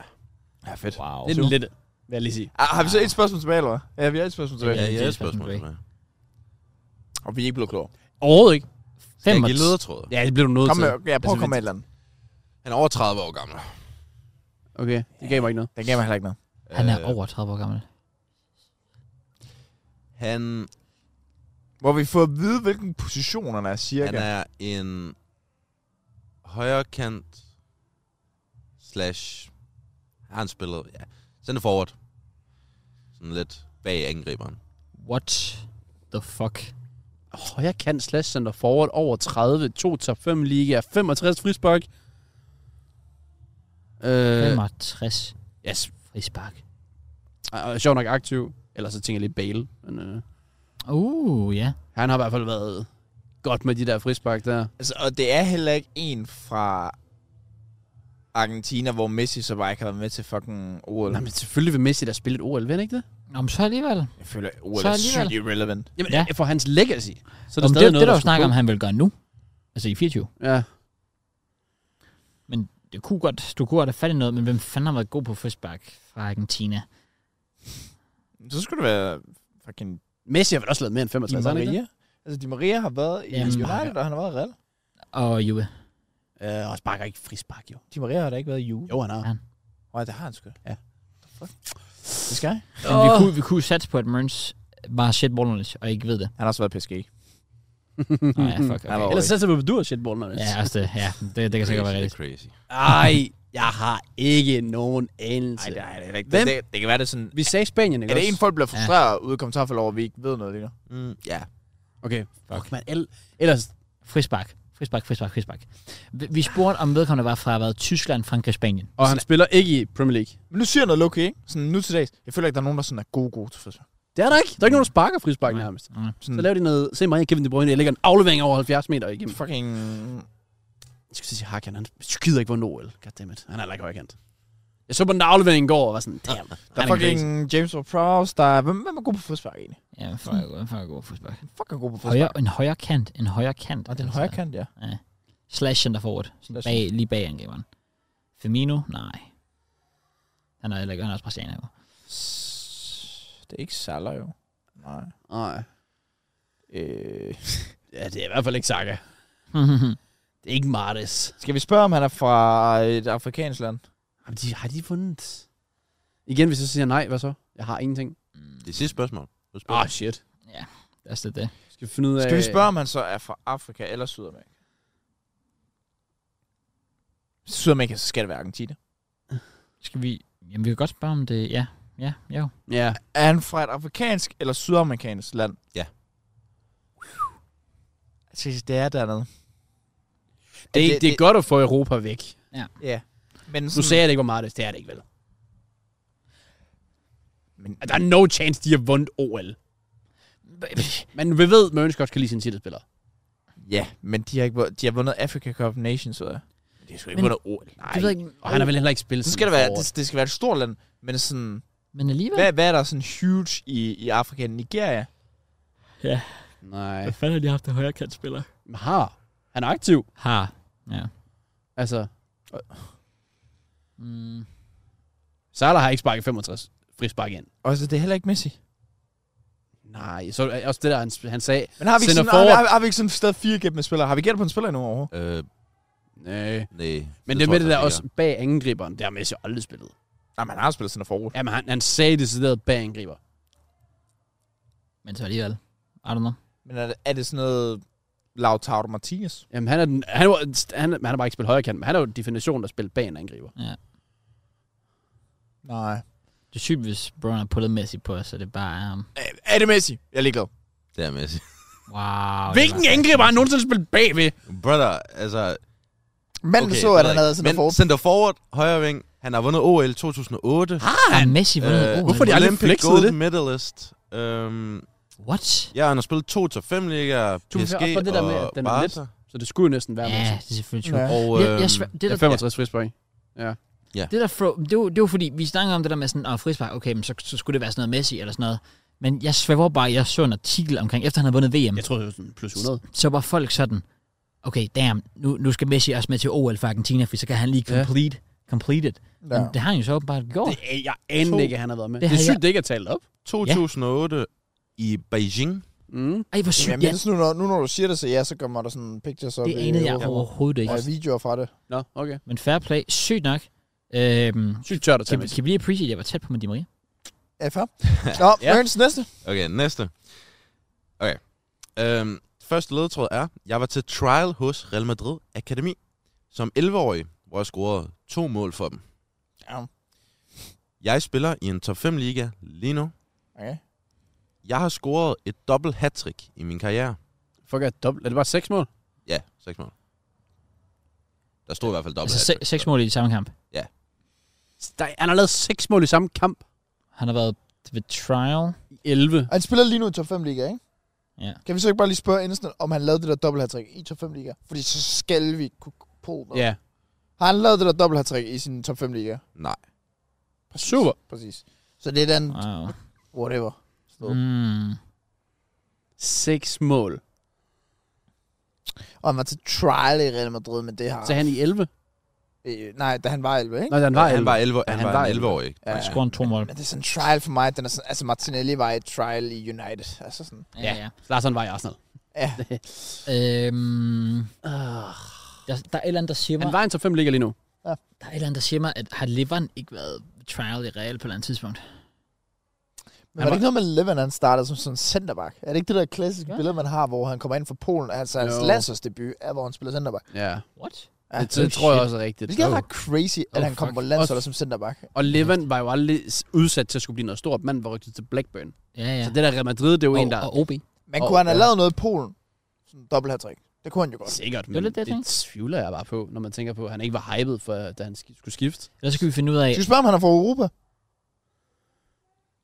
Speaker 2: Ja, fedt.
Speaker 1: Wow.
Speaker 3: Det er den lidt, vil jeg lige sige.
Speaker 2: Ah, har vi så et spørgsmål tilbage, eller hvad? Ja, vi har et spørgsmål
Speaker 1: Ja,
Speaker 4: Ja,
Speaker 2: tilbage.
Speaker 4: jeg
Speaker 1: det er
Speaker 4: er
Speaker 1: et
Speaker 4: et spørgsmål
Speaker 1: spørgsmål
Speaker 4: tilbage.
Speaker 2: Og vi er ikke blevet klogere.
Speaker 3: Overhovedet ikke.
Speaker 4: Skal jeg
Speaker 1: 5
Speaker 4: give ledertråd?
Speaker 3: Ja, det bliver du nødt
Speaker 2: Kom
Speaker 3: til.
Speaker 2: med, ja, prøv at komme med et eller andet.
Speaker 4: Han er over 30 år gammel.
Speaker 3: Okay, det gav mig ikke noget.
Speaker 2: Den gav mig heller ikke noget.
Speaker 1: Han er
Speaker 4: Øh,
Speaker 1: over 30 år gammel.
Speaker 4: Han,
Speaker 2: Hvor vi får at vide, hvilken position han er, cirka.
Speaker 4: han er en højre kant slash... Har han spillet? Ja. Send det forward. Sådan lidt bag angriberen.
Speaker 1: What the fuck?
Speaker 3: Åh, jeg kan slash center forward over 30, to top 5 ligaer, 65 frispark. Øh,
Speaker 1: 65
Speaker 3: yes,
Speaker 1: frispark.
Speaker 3: og er sjov nok aktiv. Ellers så tænker jeg lidt Bale. Men, øh,
Speaker 1: Uh, ja.
Speaker 3: han har i hvert fald været godt med de der frispark der.
Speaker 2: Altså, og det er heller ikke en fra Argentina, hvor Messi så bare ikke har været med til fucking OL.
Speaker 3: Nej, men selvfølgelig vil Messi da spille et OL, ved ikke det?
Speaker 1: Nå, men så alligevel.
Speaker 2: Jeg føler, at OL
Speaker 1: Så
Speaker 2: er
Speaker 1: alligevel.
Speaker 2: sygt irrelevant.
Speaker 3: Jamen,
Speaker 1: Ja.
Speaker 3: ja. for hans legacy. Så er
Speaker 1: Om
Speaker 3: det
Speaker 1: det,
Speaker 3: stadig
Speaker 1: det, det,
Speaker 3: noget,
Speaker 1: der jo
Speaker 3: skulle
Speaker 1: snakker om,
Speaker 3: gå.
Speaker 1: han vil gøre nu. Altså i 24.
Speaker 3: Ja.
Speaker 1: Men det kunne godt, du kunne godt have fat i noget, men hvem fanden har været god på frispark fra Argentina?
Speaker 2: Så skulle det være fucking
Speaker 3: Messi har vel også lavet mere end 65, har han ikke det?
Speaker 2: Altså, Di Maria har været i
Speaker 1: Jamen,
Speaker 2: United, og han har været i Real.
Speaker 1: Og Juve.
Speaker 3: Øh, og sparker ikke frispark, jo.
Speaker 2: Di Maria har da ikke været i Juve.
Speaker 3: Jo, han har.
Speaker 1: Ja.
Speaker 2: Nej, det har han sgu.
Speaker 3: Ja.
Speaker 2: Fuck. Det skal jeg.
Speaker 1: Men vi kunne, vi kunne satse på, at Merns var shit ballerløs, og ikke ved det.
Speaker 2: Han har også været i PSG.
Speaker 1: Nå ja, fuck.
Speaker 2: Han var
Speaker 1: Okay.
Speaker 2: over.
Speaker 3: Ellers sætter vi på du og shitballen,
Speaker 1: Ja, også det. Ja, det, det kan sikkert være
Speaker 4: Crazy,
Speaker 1: rigtigt.
Speaker 4: crazy.
Speaker 3: Ej, jeg har ikke nogen anelse.
Speaker 2: Nej, det er det ikke.
Speaker 3: Hvem?
Speaker 2: Det, det, det, kan være, det er sådan...
Speaker 3: Vi sagde Spanien, ikke
Speaker 2: Er det
Speaker 3: også?
Speaker 2: en, folk bliver frustreret ja. ude i kommentarfeltet over, at vi ikke ved noget lige nu?
Speaker 4: Mm, ja.
Speaker 3: Okay. Fuck, man. El- ellers...
Speaker 1: Frisbak. Frisbak, frisbak, frisbak. Vi vi spurgte, om vedkommende var fra hvad, Tyskland, Frankrig, Spanien.
Speaker 3: Og han spiller ikke i Premier League.
Speaker 2: Men nu siger jeg noget Loki, ikke? Sådan nu til dags. Jeg føler ikke, der er nogen, der sådan er gode, gode til frisbak.
Speaker 3: Det er der ikke. Der er ikke nogen, der sparker frispark
Speaker 1: Nej.
Speaker 3: nærmest.
Speaker 2: Sådan
Speaker 3: Så laver de noget... Se mig, Kevin De Bruyne. Jeg lægger en aflevering over 70 meter igennem.
Speaker 2: fucking...
Speaker 3: Jeg skulle sige, Hakan, han skider ikke på en OL. Goddammit. Han er heller ikke højkant. Jeg så på den der aflevering i går og var sådan, damn.
Speaker 2: Der er fucking James Ward Prowse, der er... Hvem, hvem er god på frisbak egentlig?
Speaker 1: Ja, hvor er jeg god- hvor er jeg god på frisbak.
Speaker 2: Fuck er god på frisbak.
Speaker 1: Højre, en højre kant, en højre kant. Altså.
Speaker 2: Og den højre kant, ja.
Speaker 1: Slash center forward. Sådan
Speaker 2: Slash
Speaker 1: Bag, lige bag angriberen. Firmino? Nej. Han er, heller ikke- han er også brasilianer. jo.
Speaker 2: S- Det er ikke Salah jo. Nej.
Speaker 3: Nej.
Speaker 2: Øh,
Speaker 3: Ja, det er i hvert fald ikke Saka. Det er ikke Martes.
Speaker 2: skal vi spørge, om han er fra et afrikansk land?
Speaker 3: Har de, har de fundet? Igen, hvis jeg så siger nej, hvad så? Jeg har ingenting.
Speaker 1: Mm,
Speaker 4: Det sidste spørgsmål. Du
Speaker 3: Ah,
Speaker 4: spørger.
Speaker 3: oh, shit.
Speaker 1: Det er også lidt det.
Speaker 3: Skal vi finde ud af...
Speaker 2: Skal vi spørge, om han så er fra Afrika eller Sydamerika? Sydamerika, så skal det være Argentina.
Speaker 1: Skal vi... Jamen, vi kan godt spørge om det. Ja, ja, jo.
Speaker 3: Ja.
Speaker 2: Er han fra et afrikansk eller sydamerikansk land?
Speaker 4: Ja.
Speaker 2: Jeg synes, det er dernede.
Speaker 3: Det, det,
Speaker 2: det-
Speaker 3: det, er
Speaker 2: det-
Speaker 3: godt at få Europa væk.
Speaker 2: Ja. Men
Speaker 3: Nu
Speaker 2: sådan,
Speaker 3: sagde jeg det ikke, hvor Martes. Det er det ikke, vel? Altså,
Speaker 2: men,
Speaker 3: Der er no chance, de har vundet OL. Men vi ved, at Mørens godt kan lide sin titelspiller.
Speaker 2: ja, men de har, ikke, vundet- de har vundet Africa Cup of Nations, ved jeg. Det er sgu
Speaker 1: ikke
Speaker 2: vundet OL.
Speaker 1: Det ved jeg ikke.
Speaker 3: Og han har vel heller ikke spillet
Speaker 2: Så
Speaker 3: sådan
Speaker 2: skal det være,
Speaker 3: forår.
Speaker 2: det, det skal være et stort land, men sådan,
Speaker 1: Men alligevel...
Speaker 2: hvad, hvad er der sådan huge i, i Afrika? Nigeria?
Speaker 3: Nej.
Speaker 1: fanden har de haft en højre kantspiller?
Speaker 3: Men Har. Han er aktiv.
Speaker 1: Har. Ja.
Speaker 3: Altså,
Speaker 1: Mm.
Speaker 3: Salah har ikke sparket 65 frispark ind.
Speaker 2: Og så det er heller ikke Messi.
Speaker 3: Nej, så er også det der, han, han sagde.
Speaker 2: Men har vi, ikke
Speaker 3: Sender
Speaker 2: sådan, har, vi-
Speaker 3: forward.
Speaker 2: har, vi- har, vi ikke sådan stadig fire gæt med spillere? Har vi gættet på en spiller endnu overhovedet?
Speaker 4: Øh,
Speaker 3: Nej.
Speaker 4: nej.
Speaker 3: Men det, det med
Speaker 4: tror
Speaker 3: det
Speaker 4: jeg
Speaker 3: der
Speaker 4: faktisk
Speaker 3: også bag angriberen, der har Messi aldrig spillet.
Speaker 2: Nej, man har spillet center forward.
Speaker 3: Jamen, han, han sagde decideret bag angriber.
Speaker 1: Men så alligevel. I don't know.
Speaker 2: Men er det, er det sådan noget Lautaro Martinez?
Speaker 3: Jamen, han er, den, han, var, han, han har bare ikke spillet højre kant, men han er jo definitionen, der spiller bag en angriber.
Speaker 2: Nej.
Speaker 1: Det er sygt, hvis Brown har pullet Messi på os, så det bare er ham.
Speaker 2: Er, er det Messi? Jeg er ligeglad.
Speaker 4: Det er Messi.
Speaker 1: Wow.
Speaker 3: Hvilken angriber har han nogensinde spillet bagved?
Speaker 4: Brother, altså...
Speaker 2: Manden okay, så, at han havde center
Speaker 4: men
Speaker 2: forward.
Speaker 4: center forward, højre ving. Han har vundet OL 2008.
Speaker 3: Har
Speaker 1: Har
Speaker 3: han?
Speaker 1: Messi vundet øh,
Speaker 3: hvorfor de aldrig
Speaker 4: Olympic
Speaker 3: flexede
Speaker 4: gold
Speaker 3: det?
Speaker 4: medalist. Øhm,
Speaker 1: What?
Speaker 4: ja, han har spillet 2 til 5 ligaer,
Speaker 3: Du kan
Speaker 4: PSG
Speaker 3: også få det der med, at
Speaker 4: og
Speaker 3: den er lidt-
Speaker 4: Barca.
Speaker 3: Så det skulle jo næsten være
Speaker 1: Ja,
Speaker 3: Messi.
Speaker 1: det er selvfølgelig true.
Speaker 2: Ja.
Speaker 1: Ja.
Speaker 4: Og
Speaker 1: Jeg, jeg
Speaker 4: øhm,
Speaker 1: svær, det,
Speaker 3: Det
Speaker 1: der,
Speaker 3: er 65 frispark.
Speaker 1: det der fro, det, var, det var fordi, vi snakkede om det der med sådan, åh, frispark, okay, men så, så skulle det være sådan noget Messi eller sådan noget. Men jeg svæver bare, jeg så en artikel omkring, efter han havde vundet VM,
Speaker 3: Jeg tror, det var sådan plus 100.
Speaker 1: så var folk sådan, okay, damn, nu, nu skal Messi også med til OL for Argentina, for så kan han lige
Speaker 3: Ja.
Speaker 1: complete, complete it. Ja. Men det har han jo så åbenbart gjort.
Speaker 3: Det, er- jeg anede
Speaker 4: To.
Speaker 3: ikke, at han har været med.
Speaker 1: Det
Speaker 3: Det, det er
Speaker 1: har
Speaker 3: sygt, det ikke er talt op.
Speaker 4: 2008 i Beijing.
Speaker 3: Mm.
Speaker 1: Ej, hvor
Speaker 2: Jamen,
Speaker 1: sygt.
Speaker 2: jeg
Speaker 1: Ja,
Speaker 2: mindes nu, når, nu når du siger det, så ja, så kommer der sådan pictures op.
Speaker 1: det
Speaker 2: i
Speaker 1: anede jeg
Speaker 2: Europa.
Speaker 1: overhovedet ikke.
Speaker 2: Og videoer fra det.
Speaker 3: Nå, okay.
Speaker 1: Men fair play, sygt nok. Øhm,
Speaker 3: Sygt tørt at tage
Speaker 1: kan,
Speaker 3: Messi.
Speaker 1: kan vi lige appreciate, at jeg var tæt på med Di Maria?
Speaker 2: Ja, fair. Nå,
Speaker 3: Ja.
Speaker 2: ja. Mørens næste.
Speaker 4: Okay, næste. Okay. Øhm, første ledetråd er, jeg var til trial hos Real Madrid Akademi som 11-årig, hvor jeg scorede to mål for dem.
Speaker 2: Ja.
Speaker 4: Jeg spiller i en top 5 liga lige nu.
Speaker 2: Okay.
Speaker 4: Jeg har scoret et dobbelt hat i min karriere.
Speaker 3: Fuck, er, det dobbelt, er det bare seks mål?
Speaker 4: Ja, seks mål. Der stod i hvert fald dobbelt
Speaker 1: Altså se,
Speaker 4: hat-trick.
Speaker 1: seks mål i samme kamp.
Speaker 3: Der, han har lavet seks mål i samme kamp.
Speaker 1: Han har været ved trial.
Speaker 3: I 11.
Speaker 2: Han spiller lige nu i top 5 liga, ikke?
Speaker 1: Ja.
Speaker 2: Kan vi så ikke bare lige spørge Andersen, om han lavede det der dobbelt hat i top 5 liga? Fordi så skal vi kunne på noget.
Speaker 3: Ja.
Speaker 2: Har han lavet det der dobbelt hat i sin top 5 liga?
Speaker 4: Nej.
Speaker 2: Præcis.
Speaker 3: Super.
Speaker 2: Præcis. Så det er den
Speaker 1: Wow.
Speaker 2: whatever.
Speaker 1: Mm.
Speaker 3: Seks mål.
Speaker 2: Og han var til trial i Real Madrid, men det har...
Speaker 3: Så er han i 11?
Speaker 2: Øh, nej, da han var 11, ikke?
Speaker 3: Nej, han var
Speaker 4: Nej,
Speaker 3: 11.
Speaker 4: han var 11, han
Speaker 3: Han
Speaker 4: var
Speaker 3: var
Speaker 4: en 11-årig.
Speaker 2: Ja,
Speaker 1: Ja,
Speaker 2: ja.
Speaker 1: Skår han to mål.
Speaker 2: Men det er sådan en trial for mig. Den er sådan, altså Martinelli var i trial i United. Altså sådan.
Speaker 1: Ja, ja.
Speaker 3: Lars, han var i Arsenal.
Speaker 2: Ja.
Speaker 1: Øhm,
Speaker 3: Uh,
Speaker 1: der, der er et eller andet, der siger mig,
Speaker 3: han var i en top 5 ligger lige nu.
Speaker 1: der er et eller andet, der siger mig, at har Leveren ikke været ved trial i Real på et eller andet tidspunkt?
Speaker 2: Men var det ikke noget med Levan, han startede som sådan en centerback? Er det ikke det der klassiske
Speaker 1: Ja.
Speaker 2: ja. billede, man har, hvor han kommer ind fra Polen? Altså hans
Speaker 3: Jo.
Speaker 2: landsholdsdebut er, hvor han spiller centerback.
Speaker 3: Ja.
Speaker 1: What?
Speaker 2: Ja.
Speaker 3: Det, det
Speaker 1: oh,
Speaker 3: tror jeg
Speaker 1: shit.
Speaker 3: også er rigtigt.
Speaker 2: Det er
Speaker 3: Oh.
Speaker 2: ret crazy, at
Speaker 1: Oh,
Speaker 2: han kom
Speaker 1: fuck.
Speaker 2: på landsholdet som centerback.
Speaker 3: Og Levan var jo aldrig s- udsat til at skulle blive noget stort. Manden var rykket til Blackburn.
Speaker 1: Ja,
Speaker 3: Ja.
Speaker 1: ja.
Speaker 3: Så det der Real Madrid, det er jo en, der...
Speaker 1: og, og OB.
Speaker 2: Men
Speaker 3: Og-
Speaker 2: kunne han have
Speaker 3: ja.
Speaker 2: lavet noget i Polen? Sådan en dobbelt hat Det kunne han jo godt.
Speaker 3: Sikkert,
Speaker 1: var
Speaker 3: men
Speaker 1: lidt det,
Speaker 3: det,
Speaker 1: jeg
Speaker 3: det
Speaker 1: tænkte.
Speaker 3: tvivler jeg bare på, når man tænker på, at han ikke var hyped, for, da han sk- skulle skifte.
Speaker 1: Ellers så kan vi finde ud af,
Speaker 2: Skal vi spørge, om han er fra Europa?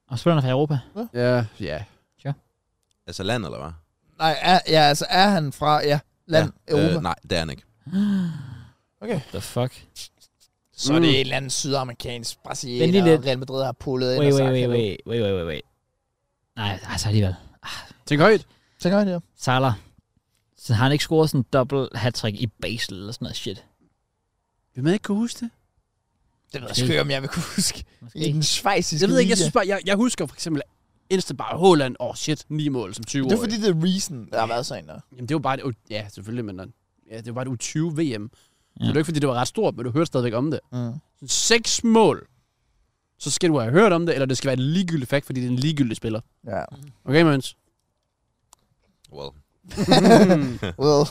Speaker 1: om spillerne er fra Europa.
Speaker 3: Ja, ja.
Speaker 4: Altså land, eller hvad?
Speaker 2: Nej, er, ja, altså er han fra ja, land, ja, Europa?
Speaker 4: Øh, nej, det er han ikke.
Speaker 1: The fuck?
Speaker 2: Så er det et eller andet
Speaker 1: Vent
Speaker 2: sydamerikansk
Speaker 1: lige
Speaker 2: brasilianer,
Speaker 1: lidt.
Speaker 2: Real Madrid har pullet ind
Speaker 1: Wait,
Speaker 2: og
Speaker 3: altså
Speaker 1: wait,
Speaker 2: sagt,
Speaker 1: wait,
Speaker 2: "Hallo."
Speaker 1: wait, wait, wait, wait, wait. Nej, altså alligevel.
Speaker 3: Tænk højt.
Speaker 2: Tænker jeg, ja.
Speaker 1: Salah. Så har han ikke scoret sådan en dobbelt hat i Basel eller sådan noget shit.
Speaker 3: Vil man ikke kunne huske det?
Speaker 2: Det ved jeg
Speaker 1: Måske.
Speaker 2: sgu ikke, om jeg vil kunne huske.
Speaker 1: Måske.
Speaker 2: I den schweiziske
Speaker 3: Jeg ved ikke, jeg
Speaker 2: liga.
Speaker 3: synes bare, jeg, jeg husker for eksempel Insta bare Håland, åh oh shit, ni mål som 20 år.
Speaker 2: Det er fordi, det er reason, der har været sådan der.
Speaker 3: Jamen det var bare et, U- ja selvfølgelig, men øh, ja, det var bare et U20 VM. Ja.
Speaker 1: Ja.
Speaker 3: Så det er ikke fordi, det var ret stort, men du hørte stadigvæk om det.
Speaker 2: Mm.
Speaker 3: Sådan Seks mål, så skal du have hørt om det, eller det skal være et ligegyldigt fakt, fordi det er en ligegyldig spiller.
Speaker 2: Ja.
Speaker 3: Okay, Møns?
Speaker 4: Well.
Speaker 3: Hmm.
Speaker 2: Well,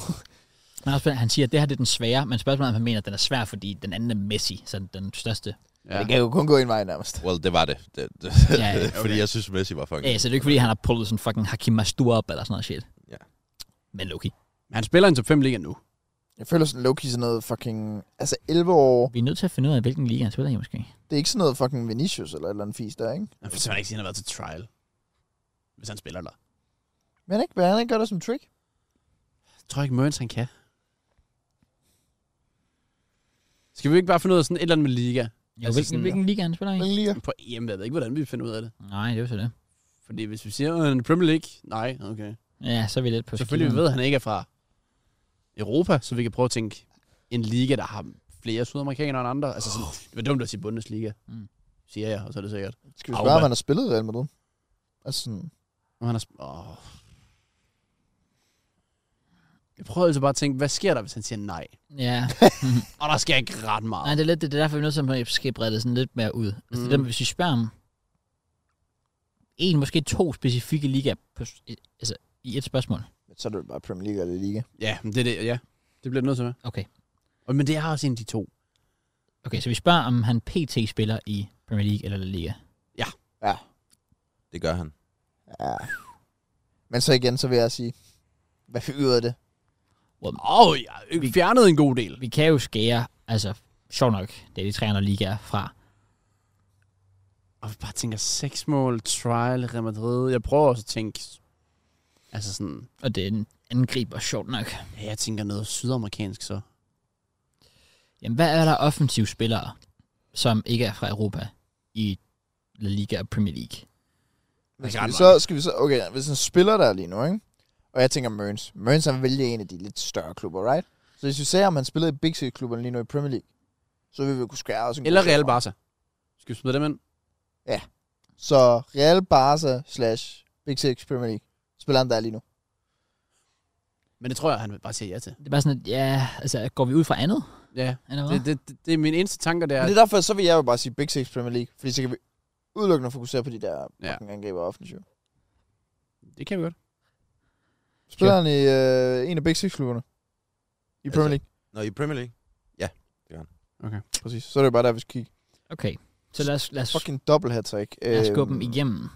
Speaker 1: Han, har også- han siger, at det her det er den svære, men spørgsmålet er, om han mener, at den er svær, fordi den anden er Messi, så den største.
Speaker 3: Ja.
Speaker 2: det kan jo kun gå en vej nærmest.
Speaker 4: Well, det var det. det, det
Speaker 1: Ja, ja,
Speaker 4: okay. Fordi jeg synes, Messi var fucking...
Speaker 1: Ja, så det er jo ikke, fordi han har pullet sådan fucking Hakim Mastur op eller sådan noget shit.
Speaker 4: Ja.
Speaker 1: Men Loki,
Speaker 3: Han spiller en top 5 liga nu.
Speaker 2: Jeg føler sådan, Loki sådan noget fucking... Altså 11 år,
Speaker 1: vi er nødt til at finde ud af, hvilken liga han spiller i måske.
Speaker 2: det er ikke sådan noget fucking Vinicius eller et eller andet fisk der, ikke?
Speaker 3: Han vil simpelthen ikke sige, at han har været til trial. Hvis han spiller der.
Speaker 2: Men han ikke, vil han ikke gøre det som trick?
Speaker 3: Jeg tror ikke, Møns han kan. Skal vi ikke bare finde ud af sådan et eller andet med liga?
Speaker 1: Jo,
Speaker 3: Altså
Speaker 1: hvilken,
Speaker 3: sådan-
Speaker 1: hvilken liga han spiller i?
Speaker 2: Men lige
Speaker 3: På EM, jeg ved ikke, hvordan vi finder ud af det.
Speaker 1: Nej, det er jo så det.
Speaker 3: Fordi hvis vi siger, at Premier League, nej, okay.
Speaker 1: Ja, så er vi lidt på
Speaker 3: Selvfølgelig
Speaker 1: skiven.
Speaker 3: ved at han ikke er fra Europa, så vi kan prøve at tænke en liga, der har flere sydamerikanere end andre. Altså sådan, det var dumt at sige Bundesliga,
Speaker 1: Mm.
Speaker 3: siger jeg, og så er det sikkert.
Speaker 2: Skal vi
Speaker 3: Au,
Speaker 2: spørge, om
Speaker 3: mand.
Speaker 2: han har spillet i Real Madrid? Altså sådan...
Speaker 3: Og han er sp- oh. Jeg prøver altså bare at tænke, hvad sker der, hvis han siger nej?
Speaker 1: Ja,
Speaker 3: Og der sker ikke ret meget.
Speaker 1: Nej, det er, lidt, det er derfor, vi er nødt til at skal brede det sådan lidt mere ud. Altså, mm. det
Speaker 3: Mm.
Speaker 1: der, med, hvis vi spørger om en, måske to specifikke ligaer på, s- i- altså, i et spørgsmål.
Speaker 2: Men så er det jo bare Premier League eller Liga.
Speaker 3: Ja, men det er det, ja. Det bliver det nødt til at være.
Speaker 1: Okay.
Speaker 3: Og, men det er også en af de to.
Speaker 1: Okay, så vi spørger, om han pt. spiller i Premier League eller La Liga.
Speaker 4: Det gør han.
Speaker 2: Ja. Men så igen, så vil jeg sige... Hvad for yder det?
Speaker 3: Åh, oh, jeg fjernede en god del.
Speaker 1: Vi kan jo skære, altså, sjov nok, det er de 300 ligaer fra.
Speaker 3: Og jeg bare tænker, seks mål, trial, Real Madrid. Jeg prøver også at tænke, altså sådan,
Speaker 1: Og det er en angriber, sjovt nok.
Speaker 3: ja, jeg tænker noget sydamerikansk så.
Speaker 1: Jamen, hvad er der offensive spillere, som ikke er fra Europa i La Liga og Premier League?
Speaker 3: Det er
Speaker 2: Skal vi
Speaker 3: ret
Speaker 2: så, skal vi så, okay, hvis en spiller der er lige nu, ikke? Og jeg tænker Møns. Møns han vælger en af de lidt større klubber, right? Så hvis vi ser, om han spillede i Big City-klubberne lige nu i Premier League, så vil vi kunne skære os en god
Speaker 3: Eller
Speaker 2: del
Speaker 3: Real
Speaker 2: fra.
Speaker 3: Barca. Skal vi smide dem ind?
Speaker 2: Så Real Barca slash Big Six Premier League. Spiller han der er lige nu.
Speaker 3: Men det tror jeg, han vil bare sige ja til.
Speaker 1: Det er bare sådan, at, ja, altså, går vi ud fra andet?
Speaker 3: Ja,
Speaker 1: Eller hvad?
Speaker 3: det, det, det, det er min eneste tanker, det
Speaker 2: Ja.
Speaker 3: er...
Speaker 2: Men det er derfor, så vil jeg jo bare sige Big Six Premier League, fordi så kan vi udelukkende fokusere på de der
Speaker 3: Ja.
Speaker 2: fucking angriber offensiv.
Speaker 3: det kan vi godt.
Speaker 2: Spiller han i øh, en af Big Six klubberne i Premier League.
Speaker 4: Altså- Nå, i Premier League?
Speaker 2: Præcis. Så er det jo bare der, vi skal kigge.
Speaker 1: Okay, så lad os, lad os
Speaker 2: Fucking dobbelt hat trick.
Speaker 1: Lad
Speaker 3: øh,
Speaker 1: os gå dem igennem.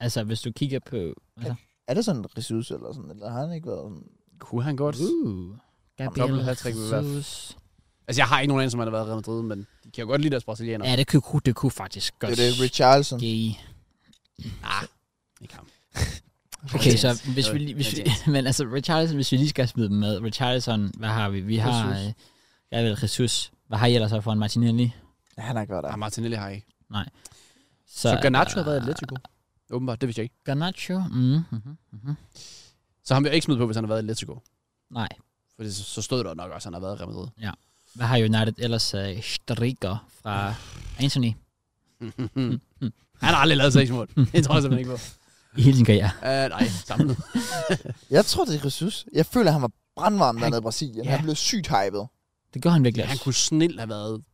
Speaker 1: Altså, hvis du kigger på... Altså,
Speaker 2: Er det sådan en resus eller sådan? Eller har han ikke været sådan?
Speaker 3: Kunne han godt?
Speaker 1: uh,
Speaker 3: dobbelt hattrick vil være
Speaker 1: Jesus.
Speaker 3: Altså, jeg har ikke nogen anelse, som han har været i Real Madrid, men de kan jo godt lide deres brasilianere.
Speaker 1: Ja, det kunne, det kunne faktisk godt
Speaker 2: Det er det, Richarlison.
Speaker 1: ske.
Speaker 3: Ikke ham.
Speaker 1: Okay,
Speaker 3: Yes.
Speaker 1: så hvis vi, lige- hvis vi, men altså, Richarlison, hvis vi lige skal smide dem med. Richarlison, hvad har vi? Vi har...
Speaker 2: Jesus.
Speaker 1: Øh, jeg vil Jesus. Hvad har I ellers så for en Martinelli?
Speaker 2: Ja, han har ikke været der.
Speaker 3: Ah, Martinelli har ikke.
Speaker 1: Så,
Speaker 3: Så, Garnacho
Speaker 1: er
Speaker 3: har
Speaker 1: der-
Speaker 3: været i Atletico. Åbenbart, det vidste jeg ikke.
Speaker 1: Garnacho? Mm, mm, mm,
Speaker 3: Så han vil jeg ikke smide på, hvis han har været i Atletico.
Speaker 1: Nej.
Speaker 3: For det, så stod der nok også, at han har været i Real Madrid.
Speaker 1: Hvad har United ellers? Øh, Strikker fra Anthony
Speaker 3: han har aldrig lavet seks mål. Det tror jeg simpelthen ikke på.
Speaker 1: i hele sin karriere.
Speaker 3: Uh, nej, samlet.
Speaker 2: Jeg tror, det er Jesus. Jeg føler, han var brandvarm
Speaker 3: Han-
Speaker 2: dernede i Brasilien.
Speaker 3: Ja.
Speaker 2: Han blev sygt hypet.
Speaker 1: Det gør han virkelig
Speaker 3: han
Speaker 1: også.
Speaker 3: kunne snilt have været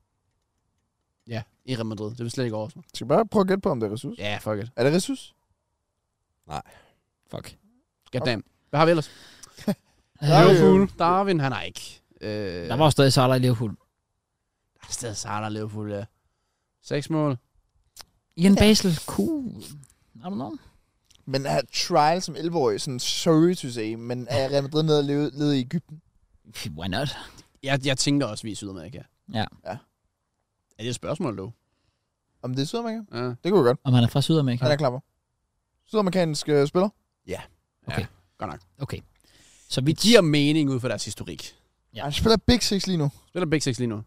Speaker 3: ja, i Real Madrid. Det vil slet ikke overraske mig.
Speaker 2: Skal bare prøve at gætte på, om det er Jesus?
Speaker 3: Ja, yeah, fuck it.
Speaker 2: Er det Jesus?
Speaker 1: Fuck.
Speaker 3: God damn. Hvad har vi ellers? Øh,
Speaker 2: Der er jo-
Speaker 3: Liverpool. Darwin, han har ikke. Øh,
Speaker 1: Øh, Der var jo stadig Salah i Liverpool.
Speaker 3: Der er stadig Salah og Liverpool, ja. Seks mål.
Speaker 1: Ian Basel, cool. I don't know.
Speaker 2: Men er trial som 11-årig, sådan sorry to say, men er Real Madrid nede og leve, lede i Ægypten?
Speaker 1: Why not?
Speaker 3: Jeg, jeg tænker også, vi er i Sydamerika.
Speaker 1: Ja.
Speaker 2: Ja.
Speaker 3: Er det et spørgsmål, dog?
Speaker 2: Om det er Sydamerika?
Speaker 3: Ja.
Speaker 2: Det kunne vi godt.
Speaker 1: Om han er fra Sydamerika?
Speaker 2: Han er klapper. Sydamerikansk øh, spiller.
Speaker 1: Okay. Så vi
Speaker 3: Det giver mening ud fra deres historik.
Speaker 1: Ja.
Speaker 2: Ja. Han spiller Big Six lige nu.
Speaker 3: Spiller Big Six lige nu.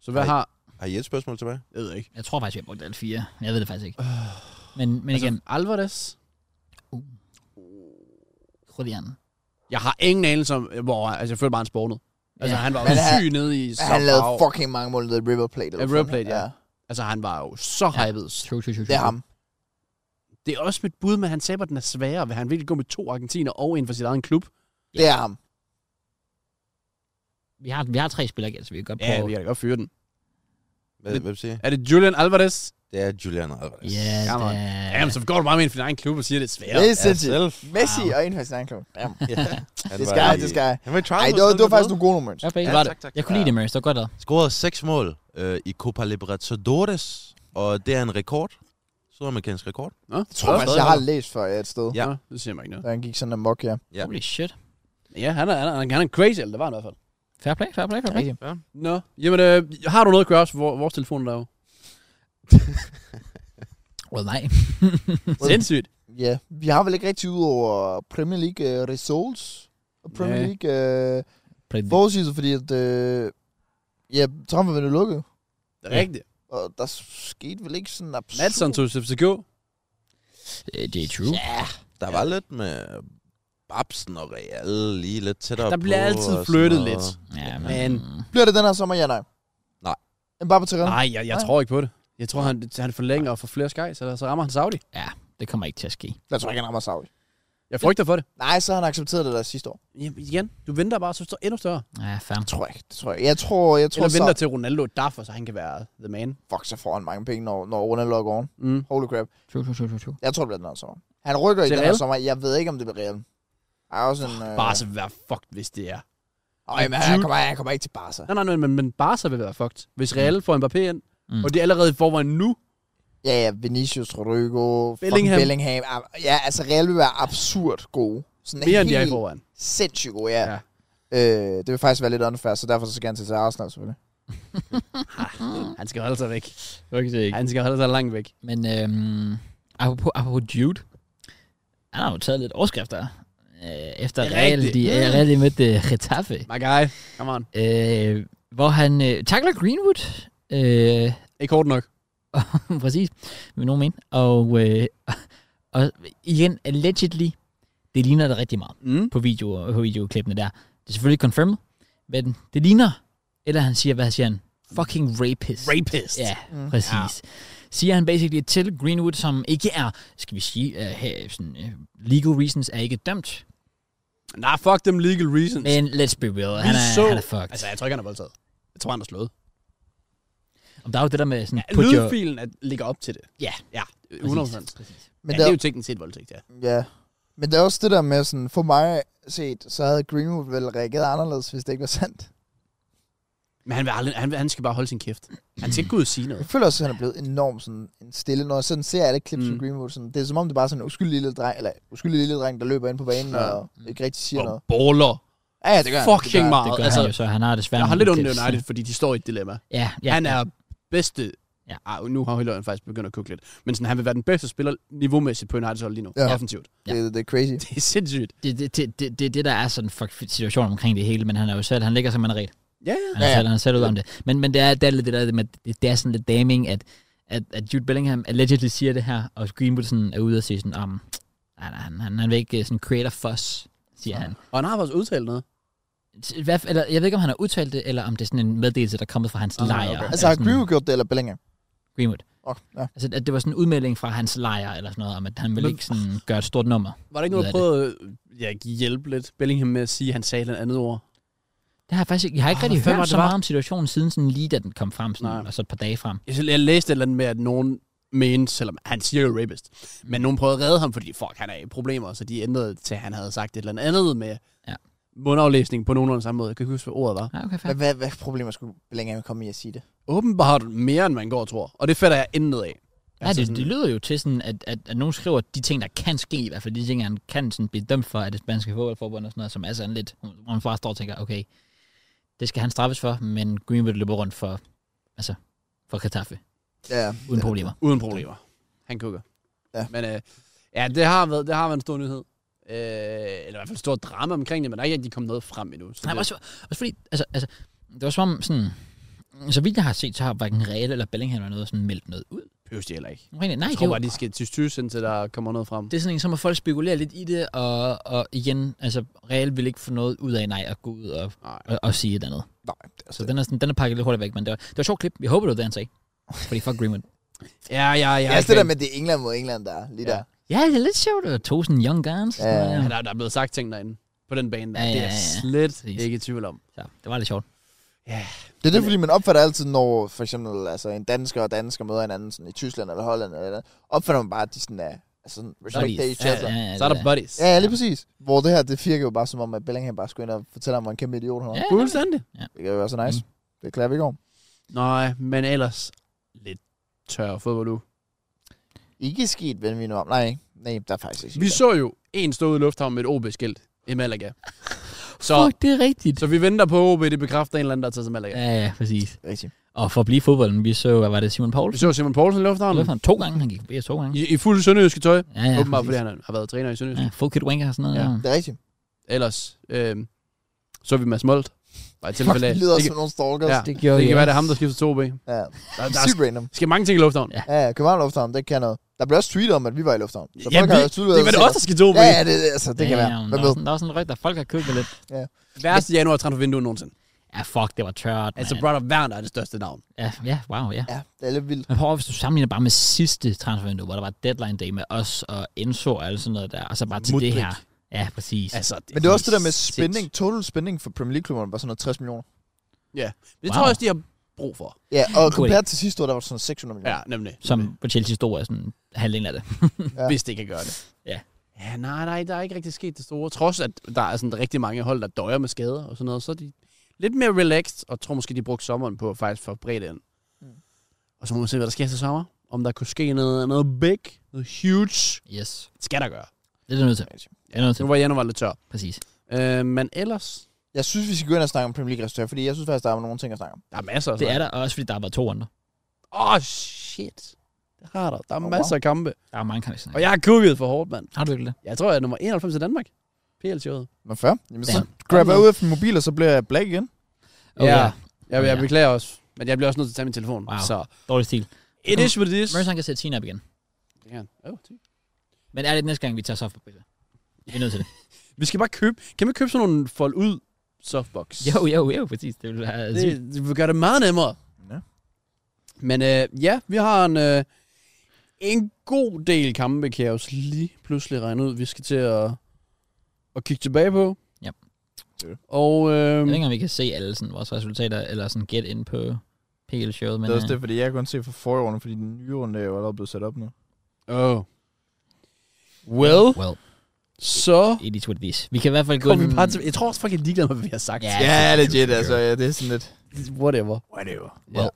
Speaker 3: Så hvad
Speaker 4: Ej.
Speaker 3: har...
Speaker 4: Har I et spørgsmål tilbage?
Speaker 3: Jeg ved ikke.
Speaker 1: Jeg tror faktisk, vi har brugt alle fire. Jeg ved det faktisk ikke. Men, men altså, igen,
Speaker 3: Altså, Alvarez.
Speaker 1: Julian.
Speaker 3: Jeg har ingen anelse om, hvor... Altså, jeg følte bare, han spornede. Altså,
Speaker 1: Ja.
Speaker 3: ja. han var jo
Speaker 2: Men han-
Speaker 3: syg nede i...
Speaker 2: Han lavede
Speaker 3: Sao Paulo.
Speaker 2: fucking mange mål nede i River Plate. eller
Speaker 3: Ja,
Speaker 2: hvad
Speaker 3: River
Speaker 2: fanden.
Speaker 3: Plate, ja. Altså, han var jo så
Speaker 1: Ja.
Speaker 3: hyped.
Speaker 1: True, true, true,
Speaker 2: Det er
Speaker 1: true.
Speaker 2: ham.
Speaker 3: Det er også mit bud, men han sagde, at den er sværere. Vil han virkelig gå med to argentiner og en for sit egen klub?
Speaker 2: Det er ham.
Speaker 1: Vi har, vi har tre spillere igen, så vi kan godt
Speaker 3: Ja,
Speaker 1: prøve.
Speaker 3: vi kan da godt fyre den.
Speaker 4: Hvad,
Speaker 3: Men-
Speaker 4: hvem siger I?
Speaker 3: Er det Julian Alvarez?
Speaker 4: Det er Julian Alvarez.
Speaker 1: Ja,
Speaker 3: Come on.
Speaker 1: da-
Speaker 3: Jamen, så går du bare med en for din egen klub og siger, at det er
Speaker 2: Det
Speaker 3: sværere.
Speaker 2: er sindssygt.
Speaker 4: selv.
Speaker 2: Messi
Speaker 1: Wow.
Speaker 2: og en faktisk en klub. Jamen,
Speaker 4: Ja. Han
Speaker 2: det
Speaker 4: var
Speaker 2: skal jeg,
Speaker 4: i-
Speaker 2: det skal jeg.
Speaker 4: Han var i trial.
Speaker 2: Ej, det var, det var faktisk nogle gode numre.
Speaker 1: Ja,
Speaker 4: Ja,
Speaker 1: det var det.
Speaker 4: tak, tak.
Speaker 1: Jeg kunne lide det, Mary. Det var godt lavet.
Speaker 4: Scorede seks mål øh, i Copa Libertadores, og det er en rekord. Sydamerikansk rekord.
Speaker 3: Nå, det
Speaker 2: tror faktisk, jeg har læst før ja, et sted.
Speaker 4: Ja.
Speaker 3: Ja, det siger mig ikke noget.
Speaker 2: Da han gik sådan amok, ja.
Speaker 4: Ja.
Speaker 1: Holy shit.
Speaker 3: Ja, han er, han er, han er crazy, eller det var han i hvert fald.
Speaker 1: Fair play, fair play, fair play.
Speaker 2: Rigtigt.
Speaker 3: Nå, jamen, øh, har du noget, Kraus? Hvor, vores telefon er der jo.
Speaker 1: Well, nej.
Speaker 3: Sindssygt.
Speaker 2: Ja, vi har vel ikke rigtig ud over Premier League uh, results og Premier
Speaker 3: Nej.
Speaker 2: League uh,
Speaker 1: Play the-
Speaker 2: forudsigelser, fordi at, uh, ja, Trump var lukket,
Speaker 3: Det er rigtigt.
Speaker 2: og der skete vel ikke sådan absurd...
Speaker 3: Madsen tog til FCK.
Speaker 1: Øh, Det er true.
Speaker 2: Ja,
Speaker 4: Der var lidt med Babsen og Real lige lidt tættere
Speaker 3: Der
Speaker 4: på.
Speaker 3: bliver altid
Speaker 4: og sådan
Speaker 3: flyttet
Speaker 4: noget.
Speaker 3: lidt.
Speaker 1: Ja,
Speaker 3: Men-
Speaker 2: bliver det den her sommer? Ja, nej.
Speaker 4: Nej.
Speaker 2: Mbappé til Real?
Speaker 3: Nej, jeg, jeg tror ikke på det. Jeg tror, han, han forlænger og får flere sky, så, så rammer han Saudi.
Speaker 1: det kommer ikke til at ske.
Speaker 2: Jeg tror ikke, han rammer Saudi.
Speaker 3: Jeg frygter for det.
Speaker 2: Nej, så har han accepteret det der sidste år.
Speaker 3: Jamen, igen, du venter bare, så står endnu større.
Speaker 1: Ja, fair.
Speaker 2: Tror jeg ikke. Det tror jeg. ikke. Jeg tror, jeg tror,
Speaker 3: Eller venter
Speaker 2: så,
Speaker 3: til Ronaldo er derfor, så han kan være the man.
Speaker 2: fuck, så får han mange penge, når, når Ronaldo går oven.
Speaker 3: Mm.
Speaker 2: Holy crap.
Speaker 1: True, true, true, true, true.
Speaker 2: Jeg tror, det bliver den her sommer. Han rykker i
Speaker 3: Til
Speaker 2: den her
Speaker 3: Real?
Speaker 2: sommer. Jeg ved ikke, om det bliver Real. Der er også en... Øh...
Speaker 3: Barca vil være fucked, hvis det er.
Speaker 2: Øj, men han,
Speaker 3: Jude-
Speaker 2: kommer, han kommer ikke til Barca.
Speaker 3: Nej, nej, nej, men, men Barca vil være fucked, hvis Real får Mbappé ind.
Speaker 1: Mm.
Speaker 3: Mm. Og det er allerede i forvejen nu.
Speaker 2: Ja, ja, Vinicius, Rodrigo, Bellingham.
Speaker 3: Bellingham.
Speaker 2: Bellingham. Ah, Ja, altså Real vil være absurd gode. Sådan
Speaker 3: Mere end
Speaker 2: helt
Speaker 3: de er i forvejen.
Speaker 2: sindssygt gode, ja. ja. Øh, det vil faktisk være lidt unfair, så derfor så skal han til til Arsenal selvfølgelig.
Speaker 3: Han skal holde sig væk.
Speaker 1: Okay, det ikke.
Speaker 3: Han skal holde sig langt væk.
Speaker 1: Men øhm, apropos, apropos Jude, han har jo taget lidt overskrifter, øh, efter
Speaker 3: Det er
Speaker 1: Real,
Speaker 3: rigtigt.
Speaker 1: de,
Speaker 3: Mm.
Speaker 1: mm. Real de mødte øh, Getafe,
Speaker 3: My guy. Come on.
Speaker 1: øh, hvor han øh, takler Greenwood, øh,
Speaker 3: Ikke hårdt nok.
Speaker 1: præcis, vil nogen mene, og, øh, og igen, allegedly, det ligner det rigtig meget.
Speaker 3: Mm.
Speaker 1: på, video, på videoklippene der. Det er selvfølgelig confirmed, men det ligner, eller han siger, hvad siger han? Fucking rapist.
Speaker 3: Rapist.
Speaker 1: Ja,
Speaker 2: Mm.
Speaker 1: præcis. Ja. Siger han basically til Greenwood, som ikke er, skal vi sige, uh, her, sådan, uh, legal reasons er ikke dømt.
Speaker 3: Nah, fuck them legal reasons.
Speaker 1: Men let's be real, han er,
Speaker 3: så-
Speaker 1: han er fucked.
Speaker 3: Altså,
Speaker 1: Altså,
Speaker 3: jeg tror ikke, han er voldtaget. Jeg tror, han er slået.
Speaker 1: Om der er jo det der med sådan,
Speaker 3: Ja,
Speaker 1: ja, put your...
Speaker 3: lydfilen er, ligger op til det.
Speaker 1: Ja.
Speaker 3: Ja,
Speaker 1: Præcis,
Speaker 3: 100%.
Speaker 1: præcis.
Speaker 2: Men
Speaker 3: Men ja,
Speaker 2: der,
Speaker 3: det er jo teknisk set voldtægt, ja.
Speaker 2: ja. Men det er også det der med, sådan, for mig set, så havde Greenwood vel reageret anderledes, hvis det ikke var sandt.
Speaker 3: Men han, vil aldrig, han, vil- han skal bare holde sin kæft. Han skal ikke gå ud og sige noget.
Speaker 2: Jeg føler også, at han er blevet enormt sådan, en stille. Når jeg sådan ser alle klips mm.
Speaker 3: Mm.
Speaker 2: fra Greenwood, sådan, det er som om, det er bare sådan en uskyldig lille dreng, eller uskyldig lille dreng, der løber ind på banen
Speaker 3: Ja.
Speaker 2: ja. og ikke rigtig siger
Speaker 3: Og
Speaker 2: noget.
Speaker 3: baller
Speaker 2: Ja, ja, det gør han. Det gør
Speaker 3: fucking
Speaker 2: han.
Speaker 1: Det
Speaker 3: meget.
Speaker 1: gør altså,
Speaker 3: altså,
Speaker 1: han jo, så han har desværre...
Speaker 3: jeg har lidt
Speaker 1: nogle
Speaker 3: ondt af
Speaker 1: clips.
Speaker 3: United, fordi de står i et dilemma.
Speaker 1: Ja, ja.
Speaker 3: Ja, han
Speaker 1: ja.
Speaker 3: er bedste...
Speaker 1: Ja.
Speaker 3: Ja. Ej, nu har Højløjen faktisk begyndt at kukke lidt. Men sådan, han vil være den bedste spiller niveaumæssigt på Uniteds hold lige nu.
Speaker 2: Ja.
Speaker 3: Ja. Offensivt.
Speaker 1: Ja.
Speaker 2: Det, det er crazy.
Speaker 3: Det er sindssygt.
Speaker 1: Det, det, det, det, det, er det, der er sådan fuck situationen omkring det hele, men han er jo selv, han ligger som en ret.
Speaker 3: Ja, ja.
Speaker 1: Han har selv, Altså,
Speaker 2: Ja, ja.
Speaker 1: han har selv ud om det. Men, men det, er, det er lidt det der med, det er sådan lidt daming, at, at, at Jude Bellingham allegedly siger det her, og Greenwood sådan er ude og sige sådan, um, nej, nej, han, han, han vil ikke øh, sådan create a fuss, siger han.
Speaker 3: Og han har faktisk udtalt noget.
Speaker 1: I Hvert, fald- eller, jeg ved ikke, om han har udtalt det, eller om det er sådan en meddelelse, der er kommet fra hans
Speaker 3: Ah,
Speaker 1: lejr.
Speaker 3: okay.
Speaker 2: Altså, har
Speaker 1: sådan-
Speaker 2: Greenwood gjort det, eller Bellingham?
Speaker 1: Greenwood.
Speaker 2: Okay, ja.
Speaker 1: Altså, at det var sådan en udmelding fra hans lejr, eller sådan noget, om at han ville
Speaker 3: Men-
Speaker 1: ikke sådan gøre et stort nummer.
Speaker 3: Var der ikke noget, der
Speaker 1: Hvad
Speaker 3: prøvede at ja, hjælpe lidt Bellingham med at sige, at han sagde et andet ord?
Speaker 1: Det har jeg faktisk ikke, jeg har ikke
Speaker 3: Åh,
Speaker 1: oh, rigtig
Speaker 3: hvad fanden
Speaker 1: hørt
Speaker 3: var
Speaker 1: så
Speaker 3: det, var?
Speaker 1: meget om situationen siden sådan lige da den kom frem, sådan,
Speaker 3: Nej.
Speaker 1: og så et par dage frem.
Speaker 3: Jeg, jeg læste et eller andet med, at nogen mente, selvom han siger jo rapist, men nogen prøvede at redde ham, fordi fuck, han er i problemer, så de ændrede det til, at han havde sagt et eller andet med
Speaker 1: Ja.
Speaker 3: ja. mundaflæsning på nogenlunde samme måde. Jeg kan ikke huske, hvad ordet var.
Speaker 1: Ja, Ah, okay, fair.
Speaker 2: Hvad, hvad, hvad problemer skulle Bellingham komme i at sige det?
Speaker 3: Åbenbart mere, end man går og tror, og det fatter jeg intet af.
Speaker 1: Ja,
Speaker 2: Altså
Speaker 1: det,
Speaker 2: sådan-
Speaker 1: det lyder jo til sådan, at, at, at nogen skriver de ting, der kan ske, i hvert fald de ting, han kan sådan blive dømt for af det spanske fodboldforbund og sådan noget, som er sådan lidt, hvor man bare står og tænker, okay, det skal han straffes for, men Greenwood løber rundt for, altså, for Getafe,
Speaker 2: Ja,
Speaker 1: uden problemer.
Speaker 3: Uden problemer. Han kukker.
Speaker 2: Ja.
Speaker 3: Men øh, ja, det har, været, det har været en stor nyhed. Øh, eller i hvert fald stor drama omkring det, men der er ikke rigtig kommet noget frem endnu. Så
Speaker 1: Nej, men
Speaker 3: det,
Speaker 1: også, også fordi, altså, altså, det var som om sådan, så vidt jeg har set, så har hverken Real eller Bellingham eller noget sådan meldt noget ud.
Speaker 3: behøver de heller ikke.
Speaker 1: Nej, nej,
Speaker 3: Jeg
Speaker 1: det,
Speaker 3: tror
Speaker 1: er
Speaker 3: bare,
Speaker 1: jo-
Speaker 3: de skal til 20 indtil der kommer noget frem.
Speaker 1: det er sådan en, så må folk spekulere lidt i det, og, og igen, altså, Real vil ikke få noget ud af nej at gå ud og,
Speaker 3: Nej.
Speaker 1: og, og sige et eller andet.
Speaker 2: nej. Det er
Speaker 1: Så
Speaker 2: altså sådan.
Speaker 1: den er, sådan, den er pakket lidt hurtigt væk, men det var, det var et sjovt klip. Jeg håber, det var det, han sagde. Fordi fuck Greenwood.
Speaker 3: Ja, ja, ja.
Speaker 2: Ja, altså det der med, det er England mod England, der er lige
Speaker 3: Ja.
Speaker 2: der.
Speaker 1: Ja, det er lidt sjovt. Det var to sådan young guns.
Speaker 2: Ja.
Speaker 1: Ja.
Speaker 3: Ja, der, der er blevet sagt ting derinde på den bane. Der.
Speaker 1: Ja,
Speaker 3: Ja,
Speaker 1: ja,
Speaker 3: ja, ja.
Speaker 1: ja,
Speaker 3: Det er
Speaker 1: ja.
Speaker 3: slet
Speaker 1: Præcis.
Speaker 3: ikke i tvivl om.
Speaker 1: Så det var lidt sjovt.
Speaker 2: Det er det, fordi man opfatter altid, når for eksempel altså, en dansker og dansker møder hinanden sådan i Tyskland eller Holland, eller, eller opfatter man bare, at de sådan er altså, sådan, respect each
Speaker 1: Ja,
Speaker 2: other.
Speaker 1: ja, ja,
Speaker 3: Så er der
Speaker 1: det
Speaker 3: buddies.
Speaker 2: Ja, ja, lige præcis. Hvor det her, det virker jo bare som om, at Bellingham bare skulle ind og fortælle, om hvor en kæmpe idiot han var.
Speaker 1: Ja. Mm.
Speaker 3: Fuldstændig.
Speaker 2: Det kan jo være så nice. Det klæder vi ikke om.
Speaker 3: Nej, men ellers lidt tør fodbold nu.
Speaker 2: Ikke skidt, vender vi nu om. Nej, nej, der er faktisk ikke
Speaker 3: Vi
Speaker 2: skidt.
Speaker 3: så jo en stå ude i lufthavnen med et OB-skilt i Malaga. Så,
Speaker 1: Fuck, det er rigtigt.
Speaker 3: så vi venter på OB, det bekræfter en eller anden, der tager til Malaga.
Speaker 1: Ja, ja, præcis.
Speaker 2: Rigtigt.
Speaker 1: Og for at blive i fodbolden, vi så, hvad var det, Simon
Speaker 3: Vi
Speaker 1: Poulsen?
Speaker 3: så Simon Poulsen i lufthavnen.
Speaker 1: Han to gange, han gik forbi os to gange.
Speaker 3: I, i fuld sønderjyske tøj.
Speaker 1: Ja,
Speaker 3: Ja,
Speaker 1: ja,
Speaker 3: Åbenbart, fordi
Speaker 1: præcis.
Speaker 3: han har været træner i Sønderjysk.
Speaker 1: ja,
Speaker 3: Ja.
Speaker 1: full kid wanker og sådan noget.
Speaker 3: Ja.
Speaker 1: Ja.
Speaker 2: Det er rigtigt.
Speaker 3: Ellers øh, så vi Mads Molt. Bare i
Speaker 2: Fuck,
Speaker 3: tilfælde af.
Speaker 2: det lyder
Speaker 3: Det,
Speaker 2: som nogle stalkers.
Speaker 3: Ja.
Speaker 2: Ja.
Speaker 1: Det gjorde
Speaker 3: det kan
Speaker 1: jeg.
Speaker 3: være, det er ham, der skifter til OB. Der,
Speaker 2: ja.
Speaker 3: der
Speaker 2: Sygt random.
Speaker 3: skal mange ting i lufthavnen.
Speaker 1: Ja.
Speaker 2: Ja, ja, København Lufthavn, det kan noget. Der blev også tweetet om, at vi var i Lufthavn. Så
Speaker 3: Ja,
Speaker 2: folk
Speaker 3: vi-
Speaker 2: har jo tydeligvis
Speaker 3: Det var det
Speaker 2: set
Speaker 3: også, der skal til OB.
Speaker 2: Ja, ja, det, altså, det kan være.
Speaker 1: Damn,
Speaker 2: Hvem
Speaker 1: Der var
Speaker 2: ved?
Speaker 1: sådan, der var sådan en ryg, der folk har købt lidt.
Speaker 3: Værste januar transfervindue nogensinde.
Speaker 1: Ja, fuck, det var tørt,
Speaker 3: Altså,
Speaker 1: man.
Speaker 3: Brother Werner er det største navn.
Speaker 1: Ja, ja, wow, ja.
Speaker 2: Ja, det er lidt vildt.
Speaker 1: Men prøv at- hvis du sammenligner bare med sidste transfervindue, hvor der var deadline day med os og Enzo og alt sådan noget der, og så bare til
Speaker 3: Mudrik.
Speaker 1: det her. Ja, præcis.
Speaker 3: Altså, det,
Speaker 2: Men det er også det der med
Speaker 1: sindssygt.
Speaker 2: spænding. Total spænding for Premier League-klubberne var sådan noget 60 millioner.
Speaker 3: det
Speaker 1: Wow.
Speaker 3: tror jeg også, de har brug for.
Speaker 2: Ja, og
Speaker 1: God idé.
Speaker 2: compared til sidste år, der var det sådan 600 millioner.
Speaker 3: Ja, nemlig.
Speaker 1: som på Chelsea stod er sådan halvdelen af det.
Speaker 2: Ja.
Speaker 3: Hvis det kan gøre det.
Speaker 1: Ja.
Speaker 3: Ja, nej, nej, der er ikke rigtig sket det store. Trods at der er sådan rigtig mange hold, der døjer med skader og sådan noget, så er de lidt mere relaxed, og tror måske, de brugte sommeren på at faktisk forberede den.
Speaker 2: Mm.
Speaker 3: Mm. Og så må vi se, hvad der sker til sommer. Om der kunne ske noget, noget big, noget huge.
Speaker 1: Yes.
Speaker 3: Det skal der gøre.
Speaker 1: Det er du nødt til. Det er du nødt til.
Speaker 3: Nu var januar lidt tør.
Speaker 1: Præcis.
Speaker 3: Øh, men ellers,
Speaker 2: Jeg synes, vi skal gå ind og snakke om Premier League-resultater, fordi jeg synes faktisk, der er nogle ting at snakke om.
Speaker 3: der er masser. af
Speaker 1: Det er
Speaker 3: sådan-
Speaker 1: der og også, fordi der er bare to runder.
Speaker 3: Åh, oh, shit. Det har der. Der er
Speaker 2: wow.
Speaker 3: oh, masser af kampe.
Speaker 1: Der er mange kampe.
Speaker 3: Og jeg har kukket for hårdt, mand.
Speaker 1: Har du ikke det?
Speaker 3: Jeg tror, jeg er nummer 91 i Danmark. PLT'et.
Speaker 2: Men før, jamen, så
Speaker 1: Damn.
Speaker 2: grabber jeg ud af min mobil, og så bliver jeg black igen.
Speaker 1: Oh, ja.
Speaker 3: Jeg,
Speaker 1: Ja.
Speaker 3: jeg beklager også, men jeg bliver også nødt til at tage min telefon.
Speaker 1: Wow.
Speaker 3: Så
Speaker 1: Dårlig stil.
Speaker 3: it is what it is.
Speaker 1: Mercer han kan sætte Tina op igen.
Speaker 3: Det kan han. Åh, ty.
Speaker 1: Men er det næste gang, vi tager softball? Vi er nødt til det.
Speaker 3: Vi skal bare købe... Kan vi købe sådan nogle fold ud softbox?
Speaker 1: Jo, jo, jo, præcis. Det vil være sygt.
Speaker 3: Det, det vil gøre det meget nemmere.
Speaker 2: Ja.
Speaker 3: Men øh, ja, vi har en, øh, en god del kampe, kan jeg også lige pludselig regne ud. Vi skal til at, at kigge tilbage på.
Speaker 1: Ja.
Speaker 2: Det er det.
Speaker 3: Og
Speaker 1: Jeg
Speaker 3: øh,
Speaker 1: ved ikke, om vi kan se alle sådan, vores resultater, eller sådan gæt ind på PL-showet. Men,
Speaker 2: det er også
Speaker 1: øh,
Speaker 2: det, fordi jeg kan kun se for forrige runde, fordi den nye runde er jo allerede blevet sat op nu. Altså,
Speaker 3: oh. well,
Speaker 1: Well,
Speaker 3: så
Speaker 1: it is what it is. Vi kan i hvert fald gå
Speaker 3: kom vi
Speaker 1: ind-
Speaker 3: bare til... Jeg tror også, folk er ligeglade med, hvad vi har sagt.
Speaker 1: Ja.
Speaker 2: Ja, legit, altså. Ja, det er sådan lidt...
Speaker 3: Whatever.
Speaker 2: Whatever.
Speaker 1: Well.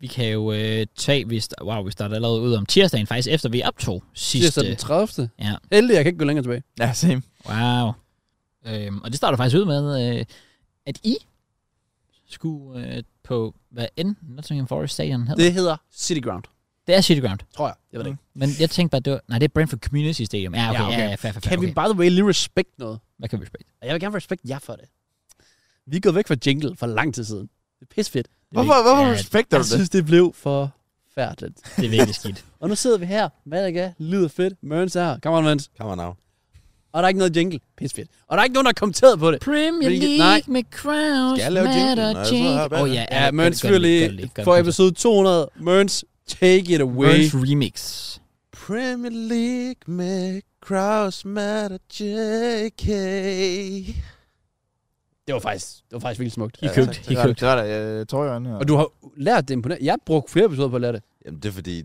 Speaker 1: Vi kan jo øh, tage, hvis, wow, vi starter allerede ud om tirsdagen, faktisk efter vi optog sidste.
Speaker 3: Tirsdag den 30.
Speaker 1: Ja.
Speaker 3: Heldig, jeg kan ikke gå længere tilbage.
Speaker 2: Ja, same.
Speaker 1: Wow. Øhm, og det starter faktisk ud med, øh, at I skulle øh, på, hvad end Nottingham Forest Stadion hedder. Det,
Speaker 3: Det hedder City Ground,
Speaker 1: det er City Ground.
Speaker 3: tror jeg. Jeg ved det ikke.
Speaker 1: Men jeg tænkte bare, det var, nej, det er Brentford Community Stadium. Ja, okay.
Speaker 3: Ja,
Speaker 1: Ja,
Speaker 3: okay.
Speaker 1: okay. Ja, ja, fair, fair, fair,
Speaker 3: Kan
Speaker 1: okay.
Speaker 3: vi by the way lige respekt noget?
Speaker 1: Hvad kan vi respekte?
Speaker 3: Og jeg vil gerne respekte jer for det. Vi er gået væk fra jingle for lang tid siden. Det er pissefedt.
Speaker 2: Hvorfor, hvorfor
Speaker 1: ja,
Speaker 2: respekter
Speaker 3: Jeg
Speaker 2: du det?
Speaker 3: synes, det blev for færdigt.
Speaker 1: Det er virkelig skidt.
Speaker 3: Og nu sidder vi her. Malaga lyder fedt. Mørens er her. Come on, Mørens.
Speaker 4: Come on now.
Speaker 3: Og der er ikke noget jingle. Pissefedt. Og der er ikke nogen, der har kommenteret på det.
Speaker 1: Premier
Speaker 3: Fordi-
Speaker 1: League
Speaker 3: nej.
Speaker 1: med crowds.
Speaker 4: Skal jeg lave jinglen,
Speaker 1: matter
Speaker 4: når jeg sidder
Speaker 1: change.
Speaker 4: her bag
Speaker 1: Åh,
Speaker 4: dig?
Speaker 1: ja,
Speaker 3: Ja, Mørens
Speaker 1: gør det,
Speaker 3: fyr lige
Speaker 1: gør det, gør det,
Speaker 3: for
Speaker 1: gør det.
Speaker 3: episode 200. Mørens, take it away.
Speaker 1: Mørens remix.
Speaker 4: Premier League med Kraus, Matt og JK.
Speaker 3: Det var faktisk, det var faktisk vildt smukt.
Speaker 1: He cooked, he
Speaker 2: Det var-
Speaker 1: cooked.
Speaker 2: Det var Altså, der øh, tårer i øjnene.
Speaker 3: Og du har lært det imponerende. Jeg har brugt flere episoder på at lære det.
Speaker 4: Jamen, det er fordi...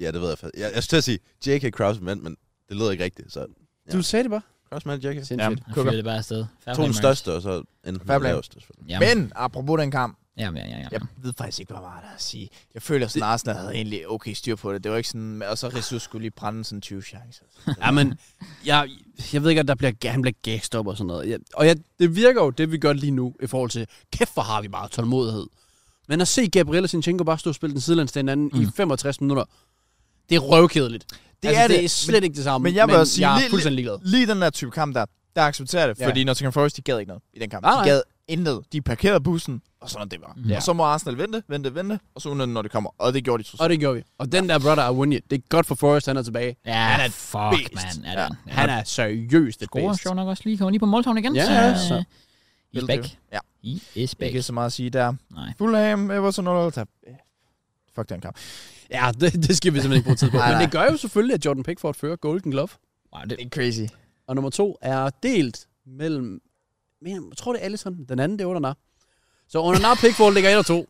Speaker 4: Ja, det ved jeg faktisk. Jeg, jeg skulle til at sige JK Kraus, men, men det lyder ikke rigtigt. Så Ja.
Speaker 3: Du sagde det bare.
Speaker 4: Kraus, Matt og JK.
Speaker 3: Sindssygt.
Speaker 1: Han fyrede det bare afsted. Fair
Speaker 4: To
Speaker 1: play,
Speaker 4: den
Speaker 1: Mørens.
Speaker 4: største, og så enten
Speaker 2: Fair
Speaker 4: den
Speaker 2: play.
Speaker 4: laveste. selvfølgelig.
Speaker 1: Jamen,
Speaker 2: Men apropos den kamp,
Speaker 1: Jamen, ja, ja, ja.
Speaker 2: Jeg ved faktisk ikke, hvor meget der er at sige. Jeg føler, at Arsenal havde egentlig okay styr på det. Det var ikke sådan, og så Ressus skulle lige brænde sådan 20 chancer.
Speaker 3: Ja, men jeg, jeg ved ikke, at der bliver, han bliver gagstop og sådan noget. Jeg, og jeg, det virker jo, det vi gør lige nu, i forhold til, kæft hvor har vi meget tålmodighed. Men at se Gabriel og Sinchenko bare stå og spille den sidelands til hinanden mm. i 65 minutter, det er røvkedeligt.
Speaker 2: Det
Speaker 3: altså,
Speaker 2: er det,
Speaker 3: det er slet
Speaker 2: men-
Speaker 3: ikke det samme,
Speaker 2: men jeg vil
Speaker 3: men
Speaker 2: også sige,
Speaker 3: jeg er
Speaker 2: lige-
Speaker 3: fuldstændig ligeglad.
Speaker 2: Lige den der type kamp der, der accepterer jeg det,
Speaker 3: Ja.
Speaker 2: ja. fordi Nottingham Forest, de gad ikke noget i den kamp.
Speaker 3: Nej,
Speaker 2: de
Speaker 3: nej.
Speaker 2: gad intet. De parkerede bussen, og sådan det var.
Speaker 1: Ja.
Speaker 2: Ja. Og så må Arsenal vente, vente, vente, og så undrer den, når det kommer. Og det gjorde de trods alt.
Speaker 3: Og det gjorde vi. Og den der brother er win it. Det er godt for Forrest, han er tilbage.
Speaker 1: Ja,
Speaker 3: Han er
Speaker 1: fuck,
Speaker 3: bedst.
Speaker 1: man. Er
Speaker 2: Ja.
Speaker 1: den.
Speaker 3: Han er seriøst det
Speaker 1: scorer
Speaker 3: bedste.
Speaker 1: sjov nok også lige. Kommer lige på måltavlen igen.
Speaker 3: Ja, ja, så-
Speaker 1: øh, He's
Speaker 2: Vil
Speaker 1: back.
Speaker 2: det. Ja.
Speaker 1: He is back.
Speaker 2: Ikke så meget at sige der.
Speaker 1: Nej.
Speaker 2: Fulham, Everton 0 tab. Fuck den kamp.
Speaker 3: Ja, det, det skal vi simpelthen ikke bruge tid på.
Speaker 2: Nej,
Speaker 3: Men
Speaker 2: nej.
Speaker 3: det gør jo selvfølgelig, at Jordan Pickford fører Golden Glove.
Speaker 1: Wow, det,
Speaker 2: Det er crazy.
Speaker 3: Og nummer to er delt mellem... Men jeg tror, det er Allison. Den anden, det er Undernar. Så Undernar Pickford ligger 1 og 2.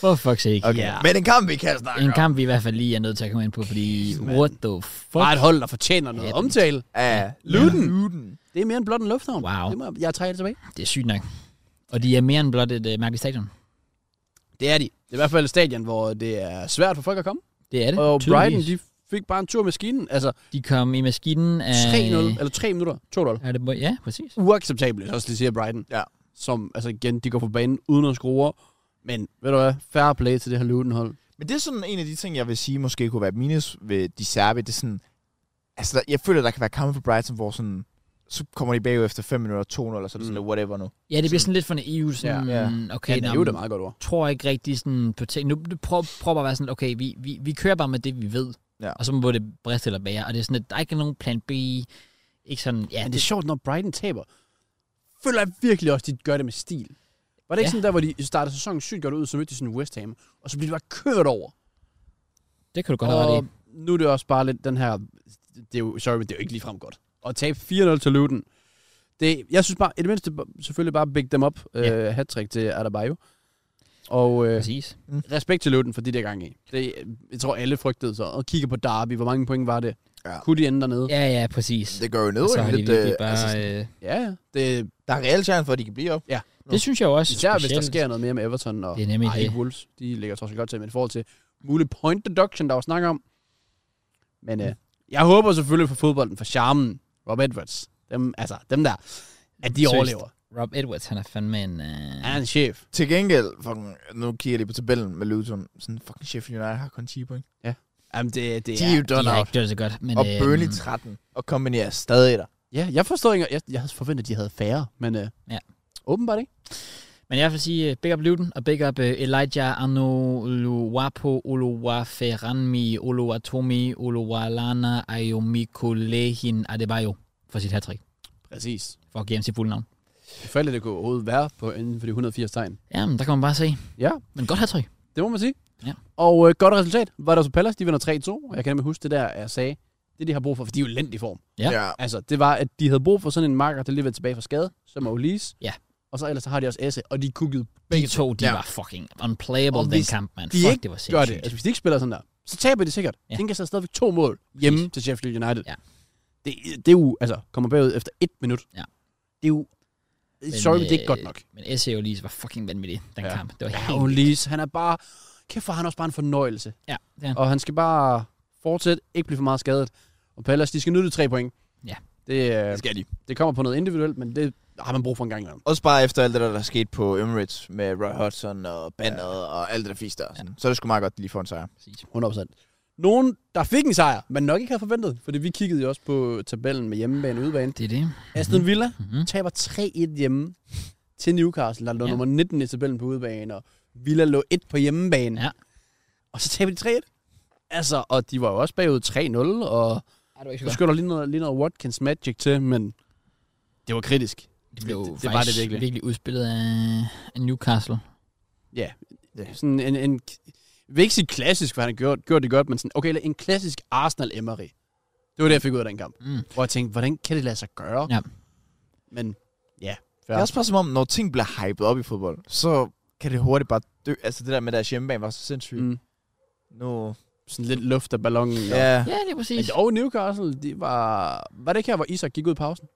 Speaker 1: for fuck's sake.
Speaker 2: Okay.
Speaker 3: Ja.
Speaker 2: Yeah. Men en kamp, vi kan snakke
Speaker 1: En
Speaker 2: om.
Speaker 1: kamp, vi i hvert fald lige er nødt til at komme ind på, fordi what the fuck?
Speaker 3: Bare et hold, der fortjener noget
Speaker 1: Ja,
Speaker 3: ja,
Speaker 1: den-
Speaker 3: omtale.
Speaker 2: Af
Speaker 3: Luton.
Speaker 2: Luton.
Speaker 3: Det er mere end blot en lufthavn.
Speaker 1: Wow.
Speaker 3: Det må, jeg trækker tilbage.
Speaker 1: Det er sygt nok. Og de er mere end blot et uh, mærkeligt stadion.
Speaker 3: Det er de. Det er i hvert fald et stadion, hvor det er svært for folk at komme.
Speaker 1: Det er det.
Speaker 3: Og Brighton,
Speaker 1: tydeligvis.
Speaker 3: de fik bare en tur med maskinen. Altså
Speaker 1: de kom i maskinen af...
Speaker 3: 3-0, eller 3 minutter, 2-0.
Speaker 1: Er det, ja, præcis.
Speaker 3: uacceptabelt, så også lige siger Brighton.
Speaker 2: Ja.
Speaker 3: Som, altså igen, de går på banen uden at skrue. Men ved du hvad, fair play til det her Luton-hold.
Speaker 2: Men det er sådan en af de ting, jeg vil sige, måske kunne være et minus ved de serbe. Det er sådan, altså der, jeg føler, der kan være kampe for Brighton, hvor sådan, så kommer de bagud efter 5 minutter, 2-0, og så er det sådan,
Speaker 3: Mm.
Speaker 2: mm. whatever nu.
Speaker 1: Ja, det bliver sådan lidt for naivt. Sådan,
Speaker 2: Ja.
Speaker 1: ja. Okay,
Speaker 3: Ja, det er
Speaker 1: nå,
Speaker 3: jo det meget godt ord.
Speaker 1: tror ikke rigtig sådan på ting. Nu prøver prøv bare at være sådan, okay, vi, vi, vi kører bare med det, vi ved.
Speaker 2: Ja.
Speaker 1: Og så må det briste eller bære. Og det er sådan, at der er ikke nogen plan B. Ikke sådan, ja,
Speaker 3: Men det
Speaker 1: det,
Speaker 3: er sjovt, når Brighton taber. Føler jeg virkelig også, de gør det med stil. Var det
Speaker 1: Ja.
Speaker 3: ikke ja. sådan der, hvor de startede sæsonen sygt godt ud, så mødte de sådan West Ham, og så blev de bare kørt over.
Speaker 1: det kan du godt have ret
Speaker 3: Og
Speaker 1: i.
Speaker 3: nu er det også bare lidt den her... Det er jo, sorry, men det er jo ikke ligefrem godt. At tabe 4-0 til Luton, det, jeg synes bare, i det mindste selvfølgelig bare big dem op.
Speaker 1: Ja.
Speaker 3: Ja. Uh, Hat-trick til Adebayo. Og øh,
Speaker 1: Præcis.
Speaker 3: respekt til Luton for det der gang i. Det, jeg tror, alle frygtede sig. Og kigger på Derby, hvor mange point var det?
Speaker 2: Ja.
Speaker 3: Kunne de ende dernede? Ja,
Speaker 1: Ja, ja, præcis.
Speaker 2: Det gør jo
Speaker 1: Og
Speaker 2: ned,
Speaker 1: så har de
Speaker 2: lidt,
Speaker 1: virkelig
Speaker 2: øh,
Speaker 1: bare...
Speaker 2: altså,
Speaker 1: øh,
Speaker 3: ja. ja. Det,
Speaker 2: der er reelt chance for, at de kan blive op.
Speaker 1: det synes jeg jo også.
Speaker 3: især hvis der
Speaker 1: specielt.
Speaker 3: sker noget mere med Everton og
Speaker 1: Det er nemlig
Speaker 3: ej,
Speaker 1: det.
Speaker 3: ikke Wolves. De ligger trods alt godt til, men i forhold til mulig point deduction, der var snak om. Men
Speaker 1: Mm.
Speaker 3: øh, jeg håber selvfølgelig for fodbolden, for charmen, Rob Edwards. Dem, altså, dem der, at de
Speaker 1: Seriøst.
Speaker 3: overlever.
Speaker 1: Rob Edwards, han er fandme en... Øh...
Speaker 3: Han er en chef.
Speaker 2: Til gengæld, fucking, nu kigger jeg lige på tabellen med Luton. Sådan fucking Sheffield United har kun 10 point.
Speaker 3: Jamen, det, det
Speaker 2: De er
Speaker 3: er...
Speaker 2: jo
Speaker 1: de
Speaker 2: done
Speaker 1: har
Speaker 2: out.
Speaker 1: ikke gjort det så godt, men...
Speaker 2: Og
Speaker 1: øhm,
Speaker 2: Burnley 13. Og Company er stadig der.
Speaker 3: Ja, jeg forstår ikke, jeg, jeg havde forventet, at de havde færre, men øh,
Speaker 1: Ja.
Speaker 3: åbenbart ikke.
Speaker 1: Men jeg vil sige, øh, big up Luton, og big up øh, Elijah Anoluwapo, Oluwaferanmi, Oluwatomi, Oluwalana, Ayomiko Lehin Adebayo for sit hattrick.
Speaker 3: Præcis.
Speaker 1: For at give ham sit fulde navn.
Speaker 3: Forfærdeligt, det kunne overhovedet være på inden for de 180 tegn.
Speaker 1: Jamen, der kan man bare se.
Speaker 3: Ja,
Speaker 1: Men godt hattrick.
Speaker 3: det må man sige.
Speaker 1: Ja.
Speaker 3: Og øh, godt resultat. Var der så Palace, de vinder 3-2. Jeg kan nemlig huske det der, jeg sagde. Det, de har brug for, for de er jo i elendig form.
Speaker 1: Ja.
Speaker 3: Altså, det var, at de havde brug for sådan en marker, der lige var tilbage fra skade, som Olis.
Speaker 1: Ja.
Speaker 3: Og så ellers så har de også Esse, og de kuggede
Speaker 1: De to, de
Speaker 2: Ja.
Speaker 1: var fucking unplayable
Speaker 3: Og
Speaker 1: den
Speaker 3: hvis
Speaker 1: kamp, mand.
Speaker 3: de
Speaker 1: Fuck,
Speaker 3: ikke
Speaker 1: det var
Speaker 3: gør
Speaker 1: sindssygt.
Speaker 3: det. Altså, hvis de ikke spiller sådan der, så taber de sikkert.
Speaker 1: Ja.
Speaker 3: Ja. Tænker sig stadigvæk to mål hjemme Præcis. til Sheffield United.
Speaker 1: Ja.
Speaker 3: Det, det er jo, altså, kommer bagud efter et minut.
Speaker 1: Ja.
Speaker 3: Det er jo, men, sorry, men det er ikke godt
Speaker 1: øh,
Speaker 3: nok.
Speaker 1: Men SC Olis var fucking vanvittig, den
Speaker 3: Ja.
Speaker 1: kamp. Det var
Speaker 3: Ja,
Speaker 1: helt...
Speaker 3: Olis, han er bare, kæft for han er også bare en fornøjelse.
Speaker 1: Ja, det er han.
Speaker 3: Og han skal bare fortsætte, ikke blive for meget skadet. Og Pallas, de skal nyde de tre point.
Speaker 1: Ja.
Speaker 3: Det, øh,
Speaker 2: skal de.
Speaker 3: det kommer på noget individuelt, men det har man brug for en gang imellem.
Speaker 2: Også bare efter alt det, der, der skete på Emirates med Roy Hodgson og banneret ja. og alt det der fisk der. Sådan. Så er det sgu meget godt, at de lige får en sejr.
Speaker 1: Præcis.
Speaker 3: 100%. Nogen, der fik en sejr, men nok ikke havde forventet, fordi vi kiggede jo også på tabellen med hjemmebane og udebane.
Speaker 1: Det er det.
Speaker 3: Aston Villa
Speaker 1: Mhm.
Speaker 3: taber 3-1 hjemme til Newcastle, der lå
Speaker 1: Ja.
Speaker 3: ja. nummer 19 i tabellen på udebane, og Villa lå 1 på hjemmebane.
Speaker 1: Ja.
Speaker 3: Og så taber de 3-1. Altså, og de var jo også bagud 3-0, og
Speaker 1: Ej, det var ikke
Speaker 3: så
Speaker 1: så godt.
Speaker 3: skulle der lige noget, lige noget Watkins Magic til, men det var kritisk.
Speaker 1: Det blev
Speaker 3: det- det var
Speaker 1: faktisk
Speaker 3: det virkelig.
Speaker 1: virkelig udspillet af- af Newcastle. Mm.
Speaker 3: Ja.
Speaker 2: Ja.
Speaker 3: Sådan en, en, jeg vil ikke sige klassisk, for han gjorde, gjorde det godt, men sådan, okay, en klassisk Arsenal-Emery. Det var det, jeg fik ud af den kamp.
Speaker 1: Mm.
Speaker 3: Hvor jeg tænkte, hvordan kan det lade sig gøre?
Speaker 1: Ja.
Speaker 3: Men ja,
Speaker 2: Det
Speaker 3: fair.
Speaker 2: er også bare som om, når ting bliver hypet op i fodbold, så kan det hurtigt bare dø. Altså det der med, at deres hjemmebane var så sindssygt. Mm.
Speaker 3: mm,
Speaker 2: Nu,
Speaker 3: sådan lidt luft af ballonen. og-
Speaker 2: ja.
Speaker 1: Ja, det er præcis.
Speaker 3: Men, og Newcastle, de var... Var det ikke her, hvor Isak gik ud i pausen?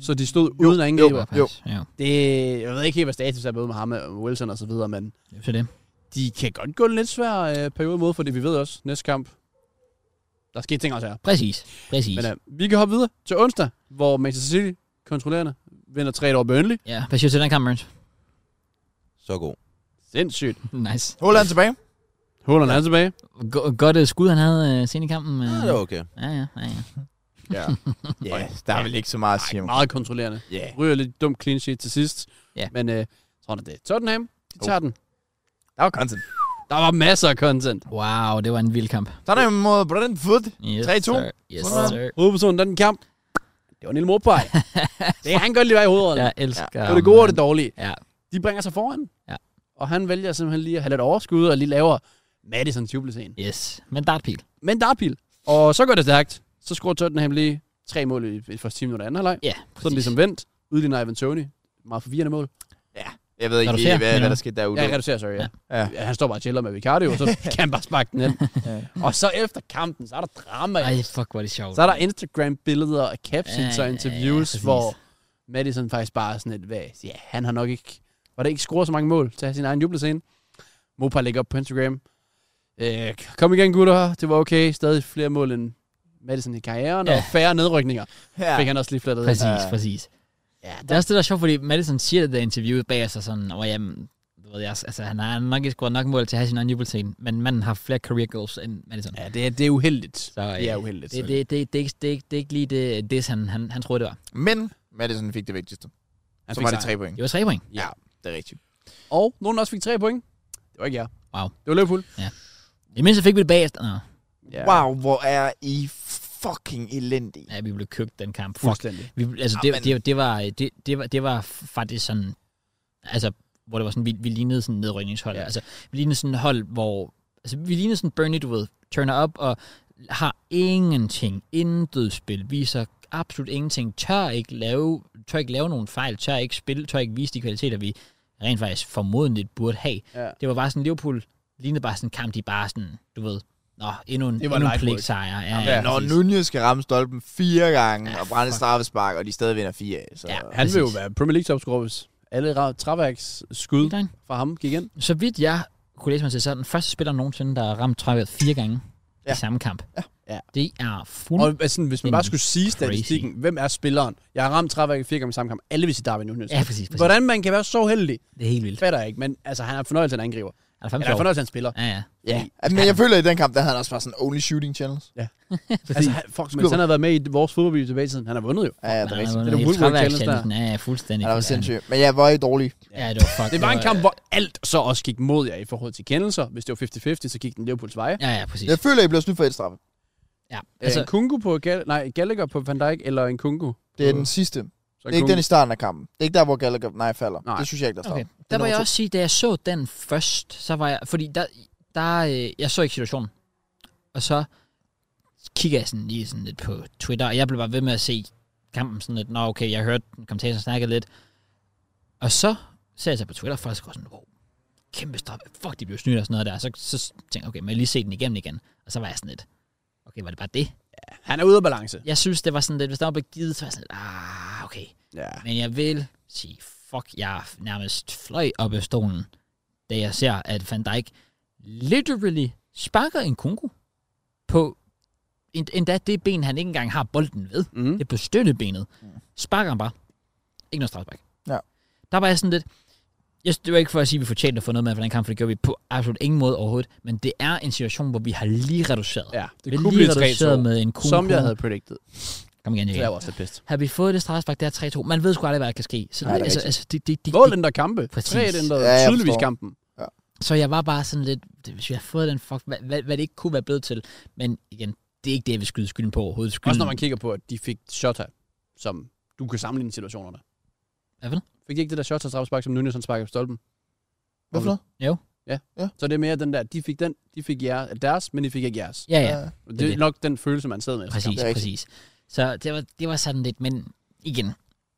Speaker 3: Så de stod jo, uden angriber.
Speaker 2: jo.
Speaker 3: Jo.
Speaker 1: Ja,
Speaker 3: Det, jeg ved ikke helt, hvad status er både med ham og Wilson og så videre, men
Speaker 1: det er så det.
Speaker 3: de kan godt gå en lidt svær øh, periode mod, fordi vi ved også, næste kamp, der sker ting også her.
Speaker 1: Præcis. Præcis.
Speaker 3: Men øh, vi kan hoppe videre til onsdag, hvor Manchester City kontrollerende vinder 3 over Burnley.
Speaker 1: ja, hvad siger du til den kamp, Mørns?
Speaker 4: Så god.
Speaker 3: Sindssygt.
Speaker 1: nice.
Speaker 2: Holland tilbage.
Speaker 3: Holland er tilbage.
Speaker 1: Go- godt øh, skud, han havde øh, sent i kampen. Øh.
Speaker 3: Ah,
Speaker 4: Ja, Ah, det var okay.
Speaker 1: Ja, ja, ja, ja.
Speaker 2: Ja. ja, der er vel ikke så meget at sige om.
Speaker 3: Meget kontrollerende.
Speaker 2: Ja.
Speaker 3: Ryger lidt dumt clean sheet til sidst.
Speaker 1: Ja. Oh.
Speaker 3: Men øh, tror det er Tottenham. De tager den.
Speaker 2: Der var content.
Speaker 3: Der var masser af content.
Speaker 1: Wow, det var en vild kamp.
Speaker 2: Så er der mod Brentford.
Speaker 1: Yes,
Speaker 2: 3-2.
Speaker 1: Sir. Yes,
Speaker 2: Sådan.
Speaker 1: sir.
Speaker 3: Hovedpersonen af den kamp, det var en lille morpej. det kan han godt lide være i hovedet. Ja.
Speaker 1: Jeg elsker
Speaker 3: Det var det gode og det
Speaker 1: ham.
Speaker 3: dårlige.
Speaker 1: Ja,
Speaker 3: De bringer sig foran.
Speaker 1: Ja.
Speaker 3: Og han vælger simpelthen lige at have lidt overskud og lige laver Madison jubelscene.
Speaker 1: yes. Men dartpil.
Speaker 3: Men der er pil. Og så går det stærkt. Så scorer Tottenham lige tre mål i i første time minutter anden halvleg.
Speaker 1: Ja,
Speaker 3: Så er den ligesom vendt. Udligner Ivan Tony. Meget forvirrende mål.
Speaker 2: Jeg ved ikke,
Speaker 1: Reducerer,
Speaker 2: helt, hvad,
Speaker 1: mener
Speaker 2: hvad der
Speaker 1: du?
Speaker 2: skete derude.
Speaker 3: Jeg reducerer, sorry. Ja.
Speaker 2: Ja.
Speaker 3: Ja, han står bare og chiller med Vicario, og så kan han bare sparke den ind.
Speaker 2: Ja.
Speaker 3: Og så efter kampen, så er der drama.
Speaker 1: Ej, fuck, hvor er det sjovt.
Speaker 3: Så er der Instagram-billeder og captions
Speaker 1: Ja,
Speaker 3: og
Speaker 1: ja,
Speaker 3: interviews,
Speaker 1: ja, præcis.
Speaker 3: hvor Madison faktisk bare er sådan et, hvad, ja, han har nok ikke, var det ikke scoret så mange mål til at have sin egen jublescene. Mopa lægger op på Instagram. Øh, kom igen, gutter. Det var okay. Stadig flere mål end Madison i karrieren, ja.
Speaker 1: Ja.
Speaker 3: og færre nedrykninger. Ja. Fik
Speaker 2: Ja.
Speaker 3: han også lige flettet. ind.
Speaker 1: Præcis,
Speaker 2: Ja.
Speaker 1: præcis.
Speaker 3: Ja,
Speaker 1: Det er også det, der er sjovt, fordi Madison siger det der interview bag sig sådan, og jamen, du ved jeg, altså, han har nok ikke scoret nok mål til at have sin egen jubelscene, men manden har flere career goals end Madison.
Speaker 3: ja det, er, det er uheldigt.
Speaker 1: Så, øh,
Speaker 3: Det er uheldigt.
Speaker 1: Det, det, det, det, er ikke- det, er ikke- det er ikke lige det, det han, han, han troede, det var.
Speaker 2: Men Madison fik det vigtigste.
Speaker 3: Han
Speaker 2: Så
Speaker 3: fik
Speaker 2: var det tre
Speaker 3: sejren.
Speaker 2: point.
Speaker 1: Det var tre point.
Speaker 2: Ja, det er rigtigt.
Speaker 3: Og nogen der også fik tre point. Det var ikke jer.
Speaker 1: Wow.
Speaker 3: Det var Liverpool.
Speaker 1: I mindste fik vi det bagest. Nå,
Speaker 3: Ja.
Speaker 2: Wow, hvor er I fucking elendige.
Speaker 1: ja, vi blev købt den kamp. Fuck.
Speaker 3: Fuldstændig.
Speaker 1: Vi, altså, det,
Speaker 2: Ah, men-
Speaker 1: det, det, var, det, det, var, det var faktisk sådan, altså, hvor det var sådan, vi, vi lignede sådan et nedrykningshold.
Speaker 3: Ja.
Speaker 1: Ja. Altså, vi lignede sådan et hold, hvor, altså, vi lignede sådan Burnley, du ved, turner op og har ingenting, intet spil, viser absolut ingenting, tør ikke lave, tør ikke lave nogen fejl, tør ikke spille, tør ikke vise de kvaliteter, vi rent faktisk formodentligt burde have.
Speaker 3: Ja.
Speaker 1: Det var bare sådan, Liverpool lignede bare sådan en kamp, de bare sådan, du ved, nå, endnu en,
Speaker 3: Det var
Speaker 1: endnu en
Speaker 3: light work.
Speaker 1: pligtsejr. Ja,
Speaker 2: Ja,
Speaker 1: ja,
Speaker 2: Når
Speaker 1: præcis.
Speaker 2: Nunez skal ramme stolpen fire gange
Speaker 1: Ja,
Speaker 2: og brænde
Speaker 1: fuck.
Speaker 2: straffespark, og de stadig vinder fire af, så...
Speaker 1: Ja.
Speaker 3: Han vil jo
Speaker 1: Præcis.
Speaker 3: være Premier League topscorer, hvis alle ra- Traværks skud fra ham gik ind.
Speaker 1: Så vidt jeg kunne læse mig til, så er den første spiller nogensinde, der har ramt træværet fire gange ja.
Speaker 2: Ja.
Speaker 1: i samme kamp.
Speaker 3: Ja.
Speaker 1: Det er fuld...
Speaker 3: Og altså, hvis man
Speaker 1: Det er
Speaker 3: bare skulle sige statistikken, hvem er spilleren? Jeg har ramt Traværk fire gange i samme kamp. Alle vil sige Darwin Nunez.
Speaker 1: ja, præcis, præcis.
Speaker 3: Hvordan man kan være så heldig,
Speaker 1: Det er helt vildt.
Speaker 3: fatter jeg ikke. Men altså, han har fornøjelse, han angriber.
Speaker 1: Er det
Speaker 3: Han har
Speaker 1: sjovt?
Speaker 3: fornøjelse, han spiller.
Speaker 1: Ja, ja.
Speaker 2: Ja. Men jeg føler, at i den kamp, der havde han også bare sådan only shooting channels.
Speaker 3: Altså, han, fuck, men
Speaker 2: Skud.
Speaker 3: han har været med i vores fodboldby tilbage i tiden. Han har vundet jo.
Speaker 2: Ja, ja, det er
Speaker 1: Han har
Speaker 2: rigtigt.
Speaker 1: vundet
Speaker 3: Det er
Speaker 1: hele
Speaker 3: Woodward
Speaker 1: træværkschallenge.
Speaker 3: Challenge
Speaker 1: Ja, ja, fuldstændig.
Speaker 2: Ja, det var sindssygt. Men jeg var i dårlig.
Speaker 1: Ja, det var fuck.
Speaker 3: Det var en kamp, hvor alt så også gik mod jer i forhold til kendelser. Hvis det var 50-50, så gik den Liverpools vej.
Speaker 1: Ja, ja, præcis.
Speaker 2: Jeg føler, at I blev snydt for et straffe.
Speaker 1: Ja.
Speaker 3: Altså,
Speaker 1: Altså,
Speaker 3: en kungu på Gall- nej, Gallagher på Van Dijk, eller en kungu?
Speaker 2: Det er den sidste.
Speaker 3: Så
Speaker 2: Det er ikke den i starten af kampen. Det er ikke der, hvor Gallagher nej falder.
Speaker 3: Nej.
Speaker 2: Det synes jeg ikke, der står.
Speaker 1: okay.
Speaker 2: Okay.
Speaker 1: Der var
Speaker 2: nummer
Speaker 1: jeg
Speaker 2: to.
Speaker 1: også sige, da jeg så den først, så var jeg... Fordi der... der øh, jeg så ikke situationen. Og så kigger jeg sådan lige sådan lidt på Twitter, og jeg blev bare ved med at se kampen sådan lidt, nå okay, jeg hørte den kommentator snakke lidt. Og så ser jeg så på Twitter, og folk skriver sådan, wow, kæmpe stop, fuck, de blev snydt og sådan noget der. Så, så tænkte jeg, okay, må jeg lige se den igennem igen? Og så var jeg sådan lidt, okay, var det bare det?
Speaker 3: Han er ude af balance.
Speaker 1: Jeg synes, det var sådan lidt, hvis der var blevet givet, så var jeg sådan lidt, ah, okay.
Speaker 3: Ja.
Speaker 1: Men jeg vil sige, fuck, jeg nærmest fløj op af stolen, da jeg ser, at Van Dijk literally sparker en kungu på en- endda det ben, han ikke engang har bolden ved.
Speaker 3: Mm.
Speaker 1: Det er på støttebenet. Sparker han bare. Ikke noget strafspark.
Speaker 2: Ja.
Speaker 1: Der var jeg sådan lidt... Jeg, det var ikke for at sige, at vi fortjente at få noget med for den kamp, for det gjorde vi på absolut ingen måde overhovedet. Men det er en situation, hvor vi har lige reduceret.
Speaker 3: Ja, det
Speaker 1: vi har
Speaker 3: kunne
Speaker 1: lige
Speaker 3: blive
Speaker 1: reduceret
Speaker 3: 3
Speaker 1: med en kungu.
Speaker 3: Som jeg havde predicted.
Speaker 1: Kom igen,
Speaker 3: Så jeg
Speaker 1: Jake.
Speaker 3: var også lidt pist.
Speaker 1: Har vi fået det strafspark, der er 3-2. Man ved sgu aldrig, hvad der kan ske. Så,
Speaker 2: Nej, det er
Speaker 1: altså,
Speaker 2: rigtigt.
Speaker 1: altså, det, det, det,
Speaker 3: Mål ændrer kampe.
Speaker 1: Præcis.
Speaker 3: Tre ændrer
Speaker 2: Ja, jeg
Speaker 3: tydeligvis
Speaker 2: forstår.
Speaker 3: kampen.
Speaker 1: Så jeg var bare sådan lidt, det- hvis vi havde fået den, fuck, hvad, hvad, hvad det ikke kunne være blevet til. Men igen, det er ikke det, jeg vil skyde skylden på overhovedet. Skylden,
Speaker 3: Også når man kigger på, at de fik Shota, som du kan sammenligne situationerne.
Speaker 1: Hvad for noget?
Speaker 3: Fik de ikke det der Shota straffespark, som Nunez han sparker på stolpen?
Speaker 2: Hvad for noget?
Speaker 3: Så det er mere den der, de fik den, de fik jer, deres, men de fik ikke jeres.
Speaker 1: Ja, ja,
Speaker 3: Det,
Speaker 1: det
Speaker 3: det
Speaker 1: er
Speaker 3: er
Speaker 1: det.
Speaker 3: nok den følelse, man sidder med. efter
Speaker 1: præcis,
Speaker 2: det er rigtigt.
Speaker 1: præcis. Så det var, det var sådan lidt, men igen,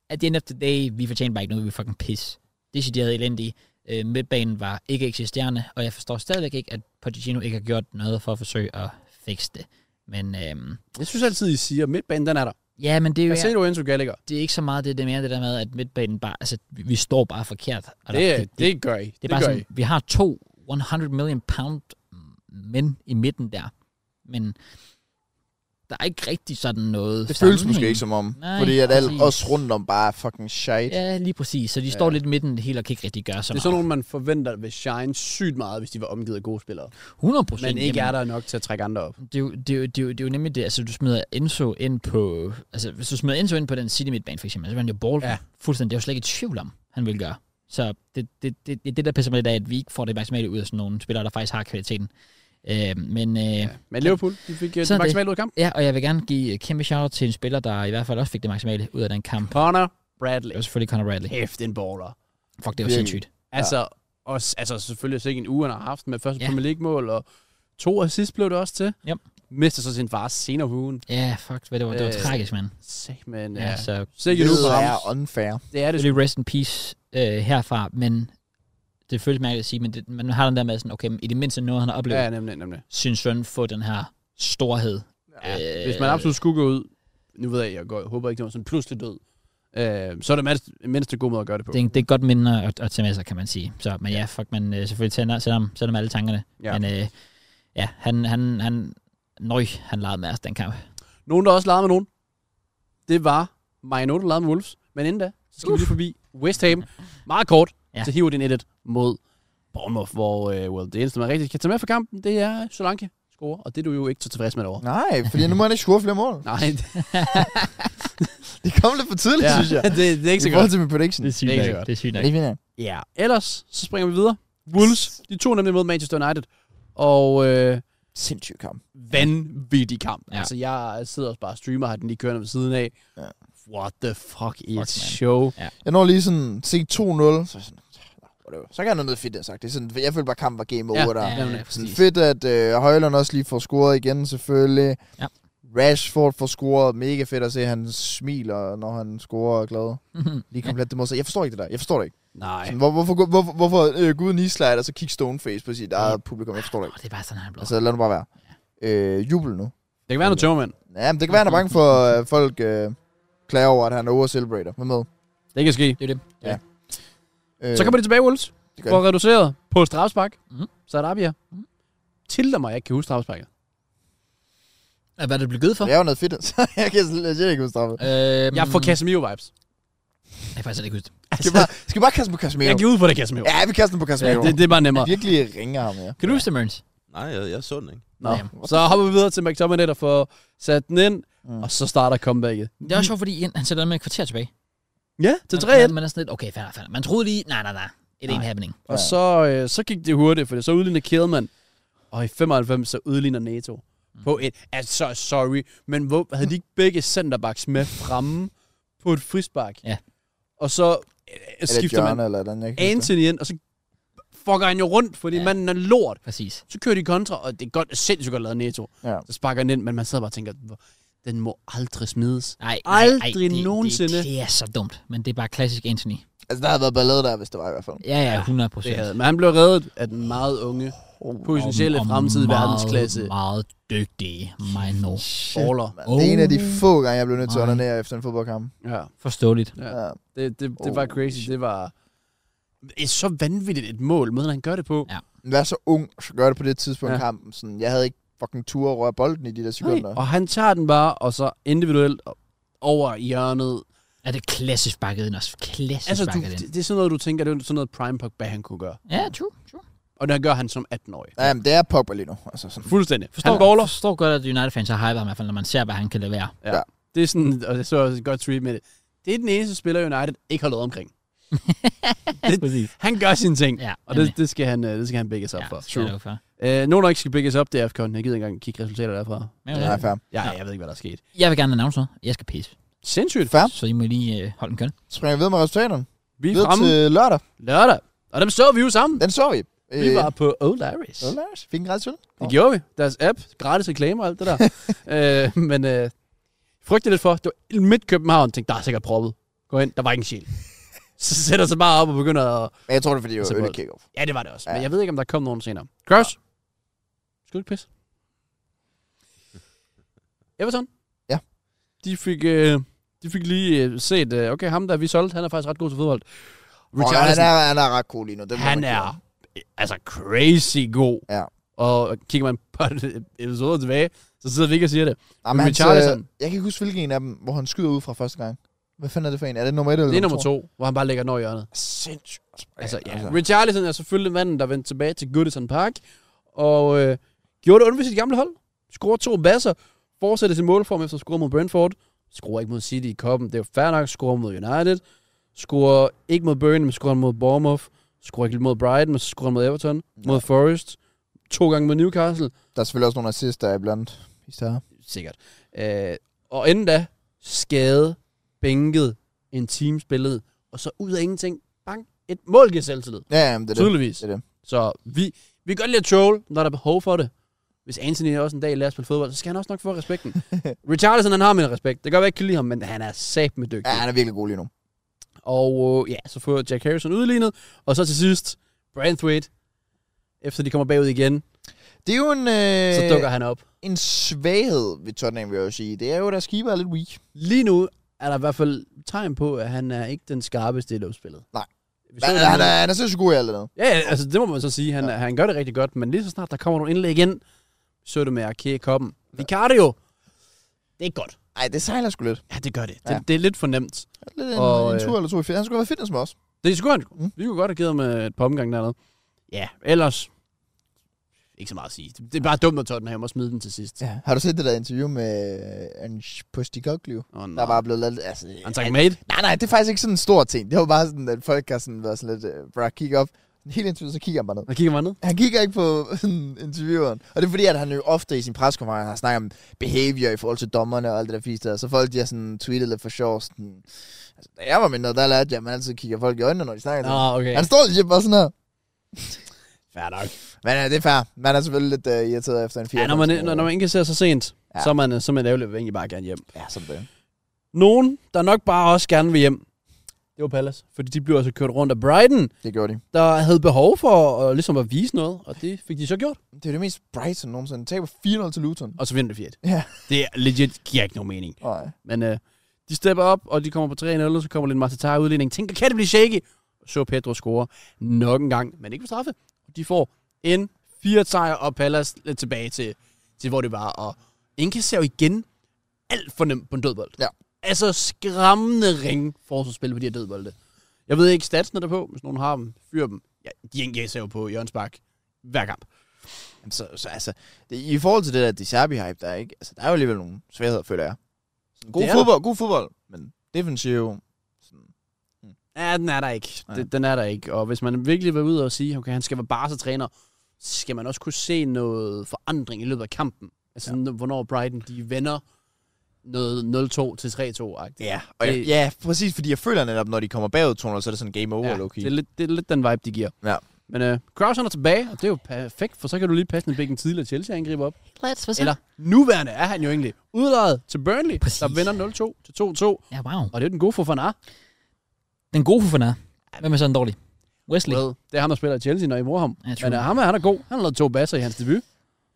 Speaker 1: at the end of the day, vi fortjente bare ikke noget, vi er fucking pis. Decideret elendige. Øh, midtbanen var ikke eksisterende, og jeg forstår stadigvæk ikke, at Pochettino ikke har gjort noget for at forsøge at fikse det. Men øhm,
Speaker 3: kampen. Jeg synes altid, I siger, at midtbanen den er der.
Speaker 1: Ja, men det er jo
Speaker 3: Jeg ser du Enzo Gallagher.
Speaker 1: det er ikke så meget det, det er mere det der med, at midtbanen bare, altså vi, vi står bare forkert. Og
Speaker 3: Det,
Speaker 1: der-
Speaker 3: det, det gør I.
Speaker 1: det er
Speaker 3: Det,
Speaker 1: bare
Speaker 3: gør
Speaker 1: sådan,
Speaker 3: I.
Speaker 1: vi har to 100 million pound mænd i midten der, men der er ikke rigtig sådan noget
Speaker 2: Det føles
Speaker 1: sammenhæng.
Speaker 2: måske ikke som om.
Speaker 1: Nej,
Speaker 2: fordi at alt
Speaker 1: præcis.
Speaker 2: os rundt om bare er fucking shit. Ja.
Speaker 1: Ja, lige præcis. Så de står lidt i midten helt og kan ikke rigtig gøre så
Speaker 3: Det er
Speaker 1: meget.
Speaker 3: sådan nogen, man forventer vil shine sygt meget, hvis de var omgivet af gode spillere.
Speaker 1: 100 procent.
Speaker 3: Men ikke er der nok til at trække andre op.
Speaker 1: det er, jo, det, er jo, det, er jo, det er jo nemlig det, altså du smider Enzo ind på, altså hvis du smider Enzo ind på den City midtbane for eksempel, så vil han jo bolden ja.
Speaker 3: Ja.
Speaker 1: fuldstændig, det er jo slet ikke i tvivl om, han vil gøre. Så det, det, det, det, er det der pisser mig lidt af, at vi ikke får det maksimale ud af sådan nogle spillere, der faktisk har kvaliteten. Øh, men øh, ja.
Speaker 3: Men Liverpool, de fik
Speaker 1: Sådan
Speaker 3: øh, det
Speaker 1: det.
Speaker 3: maksimalt ud af kampen.
Speaker 1: ja, og jeg vil gerne give et kæmpe shout til en spiller, der i hvert fald også fik det maksimale ud af den kamp.
Speaker 3: Connor
Speaker 1: Det
Speaker 3: Bradley.
Speaker 1: var selvfølgelig Conor Bradley.
Speaker 3: Kæft, en baller.
Speaker 1: Fuck, det var
Speaker 2: Virkelig.
Speaker 1: sindssygt.
Speaker 3: Altså, og, s- altså selvfølgelig sikkert en uge, han har haft med første
Speaker 1: Ja.
Speaker 3: ja. Premier League-mål, og to assist blev det også til.
Speaker 1: Yep.
Speaker 3: Mister så sin far senere på ugen.
Speaker 1: Ja, fuck, hvad det var, det var
Speaker 3: Øh,
Speaker 1: tragisk, mand.
Speaker 3: Sæt, men
Speaker 1: Ja,
Speaker 3: ja.
Speaker 1: ja så
Speaker 3: Sikke nu
Speaker 2: Det
Speaker 3: for ham.
Speaker 2: er unfair.
Speaker 3: Det er det. sgu.
Speaker 1: selvfølgelig rest in peace øh, herfra, men det føles mærkeligt at sige, men det, man har den der med sådan, okay, men i det mindste noget, han har oplevet, ja.
Speaker 3: Ja, nemlig, nemlig.
Speaker 1: sin søn få den her storhed. Øh,
Speaker 3: Ja. Hvis man absolut skulle gå ud, nu ved jeg, jeg, går, jeg håber ikke, det var sådan pludselig død, øh, så er det mindst, mindst en god måde at gøre det på.
Speaker 1: Det er, en- det er et godt minde at, at tage med sig, kan man sige. Så, men ja, fuck, man øh, selvfølgelig tænder, selvom, selvom alle tankerne. Ja. Men øh, ja, han, han, han, nøj, han legede med os den kamp.
Speaker 3: Nogen, der også legede med nogen, det var Minota, der legede med Wolves. Men inden da, så skal Uff. vi lige forbi West Ham. Meget kort,
Speaker 1: Ja.
Speaker 3: ja. så hiver den 1-1 mod Bournemouth, hvor øh, well, det eneste, man rigtig kan tage med fra kampen, det er Solanke score, og det er du jo ikke så tilfreds med over.
Speaker 2: Nej, fordi nu må han ikke score flere mål.
Speaker 3: Nej, det,
Speaker 2: Det kom lidt for tidligt,
Speaker 3: ja,
Speaker 2: synes jeg.
Speaker 3: det, det er ikke så
Speaker 2: I
Speaker 3: godt.
Speaker 2: forhold til min prediction.
Speaker 1: Det er sygt
Speaker 3: Det er
Speaker 1: nok.
Speaker 3: ikke så godt.
Speaker 1: Det er sygt
Speaker 2: Ja,
Speaker 1: nok.
Speaker 2: det vinder jeg.
Speaker 3: Ja. Ellers, så springer vi videre. Wolves, de tog nemlig mod Manchester United, og øh,
Speaker 2: Sindssyg kamp.
Speaker 3: vanvittig kamp.
Speaker 1: Ja.
Speaker 3: Ja. Altså, jeg sidder også bare og streamer, har den lige kørende ved siden af.
Speaker 2: Ja.
Speaker 3: What the fuck, fuck
Speaker 1: man.
Speaker 3: is show?
Speaker 2: Jeg når lige sådan, se 2-0, så er jeg sådan, whatever. Så kan jeg noget, noget fedt, jeg har sagt. Det er sådan, jeg føler bare, at kampen var game over der.
Speaker 1: ja,
Speaker 3: nemlig.
Speaker 2: Sådan fedt, at øh, Højlund også lige får scoret igen, selvfølgelig.
Speaker 1: Ja.
Speaker 2: Rashford får scoret. Mega fedt at se, at han smiler, når han scorer og er glad. Lige komplet det modsatte. Jeg forstår ikke det der. Jeg forstår det ikke.
Speaker 3: Nej.
Speaker 2: Sådan, hvor, hvorfor gå- hvorfor, hvorfor øh, gå ud i en islider, og så kigge stoneface på sit eget publikum? Jeg forstår det
Speaker 1: Åh,
Speaker 2: ikke.
Speaker 1: det er bare sådan, han blev.
Speaker 2: Altså, lad nu bare være. Øh, jubel nu.
Speaker 3: Det kan være noget tømmermand.
Speaker 2: Ja, men det kan være, han er bange for, at øh, folk øh, klager over, at han er over-celebrator. Hvad med?
Speaker 3: Det kan ske.
Speaker 1: Det er det.
Speaker 2: Øh,
Speaker 3: Så kommer de tilbage, Wolves.
Speaker 2: det gør
Speaker 3: Får reduceret på strafspark.
Speaker 1: Mhm.
Speaker 3: Mm-hmm. Sarabia.
Speaker 1: Mhm.
Speaker 3: Mm-hmm. Tilder mig, jeg ikke kan huske strafsparket.
Speaker 1: Ja, Hvad er det blevet givet for?
Speaker 2: Det er jo noget fedt, så jeg kan slet ikke huske det.
Speaker 1: Øhm,
Speaker 3: Jeg får Casemiro-vibes.
Speaker 1: Jeg kan faktisk ikke huske det.
Speaker 2: Skal vi bare, skal vi bare kaste den på Casemiro?
Speaker 3: Jeg gik ud på det, Casemiro.
Speaker 2: Ja, vi kaster den på
Speaker 3: Altså, Ja,
Speaker 2: Casemiro.
Speaker 3: det, det er bare nemmere.
Speaker 2: Jeg virkelig ringer ham, ja.
Speaker 1: Kan du huske det, Mørens?
Speaker 4: Nej, jeg, jeg så den ikke.
Speaker 3: Nå.
Speaker 1: Ja.
Speaker 3: Så hopper vi videre til McTominay, der får sat den ind,
Speaker 2: Mm.
Speaker 3: og så starter comebacket.
Speaker 1: Det er også sjovt, fordi han- han sætter den med et kvarter tilbage.
Speaker 3: Ja, Mm. til 3-1.
Speaker 1: Man, man er sådan lidt, okay, fair, fair. Man troede lige, nej, nej, nej. It ain't
Speaker 3: Nej.
Speaker 1: happening.
Speaker 3: Og så, øh, så gik det hurtigt, for så udligner Kjellmann. Og i 95, så udligner NATO på et... Altså, sorry, men hvor havde de ikke begge centerbacks med fremme på et frispark?
Speaker 1: Ja.
Speaker 3: Og så øh,
Speaker 2: Eller
Speaker 3: skifter
Speaker 2: John,
Speaker 3: man
Speaker 2: eller den, jeg kan huske det.
Speaker 3: Anthony ind, og så fucker han jo rundt, fordi
Speaker 1: Ja.
Speaker 3: ja. manden er lort.
Speaker 1: Præcis.
Speaker 3: Så kører de kontra, og det er godt, sindssygt godt lavet NATO.
Speaker 2: Ja.
Speaker 3: Så sparker han ind, men man sidder bare og tænker, "Hvor- den må aldrig smides.
Speaker 1: Nej,
Speaker 3: Aldrig
Speaker 1: nej, det,
Speaker 3: nogensinde.
Speaker 1: Det, det er så dumt, men det er bare klassisk Anthony.
Speaker 2: Altså, der havde været ballade der, hvis det var i hvert fald.
Speaker 1: Ja, ja, 100
Speaker 3: Det
Speaker 1: procent.
Speaker 3: havde. Men han blev reddet af den meget unge, potentielle fremtidig verdensklasse.
Speaker 1: meget dygtige Mino.
Speaker 3: Baller.
Speaker 2: Man, Det er en af de
Speaker 1: Oh.
Speaker 2: få gange, jeg blev nødt til at
Speaker 1: Nej.
Speaker 2: ordinere efter en fodboldkamp.
Speaker 3: Ja.
Speaker 1: Forståeligt.
Speaker 3: ja.
Speaker 2: Ja.
Speaker 3: Det, det, det
Speaker 2: Oh,
Speaker 3: oh, var crazy.
Speaker 2: shit.
Speaker 3: Det var et så vanvittigt et mål, måden han gør det på.
Speaker 1: Ja.
Speaker 2: Men Vær så ung, så gør det på det tidspunkt i
Speaker 3: Ja.
Speaker 2: kampen. Sådan, jeg havde ikke fucking tur at røre bolden i de der sekunder.
Speaker 3: Og han tager den bare, og så individuelt over hjørnet.
Speaker 1: Er det klassisk bakket ind også? Klassisk
Speaker 3: Altså, du,
Speaker 1: bakket ind.
Speaker 3: det, det er sådan noget, du tænker, det er sådan noget Prime Pogba, han kunne gøre.
Speaker 1: Ja, true, true.
Speaker 3: Og det gør han som 18-årig.
Speaker 2: Ja, men det er Pogba lige nu. Altså, sådan.
Speaker 3: Fuldstændig. Forstår
Speaker 1: Han
Speaker 3: han baller.
Speaker 1: forstår godt, at United-fans har hypet ham i hvert fald, når man ser, hvad han kan levere.
Speaker 3: Det er sådan, og det så også et godt tweet med det. Det er den eneste spiller, United ikke har lavet omkring.
Speaker 1: Præcis.
Speaker 3: Han gør sine ting,
Speaker 1: Ja,
Speaker 3: og
Speaker 1: nemlig.
Speaker 3: det, det, skal han, øh, det skal han bækkes op
Speaker 1: Ja,
Speaker 3: for.
Speaker 1: det er det jo for.
Speaker 3: Øh, nogen, der ikke skal bækkes op, det er FK. Jeg gider ikke engang kigge resultater derfra.
Speaker 1: Men,
Speaker 2: Ja,
Speaker 1: øh,
Speaker 2: fair.
Speaker 3: Ja, jeg ved ikke, hvad der er sket.
Speaker 1: Jeg vil gerne announce noget. Jeg skal pisse.
Speaker 3: Sindssygt.
Speaker 2: Fair.
Speaker 1: Så I må lige øh, holde en køl.
Speaker 2: Så springer vi videre med resultaterne.
Speaker 3: Vi er
Speaker 2: Videre
Speaker 3: fremme
Speaker 2: til lørdag.
Speaker 3: lørdag. Og dem så vi jo sammen.
Speaker 2: Den så vi.
Speaker 3: Vi var på Old Iris.
Speaker 2: Øh, Lars, fik en gratis øl.
Speaker 3: Det gjorde vi. Deres app, gratis reklamer og alt det der. øh, men øh, frygtede lidt for, det var midt København. Tænkte, der er sikkert proppet. Gå ind, der var ikke en sjæl. Så sætter sig bare op og begynder at...
Speaker 2: Men jeg tror, det er, fordi det
Speaker 3: Så
Speaker 2: var øl i
Speaker 3: bold.
Speaker 2: kick-off.
Speaker 3: Ja, det var det også.
Speaker 2: Ja.
Speaker 3: Ja. Men jeg ved ikke, om der kom nogen senere. Cross. Skal du ikke pisse? Everton.
Speaker 2: Ja.
Speaker 3: de fik, øh, de fik lige øh, set, øh, okay, ham der vi solgte, han er faktisk ret god til fodbold.
Speaker 2: Og han,
Speaker 3: Richarlison,
Speaker 2: er, han er ret cool lige nu. Det må
Speaker 3: han
Speaker 2: man
Speaker 3: er øh, altså crazy god.
Speaker 2: Ja.
Speaker 3: Og kigger man på et- episoder tilbage, så sidder vi ikke og siger det.
Speaker 2: give. Jamen, hans,
Speaker 3: Richarlison.
Speaker 2: øh, jeg kan ikke huske, hvilken en af dem, hvor han skyder ud fra første gang. Hvad fanden er det for en? Er det nummer 1 eller
Speaker 3: Det er nummer to, hvor han bare lægger den over i hjørnet.
Speaker 4: Sindssygt.
Speaker 3: Altså, ja. altså. Richarlison er selvfølgelig manden, der vendte tilbage til Goodison Park, og øh, gjorde det ondt ved sit gamle hold. Scorer to basser, fortsætter sin målform efter at score mod Brentford, scorer ikke mod City i koppen, det er jo fair nok, scorer mod United, scorer ikke mod Burnley, men scorer mod Bournemouth, scorer ikke mod Brighton, men scorer mod Everton,
Speaker 2: Nej.
Speaker 3: ja. mod Forest, to gange mod Newcastle,
Speaker 2: Der er selvfølgelig også nogle assist, der er blandt. Især.
Speaker 3: sikkert. Øh, og inden da, skade, bænket, en time spillet, og så ud af ingenting, bang, et mål giver selvtillid.
Speaker 2: Ja, jamen, det er det.
Speaker 3: Tydeligvis.
Speaker 2: Det er det.
Speaker 3: Så vi, vi kan godt lide at troll, når der er behov for det. Hvis Anthony også en dag lærer at spille fodbold, så skal han også nok få respekten. Richarlison, han har min respekt. Det kan godt være, jeg ikke kan lide ham, men han er sat med
Speaker 2: Ja,
Speaker 3: dygtig. Ja.
Speaker 2: han er virkelig god lige nu.
Speaker 3: Og øh, ja, så får Jack Harrison udlignet. Og så til sidst, Branthwaite. Efter de kommer bagud igen, øh,
Speaker 2: Det er jo en, øh,
Speaker 3: så dukker han op.
Speaker 2: en svaghed ved Tottenham, vil jeg jo sige. Det er jo, at deres keeper er lidt weak.
Speaker 3: Lige nu er der i hvert fald tegn på, at han er ikke den skarpeste i løbsspillet.
Speaker 2: Nej.
Speaker 3: Vi så
Speaker 2: Han,
Speaker 3: det-
Speaker 2: han, er, han er sindssygt god i alt det der.
Speaker 3: Ja, ja, altså det må man så sige. Han, øh? ja. han gør det rigtig godt, men lige så snart der kommer nogle indlæg ind, så er det med Arkea i koppen. Vicario, det er ikke godt.
Speaker 2: Ej, det sejler sgu lidt.
Speaker 3: Ja, det gør det. Det,
Speaker 2: Ja.
Speaker 3: det er lidt for nemt.
Speaker 2: Lidt en,
Speaker 3: Og,
Speaker 2: og, en
Speaker 3: øh,
Speaker 2: tur eller to i ferie. Han skulle have været fitness med os.
Speaker 3: Det er sgu han.
Speaker 2: Mm.
Speaker 3: Vi kunne godt have givet ham øh, et par omgang dernede. Ja, ellers... Ikke så meget at sige. Det det er bare dumt, når Tottenham må smide den til sidst.
Speaker 2: Ja. Har du set det der interview med Ange Postecoglou?
Speaker 3: Oh,
Speaker 2: Der var blevet lavet... Altså,
Speaker 3: Han sagde, mate,
Speaker 2: nej, nej, det er faktisk ikke sådan en stor ting. Det var bare sådan, at folk har sådan været sådan lidt... Øh, bra, kig op. Helt interview, så kigger han bare ned.
Speaker 3: der kigger man ned.
Speaker 2: Han kigger ikke på intervieweren. Og det er fordi, at han jo ofte i sin preskonference har snakket om behavior i forhold til dommerne og alt det der fisk der. Så folk, de har sådan tweetet lidt for sjov. Sådan, altså, da jeg var mindre, der lærte jeg, at man altid kigger folk i øjnene, når de snakker. til
Speaker 3: Nå,
Speaker 2: dem.
Speaker 3: okay.
Speaker 2: Han står lige bare sådan her.
Speaker 3: Fair nok.
Speaker 2: Men ja, det er fair. Man er selvfølgelig lidt uh, irriteret efter en 4.
Speaker 3: Ja, når, man, når, når man ikke ser så sent,
Speaker 2: Ja.
Speaker 3: ja. så er man, øh, så er man ærgerlig, vil egentlig bare gerne hjem.
Speaker 2: Ja, sådan det.
Speaker 3: Nogen, der nok bare også gerne vil hjem, det var Palace. Fordi de blev altså kørt rundt af Brighton,
Speaker 2: Det gjorde de.
Speaker 3: der havde behov for at, ligesom at vise noget, og det fik de så gjort.
Speaker 2: Det er jo det mest Brighton nogensinde. Taber 4-0 til Luton.
Speaker 3: Og så vinder det 4
Speaker 2: Ja.
Speaker 3: Det er legit, giver ikke nogen mening.
Speaker 2: Nej.
Speaker 3: Men øh, de stepper op, og de kommer på 3-0, og så kommer lidt Martatar udligning. Tænker, kan det blive shaky? Så Pedro scorer nok en gang, men ikke på straffe. De får en 4 sejr og Pallas lidt tilbage til, til, hvor det var. Og Inke ser jo igen alt for nemt på en dødbold.
Speaker 2: Ja.
Speaker 3: Altså skræmmende ring forsvarsspil på de her dødbolde. Jeg ved ikke statsene derpå, hvis nogen har dem, fyr dem. Ja, de Inke ser jo på Jørgens Bak hver kamp.
Speaker 2: Jamen, Så, så altså, det, i forhold til det der Deserbi-hype, der er ikke, altså, der er jo alligevel nogle svagheder, føler jeg. Sådan, god
Speaker 3: Det er
Speaker 2: fodbold, god fodbold, men defensiv. Sådan,
Speaker 3: Ja, den er der ikke.
Speaker 2: Nej.
Speaker 3: Den, den er der ikke. Og hvis man virkelig vil ud og sige, okay, han skal være Barca-træner, så skal man også kunne se noget forandring i løbet af kampen. Altså, ja. hvornår Brighton, de vender noget 0-2 til 3-2-agtigt.
Speaker 2: ja, og
Speaker 3: Det-
Speaker 2: jeg, ja, præcis, fordi jeg føler netop, når de kommer bagud 200, så er det sådan game over, ja, okay.
Speaker 3: det, er lidt, det er lidt den vibe, de giver.
Speaker 2: Ja.
Speaker 3: Men øh, Kraus er tilbage, og det er jo perfekt, for så kan du lige passe en bækken tidligere Chelsea-angreb op.
Speaker 1: Let's, hvad så?
Speaker 3: Eller nuværende er han jo egentlig udlejet til Burnley,
Speaker 1: Præcis.
Speaker 3: Præcis. der vinder 0-2 til 2-2.
Speaker 1: Ja, wow.
Speaker 3: Og det er jo den gode for Fanar.
Speaker 1: Den gode for Fana. Hvem er så den dårlig? Wesley.
Speaker 3: Well, det er ham, der spiller i Chelsea, når I bruger ham.
Speaker 1: Ja, true.
Speaker 3: Men øh, ham er, han er god. Han har lavet to basser i hans debut.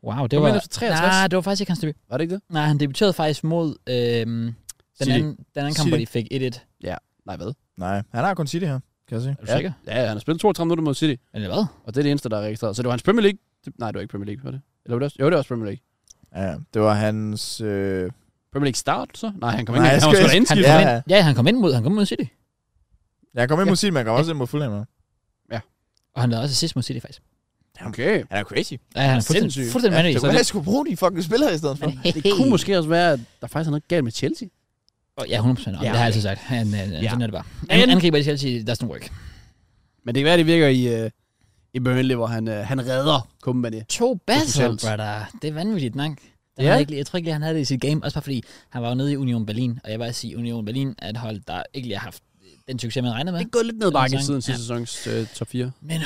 Speaker 1: Wow, det
Speaker 3: Kom
Speaker 1: var...
Speaker 3: ind efter 63.
Speaker 1: Nej, det var faktisk ikke hans debut.
Speaker 3: Var det ikke det?
Speaker 1: Nej, han debuterede faktisk mod øhm, den,
Speaker 3: City.
Speaker 1: anden, den anden kamp,
Speaker 3: City.
Speaker 1: hvor de fik 1-1. Er
Speaker 3: Nej, hvad?
Speaker 2: Nej, han har kun City her, kan jeg sige.
Speaker 1: du
Speaker 3: Ja.
Speaker 1: sikker?
Speaker 3: Ja, han har spillet 32 minutter mod City,
Speaker 1: Eller hvad?
Speaker 3: og det er det eneste, der er registreret. Så det var hans Premier League. Det, nej, det var ikke Premier League, var det? Eller var det også? Jo, det var også Premier League.
Speaker 2: Ja, det var hans... Øh,
Speaker 3: Premier League start, så? Nej, han kom
Speaker 2: Nej,
Speaker 3: ikke.
Speaker 2: jeg
Speaker 3: Han var
Speaker 2: skal-
Speaker 3: sgu da
Speaker 1: Han
Speaker 3: indskidt.
Speaker 1: kom
Speaker 2: Ja.
Speaker 1: ind, ja, han kom ind mod, han kom mod City.
Speaker 2: jeg kom ind mod City, men jeg kom også ind mod Fulham. ja.
Speaker 1: Og han lavede også assist mod City, faktisk.
Speaker 3: Okay.
Speaker 2: Han er crazy.
Speaker 1: Ja, han er
Speaker 3: Sindssyg.
Speaker 1: fuldstændig, fuldstændig
Speaker 2: Ja,
Speaker 1: vanvittig.
Speaker 2: det
Speaker 3: så
Speaker 2: kunne
Speaker 3: det-
Speaker 2: jeg skulle bruge de fucking spillere i stedet for.
Speaker 1: Men hey,
Speaker 3: Det kunne måske også være, at der faktisk er noget galt med Chelsea.
Speaker 1: Og Ja, 100 procent. Ja, det
Speaker 3: Ja,
Speaker 1: har jeg
Speaker 3: okay.
Speaker 1: altid sagt. Han, han, ja.
Speaker 3: Ja.
Speaker 1: Sådan er det bare.
Speaker 3: Men-
Speaker 1: Han angriber i Chelsea, doesn't work.
Speaker 3: Men det kan være, det virker i, øh, i Burnley, hvor han, øh, han redder Kumbani.
Speaker 1: To basser,
Speaker 3: Potentielt.
Speaker 1: brother. Det er vanvittigt nok. Den
Speaker 3: Ja.
Speaker 1: ja. ikke, lige- jeg tror ikke lige, han havde det i sit game. Også bare fordi, han var jo nede i Union Berlin. Og jeg vil sige, Union Berlin er et hold, der ikke lige har haft den succes, man regnede med.
Speaker 3: Det er gået lidt ned bakke
Speaker 1: sæson.
Speaker 3: siden sidste sæsons øh, top 4.
Speaker 1: Men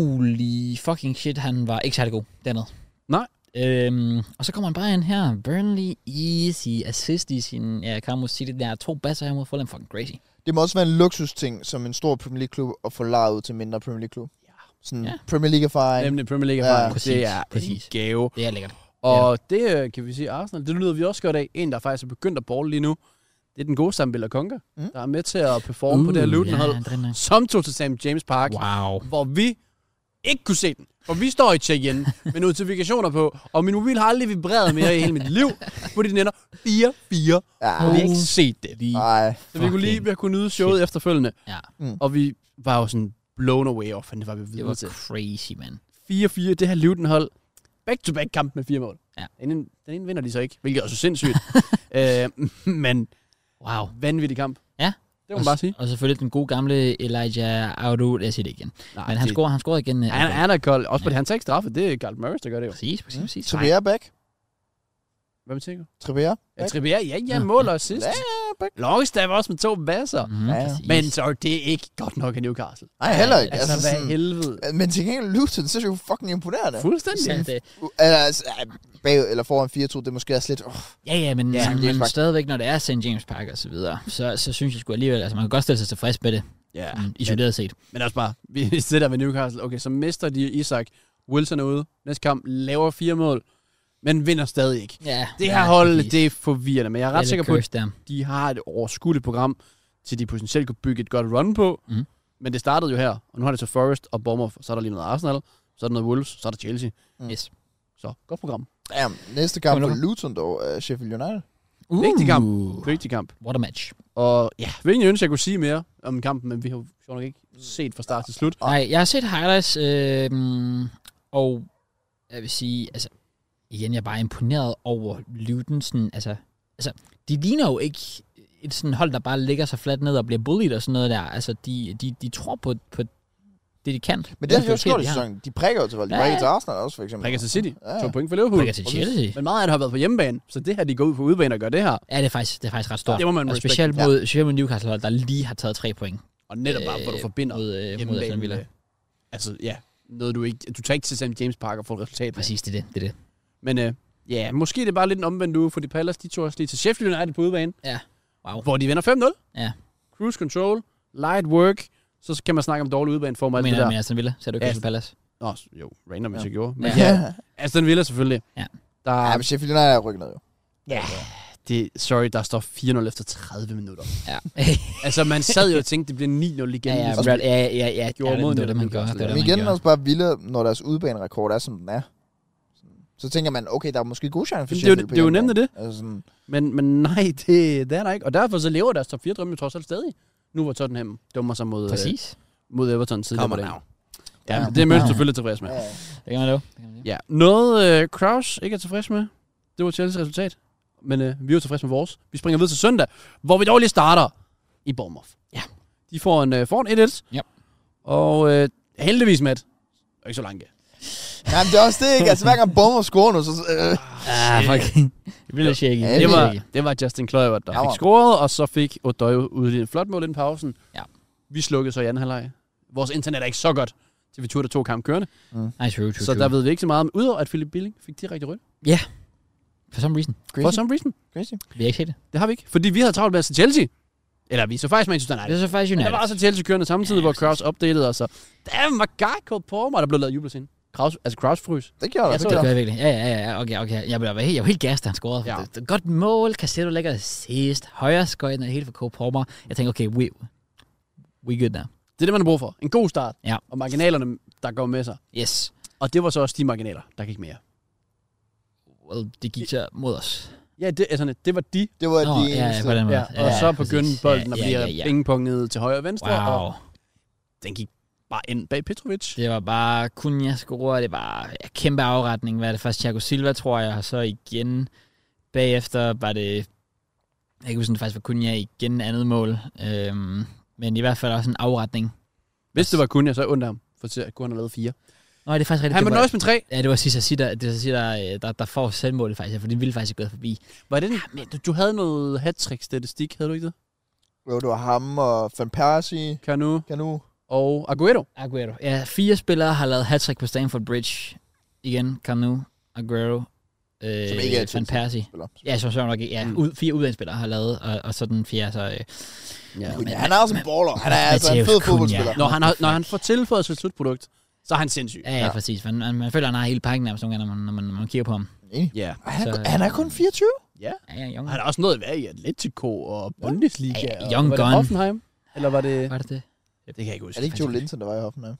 Speaker 1: holy fucking shit, han var ikke særlig god dernede.
Speaker 3: Nej.
Speaker 1: Øhm, og så kommer han bare ind her. Burnley, easy assist i sin ja, kamp mod City. Der er to basser her mod Fulham. Fucking crazy.
Speaker 2: Det må også være en luksusting, som en stor Premier League-klub, at få lejet ud til mindre Premier League-klub.
Speaker 3: Ja.
Speaker 2: Sådan
Speaker 1: Ja.
Speaker 2: Premier League-erfaring.
Speaker 3: Nemlig Premier League
Speaker 2: Ja,
Speaker 3: erfaring.
Speaker 1: præcis,
Speaker 3: det er
Speaker 1: præcis.
Speaker 3: en gave.
Speaker 1: Det er lækkert.
Speaker 3: Og det øh, kan vi sige Arsenal. Det lyder vi også godt af. En, der faktisk er begyndt at bolle lige nu, det er den gode Sam Konga, mm. der er med til at performe uh, på det her Luton-hold,
Speaker 1: det er nok.
Speaker 3: som tog til St. James Park,
Speaker 1: Wow.
Speaker 3: hvor vi ikke kunne se den. For vi står i check-in med notifikationer på, og min mobil har aldrig vibreret mere i hele mit liv, fordi den ender 4-4,
Speaker 2: Ja.
Speaker 3: og vi har ikke set det.
Speaker 1: Lige.
Speaker 2: Nej.
Speaker 3: Så vi kunne lige vi kunne nyde showet
Speaker 1: Ah, shit.
Speaker 3: efterfølgende.
Speaker 1: Ja.
Speaker 2: Mm.
Speaker 3: Og vi var jo sådan blown away over, det var vi
Speaker 1: Det
Speaker 3: videre
Speaker 1: var
Speaker 3: til.
Speaker 1: crazy, man.
Speaker 3: 4-4, det her Luton-hold. Back-to-back kamp med fire mål.
Speaker 1: Ja.
Speaker 3: Den ene, den ene vinder de så ikke, hvilket er så sindssygt. øh, men
Speaker 1: Wow.
Speaker 3: vanvittig kamp.
Speaker 1: Ja.
Speaker 3: Det må man bare sige.
Speaker 1: Og selvfølgelig den gode gamle Elijah Audu. Lad os sige det igen.
Speaker 3: Nej,
Speaker 1: Men han
Speaker 3: det,
Speaker 1: scorer, han scorer igen. øh,
Speaker 3: Han,
Speaker 1: okay.
Speaker 3: han er kold. Også fordi han tager ikke straffe. Det er Carl Murray, der gør det jo.
Speaker 1: Præcis, præcis, præcis.
Speaker 2: Så
Speaker 1: Ej,
Speaker 2: vi er back.
Speaker 3: Hvad med Tico?
Speaker 2: Trippier.
Speaker 3: Ja,
Speaker 2: Back.
Speaker 3: Trippier, ja, ja,
Speaker 1: Ja,
Speaker 3: mål og assist.
Speaker 2: Ja, back.
Speaker 3: Longstaff også med to basser.
Speaker 1: mhm,
Speaker 2: Ja, ja.
Speaker 1: præcis.
Speaker 3: Men så det er ikke godt nok i Newcastle.
Speaker 2: Nej, heller ikke.
Speaker 3: Altså,
Speaker 2: Altså,
Speaker 3: altså hvad i
Speaker 2: sådan,
Speaker 3: helvede.
Speaker 2: men til gengæld, Luton, så er det jo fucking imponerende.
Speaker 3: Fuldstændig.
Speaker 1: Sandt, øh,
Speaker 2: U- Altså, ja, bag eller foran 4-2, det er måske også lidt... Oh,
Speaker 1: Ja, ja, men,
Speaker 2: Ja,
Speaker 1: ja,
Speaker 2: James
Speaker 1: men
Speaker 2: Park.
Speaker 1: stadigvæk, når det er St. James Park og så videre, så, så synes jeg sgu alligevel, altså man kan godt stille sig tilfreds med det,
Speaker 3: Ja,
Speaker 1: ja, Mm, isoleret set.
Speaker 3: Men også bare, vi sidder med Newcastle. Okay, så mister de Isak. Wilson er ude. Næste kamp laver fire mål, men vinder stadig ikke.
Speaker 1: Ja,
Speaker 3: Det
Speaker 1: ja,
Speaker 3: her hold,
Speaker 1: præcis.
Speaker 3: det er forvirrende, men jeg er ret
Speaker 1: lidt
Speaker 3: sikker på, at
Speaker 1: cursed der.
Speaker 3: de har et overskueligt program, til de potentielt kunne bygge et godt run på.
Speaker 1: Mhm.
Speaker 3: Men det startede jo her, og nu har det så Forest og Bournemouth, og så er der lige noget Arsenal, så er der noget Wolves, så er der Chelsea.
Speaker 1: Yes.
Speaker 3: Så godt program.
Speaker 2: Jamen, næste kamp
Speaker 1: Kom nu.
Speaker 2: for Luton dog, uh, Sheffield United.
Speaker 1: Uh,
Speaker 3: Vigtig kamp. Vigtig kamp.
Speaker 1: What a match.
Speaker 3: Og ja, jeg ville ønske, jeg kunne sige mere om kampen, men vi har jo sjovt nok
Speaker 2: Mm.
Speaker 3: ikke set fra start til slut.
Speaker 1: Nej, jeg har set highlights, øh, og jeg vil sige, altså, igen, jeg er bare imponeret over Luton, sådan, altså, altså, de ligner jo ikke et sådan hold, der bare ligger sig fladt ned og bliver bullied og sådan noget der. Altså, de, de, de tror på, på det, de kan.
Speaker 2: Men det har de
Speaker 1: er
Speaker 2: også gjort i
Speaker 1: de har.
Speaker 2: sæsonen. De prikker jo til valg. De
Speaker 1: Ja,
Speaker 2: prikker
Speaker 1: ja.
Speaker 2: til Arsenal også, for eksempel.
Speaker 3: Prikker til City.
Speaker 2: Ja, ja.
Speaker 3: To point for Liverpool.
Speaker 1: Prikker til Chelsea.
Speaker 3: Men meget af det har været på hjemmebane, så det her, de går ud på udebane og gør det her.
Speaker 1: Ja, det er faktisk, det er faktisk ret stort.
Speaker 3: Det må man
Speaker 1: og
Speaker 3: respektere.
Speaker 1: specielt mod, ja. specielt mod Newcastle, der lige har taget tre point.
Speaker 3: Og netop bare, hvor du
Speaker 1: øh,
Speaker 3: forbinder
Speaker 1: mod, øh, mod Aston
Speaker 3: hjemmebane
Speaker 1: Villa.
Speaker 3: med- Altså, ja. Noget, du, ikke, du tager ikke til St. James Park og får et resultat. med.
Speaker 1: Præcis, det er det. det, er det.
Speaker 3: Men øh, ja, måske det er bare lidt en omvendt uge, fordi Palace, de tog også lige til Sheffield United på udebane.
Speaker 1: Ja. Wow.
Speaker 3: Hvor de vinder 5-0.
Speaker 1: Ja.
Speaker 3: Cruise control, light work, så kan man snakke om dårlig udebaneform og alt
Speaker 1: Men
Speaker 3: det der.
Speaker 1: jeg Aston Villa, så er det jo
Speaker 3: Ja.
Speaker 1: Crystal Palace.
Speaker 3: Nå, s- jo, random, hvis
Speaker 2: Ja.
Speaker 3: jeg gjorde. Men
Speaker 1: Ja.
Speaker 3: ja. ja. Aston Villa selvfølgelig.
Speaker 1: Ja.
Speaker 3: Der,
Speaker 2: Ja,
Speaker 3: ja,
Speaker 2: men Sheffield United er rykket ned, jo.
Speaker 3: det, sorry, der står 4-0 efter 30 minutter.
Speaker 1: Ja.
Speaker 3: altså, man sad jo og tænkte, det bliver 9-0
Speaker 1: ja,
Speaker 3: igen.
Speaker 1: ja,
Speaker 3: ligesom.
Speaker 1: ja, ja, ja, ja,
Speaker 3: Gjorde
Speaker 1: det,
Speaker 3: mod
Speaker 1: det var det, man
Speaker 3: Newcastle.
Speaker 1: gjorde. Det var det, man
Speaker 2: Men igen er
Speaker 1: gjorde.
Speaker 2: også bare vilde, når deres udebanerekord er, som den er. Så tænker man, okay, der er måske gode chance for
Speaker 3: Jamen, det er
Speaker 2: Sheffield
Speaker 3: jo-
Speaker 2: på
Speaker 3: det er jo
Speaker 2: hjemmebane.
Speaker 3: nemlig det.
Speaker 2: Altså sådan,
Speaker 3: Men, men nej, det, det er der ikke. Og derfor så lever deres top 4-drømme trods alt stadig. Nu hvor Tottenham dummer sig mod, øh,
Speaker 1: Præcis.
Speaker 3: mod Everton tidligere
Speaker 4: Come
Speaker 3: på
Speaker 4: on
Speaker 3: dagen.
Speaker 4: now.
Speaker 3: Ja,
Speaker 2: Ja.
Speaker 3: det er Mønster
Speaker 1: Ja.
Speaker 3: selvfølgelig tilfreds med.
Speaker 2: ja, ja.
Speaker 1: Det kan man lave. Det kan man lave.
Speaker 3: Ja. Noget øh, Kraus ikke er tilfreds med, det var Chelsea's resultat. Men øh, vi er jo tilfredse med vores. Vi springer videre til søndag, hvor vi dog lige starter i Bournemouth.
Speaker 1: Ja.
Speaker 3: De får en, øh, får en 1-1.
Speaker 1: Ja.
Speaker 3: Og øh, heldigvis, Matt. Og ikke så langt.
Speaker 2: Nej, men det er også det, ikke? Altså, hver gang Bomber scorer nu, så... Øh,
Speaker 1: Ah, fuck. Det blev lidt shaky.
Speaker 2: Ja,
Speaker 1: det
Speaker 3: Det
Speaker 1: var...
Speaker 3: var, det var Justin Kluivert, der
Speaker 2: Ja,
Speaker 3: fik
Speaker 2: var.
Speaker 3: scoret, og så fik Odøjo udlignet en flot mål inden pausen.
Speaker 1: Ja.
Speaker 3: Vi slukkede så i anden halvleg. Vores internet er ikke så godt, til vi turde to kampe kørende.
Speaker 1: Nej, true, true,
Speaker 3: Så
Speaker 1: true.
Speaker 3: der ved vi ikke så meget om, udover at Philip Billing fik direkte rødt.
Speaker 1: For some reason.
Speaker 3: For
Speaker 2: crazy,
Speaker 3: some reason.
Speaker 2: crazy.
Speaker 1: Vi har ikke set det.
Speaker 3: Det har vi ikke. Fordi vi havde travlt med at se Chelsea. Eller vi så faktisk Manchester
Speaker 1: Det
Speaker 3: United.
Speaker 1: er så faktisk
Speaker 3: Men der
Speaker 1: United.
Speaker 3: var også Chelsea kørende samtidig,
Speaker 1: Ja,
Speaker 3: hvor
Speaker 1: præcis.
Speaker 3: Kraus opdelede os. og Damn, my guy called Palmer. Der blev lavet jubelscene. Kraus, altså Kraus frys.
Speaker 2: Det gjorde der.
Speaker 3: Jeg
Speaker 2: det
Speaker 3: så
Speaker 1: Det
Speaker 2: gjorde
Speaker 1: gør jeg virkelig. Ja, ja, ja, okay, okay. Jeg blev, helt, jeg var helt gas, da han scorede.
Speaker 3: Ja.
Speaker 1: Ja. Det, det, godt mål, Castello lægger sidst, højre skøjten og det hele for Cole Palmer. Jeg tænker, okay, we, we good now.
Speaker 3: Det er det, man har brug for. En god start.
Speaker 1: Ja.
Speaker 3: Og marginalerne, der går med sig.
Speaker 1: Yes.
Speaker 3: Og det var så også de marginaler, der gik mere.
Speaker 1: Well, det gik så mod os.
Speaker 3: Ja, det, altså, det var de
Speaker 2: Det var
Speaker 1: Nå,
Speaker 2: de
Speaker 1: ja, ja,
Speaker 2: eneste.
Speaker 1: på den måde.
Speaker 3: Ja, og så begyndte
Speaker 1: præcis.
Speaker 3: bolden at
Speaker 1: Ja,
Speaker 3: blive
Speaker 1: ja, ja, ja.
Speaker 3: pingpong ned til højre og venstre,
Speaker 1: Wow.
Speaker 3: og den gik bare ind bag Petrovic.
Speaker 1: Det var bare Kunja score, det var ja, kæmpe afretning. Hvad er det først? Thiago Silva, tror jeg, og så igen bagefter var det... Jeg kan ikke huske, om det faktisk var Kunja igen andet mål. Øhm, men i hvert fald også en afretning.
Speaker 3: Hvis det var Kunja, så undrer ham, for til at kunne have lavet fire.
Speaker 1: Nå, det er faktisk rigtigt.
Speaker 3: Han
Speaker 1: det
Speaker 3: var
Speaker 1: var,
Speaker 3: nøjes med tre.
Speaker 1: Ja, det var Sisa Sitter, det var Sisa der, øh, der, der får selvmålet faktisk, for det ville faktisk ikke gået forbi.
Speaker 3: Var det den? Ah, Men du, du havde noget hat statistik havde du ikke det?
Speaker 2: Jo, det var ham og Van Persie.
Speaker 3: Kanu
Speaker 2: Kan nu...
Speaker 3: og Aguero.
Speaker 1: Aguero. Ja, fire spillere har lavet hat på Stamford Bridge. Igen, Kanu, Aguero, øh,
Speaker 2: Som ikke er
Speaker 1: Van
Speaker 2: Chelsea.
Speaker 1: Persie.
Speaker 2: Spiller.
Speaker 1: Ja, som sjovt nok, ja,
Speaker 3: Mm.
Speaker 1: ud, fire udlandsspillere har lavet, og, og så den fjerde, så... Øh,
Speaker 3: Ja.
Speaker 2: Han er også en baller. Han er altså en
Speaker 1: Matheus
Speaker 2: fed
Speaker 1: Cunha.
Speaker 2: fodboldspiller.
Speaker 3: Når han, har, når han får tilføjet sit slutprodukt, så så er han sindssyg.
Speaker 1: Ja, ja,
Speaker 2: Ja.
Speaker 1: præcis. Man, man, man føler, han har hele pakken nærmest nogle gange, når man, når man, når man kigger på ham.
Speaker 2: Enig.
Speaker 3: Ja.
Speaker 2: Ej, Han,
Speaker 1: Så-
Speaker 2: er, han er kun 24.
Speaker 3: Ja.
Speaker 1: Ja, ja, Young.
Speaker 3: Han har også noget at være i Atletico og Bundesliga.
Speaker 1: Ja,
Speaker 3: og-
Speaker 1: young
Speaker 3: var det
Speaker 1: gun.
Speaker 3: Hoffenheim? Eller var det...
Speaker 1: Var det det?
Speaker 3: Det kan jeg ikke huske.
Speaker 2: Er det ikke Joe Linton, der var i Hoffenheim?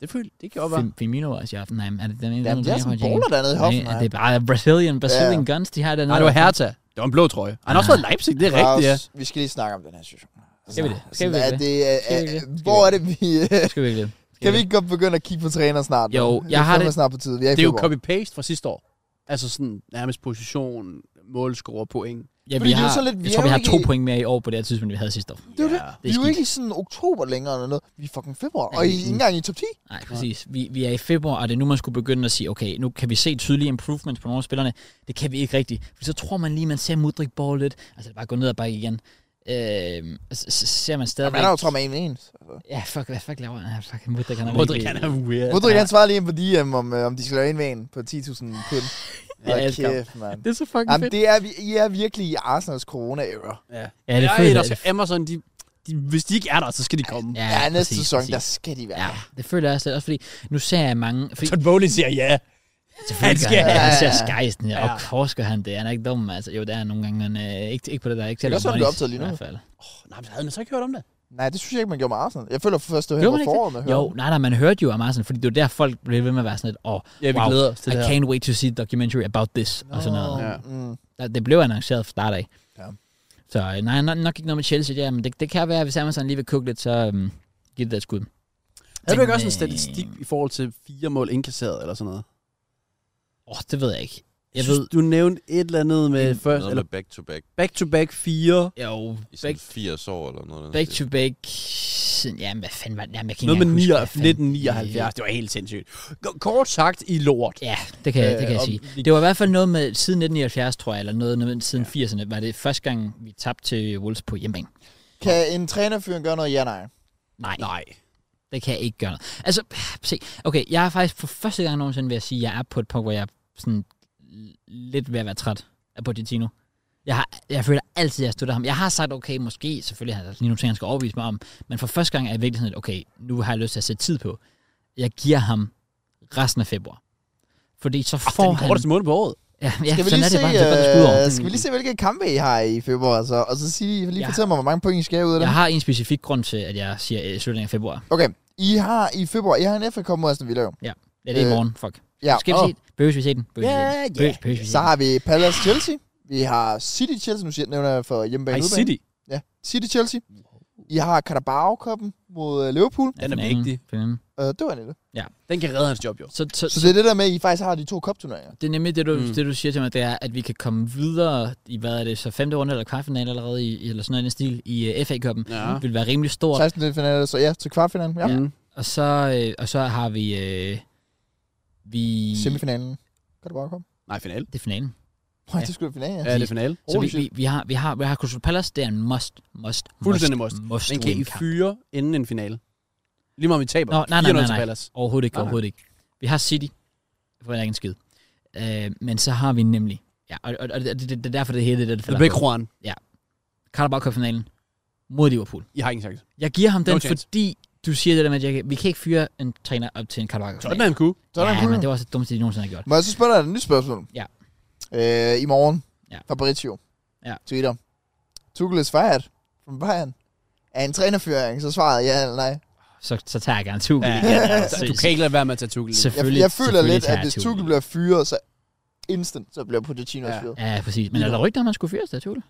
Speaker 3: Det, føl, det kan godt være.
Speaker 1: Fem- Firmino var også i Hoffenheim. Er det den ene?
Speaker 2: Ja,
Speaker 1: den
Speaker 2: det er
Speaker 1: ene,
Speaker 2: sådan
Speaker 1: jeg kan
Speaker 2: baller dernede i
Speaker 1: tænke? Nej,
Speaker 2: Hoffenheim.
Speaker 1: Det er bare Brazilian, Brazilian guns, de har dernede.
Speaker 3: Nej, det var Hertha. Det var en blå trøje. Han har også
Speaker 1: Ah.
Speaker 3: været i Leipzig, det er rigtigt, ja.
Speaker 2: Lars, Vi skal lige snakke om den her situation.
Speaker 1: Skal vi det? Skal vi
Speaker 2: Sådan er
Speaker 1: det?
Speaker 2: det,
Speaker 1: Skal vi det?
Speaker 2: øh,
Speaker 1: Skal
Speaker 2: øh, hvor
Speaker 1: vi
Speaker 2: er det, vi...
Speaker 1: Skal vi ikke det? Skal
Speaker 2: Kan vi ikke godt begynde at kigge på træner snart?
Speaker 1: Jo,
Speaker 2: nu?
Speaker 1: jeg
Speaker 2: Det er
Speaker 1: har
Speaker 2: fandme
Speaker 1: det-
Speaker 2: snart på tide. Vi er i
Speaker 3: Det er jo
Speaker 2: februar.
Speaker 3: copy-paste fra sidste år. Altså sådan nærmest position, målscore, point.
Speaker 1: Ja,
Speaker 2: Fordi
Speaker 1: vi
Speaker 2: det er
Speaker 1: har,
Speaker 2: jo så lidt- vi
Speaker 1: jeg tror,
Speaker 2: er
Speaker 1: vi
Speaker 2: jo
Speaker 1: har to
Speaker 2: ikke i-
Speaker 1: point mere i år på det her tidspunkt, vi havde sidste år.
Speaker 2: Det er jo det.
Speaker 1: Det
Speaker 2: Vi
Speaker 1: er
Speaker 2: er jo
Speaker 1: skidt.
Speaker 2: ikke i sådan oktober længere eller noget. Vi er fucking februar.
Speaker 1: Ja,
Speaker 2: Og I
Speaker 1: det er
Speaker 2: er ikke engang i top 10.
Speaker 1: Nej, præcis. Vi, vi er i februar, og det er nu, man skulle begynde at sige, okay, nu kan vi se tydelige improvements på nogle af spillerne. Det kan vi ikke rigtigt. For så tror man lige, man ser Mudrik Ball lidt. Altså, det er bare gå ned og bakke igen. Øh, så, så ser man stadigvæk...
Speaker 2: Man er jo tror med en med en.
Speaker 1: Ja, fuck, hvad fuck laver han? Ja, Fuck, Mudrik, han er
Speaker 3: Modric,
Speaker 1: virkelig-
Speaker 3: han er weird.
Speaker 2: Modric, han svarede lige ind på DM, om, øh, om de skal lave en med en på 10.000 pund.
Speaker 1: Jeg
Speaker 2: Hold
Speaker 1: elsker ham.
Speaker 2: kæft, mand.
Speaker 1: Det er så fucking
Speaker 2: Jamen, det er, vi, I er virkelig i Arsenals corona-era.
Speaker 3: Ja,
Speaker 1: Ja, det er
Speaker 3: Ej,
Speaker 1: fedt,
Speaker 3: der
Speaker 1: at-
Speaker 3: skal Amazon, de, de, hvis de ikke er der, så skal de komme. Ja.
Speaker 2: Ja, ja næste sæson, der skal de være.
Speaker 1: Ja, det føler jeg også lidt. Også fordi, nu ser jeg mange... Fordi,
Speaker 3: Todd Bowley siger ja.
Speaker 1: selvfølgelig gør
Speaker 3: han
Speaker 1: han
Speaker 3: skal-
Speaker 1: det. Han ser
Speaker 2: Ja, ja, ja.
Speaker 1: skejsen her, og
Speaker 3: Ja.
Speaker 1: korsker han det. Han er ikke dum, altså. Jo, det er han nogle gange, men øh, ikke, ikke på det der. Ikke til
Speaker 2: Det er også
Speaker 1: at lave
Speaker 2: sådan, det er
Speaker 1: money,
Speaker 2: optaget lige nu.
Speaker 1: I hvert fald.
Speaker 3: Oh, nej, men havde man så ikke hørt om det?
Speaker 2: Nej, det synes jeg ikke, man gjorde med Arsenal. Jeg føler først, det var
Speaker 1: Gjorde man
Speaker 2: hen på
Speaker 1: ikke
Speaker 2: foråret, man hørte.
Speaker 1: Jo, nej, nej, man hørte jo om Arsenal, fordi det var der, folk blev ved med at være sådan lidt, åh, oh,
Speaker 3: Ja, vi
Speaker 1: wow,
Speaker 3: glæder os til
Speaker 1: I
Speaker 3: det her.
Speaker 1: can't wait to see a documentary about this, no. og sådan noget.
Speaker 3: Ja.
Speaker 2: Mm.
Speaker 1: Der- Det blev annonceret fra start af.
Speaker 2: Ja.
Speaker 1: Så øh, nej, nok, nok ikke noget med Chelsea, ja, men det, det kan være, hvis Amazon lige vil kugle lidt, så um, giv det der et skud.
Speaker 3: Havde du ikke
Speaker 1: Men,
Speaker 3: også en
Speaker 1: øh,
Speaker 3: statistik i forhold til fire mål indkasseret eller sådan noget?
Speaker 1: Åh, oh, det ved jeg ikke. Jeg
Speaker 3: Jeg synes,
Speaker 1: ved,
Speaker 3: du nævnte et eller andet med først,
Speaker 4: Noget
Speaker 3: eller
Speaker 4: med back-to-back
Speaker 3: back-to-back fire.
Speaker 1: jo,
Speaker 4: i sådan
Speaker 1: back,
Speaker 4: 80 år eller noget. af den
Speaker 1: back
Speaker 4: stil.
Speaker 1: to back, siden- jamen hvad fanden var det, jamen, jeg kan
Speaker 3: Noget
Speaker 1: ikke
Speaker 3: med
Speaker 1: engang huske,
Speaker 3: 9,
Speaker 1: hvad fanden-
Speaker 3: 1979. Det var helt sindssygt. K- Kort sagt i lort.
Speaker 1: Ja, det kan, jeg, det kan jeg
Speaker 3: Øh, og
Speaker 1: sige.
Speaker 3: vi-
Speaker 1: Det var i hvert fald noget med, siden 1970, tror jeg, eller noget, noget med siden 80'erne, var det første gang, vi tabte til Wolves på hjemmebane.
Speaker 2: Kan en trænerfyren gøre noget? Ja, nej.
Speaker 1: Nej,
Speaker 3: Nej.
Speaker 1: det kan jeg ikke gøre noget. Altså, se, okay, jeg er faktisk for første gang nogensinde ved at sige, at jeg er på et punkt, hvor jeg er sådan lidt ved at være træt af Pochettino. Jeg, har, jeg føler altid, at jeg støtter ham. Jeg har sagt, okay, måske, selvfølgelig har der lige nogle ting, han skal overbevise mig om, men for første gang er jeg virkelig sådan, lidt, okay, nu har jeg lyst til at sætte tid på. Jeg giver ham resten af februar. Fordi så
Speaker 3: For
Speaker 1: får
Speaker 3: det er den
Speaker 1: han...
Speaker 3: korteste måned på året.
Speaker 1: Ja, ja
Speaker 2: Skal vi,
Speaker 1: sådan
Speaker 2: lige
Speaker 1: er
Speaker 2: se,
Speaker 1: det bare, det er bare, det skud over. Mm.
Speaker 2: øh, skal vi lige se, hvilke kampe I har i februar, så, og så sige, lige
Speaker 1: Ja.
Speaker 2: fortæl mig, hvor mange point I skal have ud af dem.
Speaker 1: Jeg har en specifik grund til, at jeg siger øh, slutningen af februar.
Speaker 2: Okay, I har i februar, I har en FA Cup mod Aston Villa jo.
Speaker 1: Ja, det er i
Speaker 2: Øh,
Speaker 1: morgen, fuck.
Speaker 2: Ja,
Speaker 1: Skal vi se den? Behøves vi se den? Behøves vi se den?
Speaker 3: Ja,
Speaker 1: Behøves, behøves vi se
Speaker 2: så har vi Palace Chelsea, vi har City Chelsea, nu siger jeg nævner jeg for hjemmebane
Speaker 3: Ej,
Speaker 2: udebane.
Speaker 3: City.
Speaker 2: Ja, City Chelsea. I har Carabao Cup'en mod øh, Liverpool.
Speaker 1: den?
Speaker 3: Den er
Speaker 1: Finalen,
Speaker 3: vigtig.
Speaker 1: finalen.
Speaker 2: Øh, det var det.
Speaker 3: Den kan redde hans job, jo.
Speaker 1: Så, så,
Speaker 2: Så det er det der med, at I faktisk har de to cupturneringer.
Speaker 1: det er nemlig det du,
Speaker 3: Mm.
Speaker 1: mm. det, du siger til mig, det er, at vi kan komme videre i, hvad er det, så femte runde eller kvartfinale allerede, i, eller sådan noget i den stil, i uh, FA-koppen.
Speaker 3: Ja.
Speaker 1: Det vil være rimelig stort.
Speaker 2: 16. finale, så ja, til kvartfinalen. Ja.
Speaker 3: Mm.
Speaker 1: Og så, øh, og så har vi... Øh, vi...
Speaker 2: Semifinalen. Carabao Cup.
Speaker 3: Nej, finale.
Speaker 1: Det er finalen.
Speaker 2: Nej,
Speaker 1: Ja.
Speaker 2: det skulle finalen,
Speaker 3: Ja, det er finale.
Speaker 1: Så
Speaker 2: Holy
Speaker 1: vi, vi, vi, har, vi, har, vi har Crystal Palace, det er en must, must, must,
Speaker 3: Fuldstændig must.
Speaker 1: must
Speaker 3: Den kan I
Speaker 1: win kamp.
Speaker 3: fyre inden en finale. Lige meget om I taber.
Speaker 1: Nå, nej, nej,
Speaker 3: 4-0
Speaker 1: nej,
Speaker 3: til
Speaker 1: nej.
Speaker 3: Palace.
Speaker 1: Overhovedet ikke,
Speaker 3: Nej, nej.
Speaker 1: overhovedet ikke. Vi har City. Jeg får heller ikke en skid. Øh, men så har vi nemlig... Ja, og, og, og det, det, det, er derfor, det hele det, det,
Speaker 3: Er det
Speaker 1: det
Speaker 3: begge Juan?
Speaker 1: Carabao Cup-finalen mod Liverpool.
Speaker 3: I har ingen chance.
Speaker 1: Jeg giver ham den,
Speaker 3: No
Speaker 1: no
Speaker 3: chance.
Speaker 1: fordi du siger det der med, at jeg, vi kan ikke fyre en træner op til en Carabao Cup-final.
Speaker 3: Tottenham kunne.
Speaker 2: Tottenham
Speaker 1: Ja, men
Speaker 2: kunne.
Speaker 1: det var også det dummeste, de nogensinde har gjort.
Speaker 2: Må jeg så spørge dig et nyt spørgsmål?
Speaker 1: Ja.
Speaker 2: Øh, I morgen.
Speaker 1: Ja.
Speaker 2: Fabrizio.
Speaker 1: Ja.
Speaker 2: Twitter. Tuchel is fired from Bayern. Er en trænerføring, så svarede jeg ja eller nej.
Speaker 1: Så, så tager jeg gerne Tuchel
Speaker 3: Ja,
Speaker 1: igen. altså.
Speaker 3: Du kan ikke lade være med at tage Tuchel. ind.
Speaker 2: Jeg,
Speaker 1: Selvfølgelig,
Speaker 2: jeg føler
Speaker 1: selvfølgelig
Speaker 2: lidt,
Speaker 1: tager
Speaker 2: at
Speaker 1: jeg
Speaker 2: hvis
Speaker 1: Tuchel.
Speaker 2: Tuchel bliver fyret, så instant, så bliver Pochettino
Speaker 3: Ja.
Speaker 2: ja. fyret.
Speaker 1: Ja, præcis. Men er der rygter, om han skulle fyres der, Tuchel?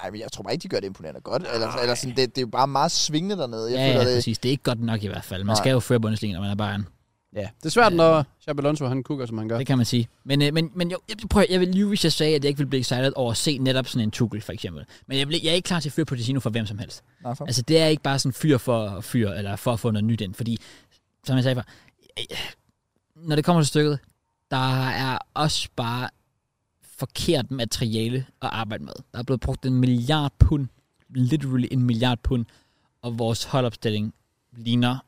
Speaker 2: Nej, men jeg tror bare ikke, de gør det imponerende godt. Eller, eller sådan, det, det er jo bare meget svingende dernede. Jeg
Speaker 1: Ja,
Speaker 2: føler
Speaker 1: ja,
Speaker 2: det.
Speaker 1: præcis. Det er ikke godt nok i hvert fald. Man
Speaker 2: Nej.
Speaker 1: skal jo føre Bundesliga, når man er Bayern.
Speaker 3: Ja, det er svært, når Xabi Alonso, han kukker, som han gør.
Speaker 1: Det kan man sige. Men, øh, men, men jeg, jeg, prøv, at- jeg vil lyve, hvis jeg sagde, at jeg ikke ville blive excited over at se netop sådan en Tuchel, for eksempel. Men jeg, vil, jeg er ikke klar til at fyre Pochettino for hvem som helst.
Speaker 2: Nej, for.
Speaker 1: Altså, det er ikke bare sådan fyr for fyr, eller for at få noget nyt ind. Fordi, som jeg sagde før, øh, når det kommer til stykket, der er også bare forkert materiale at arbejde med. Der er blevet brugt en milliard pund, literally en milliard pund, og vores holdopstilling ligner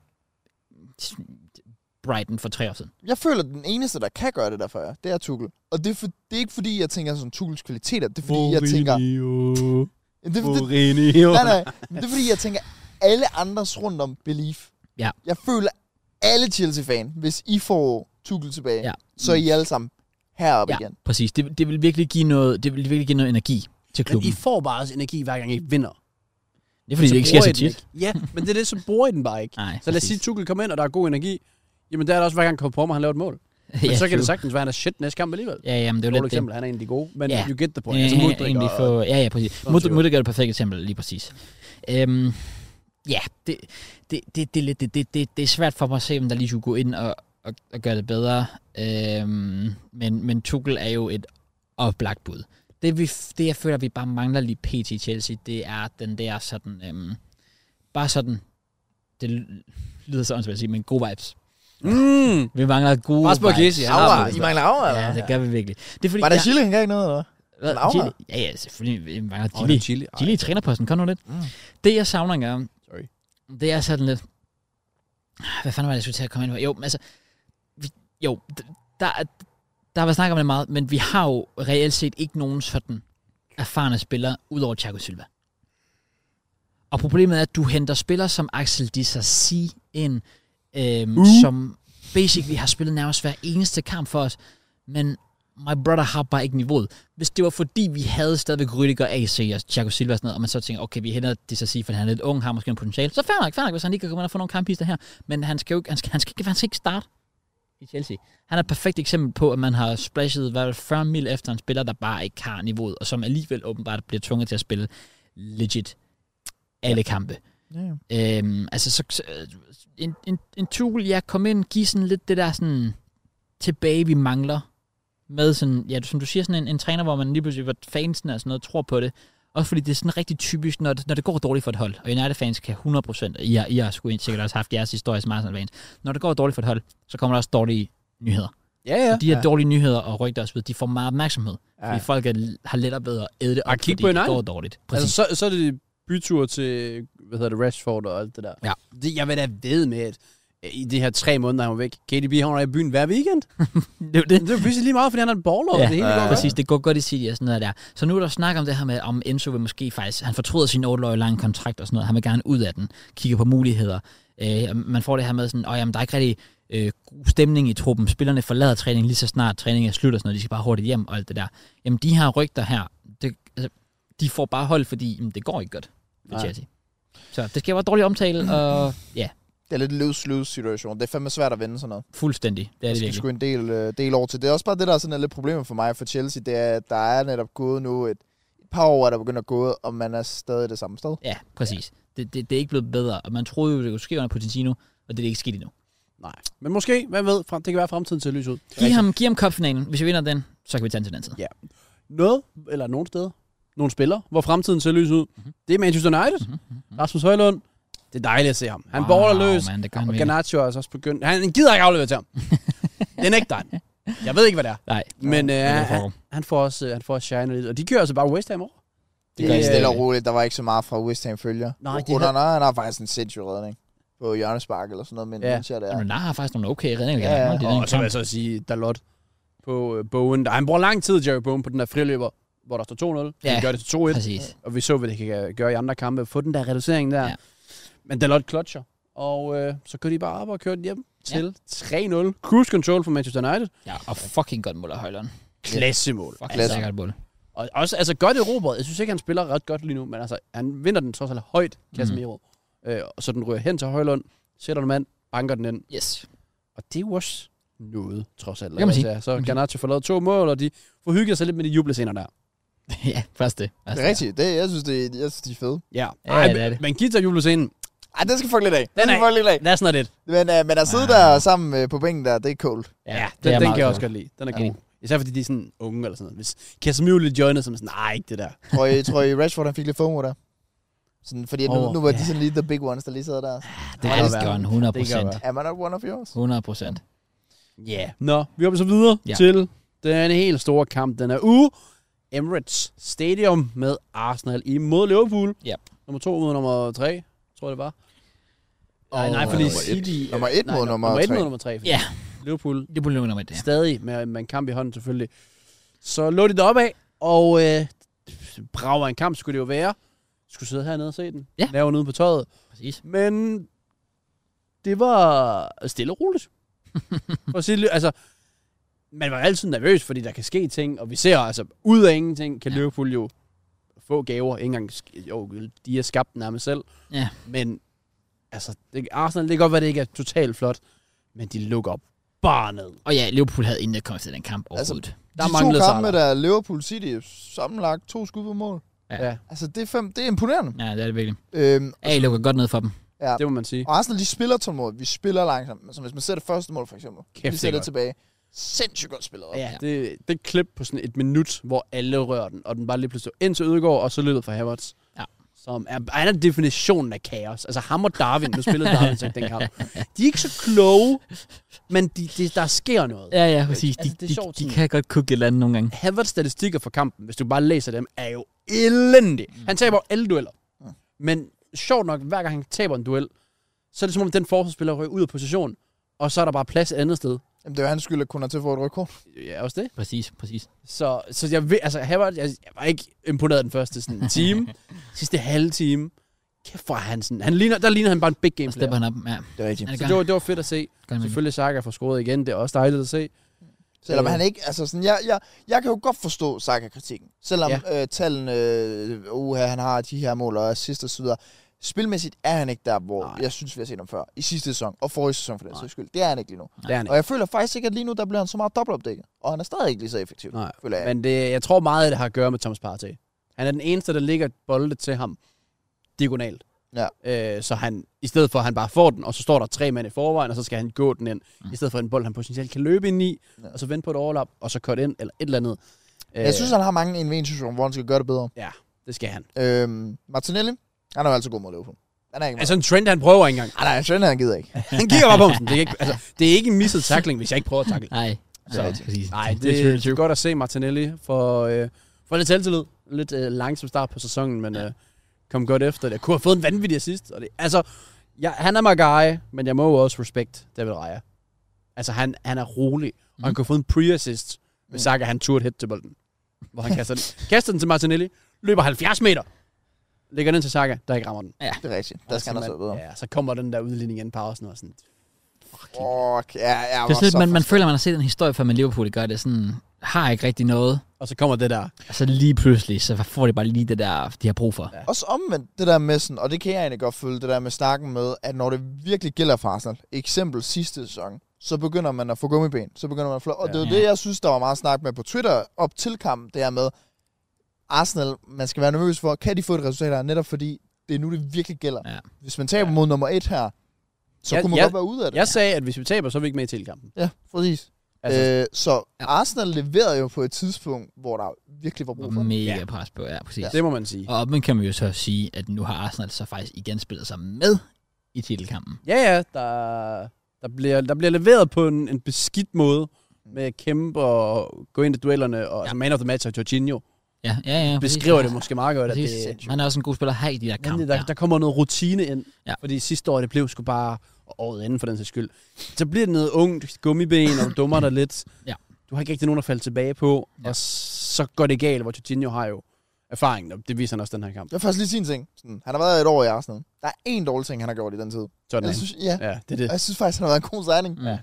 Speaker 1: Brighton for tre år siden.
Speaker 2: Jeg føler, at den eneste, der kan gøre det der for jer, det er Tuchel. Og det er, for, det er ikke fordi, jeg tænker sådan Tuchels kvaliteter. Det er fordi, jeg tænker... Det, det,
Speaker 3: Mourinho.
Speaker 2: Nej, nej. Men det er fordi, jeg tænker, alle andres rundt om belief.
Speaker 1: Ja.
Speaker 2: Jeg føler, alle Chelsea-fan, hvis I får Tuchel tilbage,
Speaker 1: Ja.
Speaker 2: ja. så er I alle sammen heroppe
Speaker 1: Ja,
Speaker 2: igen.
Speaker 1: præcis. Det, det, vil virkelig give noget, det vil virkelig give noget energi til
Speaker 3: Men
Speaker 1: klubben.
Speaker 3: I får bare også energi, hver gang I vinder.
Speaker 1: det er fordi,
Speaker 3: Så
Speaker 1: det ikke sker
Speaker 3: bruger
Speaker 1: så
Speaker 3: I den
Speaker 1: tit.
Speaker 3: ikke. Ja, men det er det, så bruger I den bare ikke.
Speaker 1: Nej,
Speaker 3: Så lad os
Speaker 1: præcis.
Speaker 3: sige, at Tuchel kommer ind, og der er god energi. Jamen, der er der også hver gang, kommer på mig, han laver et mål. Men
Speaker 1: ja,
Speaker 3: så kan
Speaker 1: true.
Speaker 3: det sagtens være, at han er shit næste kamp alligevel.
Speaker 1: Ja, ja, men det er jo
Speaker 3: Dårligt
Speaker 1: lidt det.
Speaker 3: eksempel, han er en af de gode, men
Speaker 1: Ja.
Speaker 3: you get the point.
Speaker 1: Ja,
Speaker 3: altså,
Speaker 1: han
Speaker 3: Mudrik
Speaker 1: Øh, egentlig
Speaker 3: og-
Speaker 1: få, ja, ja, præcis.
Speaker 3: Sådan
Speaker 1: Mud,
Speaker 3: sikkert.
Speaker 1: Mudrik er det perfekte eksempel, lige præcis. Øhm, ja, det, det, det, det, er lidt- det, det, det, det er svært for mig at se, om der lige skulle gå ind og, og, og gøre det bedre. Øhm, men, men Tuchel er jo et oplagt bud. Det, vi, det jeg føler, vi bare mangler lige pt. i Chelsea, det er den der sådan... Øhm, bare sådan... Det l- lyder sådan, skal jeg sige, men gode vibes.
Speaker 3: Mm.
Speaker 1: Vi mangler gode
Speaker 3: Pas på
Speaker 1: vibes.
Speaker 3: Kessie, han
Speaker 2: Aura, I mangler Aura, eller?
Speaker 1: Ja, det gør vi virkelig. Det er fordi,
Speaker 2: Var der
Speaker 1: jeg-
Speaker 2: Schilling engang noget, eller hvad?
Speaker 1: hvad?
Speaker 2: Aura?
Speaker 1: Chili? Ja, ja, selvfølgelig. Vi mangler
Speaker 3: Og
Speaker 1: Chili.
Speaker 3: Chili. Ej,
Speaker 1: Chili i trænerposten, kom nu lidt.
Speaker 2: Mm.
Speaker 1: Mm. Det, jeg savner engang,
Speaker 3: Sorry.
Speaker 1: det er sådan lidt... Hvad fanden var det, jeg skulle til at komme ind på? Jo, men altså... Vi, jo, d- der, er- der har været snakket om det meget, men vi har jo reelt set ikke nogen sådan erfarne spillere, udover Thiago Silva. Og problemet er, at du henter spillere som Axel Disasi ind, øhm, uh. som basically har spillet nærmest hver eneste kamp for os, men my brother har bare ikke niveauet. Hvis det var fordi, vi havde stadigvæk Rydiger, AC og Thiago Silva og sådan noget, og man så tænker, okay, vi henter Disasi, for han er lidt ung, har måske en potentiale, så fair nok, fair nok, hvis han lige kan komme ind og få nogle kamphister her, men han skal jo ikke, han skal, han skal, han skal ikke starte i Chelsea. Han er et perfekt eksempel på, at man har splashet hvad er det, 40 mil efter en spiller, der bare ikke har niveauet, og som alligevel åbenbart bliver tvunget til at spille legit alle kampe.
Speaker 2: Ja.
Speaker 1: Øhm, altså, så, så, øh, en, en, en Tuchel, ja, kom ind, giv sådan lidt det der sådan, tilbage, vi mangler, med sådan, ja, du- som du siger, sådan en, en træner, hvor man lige pludselig, hvor fansen og sådan noget, tror på det. Også fordi det er sådan rigtig typisk, når det, når det går dårligt for et hold, og United-fans kan 100%, og I har, I har sgu sikkert også haft jeres historie som Arsenal-fans, når det går dårligt for et hold, så kommer der også dårlige nyheder.
Speaker 3: Ja, ja. Altså,
Speaker 1: Og de her
Speaker 2: Ja.
Speaker 1: dårlige nyheder og rygter osv., de får meget opmærksomhed,
Speaker 2: Ja.
Speaker 1: fordi folk er, har lettere ved at æde det op,
Speaker 3: Og kig
Speaker 1: fordi
Speaker 3: på
Speaker 1: det
Speaker 3: United.
Speaker 1: går dårligt.
Speaker 3: Altså, så, så er det bytur til, hvad hedder det, Rashford og alt det der.
Speaker 1: Ja.
Speaker 3: Det, jeg vil da ved med, at i de her tre måneder, han var væk. KDB, han var i byen hver weekend.
Speaker 1: det, er jo det,
Speaker 3: Det er jo pludselig lige meget, fordi han er en baller. Ja. Det hele
Speaker 4: Ja,
Speaker 3: går
Speaker 4: ja.
Speaker 3: godt.
Speaker 1: Præcis, det går godt i City og sådan noget der. Så nu er der snak om det her med, om Enzo vil måske faktisk, han fortryder sin 8 årige lange kontrakt og sådan noget, han vil gerne ud af den, kigger på muligheder. Øh, og man får det her med sådan, åh jamen, der er ikke rigtig øh, god stemning i truppen, spillerne forlader træningen lige så snart træningen er slut og sådan noget, de skal bare hurtigt hjem og alt det der. Jamen de her rygter her, det, altså, de får bare hold, fordi jamen, det går ikke godt for
Speaker 3: Nej.
Speaker 1: Chelsea. Så det skal være dårlig omtale, og ja,
Speaker 2: Det er lidt lose-lose situation. Det er fandme svært at vende sådan noget.
Speaker 1: fuldstændig. Det er
Speaker 2: Der
Speaker 1: det
Speaker 2: skal
Speaker 1: virkelig.
Speaker 2: sgu en del, øh, del over til. Det er også bare det, der er sådan lidt problemet for mig for Chelsea, det er, at der er netop gået nu et et par år, er der begynder at gå, og man er stadig det samme sted.
Speaker 1: Ja, præcis. Det, det, det, er ikke blevet bedre, og man troede jo, det kunne ske under Pochettino, og det er det ikke sket endnu.
Speaker 3: Nej. Men måske, hvad ved, frem, det kan være fremtiden til at lyse ud.
Speaker 1: Giv ham, giv ham cupfinalen. Hvis vi vinder den, så kan vi tage den til den tid.
Speaker 3: Altså, Noget, eller nogen steder, nogle spillere, hvor fremtiden ser lys ud.
Speaker 1: Mhm.
Speaker 3: Mm-hmm. Det er Manchester United. Mm-hmm. Rasmus Højlund. Det er dejligt at se ham. Han wow, baller løs.
Speaker 1: Man, det gør han
Speaker 3: Og
Speaker 1: virkelig.
Speaker 3: Garnaccio er altså også begyndt. Han gider ikke aflevere til ham. det nægter han. Jeg ved ikke, hvad det er.
Speaker 1: Nej,
Speaker 3: Men øh,
Speaker 1: det er det,
Speaker 3: han,
Speaker 1: for.
Speaker 3: han, får også, øh, han får også shine lidt. Og de kører altså bare West Ham over.
Speaker 2: Det er
Speaker 3: øh,
Speaker 2: stille og roligt. Der var ikke så meget fra West Ham følger.
Speaker 3: Nej, de
Speaker 2: de Under, har... han har faktisk en sindssyg redning på hjørnespark eller sådan noget, men
Speaker 3: Ja.
Speaker 2: ja. der.
Speaker 1: Jamen,
Speaker 2: er.
Speaker 1: Lar har faktisk nogle okay redninger.
Speaker 2: Ja,
Speaker 1: Ja,
Speaker 2: ja.
Speaker 1: ja. Det,
Speaker 3: Og så vil jeg så sige Dalot på øh, Bowen. Der, han bruger lang tid, Jerry Bowen, på den der friløber, hvor der står 2-0. Ja.
Speaker 1: Ja.
Speaker 3: Han gør det til 2-1.
Speaker 1: præcis.
Speaker 3: Og vi så, hvad det kan gøre i andre kampe. Få den der reducering der.
Speaker 1: Ja.
Speaker 3: Ja. Men Dalot klotcher. Og øh, så kører de bare op og kører den hjem til 3-0. Cruise control for Manchester United.
Speaker 1: Ja, og fucking godt mål af Højlund.
Speaker 3: Klassemål.
Speaker 1: Fuck,
Speaker 2: Klasse.
Speaker 1: altså, godt mål.
Speaker 3: Og også, altså godt erobret. Jeg synes ikke, han spiller ret godt lige nu, men altså, han vinder den trods alt højt, Casemiro.
Speaker 1: Mhm.
Speaker 3: Mm. Øh, og så den ryger hen til Højlund, sætter en mand, banker den ind.
Speaker 1: Yes.
Speaker 3: Og det er jo også noget, trods alt.
Speaker 1: Det kan man sige.
Speaker 3: Altså,
Speaker 1: Det kan
Speaker 3: Så
Speaker 1: man sige.
Speaker 3: Garnaccio får lavet to mål, og de får hygget sig lidt med de jublescener der.
Speaker 1: altså, ja, først det. Først
Speaker 2: Det er rigtigt. Det, jeg, synes, det, jeg synes, de er fede.
Speaker 3: Ja,
Speaker 1: Ja,
Speaker 3: Ej,
Speaker 1: det er det.
Speaker 3: men guitar jublescenen,
Speaker 2: Ej, den skal fuck lidt af. Den,
Speaker 3: Den
Speaker 2: skal
Speaker 3: er-
Speaker 2: fuck lidt af.
Speaker 3: that's not it.
Speaker 2: Men, øh, men at sidde
Speaker 1: Wow.
Speaker 2: der sammen øh, på bænken der, det er koldt.
Speaker 3: Ja, ja den, den kan jeg også
Speaker 1: godt.
Speaker 3: godt lide. Den er
Speaker 1: Ja.
Speaker 3: god. Især fordi de er sådan unge eller sådan noget. Hvis Casemiro lidt joiner, så er man sådan, nej, ikke det der.
Speaker 2: Tror I, tror I Rashford han fik lidt FOMO der? Sådan, fordi nu,
Speaker 3: Over.
Speaker 2: nu var de
Speaker 3: Ja.
Speaker 2: sådan lige the big ones, der lige sidder der.
Speaker 1: Det
Speaker 3: Hold
Speaker 1: er
Speaker 3: da
Speaker 1: det
Speaker 3: være.
Speaker 1: gør han 100
Speaker 3: Det kan
Speaker 1: procent.
Speaker 3: være.
Speaker 2: Am I not one of yours?
Speaker 1: 100 procent.
Speaker 3: Ja. Nå, vi hopper så videre
Speaker 1: Ja.
Speaker 3: ja. til den helt store kamp. Den er uge. Emirates Stadium med Arsenal imod Liverpool.
Speaker 1: Ja.
Speaker 3: Nummer to mod nummer tre, tror jeg det var. Nej,
Speaker 2: Og-
Speaker 3: nej, fordi
Speaker 4: nummer et.
Speaker 3: City...
Speaker 2: Nummer et
Speaker 3: nej,
Speaker 2: mod
Speaker 3: nej,
Speaker 2: nummer
Speaker 3: nummer et
Speaker 2: tre.
Speaker 3: mod nummer tre. fordi
Speaker 1: Ja,
Speaker 3: Liverpool
Speaker 1: det burde løbe med det.
Speaker 3: ja. stadig med, med en kamp i hånden selvfølgelig. Så lå de deroppe af, og øh, brager en kamp skulle det jo være. Skulle sidde hernede og se den.
Speaker 1: Ja.
Speaker 3: Lave den ude på tøjet.
Speaker 1: Præcis.
Speaker 3: Men det var stille og roligt. For at sige, det lidt- altså, man var altid nervøs, fordi der kan ske ting, og vi ser altså, ud af ingenting, kan
Speaker 1: Ja.
Speaker 3: Liverpool jo få gaver, ikke engang, sk- jo, de er skabt nærmest selv,
Speaker 1: Ja.
Speaker 3: men altså, det, Arsenal, det kan godt være, det ikke er totalt flot, men de lukker bare ned.
Speaker 1: Og ja, Liverpool havde ikke kommet til den kamp overhovedet. Altså,
Speaker 3: Der
Speaker 2: de
Speaker 3: manglede
Speaker 2: to kampe,
Speaker 3: Salah.
Speaker 2: der er Liverpool City, sammenlagt to skud på mål.
Speaker 1: Ja.
Speaker 3: Ja.
Speaker 2: Altså, det er, fem, det er imponerende.
Speaker 1: ja, det er det virkelig.
Speaker 2: Øhm,
Speaker 1: A lukker godt ned for dem.
Speaker 2: ja.
Speaker 3: Det må man sige.
Speaker 2: Og Arsenal, de spiller tålmodigt. Vi spiller langsomt. Men så hvis man ser det første mål, for eksempel.
Speaker 3: Kæft,
Speaker 2: vi
Speaker 3: det er
Speaker 2: ser det
Speaker 3: godt.
Speaker 2: tilbage. Sindssygt godt spillet op.
Speaker 3: Ja, det, det klip på sådan et minut, hvor alle rører den, og den bare lige pludselig stod ind til Ødegaard, og så løbet fra Havertz.
Speaker 1: Ja.
Speaker 3: Som er, han er definitionen af kaos. Altså ham og Darwin, nu spillede Darwin så ikke den kamp. De er ikke så kloge, men de, de, der sker noget.
Speaker 1: Ja, ja, præcis. De,
Speaker 3: Altså, det er
Speaker 1: de,
Speaker 3: sjovt
Speaker 1: de
Speaker 3: sådan.
Speaker 1: kan godt kukke et eller andet nogle gange.
Speaker 3: Havertz statistikker for kampen, hvis du bare læser dem, er jo elendig.
Speaker 1: Mm.
Speaker 3: Han taber jo alle dueller. Men sjovt nok, hver gang han taber en duel, så er det som om, den forsvarsspiller ryger ud af position, og så er der bare plads et andet sted.
Speaker 2: Jamen, det er jo hans skyld, at kun har til for et rødt kort.
Speaker 3: Ja, også det.
Speaker 1: Præcis, præcis.
Speaker 3: Så, så jeg, ved, altså, jeg, var, jeg, jeg var ikke imponeret den første sådan, time. Sidste halve time. Kæft, hvor er han sådan. Han ligner, der ligner han bare en big game
Speaker 1: Og
Speaker 3: player.
Speaker 1: stepper han op. Ja,
Speaker 2: Det er rigtigt.
Speaker 1: han Altså, er
Speaker 3: Så
Speaker 1: gang.
Speaker 3: det var, det var fedt at se.
Speaker 1: Gang med
Speaker 3: Selvfølgelig Saka får scoret igen. Det er også dejligt at se.
Speaker 2: Selvom
Speaker 3: Øh.
Speaker 2: han ikke, altså sådan, jeg, jeg, jeg kan jo godt forstå Saka-kritikken. Selvom ja. øh, tallene, øh, uha, han har de her mål og assist og så videre. Spilmæssigt er han ikke der, hvor
Speaker 3: Nej.
Speaker 2: Nej. jeg synes, vi har set ham før. I sidste sæson, og forrige sæson for den
Speaker 3: Nej.
Speaker 2: sags skyld. Det er han ikke lige nu.
Speaker 3: Det er han
Speaker 2: Og jeg føler faktisk ikke, at lige nu, der bliver han så meget dobbeltopdækket. Og han er stadig ikke lige så effektiv,
Speaker 3: Nej,
Speaker 2: føler jeg.
Speaker 3: Men det, jeg tror meget, af det har at gøre med Thomas Partey. Han er den eneste, der ligger bolde til ham diagonalt.
Speaker 2: Ja.
Speaker 3: Øh, så han, i stedet for at han bare får den, og så står der tre mænd i forvejen, og så skal han gå den ind.
Speaker 1: Mm.
Speaker 3: I stedet for en bold, han potentielt kan løbe ind i,
Speaker 2: Ja.
Speaker 3: og så vende på et overlap, og så cut ind, eller et eller andet.
Speaker 2: Men
Speaker 1: øh,
Speaker 2: jeg synes, han har mange indvendingssituationer, hvor han skal gøre det bedre.
Speaker 3: Ja, Øh, det skal han.
Speaker 2: Øhm, Martinelli, han er jo altid god mod Liverpool. Han er ikke meget.
Speaker 3: Altså en trend, han prøver ikke engang.
Speaker 2: Nej, nej, Schønne, han gider ikke.
Speaker 3: Han kigger bare på mig sådan, det er, ikke, altså, det er ikke en misset tackling, hvis jeg ikke prøver at tackle.
Speaker 1: Nej.
Speaker 2: Så-
Speaker 1: præcis.
Speaker 3: Nej, det,
Speaker 1: er true,
Speaker 3: det, det er
Speaker 1: true.
Speaker 3: godt at se Martinelli for, øh, for lidt selvtillid. Lidt øh, langsom start på sæsonen, men øh, kom godt efter det. Jeg kunne have fået en vanvittig assist. Og det, altså, jeg, han er Magai, men jeg må jo også respekt David Raya. Altså, han, han er rolig, og han
Speaker 1: Mhm.
Speaker 3: kunne have fået en pre-assist, hvis Saka han turde hit til bolden. Hvor han kaster den. kaster den til Martinelli, løber 70 meter, lægger den til Saka, der ikke rammer den.
Speaker 2: Det er rigtigt.
Speaker 1: Altså,
Speaker 2: Der skal han have stået bedre.
Speaker 3: Ja, så kommer den der udligning igen i pausen og sådan,
Speaker 2: Fuck, ja, jeg
Speaker 1: Det er
Speaker 2: var
Speaker 1: sådan,
Speaker 2: så
Speaker 1: lidt, man, man
Speaker 2: frustreret.
Speaker 1: føler, man har set en historie før med Liverpool, det gør det sådan, har ikke rigtig noget.
Speaker 3: og så kommer det der.
Speaker 1: Og så lige pludselig, så får de bare lige det der, de har brug for.
Speaker 3: Ja.
Speaker 2: Også omvendt det der med sådan, og det kan jeg egentlig godt følge, det der med snakken med, at når det virkelig gælder for Arsenal, eksempel sidste sæson, så begynder man at få gummiben, så begynder man at flå, og det er jo
Speaker 1: Ja.
Speaker 2: det, jeg synes, der var meget snak med på Twitter op til kampen, det her med, Arsenal, man skal være nervøs for, kan de få et resultat her, netop fordi det er nu, det virkelig gælder.
Speaker 1: Ja.
Speaker 2: Hvis man taber
Speaker 3: Ja.
Speaker 2: mod nummer et her, så
Speaker 3: Ja,
Speaker 2: kunne man
Speaker 3: ja.
Speaker 2: godt være ude af det.
Speaker 3: Jeg sagde, at hvis vi taber, så er vi ikke med i tilkampen.
Speaker 2: Ja, præcis.
Speaker 3: Altså,
Speaker 2: Altså, øh, så
Speaker 1: Ja.
Speaker 2: ja. Arsenal leverede jo på et tidspunkt, hvor der virkelig var brug for det.
Speaker 1: Mega
Speaker 3: Ja.
Speaker 1: pres på, ja, præcis.
Speaker 3: det må man sige.
Speaker 1: Og omvendt kan man jo så sige, at nu har Arsenal så faktisk igen spillet sig med i titelkampen.
Speaker 3: Ja, ja, der, der, bliver, der bliver leveret på en, en beskidt måde med at kæmpe og gå ind i duellerne. Og, ja. Altså, man of the match og Jorginho
Speaker 1: Ja, ja, ja. præcis.
Speaker 3: beskriver
Speaker 1: Ja,
Speaker 3: det måske meget godt, at
Speaker 1: Præcis.
Speaker 3: det,
Speaker 1: Han er også en god spiller her i de der
Speaker 3: men
Speaker 1: kampe.
Speaker 3: det, der, der kommer noget rutine ind.
Speaker 1: Ja.
Speaker 3: Fordi sidste år, det blev sgu bare og året inden for den sags skyld. Så bliver det noget ungt gummiben, og du dummer dig lidt.
Speaker 1: Ja.
Speaker 3: Du har ikke rigtig nogen at falde tilbage på,
Speaker 1: Ja.
Speaker 3: ja. og så går det galt, hvor Jorginho har jo erfaringen, og det viser han også den her kamp.
Speaker 2: Jeg vil faktisk lige sige en ting. Sådan, han har været et år i Arsenal. Der er én dårlig ting, han har gjort i den tid.
Speaker 3: Sådan.
Speaker 2: Jeg synes, ja,
Speaker 3: Ja, det er det.
Speaker 2: og jeg synes faktisk, han har været en god signing.
Speaker 1: Ja.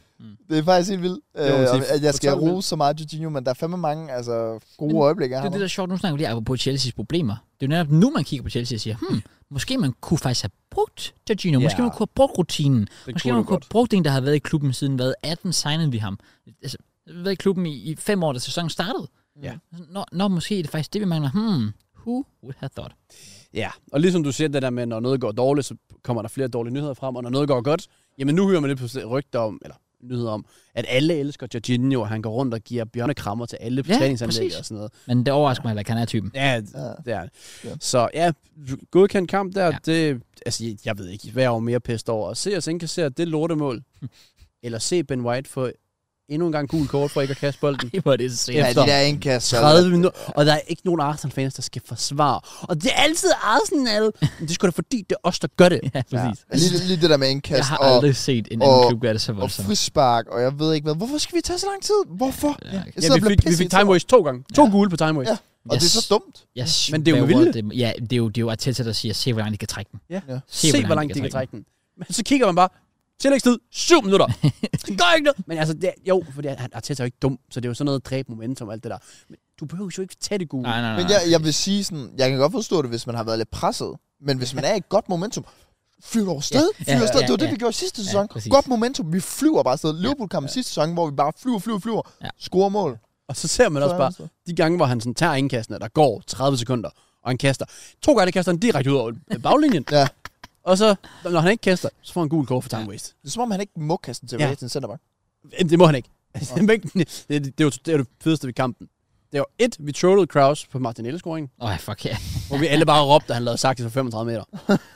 Speaker 2: Det er faktisk helt vildt,
Speaker 3: må man
Speaker 2: øh,
Speaker 3: sige.
Speaker 2: at jeg skal
Speaker 3: Fortæl lidt.
Speaker 2: rose så meget Jorginho, men der er fandme mange altså, gode
Speaker 1: Men
Speaker 2: øjeblikke,
Speaker 1: Det
Speaker 2: han
Speaker 1: er det,
Speaker 2: har.
Speaker 1: der er sjovt. Nu snakker vi lige apropos Chelsea's problemer. Det er jo netop nu, man kigger på Chelsea og siger, hmm, måske man kunne faktisk have brugt Jorginho. Måske
Speaker 3: Ja.
Speaker 1: man kunne have brugt rutinen.
Speaker 3: Det
Speaker 1: Måske
Speaker 3: kunne
Speaker 1: man
Speaker 3: du
Speaker 1: kunne
Speaker 3: godt.
Speaker 1: have brugt en, der har været i klubben siden hvad, 18 signede vi ham. Altså, været i klubben i, i fem år, da sæsonen startede.
Speaker 3: Ja.
Speaker 1: Nå, nå, måske er det faktisk det, vi mangler. Hmm, who would have thought?
Speaker 3: Ja, og ligesom du siger det der med, når noget går dårligt, så kommer der flere dårlige nyheder frem, og når noget går godt, jamen nu hører man lidt pludselig rygter om, eller nyheder om, at alle elsker Jorginho, og han går rundt og giver bjørnekrammer til alle på
Speaker 1: Ja,
Speaker 3: ja, træningsanlæg
Speaker 1: præcis.
Speaker 3: og sådan noget.
Speaker 1: Men det overrasker mig heller ikke, han er typen.
Speaker 3: Ja,
Speaker 2: Ja.
Speaker 3: det er han.
Speaker 2: Ja.
Speaker 3: Så ja, godkendt kamp der,
Speaker 1: Ja.
Speaker 3: ja. det, altså jeg, jeg ved ikke, hvad jeg var mere pæst over. At se os indkassere det lortemål, eller se Ben White få endnu en gang gul kort for ikke at kaste bolden.
Speaker 1: Det var det så
Speaker 2: Ja,
Speaker 3: efter
Speaker 2: de der indkast.
Speaker 3: 30 minutter, og der er ikke nogen Arsenal-fans, der skal forsvare. Og det er altid Arsenal. Men det skulle da fordi, det er os, der gør det.
Speaker 1: Ja, præcis. Ja.
Speaker 2: Lige, lige det der med indkast
Speaker 1: Jeg har
Speaker 2: og,
Speaker 1: aldrig set en anden
Speaker 2: og-
Speaker 1: klub gøre det så
Speaker 2: og
Speaker 1: voldsomt.
Speaker 2: frispark, og jeg ved ikke hvad. Hvorfor skal vi tage så lang tid? Hvorfor?
Speaker 1: Ja,
Speaker 2: Jeg
Speaker 3: Ja,
Speaker 2: sidder og
Speaker 3: vi
Speaker 2: bliver
Speaker 3: fik, vi
Speaker 2: pisse
Speaker 3: fik time waste to gange. To gule på time waste.
Speaker 2: Ja. Og det er så dumt.
Speaker 1: Jeg
Speaker 3: Men det er jo med
Speaker 1: sværger,
Speaker 3: vilje.
Speaker 1: Det, ja, det er jo, det er jo Arteta, der siger, se hvor langt de kan trække den.
Speaker 3: Ja.
Speaker 2: Ja.
Speaker 3: Se, hvor langt de kan trække den. Men så kigger man bare, Tillægstid, 7 minutter. Det gør ikke noget. Men altså, det, jo, for det, Arteta er jo ikke dum, så det er jo sådan noget dræb momentum og alt det der. Men du behøver jo ikke tage det gule.
Speaker 1: Nej, nej, nej.
Speaker 2: Men jeg, jeg vil sige sådan, jeg kan godt forstå det, hvis man har været lidt presset. Men hvis man er i et godt momentum, flyver du afsted,
Speaker 1: Ja,
Speaker 2: flyver
Speaker 1: ja,
Speaker 2: afsted.
Speaker 1: ja,
Speaker 2: Det var det,
Speaker 1: ja.
Speaker 2: vi gjorde sidste sæson.
Speaker 1: præcis.
Speaker 2: godt momentum, vi flyver bare afsted. Liverpool-kampen sidste sæson, hvor vi bare flyver, flyver, flyver.
Speaker 1: Ja.
Speaker 2: Scorer mål.
Speaker 3: Og så ser man også bare, de gange, hvor han sådan tager indkastene, der går 30 sekunder, og han kaster. To gange der kaster han direkte ud over baglinjen.
Speaker 2: Ja.
Speaker 3: Og så, når han ikke kaster, så får han gul kort for time waste.
Speaker 2: Det er som om, han ikke må kaste den tilbage
Speaker 3: Ja.
Speaker 2: til en centerback.
Speaker 3: Jamen, Det må han ikke. Altså, det, det, det, det, var, det var det fedeste ved kampen. Det var et, vi trollede Kraus på Martinelli-scoringen,
Speaker 1: Åh, oh, fuck ja.
Speaker 3: hvor vi alle bare råbte, at han lavede sagt for 35 meter.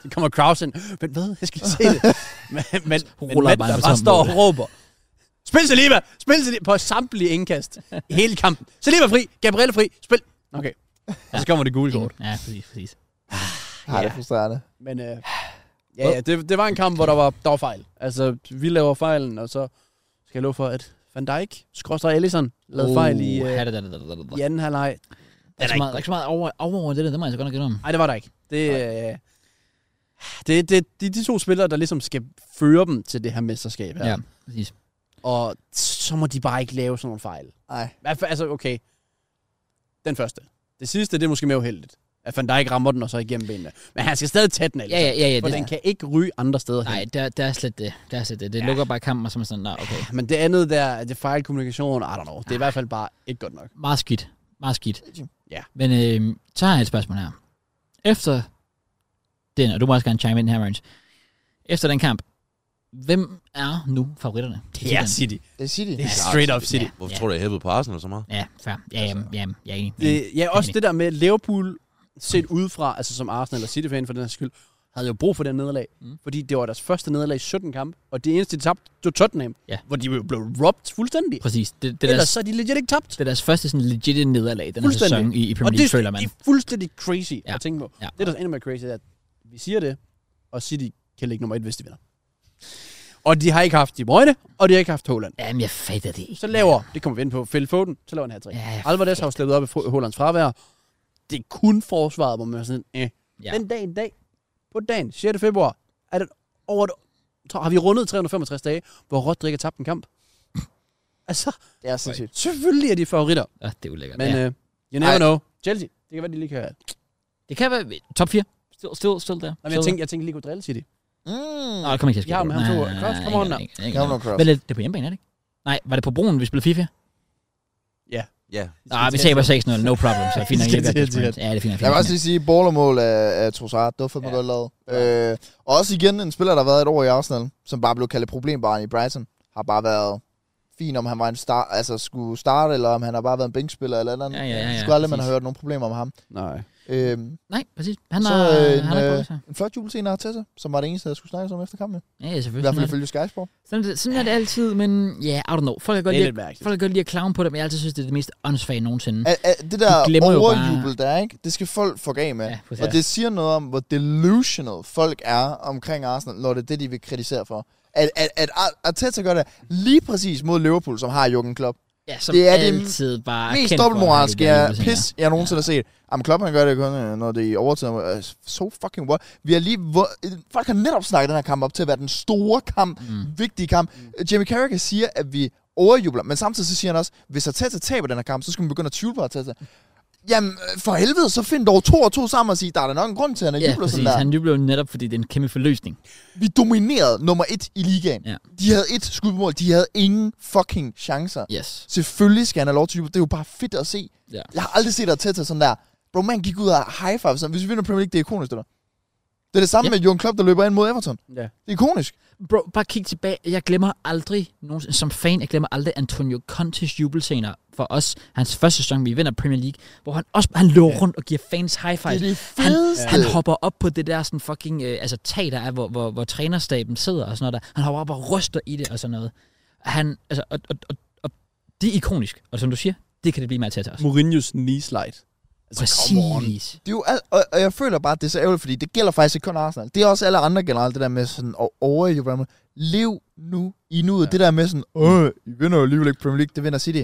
Speaker 3: Så kommer Kraus ind, men hvad, jeg skal lige se det. Men, men, men
Speaker 1: Ruller
Speaker 3: Matt,
Speaker 1: bare
Speaker 3: der
Speaker 1: på
Speaker 3: bare
Speaker 1: toppen.
Speaker 3: står og råber, spil Saliba, spil Saliba, på samtlige indkast, i hele kampen. Saliba fri, Gabriel fri, spil. Okay, og så kommer det gule kort.
Speaker 1: Ja, præcis, præcis.
Speaker 2: Ja, Ah, det er frustrerende.
Speaker 3: Men øh, ja, ja det, det var en kamp, hvor der var, der var fejl. Altså, vi laver fejlen, og så skal jeg love for, at Van Dijk, skråstrej Ellison, lavede fejl i,
Speaker 1: Uh,
Speaker 3: øh, i anden halvleg.
Speaker 1: der, er ikke så meget, der er ikke så meget over, over det der, det må jeg så godt nok om.
Speaker 3: Nej, det var der ikke. Det, øh, det, det, de, de to spillere, der ligesom skal føre dem til det her mesterskab her.
Speaker 1: Ja, præcis.
Speaker 3: Og så må de bare ikke lave sådan nogle fejl.
Speaker 2: Nej.
Speaker 3: Hvad for- Altså, okay. Den første. Det sidste, det er måske mere uheldigt. At Van Dijk rammer den, og så igennem benene. Men han skal stadig tage den,
Speaker 1: Ja,
Speaker 3: Ellison.
Speaker 1: ja, ja, ja.
Speaker 3: For
Speaker 1: Det,
Speaker 3: den kan ikke ryge andre steder hen.
Speaker 1: nej, der, der er slet det. Der er slet det. Det
Speaker 3: Ja.
Speaker 1: lukker bare kampen, og så er man sådan, nej, okay.
Speaker 3: Men det andet der, det er fejl kommunikation, I don't know. Det er i hvert fald bare ikke godt nok.
Speaker 1: Meget skidt. Meget skidt.
Speaker 3: Ja.
Speaker 1: Men øh, så har jeg et spørgsmål her. Efter den, og du må også gerne chime ind her, Marins. Efter den kamp, hvem er nu favoritterne? til den?
Speaker 3: City.
Speaker 2: Det er City.
Speaker 3: Det er
Speaker 2: Det.
Speaker 3: straight up City.
Speaker 1: Ja,
Speaker 4: altså, Hvorfor
Speaker 1: ja.
Speaker 4: tror du, jeg hæppede på Arsenal så meget?
Speaker 1: Ja, fair. Ja, jamen, jamen, jeg er enig.
Speaker 3: Altså, Det, ja, også
Speaker 1: Enig.
Speaker 3: det der med Liverpool set udefra, altså som Arsenal eller City-fan for den her skyld, havde jo brug for den nederlag.
Speaker 1: Mm.
Speaker 3: Mm. Fordi det var deres første nederlag i 17 kampe, og det eneste, de tabte, det var Tottenham,
Speaker 1: Ja.
Speaker 3: hvor de jo blev robbed fuldstændig.
Speaker 1: Præcis. Det, det, er
Speaker 3: Ellers
Speaker 1: deres,
Speaker 3: så er de legit ikke tabt.
Speaker 1: det er deres første sådan legit nederlag, den her
Speaker 3: Fuldstændig.
Speaker 1: sæson i, i
Speaker 3: Og
Speaker 1: Premier
Speaker 3: det,
Speaker 1: League, føler
Speaker 3: er-
Speaker 1: man.
Speaker 3: det er fuldstændig crazy ja.
Speaker 1: Ja.
Speaker 3: at tænke på.
Speaker 1: Ja.
Speaker 3: Det, der er endnu mere crazy, er, at vi siger det, og City kan ligge nummer et, hvis de vinder. Og de har ikke haft De Bruyne, og de har ikke haft Haaland.
Speaker 1: Jamen, jeg fatter det ikke.
Speaker 3: Så laver, det kommer vi ind på, Phil Foden, så laver han hat
Speaker 1: Ja,
Speaker 3: ja, Alvarez har jo slæbet op i Fro- Haalands fravær. Det er kun forsvaret, hvor man er sådan, eh.
Speaker 1: Ja.
Speaker 3: ja. Den dag i dag, på dagen, 6. februar, er det over et, tror, har vi rundet 365 dage, hvor Rodri ikke har tabt en kamp. altså,
Speaker 2: det er sindssygt.
Speaker 3: selvfølgelig er de favoritter,
Speaker 1: Åh, det er ulækkert.
Speaker 3: men
Speaker 1: ja.
Speaker 3: ja. uh, you never
Speaker 2: Ej.
Speaker 3: know. Chelsea, det kan være, de lige kan... Jamen,
Speaker 1: Det kan være top 4. Still, still, still der.
Speaker 3: jeg, tænkte, jeg tænkte lige kunne drille City.
Speaker 2: Mm.
Speaker 1: Nej, det kommer ikke til at ske.
Speaker 3: Jeg har ham, han tog Cross, come on now.
Speaker 2: Come on, Cross.
Speaker 1: Vel, det er på hjemmebane, er det ikke? Nej, var det på broen, vi spillede FIFA?
Speaker 4: Ja.
Speaker 1: Nej, vi taber 6-0. No problem, så fint nok.
Speaker 3: Vi skal
Speaker 1: jeg gør
Speaker 3: til
Speaker 1: det
Speaker 3: Etihad.
Speaker 1: sprint. Ja, det er fint nok.
Speaker 2: Jeg
Speaker 1: fint
Speaker 2: vil også
Speaker 1: nok.
Speaker 2: lige sige, ballermål af, af Trossard, det var fandme
Speaker 1: Ja.
Speaker 2: ja. godt lavet. Øh, og også igen en spiller, der har været et år i Arsenal, som bare blev kaldt et problembarn i Brighton, har bare været fin, om han var en star, altså skulle starte, eller om han har bare været en bænkspiller eller et eller andet.
Speaker 1: Ja, ja, ja, ja,
Speaker 2: Jeg skulle aldrig, man
Speaker 1: præcis.
Speaker 2: har hørt nogen problemer med ham.
Speaker 3: Nej.
Speaker 2: Øh,
Speaker 1: Nej, præcis. Han
Speaker 2: så
Speaker 1: har...
Speaker 2: øh, en,
Speaker 1: Han har
Speaker 2: øh, en flot julescene til sig, som var det eneste, jeg skulle snakke om efter kampen.
Speaker 1: Ja, ja,
Speaker 2: I
Speaker 1: selvfølgelig.
Speaker 2: hvert fald
Speaker 1: Sådan er
Speaker 2: ifølge Sky Sport.
Speaker 1: det. Sådan, er det- sådan er det altid, men ja, I don't know. Folk kan godt
Speaker 3: Det er
Speaker 1: lide
Speaker 3: lidt
Speaker 1: at-
Speaker 3: mærkeligt.
Speaker 1: folk kan godt lide at clown på det, men jeg altid synes, det er det mest åndssvage nogensinde.
Speaker 2: Al- al- Det
Speaker 1: Du glemmer
Speaker 2: der
Speaker 1: jo
Speaker 2: overjubel, der er, ikke? det skal folk få af med.
Speaker 1: Ja, præcis.
Speaker 2: Og det siger noget om, hvor delusional folk er omkring Arsenal, når det er det, de vil kritisere for. At, at, at Ar- Arteta gør det lige præcis mod Liverpool, som har Jürgen Klopp.
Speaker 1: Ja, som
Speaker 2: det er det
Speaker 1: altid bare
Speaker 2: Mest
Speaker 1: Ah, kendt for,
Speaker 2: dobbeltmoralsk
Speaker 1: at han
Speaker 2: jeg
Speaker 1: er lidt
Speaker 2: pis, jeg nogensinde har set. Jamen Klopp, han gør det kun, øh, når det er i overtid. Øh, So fucking what? Vi har lige... Hvor, øh, folk har netop snakket den her kamp op til at være den store kamp, mm. vigtige kamp. Mm. Jamie Carragher siger, at vi overjubler, men samtidig så siger han også, hvis Arteta taber den her kamp, så skal man begynde at tvivle på Arteta. Jamen, øh, for helvede, så find dog to og to sammen og sige, der er da nok en grund til, at han
Speaker 1: Ja,
Speaker 2: jubler sådan
Speaker 1: præcis.
Speaker 2: der.
Speaker 1: Han jubler jo netop, fordi det er en kæmpe forløsning.
Speaker 2: Vi dominerede nummer et i ligaen.
Speaker 1: Ja.
Speaker 2: De havde et skud på mål. De havde ingen fucking chancer.
Speaker 1: Yes.
Speaker 2: Selvfølgelig skal han have lov til at juble. Det er jo bare fedt at se.
Speaker 1: Ja.
Speaker 2: Jeg har aldrig set Arteta sådan der. Bro, man gik ud og high five. Sådan. Hvis vi vinder Premier League, det er ikonisk, det der. Det er det samme
Speaker 1: Ja.
Speaker 2: med Jürgen Klopp, der løber ind mod Everton.
Speaker 3: Ja.
Speaker 2: Det er ikonisk.
Speaker 1: Bro, bare kig tilbage. Jeg glemmer aldrig, nogensinde, som fan, jeg glemmer aldrig Antonio Contes jubelscener for os. Hans første sæson, vi vinder Premier League, hvor han også han løber ja. rundt og giver fans high five.
Speaker 2: Det er det
Speaker 1: han,
Speaker 2: fedeste.
Speaker 1: han hopper op på det der sådan fucking øh, altså, tag, der er, hvor, hvor, hvor trænerstaben sidder og sådan noget der. Han hopper op og ryster i det og sådan noget. Han, altså, og, og, og, og, det er ikonisk. Og som du siger, det kan det blive med til os.
Speaker 3: Mourinho's knee slide. Altså, come on.
Speaker 1: Præcis.
Speaker 2: Det er jo alt, og, og, jeg føler bare, at det er så ærgerligt, fordi det gælder faktisk ikke kun Arsenal. Det er også alle andre generelt, det der med sådan at overjuble. Lev nu i nuet. Ja. Det der med sådan, åh, I vinder jo alligevel ikke Premier League, det vinder City.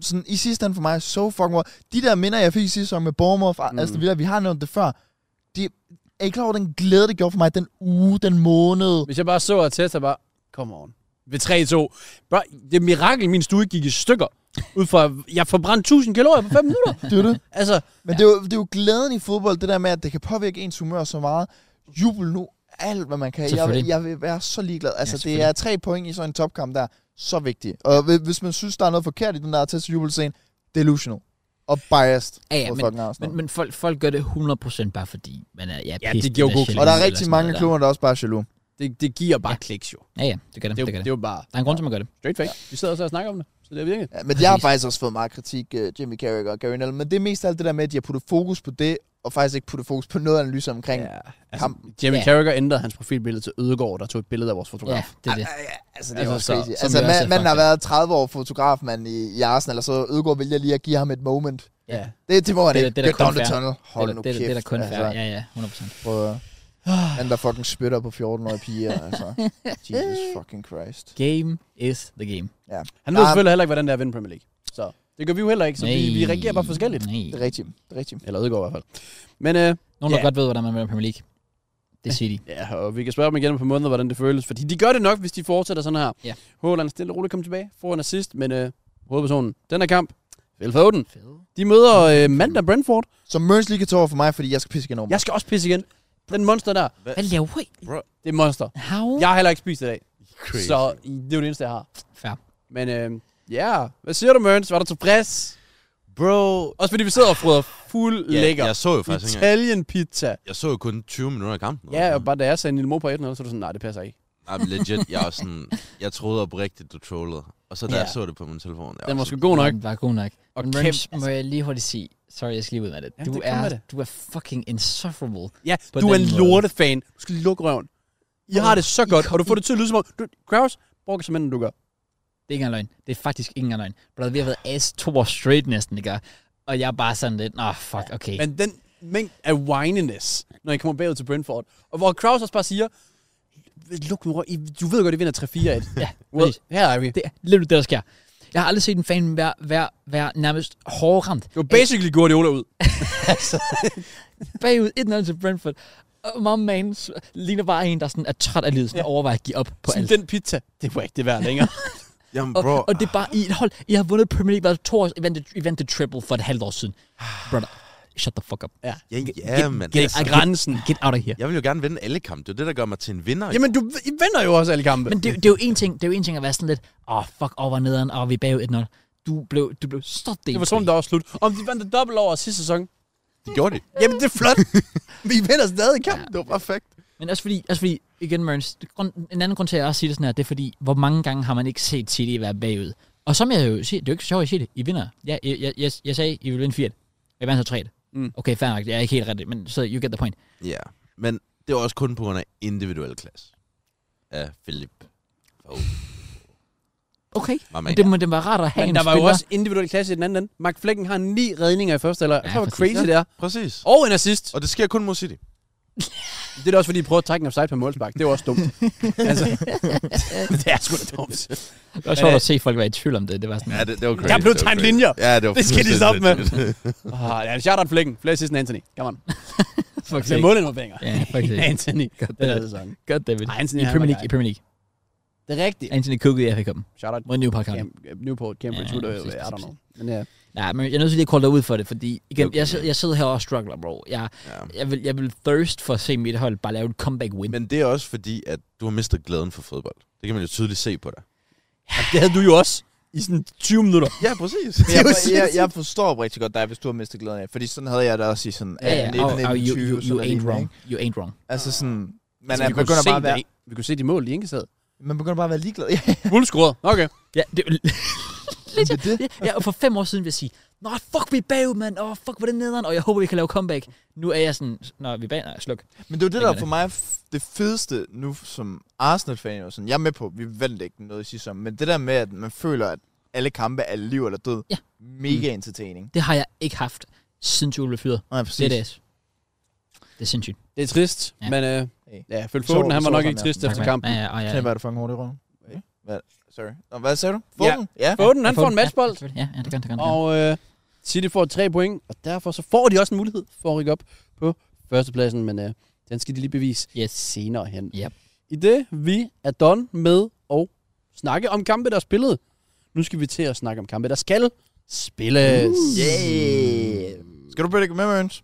Speaker 2: Sådan, I sidste ende for mig, so fucking what. De der minder, jeg fik i sidste sæson med Bournemouth, mm. Aston Villa, vi har nævnt det før. Det, er I klar over den glæde, det gjorde for mig den uge, den måned?
Speaker 3: Hvis jeg bare så Arteta bare, Come on. Ved 3-2. Bro, det er et mirakel, min stue ikke gik i stykker. Ud fra, jeg forbrændte 1000 kalorier på 5 minutter.
Speaker 2: Det er det.
Speaker 3: Altså,
Speaker 2: Men det, er jo, det er jo glæden i fodbold, det der med, at det kan påvirke ens humør så meget. Jubel nu alt, hvad man kan. Jeg,
Speaker 1: Selvfølgelig.
Speaker 2: jeg vil være så ligeglad. Altså, ja, det
Speaker 1: selvfølgelig.
Speaker 2: er tre point i sådan en topkamp, der er så vigtig. Og hvi- hvis man synes, der er noget forkert i den der test jubelscene, delusional. Og biased.
Speaker 1: Ja, ja,
Speaker 2: mod
Speaker 1: men-
Speaker 2: fucking Arsenal.
Speaker 1: Men, men folk, folk gør det 100% bare fordi, man er ja,
Speaker 3: Ja,
Speaker 1: pisse,
Speaker 3: det giver jo
Speaker 1: eller
Speaker 3: god
Speaker 1: jaloux
Speaker 2: og der er
Speaker 1: eller
Speaker 2: rigtig
Speaker 1: sådan
Speaker 2: mange
Speaker 1: noget der.
Speaker 2: klubber, der er også bare er jaloux.
Speaker 3: det, det giver bare
Speaker 1: Ja.
Speaker 3: ja. kliks jo.
Speaker 1: Ja, ja, det gør det.
Speaker 3: Det, er
Speaker 1: Det,
Speaker 3: jo-
Speaker 1: gør det.
Speaker 3: det er jo bare
Speaker 1: Der er en grund til, man gør det.
Speaker 3: straight face. Vi sidder så og snakker om det, så det er virkelig.
Speaker 2: Ja, men jeg har
Speaker 1: Præcis.
Speaker 2: faktisk også fået meget kritik, øh, Jimmy Carragher og Gary Neville, men det er mest alt det der med, at de har puttet fokus på det, og faktisk ikke puttet fokus på noget analyse omkring. Ja. Kampen.
Speaker 3: Jamie
Speaker 1: altså, Ja.
Speaker 3: Carragher ændrede hans profilbillede til Ødegård, der tog et billede af vores fotograf.
Speaker 1: Ja, det er det.
Speaker 2: Altså, det er
Speaker 3: Altså,
Speaker 2: altså, også
Speaker 3: så-
Speaker 2: crazy.
Speaker 3: som
Speaker 2: altså,
Speaker 3: vi også
Speaker 2: man,
Speaker 3: er
Speaker 2: manden har
Speaker 3: faktisk.
Speaker 2: været 30 år fotograf, mand, i, i Arsenal, og så Ødegaard vælger lige at give ham et moment.
Speaker 3: Ja.
Speaker 2: Det, det må han
Speaker 1: Det er-
Speaker 2: ikke.
Speaker 1: det er da
Speaker 2: Get down
Speaker 1: kun
Speaker 2: the
Speaker 1: fair.
Speaker 2: tunnel. Hold
Speaker 1: det,
Speaker 2: nu
Speaker 1: er- det, er-
Speaker 2: kæft.
Speaker 1: det er da kun
Speaker 2: altså,
Speaker 1: fair. Ja, ja, 100%.
Speaker 2: Prøv at... Han der fucking spytter på 14-årige piger, altså. Jesus fucking Christ.
Speaker 1: Game is the game.
Speaker 2: Ja,
Speaker 3: Han ved
Speaker 2: Ja.
Speaker 3: selvfølgelig heller ikke, hvordan det er at vinde Premier League. Så det gør vi jo heller ikke, så vi, vi reagerer bare forskelligt.
Speaker 1: Nej.
Speaker 2: det er rigtigt. Det er rigtigt.
Speaker 3: Eller Ødegård i hvert fald. Men øh,
Speaker 1: Nogen, der
Speaker 3: Ja.
Speaker 1: godt ved, hvordan man vinder Premier League. Det er City.
Speaker 3: ja, og vi kan spørge dem igen om på måneder, hvordan det føles. Fordi de gør det nok, hvis de fortsætter sådan her.
Speaker 1: Ja.
Speaker 3: Håland stille og roligt kom tilbage. Får en assist, men øh, hovedpersonen, den her kamp, Phil Foden. De møder øh, mandag Brentford.
Speaker 2: Så Mørns lige kan tage over for mig, fordi jeg skal pisse igen over
Speaker 3: Jeg skal også pisse igen. Den monster der,
Speaker 1: Hvad laver I?
Speaker 3: det er monster.
Speaker 1: How?
Speaker 3: Jeg har heller ikke spist i dag,
Speaker 4: Crazy.
Speaker 3: så det er jo det eneste, jeg har.
Speaker 1: Fair.
Speaker 3: Men øh, ja, yeah. hvad siger du, Mørns? Var du tilfreds?
Speaker 4: Bro.
Speaker 3: Også fordi vi sidder og fryder fuld
Speaker 4: Ja,
Speaker 3: lækker.
Speaker 4: jeg så jo faktisk ikke engang-
Speaker 3: Italian pizza.
Speaker 4: Jeg så jo kun 20 minutter af kampen.
Speaker 3: Ja, og bare da jeg sagde Nille Mo på 1 så er du sådan, nej, det passer ikke.
Speaker 4: Ej, men legit, jeg var sådan, jeg troede oprigtigt, du trollede. Og så da
Speaker 3: Ja.
Speaker 4: jeg så det på min telefon, jeg
Speaker 3: Den var
Speaker 4: var
Speaker 3: sgu
Speaker 4: sådan,
Speaker 3: god nok.
Speaker 1: Den var god nok. Og
Speaker 3: Og
Speaker 1: Men
Speaker 3: kæmpe-
Speaker 1: Rens, må jeg lige hurtigt sige, sorry, jeg skal lige ud af det.
Speaker 3: Ja,
Speaker 1: du,
Speaker 3: det kom
Speaker 1: er,
Speaker 3: med det.
Speaker 1: du er fucking insufferable.
Speaker 3: Ja,
Speaker 1: På
Speaker 3: du er
Speaker 1: den
Speaker 3: en
Speaker 1: måde.
Speaker 3: lortefan. Du skal lukke røven. I har det så
Speaker 1: I
Speaker 3: godt,
Speaker 1: kom-
Speaker 3: og du får det til at lyde som om, du, Kraus, brokker som end du gør.
Speaker 1: Det er ikke engang løgn. Det er faktisk ikke engang løgn. Brother, vi har været as to år straight næsten, ikke? Og jeg er bare sådan lidt, nå, fuck, okay.
Speaker 3: Men den mængde af whininess, når I kommer bagud til Brentford, og hvor Kraus også bare siger, luk nu røven. I- Du ved godt, I vinder 3-4-1.
Speaker 1: ja,
Speaker 3: Well,
Speaker 1: præcis.
Speaker 3: her er vi.
Speaker 1: det er lidt det, der sker. Jeg har aldrig set en fan være, være, være nærmest hårdramt.
Speaker 3: Det var basically Guardiola ud.
Speaker 1: Bagud 1-0 til Brentford. Og my man s- ligner bare en, der sådan er træt af livet, sådan ja. overvejer at give op på
Speaker 3: Sådan
Speaker 1: alt.
Speaker 3: den pizza, det var ikke det værd længere.
Speaker 4: jamen
Speaker 1: Og,
Speaker 4: bro,
Speaker 1: og det er bare, I, hold, I har vundet Premier League, været to år, I vandt, I vandt det triple for et halvt år siden. Brother, shut the fuck up.
Speaker 3: Ja.
Speaker 4: ja, ja, altså- man.
Speaker 3: Det er grænsen.
Speaker 1: Get out of here.
Speaker 4: Jeg vil jo gerne vinde alle kampe. Det er jo det, der gør mig til en vinder.
Speaker 3: Jamen, du I vinder jo også alle kampe.
Speaker 1: Men det, det er jo en ting, det er jo en ting at være sådan lidt, åh, oh, fuck, over nederen, og vi er bagud 1-0. Du blev, du blev så delt.
Speaker 3: det var som om, det var slut. Om de vandt det dobbelt over sidste sæson.
Speaker 4: det gjorde de.
Speaker 3: Jamen, det er flot. Vi vinder stadig kampen.
Speaker 4: Det var perfekt.
Speaker 1: Men også fordi, også fordi igen, Mørns, det- grund- en anden grund til, at jeg også siger det sådan her, det er fordi, hvor mange gange har man ikke set City være bagud? Og som jeg jo siger, det er jo ikke sjovt, at sige det. I vinder. Ja, jeg, jeg, jeg, jeg sagde, I vil vinde 4 Jeg vandt så 3
Speaker 3: Mm.
Speaker 1: mm. Okay, fair nok. Jeg er ikke helt rigtig, men så you get the point.
Speaker 4: Ja, men det var også kun på grund af individuel klasse. Af Philip. Oh,
Speaker 1: Okay,
Speaker 4: my man.
Speaker 1: men det, må, det var rart at have
Speaker 3: Men
Speaker 1: en
Speaker 3: der var jo
Speaker 1: spiller.
Speaker 3: også individuel klasse i den anden ende. Mark Flecken har ni redninger i første, eller
Speaker 1: Ja,
Speaker 3: ja, hvor
Speaker 1: præcis.
Speaker 3: crazy det er.
Speaker 4: Præcis.
Speaker 3: Og en assist.
Speaker 4: Og det sker kun mod City.
Speaker 3: Det er da også, fordi I prøver at trække en offside på målspark. Det er jo også dumt. altså, det er sgu da dumt.
Speaker 1: Det var sjovt at se folk være i tvivl om det. Det var sådan,
Speaker 4: Ja, det, det var crazy.
Speaker 3: Der blev
Speaker 4: Det var
Speaker 3: tegnet
Speaker 4: crazy.
Speaker 3: linjer.
Speaker 4: Ja, det var
Speaker 3: Det skal de
Speaker 4: fuldstændig
Speaker 3: stoppe med.
Speaker 4: sindssygt.
Speaker 3: Ah, ja, shout out Flecken. Flere sidst end Anthony. Come on.
Speaker 1: fuck
Speaker 3: Det er
Speaker 1: sake.
Speaker 3: målinvolveringer.
Speaker 1: Ja, fuck sake.
Speaker 3: Anthony.
Speaker 1: God
Speaker 3: Den er
Speaker 1: damn it.
Speaker 3: sæson.
Speaker 1: God damn it.
Speaker 3: Ej, Anthony,
Speaker 1: I
Speaker 3: han
Speaker 1: Premier
Speaker 3: var
Speaker 1: League, i
Speaker 3: gej.
Speaker 1: Premier League.
Speaker 3: Det er rigtigt.
Speaker 1: Anthony Cook i FA Cup.
Speaker 3: Shout out
Speaker 1: Mod Newpark County.
Speaker 3: Cam- Newport, Cambridge,
Speaker 1: Ja,
Speaker 3: ja,
Speaker 1: præcis,
Speaker 3: I don't
Speaker 1: præcis.
Speaker 3: know. Men ja.
Speaker 1: Nej, men jeg er nødt til lige at kolde dig ud for det, fordi igen,
Speaker 4: Okay.
Speaker 1: jeg, sidder- jeg sidder her og struggler, bro. Jeg,
Speaker 4: Ja.
Speaker 1: jeg, vil, jeg vil thirst for at se mit hold bare lave et comeback win.
Speaker 4: Men det er også fordi, at du har mistet glæden for fodbold. Det kan man jo tydeligt se på dig.
Speaker 3: Og det havde du jo også i sådan 20 minutter.
Speaker 4: Ja, præcis.
Speaker 2: Jeg, jeg, jeg, jeg forstår rigtig godt dig, hvis du har mistet glæden af, fordi sådan havde jeg det også i sådan
Speaker 1: Ja, ja,
Speaker 2: 18, 19,
Speaker 1: og, og you,
Speaker 2: 20,
Speaker 1: you,
Speaker 2: sådan
Speaker 1: you
Speaker 2: noget
Speaker 1: ain't
Speaker 2: lignende,
Speaker 1: wrong.
Speaker 2: ikke?
Speaker 1: You ain't wrong.
Speaker 2: Altså sådan, man,
Speaker 3: Altså,
Speaker 2: er,
Speaker 3: vi, kunne
Speaker 2: begynder
Speaker 3: se
Speaker 2: bare at være,
Speaker 3: det, vi kunne se de mål, de ikke sad.
Speaker 2: man begynder bare at være ligeglad. Ja,
Speaker 3: Fuld scoret. Okay.
Speaker 1: Ja, det,
Speaker 2: det er det.
Speaker 1: ja, og for fem år siden ville jeg sige, Nå, fuck, vi er bagud, mand. Åh, oh, fuck, hvor er det nederen. Og jeg håber, vi kan lave comeback. Nu er jeg sådan, når vi er bag, nej, sluk.
Speaker 2: Men det var det,
Speaker 1: Tænker
Speaker 2: der
Speaker 1: det.
Speaker 2: for mig er f- det fedeste nu som Arsenal-fan. Og sådan, jeg er med på, vi vandt ikke noget i sidste sæson, men det der med, at man føler, at alle kampe er liv eller død.
Speaker 1: Ja. Mm.
Speaker 2: Mega entertaining.
Speaker 1: Det har jeg ikke haft, siden Jule blev fyret.
Speaker 2: Nej,
Speaker 1: Det er det. altså. Det er sindssygt.
Speaker 3: Det er trist,
Speaker 1: Ja.
Speaker 3: ja. men øh,
Speaker 2: Hey.
Speaker 3: ja, Phil
Speaker 2: Så-
Speaker 3: Foden, han var
Speaker 2: så
Speaker 3: nok
Speaker 2: sådan,
Speaker 3: ikke
Speaker 2: ja.
Speaker 3: trist efter
Speaker 1: mand.
Speaker 3: kampen.
Speaker 1: Ja, ja, og ja.
Speaker 2: Kan jeg være, du fucking hurtigt i røven?
Speaker 3: Hvad?
Speaker 2: Hvad? Sorry. Nå, hvad sagde du?
Speaker 3: Ja.
Speaker 2: Foden? Ja. ja.
Speaker 3: Foden, han får en matchbold,
Speaker 1: Ja, selvfølgelig. Ja, ja, det gør han, det gør han, det gør han.
Speaker 3: og øh, City får tre point, og derfor så får de også en mulighed for at rykke op på førstepladsen, men øh, den skal de lige bevise
Speaker 1: Yes.
Speaker 3: senere hen.
Speaker 1: Yep.
Speaker 3: I det, vi er done med at snakke om kampe, der er spillet. Nu skal vi til at snakke om kampe, der skal spilles.
Speaker 2: Yeah. Skal du bedre med, Mørens?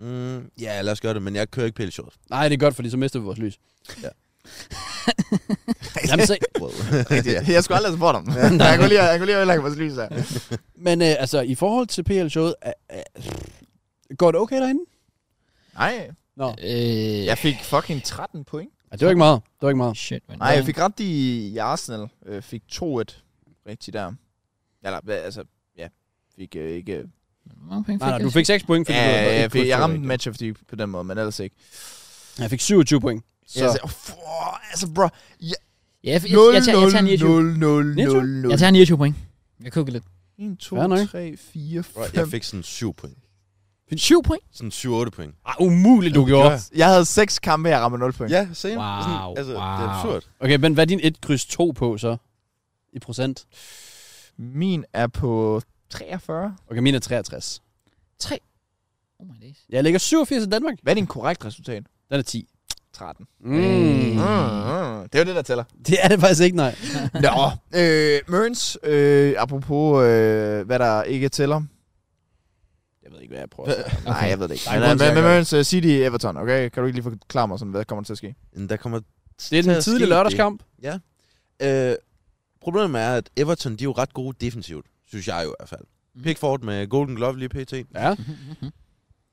Speaker 4: Mm, ja, lad os gøre det, men jeg kører ikke pæl short.
Speaker 3: Nej, det er godt, fordi så mister vi vores lys.
Speaker 4: Ja.
Speaker 3: Jamen, så,
Speaker 4: ja.
Speaker 2: Jeg skulle aldrig have spurgt om det. Jeg kunne lige, jeg kunne lige ødelægge vores lys her.
Speaker 3: men øh, altså, i forhold til PL-showet, øh, øh, går det okay derinde?
Speaker 2: Nej,
Speaker 3: Nå,
Speaker 1: Øh,
Speaker 2: jeg fik fucking 13 point.
Speaker 3: ja, det var ikke meget. Det var ikke meget.
Speaker 1: Shit, man.
Speaker 2: Nej, jeg fik ret i, i Arsenal. Øh, fik 2-1 rigtig der. Eller, hva- altså, ja. Fik øh, ikke... Øh,
Speaker 1: Hvor mange penge
Speaker 3: Nej, nej,
Speaker 1: jeg?
Speaker 3: du fik 6 point, fordi du havde
Speaker 2: ja,
Speaker 3: et
Speaker 2: jeg, fik,
Speaker 3: kryds,
Speaker 2: jeg
Speaker 3: tror
Speaker 2: ramte
Speaker 3: ikke.
Speaker 2: match of the på den måde, men ellers ikke.
Speaker 3: Jeg fik 27 point.
Speaker 2: Så. Jeg sagde, oh, for, altså, bro.
Speaker 1: Ja, jeg, jeg,
Speaker 2: 0,
Speaker 1: jeg, tager, jeg tager
Speaker 2: 0,
Speaker 1: 29.
Speaker 2: 0, 0, 0, 0.
Speaker 1: Jeg tager 29 point. Jeg kukker lidt.
Speaker 2: 1, 2,
Speaker 3: Fair nok.
Speaker 2: 3, 4,
Speaker 4: Bro, jeg
Speaker 2: 5.
Speaker 4: fik sådan 7 point.
Speaker 1: 7 point?
Speaker 4: Sådan 7-8 point.
Speaker 3: Ah, umuligt, du gjorde.
Speaker 2: Jeg havde 6 kampe, jeg rammer 0 point.
Speaker 4: Ja, same.
Speaker 1: Wow,
Speaker 4: sådan, altså, det er
Speaker 1: wow.
Speaker 4: absurd.
Speaker 3: Okay, men hvad er din 1 kryds 2 på så? I procent?
Speaker 2: Min er på 43.
Speaker 3: Okay, min er 63.
Speaker 1: 3. Oh my days.
Speaker 3: Jeg ligger 87 i Danmark.
Speaker 2: Hvad er din korrekt resultat?
Speaker 3: Den er 10.
Speaker 2: 13.
Speaker 1: Mm.
Speaker 2: Mm. Mm. Det er jo det, der tæller.
Speaker 3: Det er det faktisk ikke, nej.
Speaker 2: Nå, øh, Mørens, øh, apropos, øh, hvad der ikke tæller. Jeg ved ikke, hvad jeg prøver at sige. Nej, jeg ved det ikke.
Speaker 3: Der
Speaker 2: Men,
Speaker 3: er en
Speaker 2: øh,
Speaker 3: grund
Speaker 2: men,
Speaker 3: til, jeg
Speaker 2: men
Speaker 3: gør det.
Speaker 2: Mørens, uh, City Everton, okay? Kan du ikke lige forklare mig, sådan, hvad kommer der til at ske?
Speaker 4: Men Der kommer
Speaker 3: Det er
Speaker 4: til
Speaker 3: den
Speaker 4: at
Speaker 3: tidlige
Speaker 4: ske
Speaker 3: lørdagskamp.
Speaker 4: det. Øh, problemet er, at Everton, de er jo ret gode defensivt, synes jeg jo i hvert fald.
Speaker 3: Mhm.
Speaker 4: Pickford med Golden Glove lige pt.
Speaker 3: Ja.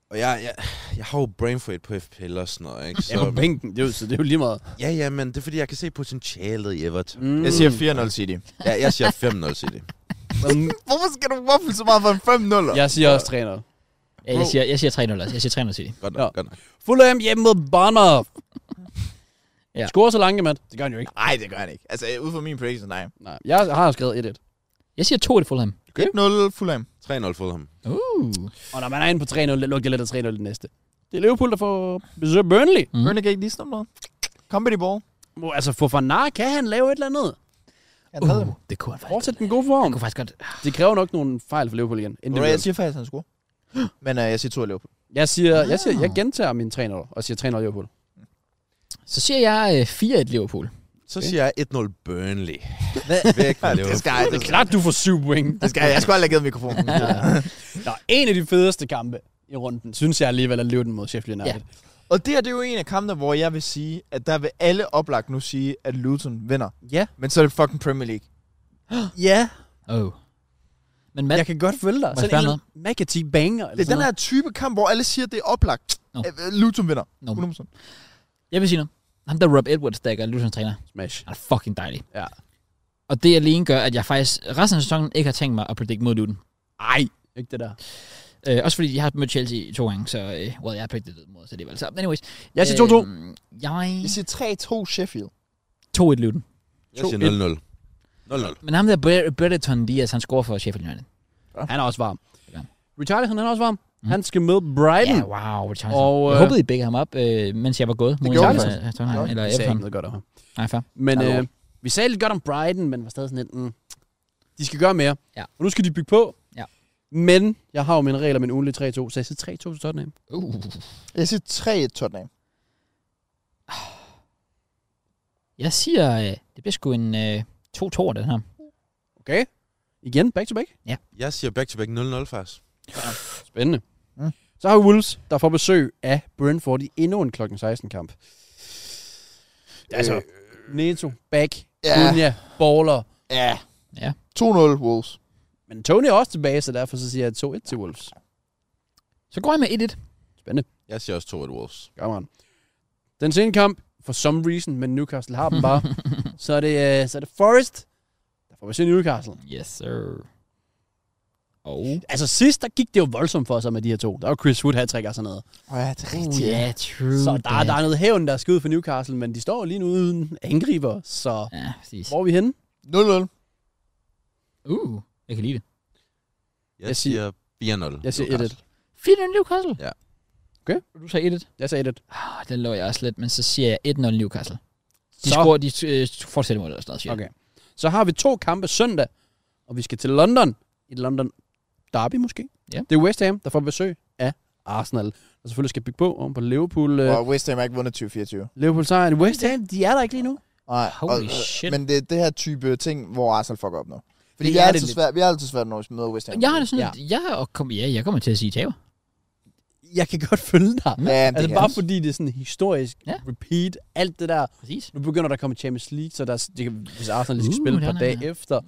Speaker 4: Og jeg, jeg, jeg har jo Brainford på FPL og sådan noget, ikke?
Speaker 3: Jeg er på bænken, det er, jo, så det er jo lige meget.
Speaker 4: ja, ja, men det er fordi, jeg kan se potentialet i Everton.
Speaker 3: Mm.
Speaker 2: Jeg siger 4-0 City.
Speaker 4: Ja, jeg siger 5-0 til det.
Speaker 2: Hvorfor skal du waffle så meget for en 5-0'er?
Speaker 3: Jeg siger også 3-0.
Speaker 1: Ja, jeg siger, jeg siger 3-0 også. Jeg siger 3-0 City.
Speaker 4: Godt
Speaker 3: Ja.
Speaker 4: nok, godt nok.
Speaker 3: Fulham hjemme mod Bournemouth.
Speaker 1: Ja.
Speaker 3: ja. Scorer så langt, mand. Det gør han jo ikke.
Speaker 2: Nej, det gør han ikke. Altså, ud fra min prediction, nej.
Speaker 3: Nej. Jeg har skrevet 1-1.
Speaker 1: Jeg siger 2 i Fulham.
Speaker 2: 1-0 Fulham.
Speaker 4: 3-0 fået ham.
Speaker 1: Uh.
Speaker 3: Og når man er inde på 3-0, det lugter lidt af 3-0 det næste. Det er Liverpool, der får besøg af Burnley.
Speaker 1: Mm.
Speaker 2: Mm. Burnley kan ikke lige snakke noget. Company ball.
Speaker 3: Må, altså, for Fanar kan han lave et eller andet.
Speaker 2: Han havde
Speaker 1: uh.
Speaker 2: det.
Speaker 1: Det kunne han faktisk.
Speaker 3: Fortsæt den gode form.
Speaker 1: Jeg kunne faktisk godt...
Speaker 3: Det kræver nok nogle fejl for Liverpool igen.
Speaker 2: Right, jeg
Speaker 3: Individuelt.
Speaker 2: siger faktisk, at han scorer. Men øh, jeg siger 2 af Liverpool.
Speaker 3: Jeg siger, jeg siger, jeg gentager min 3-0 og siger 3-0 Liverpool.
Speaker 1: Så siger jeg øh, 4-1 Liverpool.
Speaker 4: Så siger jeg 1-0 Burnley. Væk med
Speaker 2: Det skal
Speaker 4: Liverpool.
Speaker 2: jeg.
Speaker 3: Det er
Speaker 2: Det,
Speaker 3: klart, du får 7 point.
Speaker 2: det skal jeg. Jeg skulle aldrig have givet mikrofonen.
Speaker 3: Nå, en af de fedeste kampe i runden, synes jeg alligevel er Luton mod Sheffield United. Ja.
Speaker 2: Og det her, det er jo en af kampene, hvor jeg vil sige, at der vil alle oplagt nu sige, at Luton vinder.
Speaker 3: Ja.
Speaker 2: Men så er det fucking Premier League.
Speaker 3: ja.
Speaker 1: Oh. Men Matt,
Speaker 3: Jeg kan godt følge dig.
Speaker 1: Må jeg
Speaker 3: Sådan
Speaker 1: spørge
Speaker 3: en
Speaker 1: noget?
Speaker 3: McAtee banger. Eller
Speaker 2: Det er
Speaker 3: sådan
Speaker 2: den her type kamp, hvor alle siger, at det er oplagt.
Speaker 1: Nå.
Speaker 2: No. Luton vinder.
Speaker 1: Nå.
Speaker 2: 100%.
Speaker 1: jeg vil sige noget. Ham der Rob Edwards, der gør Luton træner,
Speaker 3: noget. Smash.
Speaker 1: han er fucking dejlig.
Speaker 3: Ja.
Speaker 1: Og det alene gør, at jeg faktisk resten af sæsonen ikke har tænkt mig at predict mod Luton.
Speaker 3: Ej, ikke det der.
Speaker 1: Øh, også fordi jeg har mødt Chelsea to gange, så øh, well, jeg har predicted det mod, så det er vel så. Anyways.
Speaker 3: Jeg siger 2-2.
Speaker 1: Øh, jeg...
Speaker 2: Jeg siger 3-2 Sheffield.
Speaker 1: 2-1 Luton.
Speaker 4: Jeg siger 0-0. 0-0.
Speaker 1: Men ham der Bre- Brereton Diaz, han scorer for Sheffield United.
Speaker 3: Han er også varm.
Speaker 1: Ja.
Speaker 3: Richarlison, han er også varm. Han skal med Brighton.
Speaker 1: Ja,
Speaker 3: Ja,
Speaker 1: wow. Richardson.
Speaker 3: Og,
Speaker 1: jeg
Speaker 3: øh,
Speaker 1: håbede, I begge ham op, øh, mens jeg var gået. mod
Speaker 2: gjorde
Speaker 1: øh,
Speaker 2: vi
Speaker 1: Tottenham
Speaker 2: Gjorde vi.
Speaker 1: Eller
Speaker 3: vi sagde ikke
Speaker 1: Everton.
Speaker 3: noget godt om ham.
Speaker 1: Nej, fair.
Speaker 3: Men
Speaker 1: Ja,
Speaker 3: øh, vi sagde lidt godt om Brighton, men var stadig sådan lidt, mm, de skal gøre mere.
Speaker 1: Ja.
Speaker 3: Og nu skal de bygge på.
Speaker 1: Ja.
Speaker 3: Men jeg har jo mine regler, min ugenlige 3-2, så jeg siger 3-2 til Tottenham.
Speaker 1: Uh.
Speaker 2: Jeg siger 3-1 Tottenham.
Speaker 1: Jeg siger, øh, det bliver sgu en øh, 2-2 den her.
Speaker 3: Okay. Igen, back to back.
Speaker 4: Jeg siger back-to-back 0-0 faktisk.
Speaker 3: Spændende.
Speaker 2: Mm.
Speaker 3: Mm. Så har vi Wolves, der får besøg af Brentford i endnu en klokken 16 kamp. Altså, Neto, Back,
Speaker 2: Ja.
Speaker 3: ja. Cunha, Baller.
Speaker 2: Ja.
Speaker 1: Ja.
Speaker 2: 2-0 Wolves.
Speaker 3: Men Tony er også tilbage, så derfor så siger jeg 2-1 til Wolves.
Speaker 1: Så går jeg med 1-1.
Speaker 3: Spændende.
Speaker 4: Jeg siger også 2-1 Wolves.
Speaker 3: Gør man. Den sene kamp, for some reason, men Newcastle har dem bare. så, er det, øh, så er det Forest, der får besøg af Newcastle.
Speaker 1: Yes, sir. Oh, Og...
Speaker 3: Altså sidst, der gik det jo voldsomt for sig med de her to. Der var Chris Wood, hat og sådan noget.
Speaker 2: Åh ja, det er
Speaker 1: Uh, yeah, true.
Speaker 3: Så der,
Speaker 1: that.
Speaker 3: der er noget hævn, der er skudt for Newcastle, men de står jo lige nu uden angriber, så
Speaker 1: Ja, præcis.
Speaker 3: hvor er vi henne?
Speaker 2: 0-0.
Speaker 1: Uh, jeg kan lide det.
Speaker 4: Jeg,
Speaker 3: Jeg
Speaker 4: jeg
Speaker 3: siger-
Speaker 4: siger 4-0.
Speaker 3: Jeg siger
Speaker 4: Newcastle.
Speaker 1: 4-0 Newcastle.
Speaker 4: Ja.
Speaker 3: Okay.
Speaker 1: Og Du sagde 1-1.
Speaker 3: Jeg sagde det.
Speaker 1: Ah, den lå jeg også lidt, men så siger jeg 1-0 Newcastle. De
Speaker 3: Så-
Speaker 1: scorer, de øh, fortsætter mod eller sådan noget, siger jeg.
Speaker 3: Okay. Så har vi to kampe søndag, og vi skal til London. Et London derby måske.
Speaker 1: Ja.
Speaker 3: Det er West Ham, der får besøg af Arsenal. Og selvfølgelig skal bygge på om på Liverpool. øh, Wow.
Speaker 2: Og West Ham har ikke vundet 2024.
Speaker 3: Liverpool sejren. West Ham, de er der ikke lige nu.
Speaker 2: Nej.
Speaker 1: Holy shit.
Speaker 2: Men det er det her type ting, hvor Arsenal fucker op nu. Fordi
Speaker 1: Det
Speaker 2: vi
Speaker 1: er
Speaker 2: er,
Speaker 1: det
Speaker 2: altid
Speaker 1: lidt.
Speaker 2: svært, vi er altid svært, når vi møder West Ham.
Speaker 1: Jeg har det sådan, at jeg, og kom, ja, jeg kommer til at sige taber.
Speaker 3: Jeg kan godt følge dig.
Speaker 2: Ja, det
Speaker 3: altså
Speaker 2: kan
Speaker 3: bare
Speaker 2: jeg.
Speaker 3: fordi det er sådan historisk
Speaker 1: Ja.
Speaker 3: repeat, alt det der.
Speaker 1: Præcis.
Speaker 3: Nu begynder der at komme Champions League, så der, er s- det kan, hvis Arsenal lige skal
Speaker 1: Uh,
Speaker 3: spille et
Speaker 1: der
Speaker 3: par
Speaker 1: er
Speaker 3: dage
Speaker 1: noget.
Speaker 3: efter,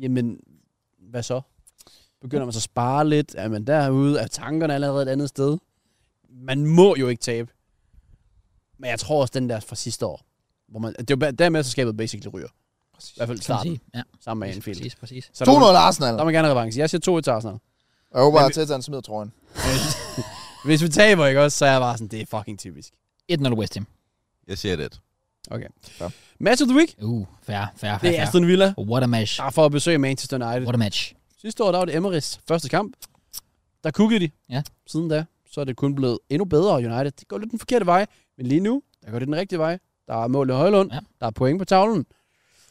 Speaker 3: jamen, hvad så? Begynder man så at spare lidt? Er man derude? Er tankerne allerede et andet sted? Man må jo ikke tabe. Men jeg tror også, den der fra sidste år, hvor man, det er jo ba- der mesterskabet basically ryger. I
Speaker 1: Kan
Speaker 3: hvert fald
Speaker 1: man
Speaker 3: starten,
Speaker 1: sige. Ja,
Speaker 3: sammen med Anfield.
Speaker 1: præcis, præcis.
Speaker 3: Så der, må-
Speaker 2: 200 Arsenal.
Speaker 3: der må gerne have revanche. Jeg siger 2-1 til Arsenal.
Speaker 2: Jeg håber,
Speaker 3: Men
Speaker 2: at Teta smider trøjen.
Speaker 3: Hvis vi taber, ikke også, så er jeg bare sådan, det er fucking typisk.
Speaker 1: 1-0 West Ham.
Speaker 4: Jeg siger det.
Speaker 3: Match of the week,
Speaker 1: Uh, fair, fair, fair,
Speaker 3: det er
Speaker 1: fair.
Speaker 3: Aston Villa.
Speaker 1: What a match.
Speaker 3: Der er for at besøge Manchester United.
Speaker 1: What a match.
Speaker 3: Sidste år, der var det Emmerys første kamp. Der kuggede de.
Speaker 1: Ja.
Speaker 3: Siden da, så er det kun blevet endnu bedre, og United. Det går lidt den forkerte vej, men lige nu, der går det den rigtige vej. Der er mål i Højlund,
Speaker 1: Ja.
Speaker 3: ja. der er point på tavlen.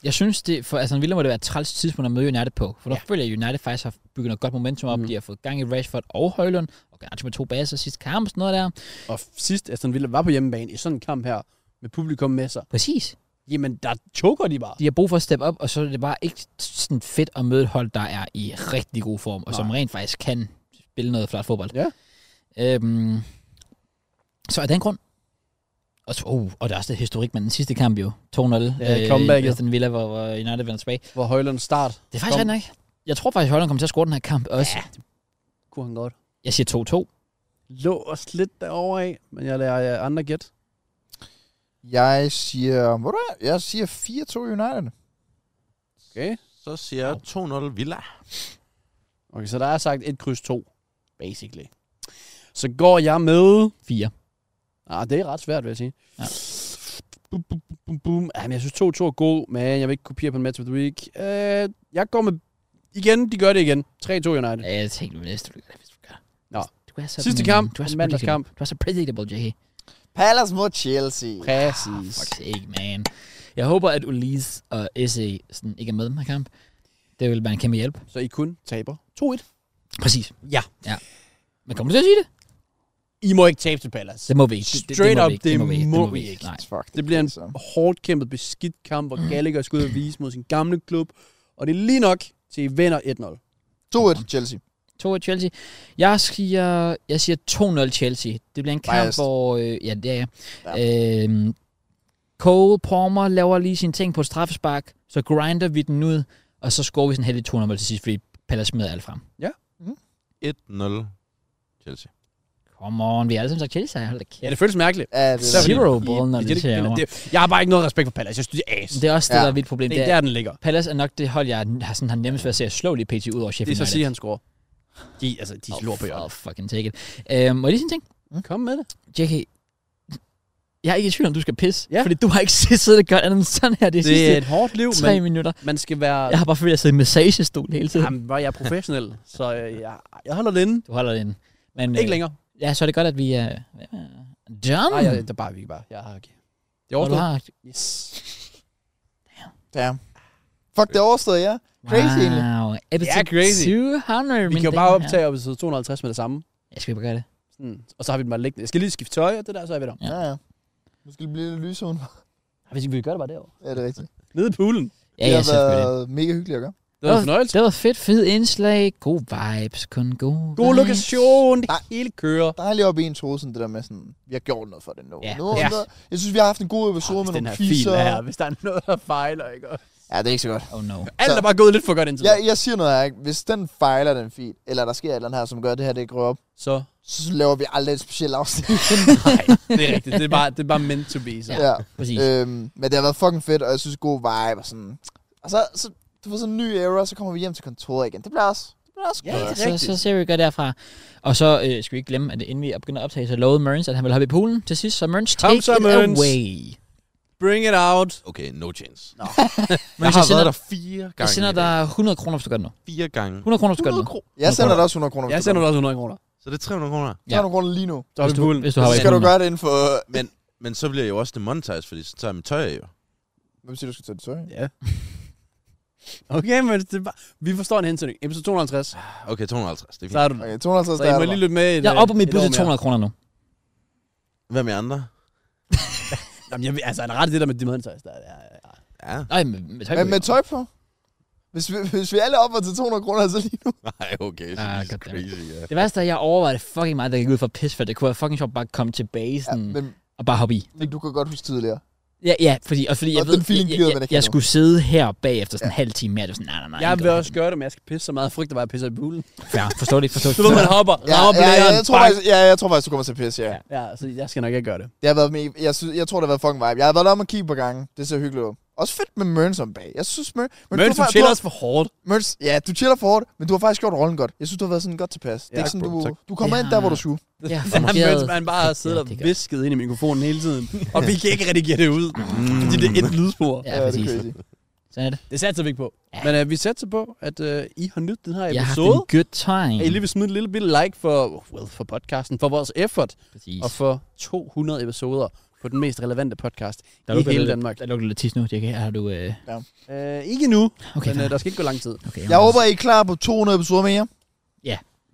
Speaker 1: Jeg synes, det, for Aston Villa må det være et træls tidspunkt at møde United på. For der
Speaker 3: Ja.
Speaker 1: føler jeg, at United faktisk har bygget noget godt momentum op.
Speaker 3: Mm.
Speaker 1: De har fået gang i Rashford og Højlund. Og Garnacho med to baser sidste kamp og sådan noget der.
Speaker 3: Og f- sidst Aston Villa var på hjemmebane i sådan en kamp her, med publikum med sig,
Speaker 1: Præcis.
Speaker 3: jamen der choker de bare.
Speaker 1: De har brug for at steppe op, og så er det bare ikke sådan fedt at møde et hold, der er i rigtig god form, og som
Speaker 3: Nej.
Speaker 1: rent faktisk kan spille noget flot fodbold.
Speaker 3: Ja.
Speaker 1: Øhm, så af den grund. Og, så, oh, og der er også det historik med den sidste kamp jo. 2-0.
Speaker 3: Ja, comebacket.
Speaker 1: Aston Villa, hvor, hvor United vender tilbage.
Speaker 3: Hvor Højlund start,
Speaker 1: Det er faktisk ret
Speaker 3: Kom.
Speaker 1: nok. Jeg tror faktisk, Holland kommer til at score den her kamp også. Ja.
Speaker 3: kunne han godt.
Speaker 1: Jeg siger 2-2.
Speaker 3: Lå os lidt derovre af, men jeg lader jer andre gæt.
Speaker 2: Jeg siger... Hvor er det? Jeg siger 4-2 United.
Speaker 3: Okay.
Speaker 4: Så siger jeg 2-0 Villa.
Speaker 3: okay, så der er sagt et kryds to, basically. Så går jeg med
Speaker 1: 4.
Speaker 3: Ah, det er ret svært, vil jeg sige.
Speaker 1: Ja.
Speaker 3: Ja. Bum, bum, bum, bum. Ah, men jeg synes 2-2 er god, men jeg vil ikke kopiere på en match of the week. Uh, jeg går med... Igen, de gør det igen. 3-2 United.
Speaker 1: Ja, jeg tænkte, hvis du gør det, hvis du gør det.
Speaker 3: Nå.
Speaker 1: Du er så,
Speaker 3: Sidste kamp,
Speaker 1: du er så
Speaker 3: mandagskamp.
Speaker 1: predictable. Du er så predictable, Jackie.
Speaker 2: Palace mod Chelsea.
Speaker 3: Præcis.
Speaker 1: Ah, Fuck sake, man. Jeg håber, at Ulis og SE sådan ikke er med i den her kamp. Det vil være en kæmpe hjælp.
Speaker 3: Så I kun taber 2-1.
Speaker 1: Præcis.
Speaker 3: Ja.
Speaker 1: Men kommer du til at sige det?
Speaker 3: I må ikke tabe til Palace.
Speaker 1: Det må vi ikke. Det- det,
Speaker 3: Straight
Speaker 1: det, må
Speaker 3: up,
Speaker 1: vi ikke.
Speaker 3: det må
Speaker 1: vi
Speaker 3: vi ikke.
Speaker 1: Nej.
Speaker 2: Fuck,
Speaker 3: Det bliver en
Speaker 2: så.
Speaker 3: hårdt kæmpet beskidt kamp, hvor Gallagher skal ud og vise mod sin gamle klub. Og det er lige nok til I vinder 1-0.
Speaker 2: 2-1 Chelsea.
Speaker 1: 2 Chelsea. Jeg siger, jeg siger 2-0 Chelsea. Det bliver en kamp,
Speaker 2: Biased.
Speaker 1: hvor... Øh, ja, det er jeg. Ja. Øhm, Cole Palmer laver lige sine ting på et straffespark, så grinder vi den ud, og så scorer vi sådan heldig 2-0 til sidst, fordi Palace smider alt frem.
Speaker 4: 1-0 Chelsea.
Speaker 1: Come on, vi har alle sammen sagt Chelsea, hold da
Speaker 3: Ja,
Speaker 1: kæft.
Speaker 3: det føles mærkeligt.
Speaker 2: Ja, det
Speaker 3: Især
Speaker 2: er
Speaker 1: Zero
Speaker 2: det.
Speaker 3: fordi I-
Speaker 1: ball, når
Speaker 3: I-
Speaker 1: det
Speaker 3: det-
Speaker 1: ser
Speaker 3: det-
Speaker 1: over.
Speaker 3: det- Jeg har bare ikke noget respekt for Palace. Jeg synes, det er as.
Speaker 1: Det er også det,
Speaker 2: Ja.
Speaker 1: der er mit problem.
Speaker 3: Det er
Speaker 1: det er,
Speaker 3: der, den ligger.
Speaker 1: Palace er nok det hold, jeg har sådan, har nemmest ved at se at slå lige pt. ud over
Speaker 3: Det er
Speaker 1: Sheffield
Speaker 3: så at sige,
Speaker 1: United.
Speaker 3: han scorer. De, altså, de slår på
Speaker 1: Oh,
Speaker 3: hjørnet.
Speaker 1: fucking take it. Øhm, må jeg lige sige en ting?
Speaker 3: Kom med det.
Speaker 1: JK, jeg er ikke i tvivl om, du skal pisse.
Speaker 3: Ja.
Speaker 1: Fordi du har ikke siddet og gjort andet end sådan her de
Speaker 3: Det er
Speaker 1: sidste
Speaker 3: et hårdt liv,
Speaker 1: tre
Speaker 3: men
Speaker 1: minutter.
Speaker 3: man skal være...
Speaker 1: Jeg har bare følt, at jeg sidder i massagestol hele tiden.
Speaker 3: Jamen, var jeg er professionel, så øh, jeg, jeg holder det inde.
Speaker 1: Du holder den. Men, øh,
Speaker 3: Ikke længere.
Speaker 1: Ja, så er det godt, at vi er... Uh, John!
Speaker 3: Nej, jeg, der bare, vi kan bare. Jeg har ikke. Det er
Speaker 1: Hvor du
Speaker 3: overstået.
Speaker 1: har...
Speaker 3: Yes.
Speaker 2: Damn. Fuck, det er overstået, ja. Crazy egentlig.
Speaker 1: Wow. Episode
Speaker 3: Ja, crazy.
Speaker 1: 200.
Speaker 3: Vi
Speaker 1: mine
Speaker 3: kan
Speaker 1: damer
Speaker 3: jo bare
Speaker 1: og herrer.
Speaker 3: optage episode 250 med det samme.
Speaker 1: Jeg skal bare gøre det.
Speaker 3: Sådan. Og så har vi den bare liggende. Jeg skal lige skifte tøj, og det der, så er vi der.
Speaker 1: Ja.
Speaker 2: Ja, ja. Nu skal det blive lidt lys udenfor.
Speaker 3: Hvis ikke vi gør det bare derovre.
Speaker 2: Ja, det er rigtigt.
Speaker 3: Nede i poolen.
Speaker 1: Ja,
Speaker 2: det
Speaker 1: ja,
Speaker 2: har
Speaker 1: selvfølgelig.
Speaker 2: været mega hyggeligt at gøre.
Speaker 3: Det var en fornøjelse.
Speaker 1: Det var fedt, fedt indslag. God vibes, kun god
Speaker 3: God lokation. Det
Speaker 2: Nej.
Speaker 3: hele kører.
Speaker 2: Dejligt op i en trosen, det der med sådan, vi har gjort noget for det nu.
Speaker 1: Ja,
Speaker 2: nu,
Speaker 3: ja.
Speaker 2: nu jeg synes, vi har haft en god episode med
Speaker 3: Hvis den
Speaker 2: nogle
Speaker 3: her fil
Speaker 2: quizzer.
Speaker 3: her, hvis der er noget, der fejler, ikke? Og
Speaker 2: Ja, det er ikke så godt.
Speaker 1: Oh no.
Speaker 3: Alt er bare gået lidt for godt indtil
Speaker 2: Jeg,
Speaker 3: videre.
Speaker 2: jeg siger noget her, ikke? Hvis den fejler den feed, eller der sker et eller andet her, som gør at det her, det ikke ryger op,
Speaker 3: Så,
Speaker 2: så laver vi aldrig et specielt afsnit.
Speaker 3: nej, det er rigtigt. Det er bare, det er bare meant to be, så.
Speaker 2: ja.
Speaker 1: Præcis.
Speaker 2: Øhm, men det har været fucking fedt, og jeg synes, god vibe og sådan. Og så, så du får sådan en ny era, så kommer vi hjem til kontoret igen. Det bliver også, det bliver også
Speaker 3: Ja,
Speaker 2: godt.
Speaker 3: det er
Speaker 1: så,
Speaker 3: rigtigt.
Speaker 1: så ser vi godt derfra. Og så øh, skal vi ikke glemme, at inden vi begynder at optage, så lovede Mørns, at han ville hoppe i poolen til sidst. Så Mørns,
Speaker 3: Kom
Speaker 1: take
Speaker 3: så,
Speaker 1: it
Speaker 3: Mørns.
Speaker 1: away.
Speaker 3: Bring it out.
Speaker 4: Okay, no chance.
Speaker 2: Nå.
Speaker 4: jeg
Speaker 1: Men så
Speaker 4: har
Speaker 1: sender-
Speaker 4: været der fire gange.
Speaker 1: Jeg sender
Speaker 4: i dag.
Speaker 1: dig 100 kroner, hvis du gør det nu.
Speaker 4: fire gange.
Speaker 1: 100 kroner, hvis du gør det nu.
Speaker 2: 100 kroner. Jeg sender dig også 100 kroner.
Speaker 3: Jeg sender dig også 100 kroner.
Speaker 4: Så det er 300 kroner.
Speaker 1: Ja.
Speaker 2: Ja. 100 kroner lige nu.
Speaker 3: Så er
Speaker 1: Hvis
Speaker 3: vi
Speaker 1: du,
Speaker 3: i poolen.
Speaker 1: hvis du
Speaker 2: Så
Speaker 1: hopper i
Speaker 2: skal du
Speaker 1: poolen.
Speaker 2: gøre det inden for...
Speaker 4: Men så bliver jeg jo også demonetized, fordi så tager jeg mit tøj af jo.
Speaker 2: Hvem siger, du skal tage det tøj? af?
Speaker 3: Ja. Okay, men det er bare, vi forstår en hensynning. Episode 250,
Speaker 4: Okay, 250. Det er
Speaker 3: så
Speaker 4: fint.
Speaker 3: er du der.
Speaker 2: Okay, 250
Speaker 3: Så I må
Speaker 2: der.
Speaker 3: lige lytte med. Et,
Speaker 1: Jeg er oppe på
Speaker 3: øh,
Speaker 1: mit
Speaker 3: et
Speaker 1: bud
Speaker 3: år
Speaker 1: til
Speaker 3: mere.
Speaker 1: 200 kroner nu.
Speaker 4: Hvad med andre?
Speaker 3: Jamen, jeg, ved- altså, han er ret i det der med de medlemsøjs. Der, ja, ja,
Speaker 4: Ja.
Speaker 1: Nej, med, med tøj på.
Speaker 2: Men med tøj på. Hvis vi, hvis vi alle opper til 200 kroner, så lige nu.
Speaker 4: Nej, okay. Så
Speaker 1: Ah,
Speaker 4: ah, det er
Speaker 1: goddammit.
Speaker 4: crazy, ja.
Speaker 1: Det værste er, at jeg overvejer det fucking meget, da jeg gik ud for pis, for det kunne være fucking sjovt bare at komme tilbage
Speaker 2: Ja,
Speaker 1: sådan, ja,
Speaker 2: men,
Speaker 1: og bare hoppe i.
Speaker 2: men du kan godt huske tidligere.
Speaker 1: Ja, ja, fordi, og fordi
Speaker 2: Og
Speaker 1: jeg
Speaker 2: den feeling
Speaker 1: jeg,
Speaker 2: gider
Speaker 1: jeg,
Speaker 2: man
Speaker 1: jeg,
Speaker 2: ikke
Speaker 1: jeg
Speaker 2: have nu.
Speaker 1: skulle sidde her bagefter sådan en halv time mere, det var sådan, nej, nej, nej.
Speaker 3: Jeg
Speaker 1: gider
Speaker 3: vil
Speaker 1: ikke
Speaker 3: også gøre det, men jeg skal pisse så meget. Jeg frygter bare, at jeg pisser i bulen.
Speaker 1: Fair. Forstår det ikke, forstår det
Speaker 3: Du ved, man hopper,
Speaker 2: Ja,
Speaker 3: rammer
Speaker 2: ja, ja,
Speaker 3: blæren,
Speaker 2: jeg, tror
Speaker 3: bang.
Speaker 2: faktisk, ja, jeg tror faktisk, du kommer til pis, ja.
Speaker 1: Ja.
Speaker 2: ja.
Speaker 3: Ja, så jeg skal nok ikke gøre det.
Speaker 2: Det har været med, jeg, synes, jeg tror, det har været fucking vibe. Jeg har været deromme og kigge på gangen. Det ser hyggeligt ud. Også fedt med Mørn som bag. Jeg synes, Mørn...
Speaker 3: Men, men
Speaker 2: du,
Speaker 3: du
Speaker 2: har-
Speaker 3: chiller
Speaker 2: har-
Speaker 3: også for hårdt.
Speaker 2: Mørns, ja, du chiller for hårdt, men du har faktisk gjort rollen godt. Jeg synes, du har været sådan godt tilpas. Det er
Speaker 3: Ja,
Speaker 2: ikke sådan,
Speaker 4: bro,
Speaker 2: du,
Speaker 4: tak.
Speaker 2: du kommer
Speaker 1: Ja.
Speaker 2: ind der, hvor du skulle.
Speaker 1: Ja,
Speaker 3: Den her
Speaker 1: formuleret.
Speaker 3: mens man bare har siddet
Speaker 1: Ja,
Speaker 3: og
Speaker 1: det gør.
Speaker 3: visket ind i mikrofonen hele tiden. Og vi kan ikke redigere det ud, fordi det er et lydspor.
Speaker 1: Mm. Ja,
Speaker 2: det er
Speaker 1: præcis.
Speaker 2: crazy.
Speaker 1: Sådan er det.
Speaker 3: Det satser vi ikke på.
Speaker 1: Ja.
Speaker 3: Men øh, vi satser på, at øh, I har nydt den her
Speaker 1: Jeg har haft
Speaker 3: episode.
Speaker 1: en good time.
Speaker 3: At I lige vil smide et lille bitte like for, well, for podcasten, for vores effort,
Speaker 1: Præcis.
Speaker 3: og for 200 episoder på den mest relevante podcast
Speaker 1: Der
Speaker 3: i
Speaker 1: lugter
Speaker 3: hele
Speaker 1: lidt-
Speaker 3: Danmark.
Speaker 1: Der lugter lidt tis nu, det kan har du... Øh...
Speaker 3: Øh, ikke nu,
Speaker 1: Okay,
Speaker 3: okay, men øh, der skal ikke gå lang tid.
Speaker 1: okay,
Speaker 2: Jeg håber, I er klar på 200 episoder mere.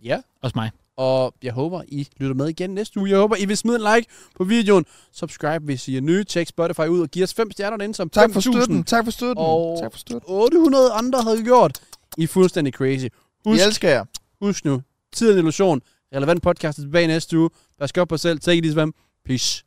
Speaker 3: Ja,
Speaker 1: Også mig.
Speaker 3: og jeg håber, I lytter med igen næste uge. Jeg håber, I vil smide en like på videoen. Subscribe, hvis I er nye. Tjek Spotify ud og giv os fem stjerner derinde, som
Speaker 2: Tak for
Speaker 3: 5.000.
Speaker 2: støtten. Tak for støtten.
Speaker 3: Og-
Speaker 2: Tak for støtten.
Speaker 3: 800 andre havde gjort. I er fuldstændig crazy.
Speaker 2: Vi
Speaker 3: Husk,
Speaker 2: elsker jer.
Speaker 3: husk nu, tiden er en illusion. Relevant podcast er tilbage næste uge. Pas godt på jer selv. Take it easy, fam. Peace.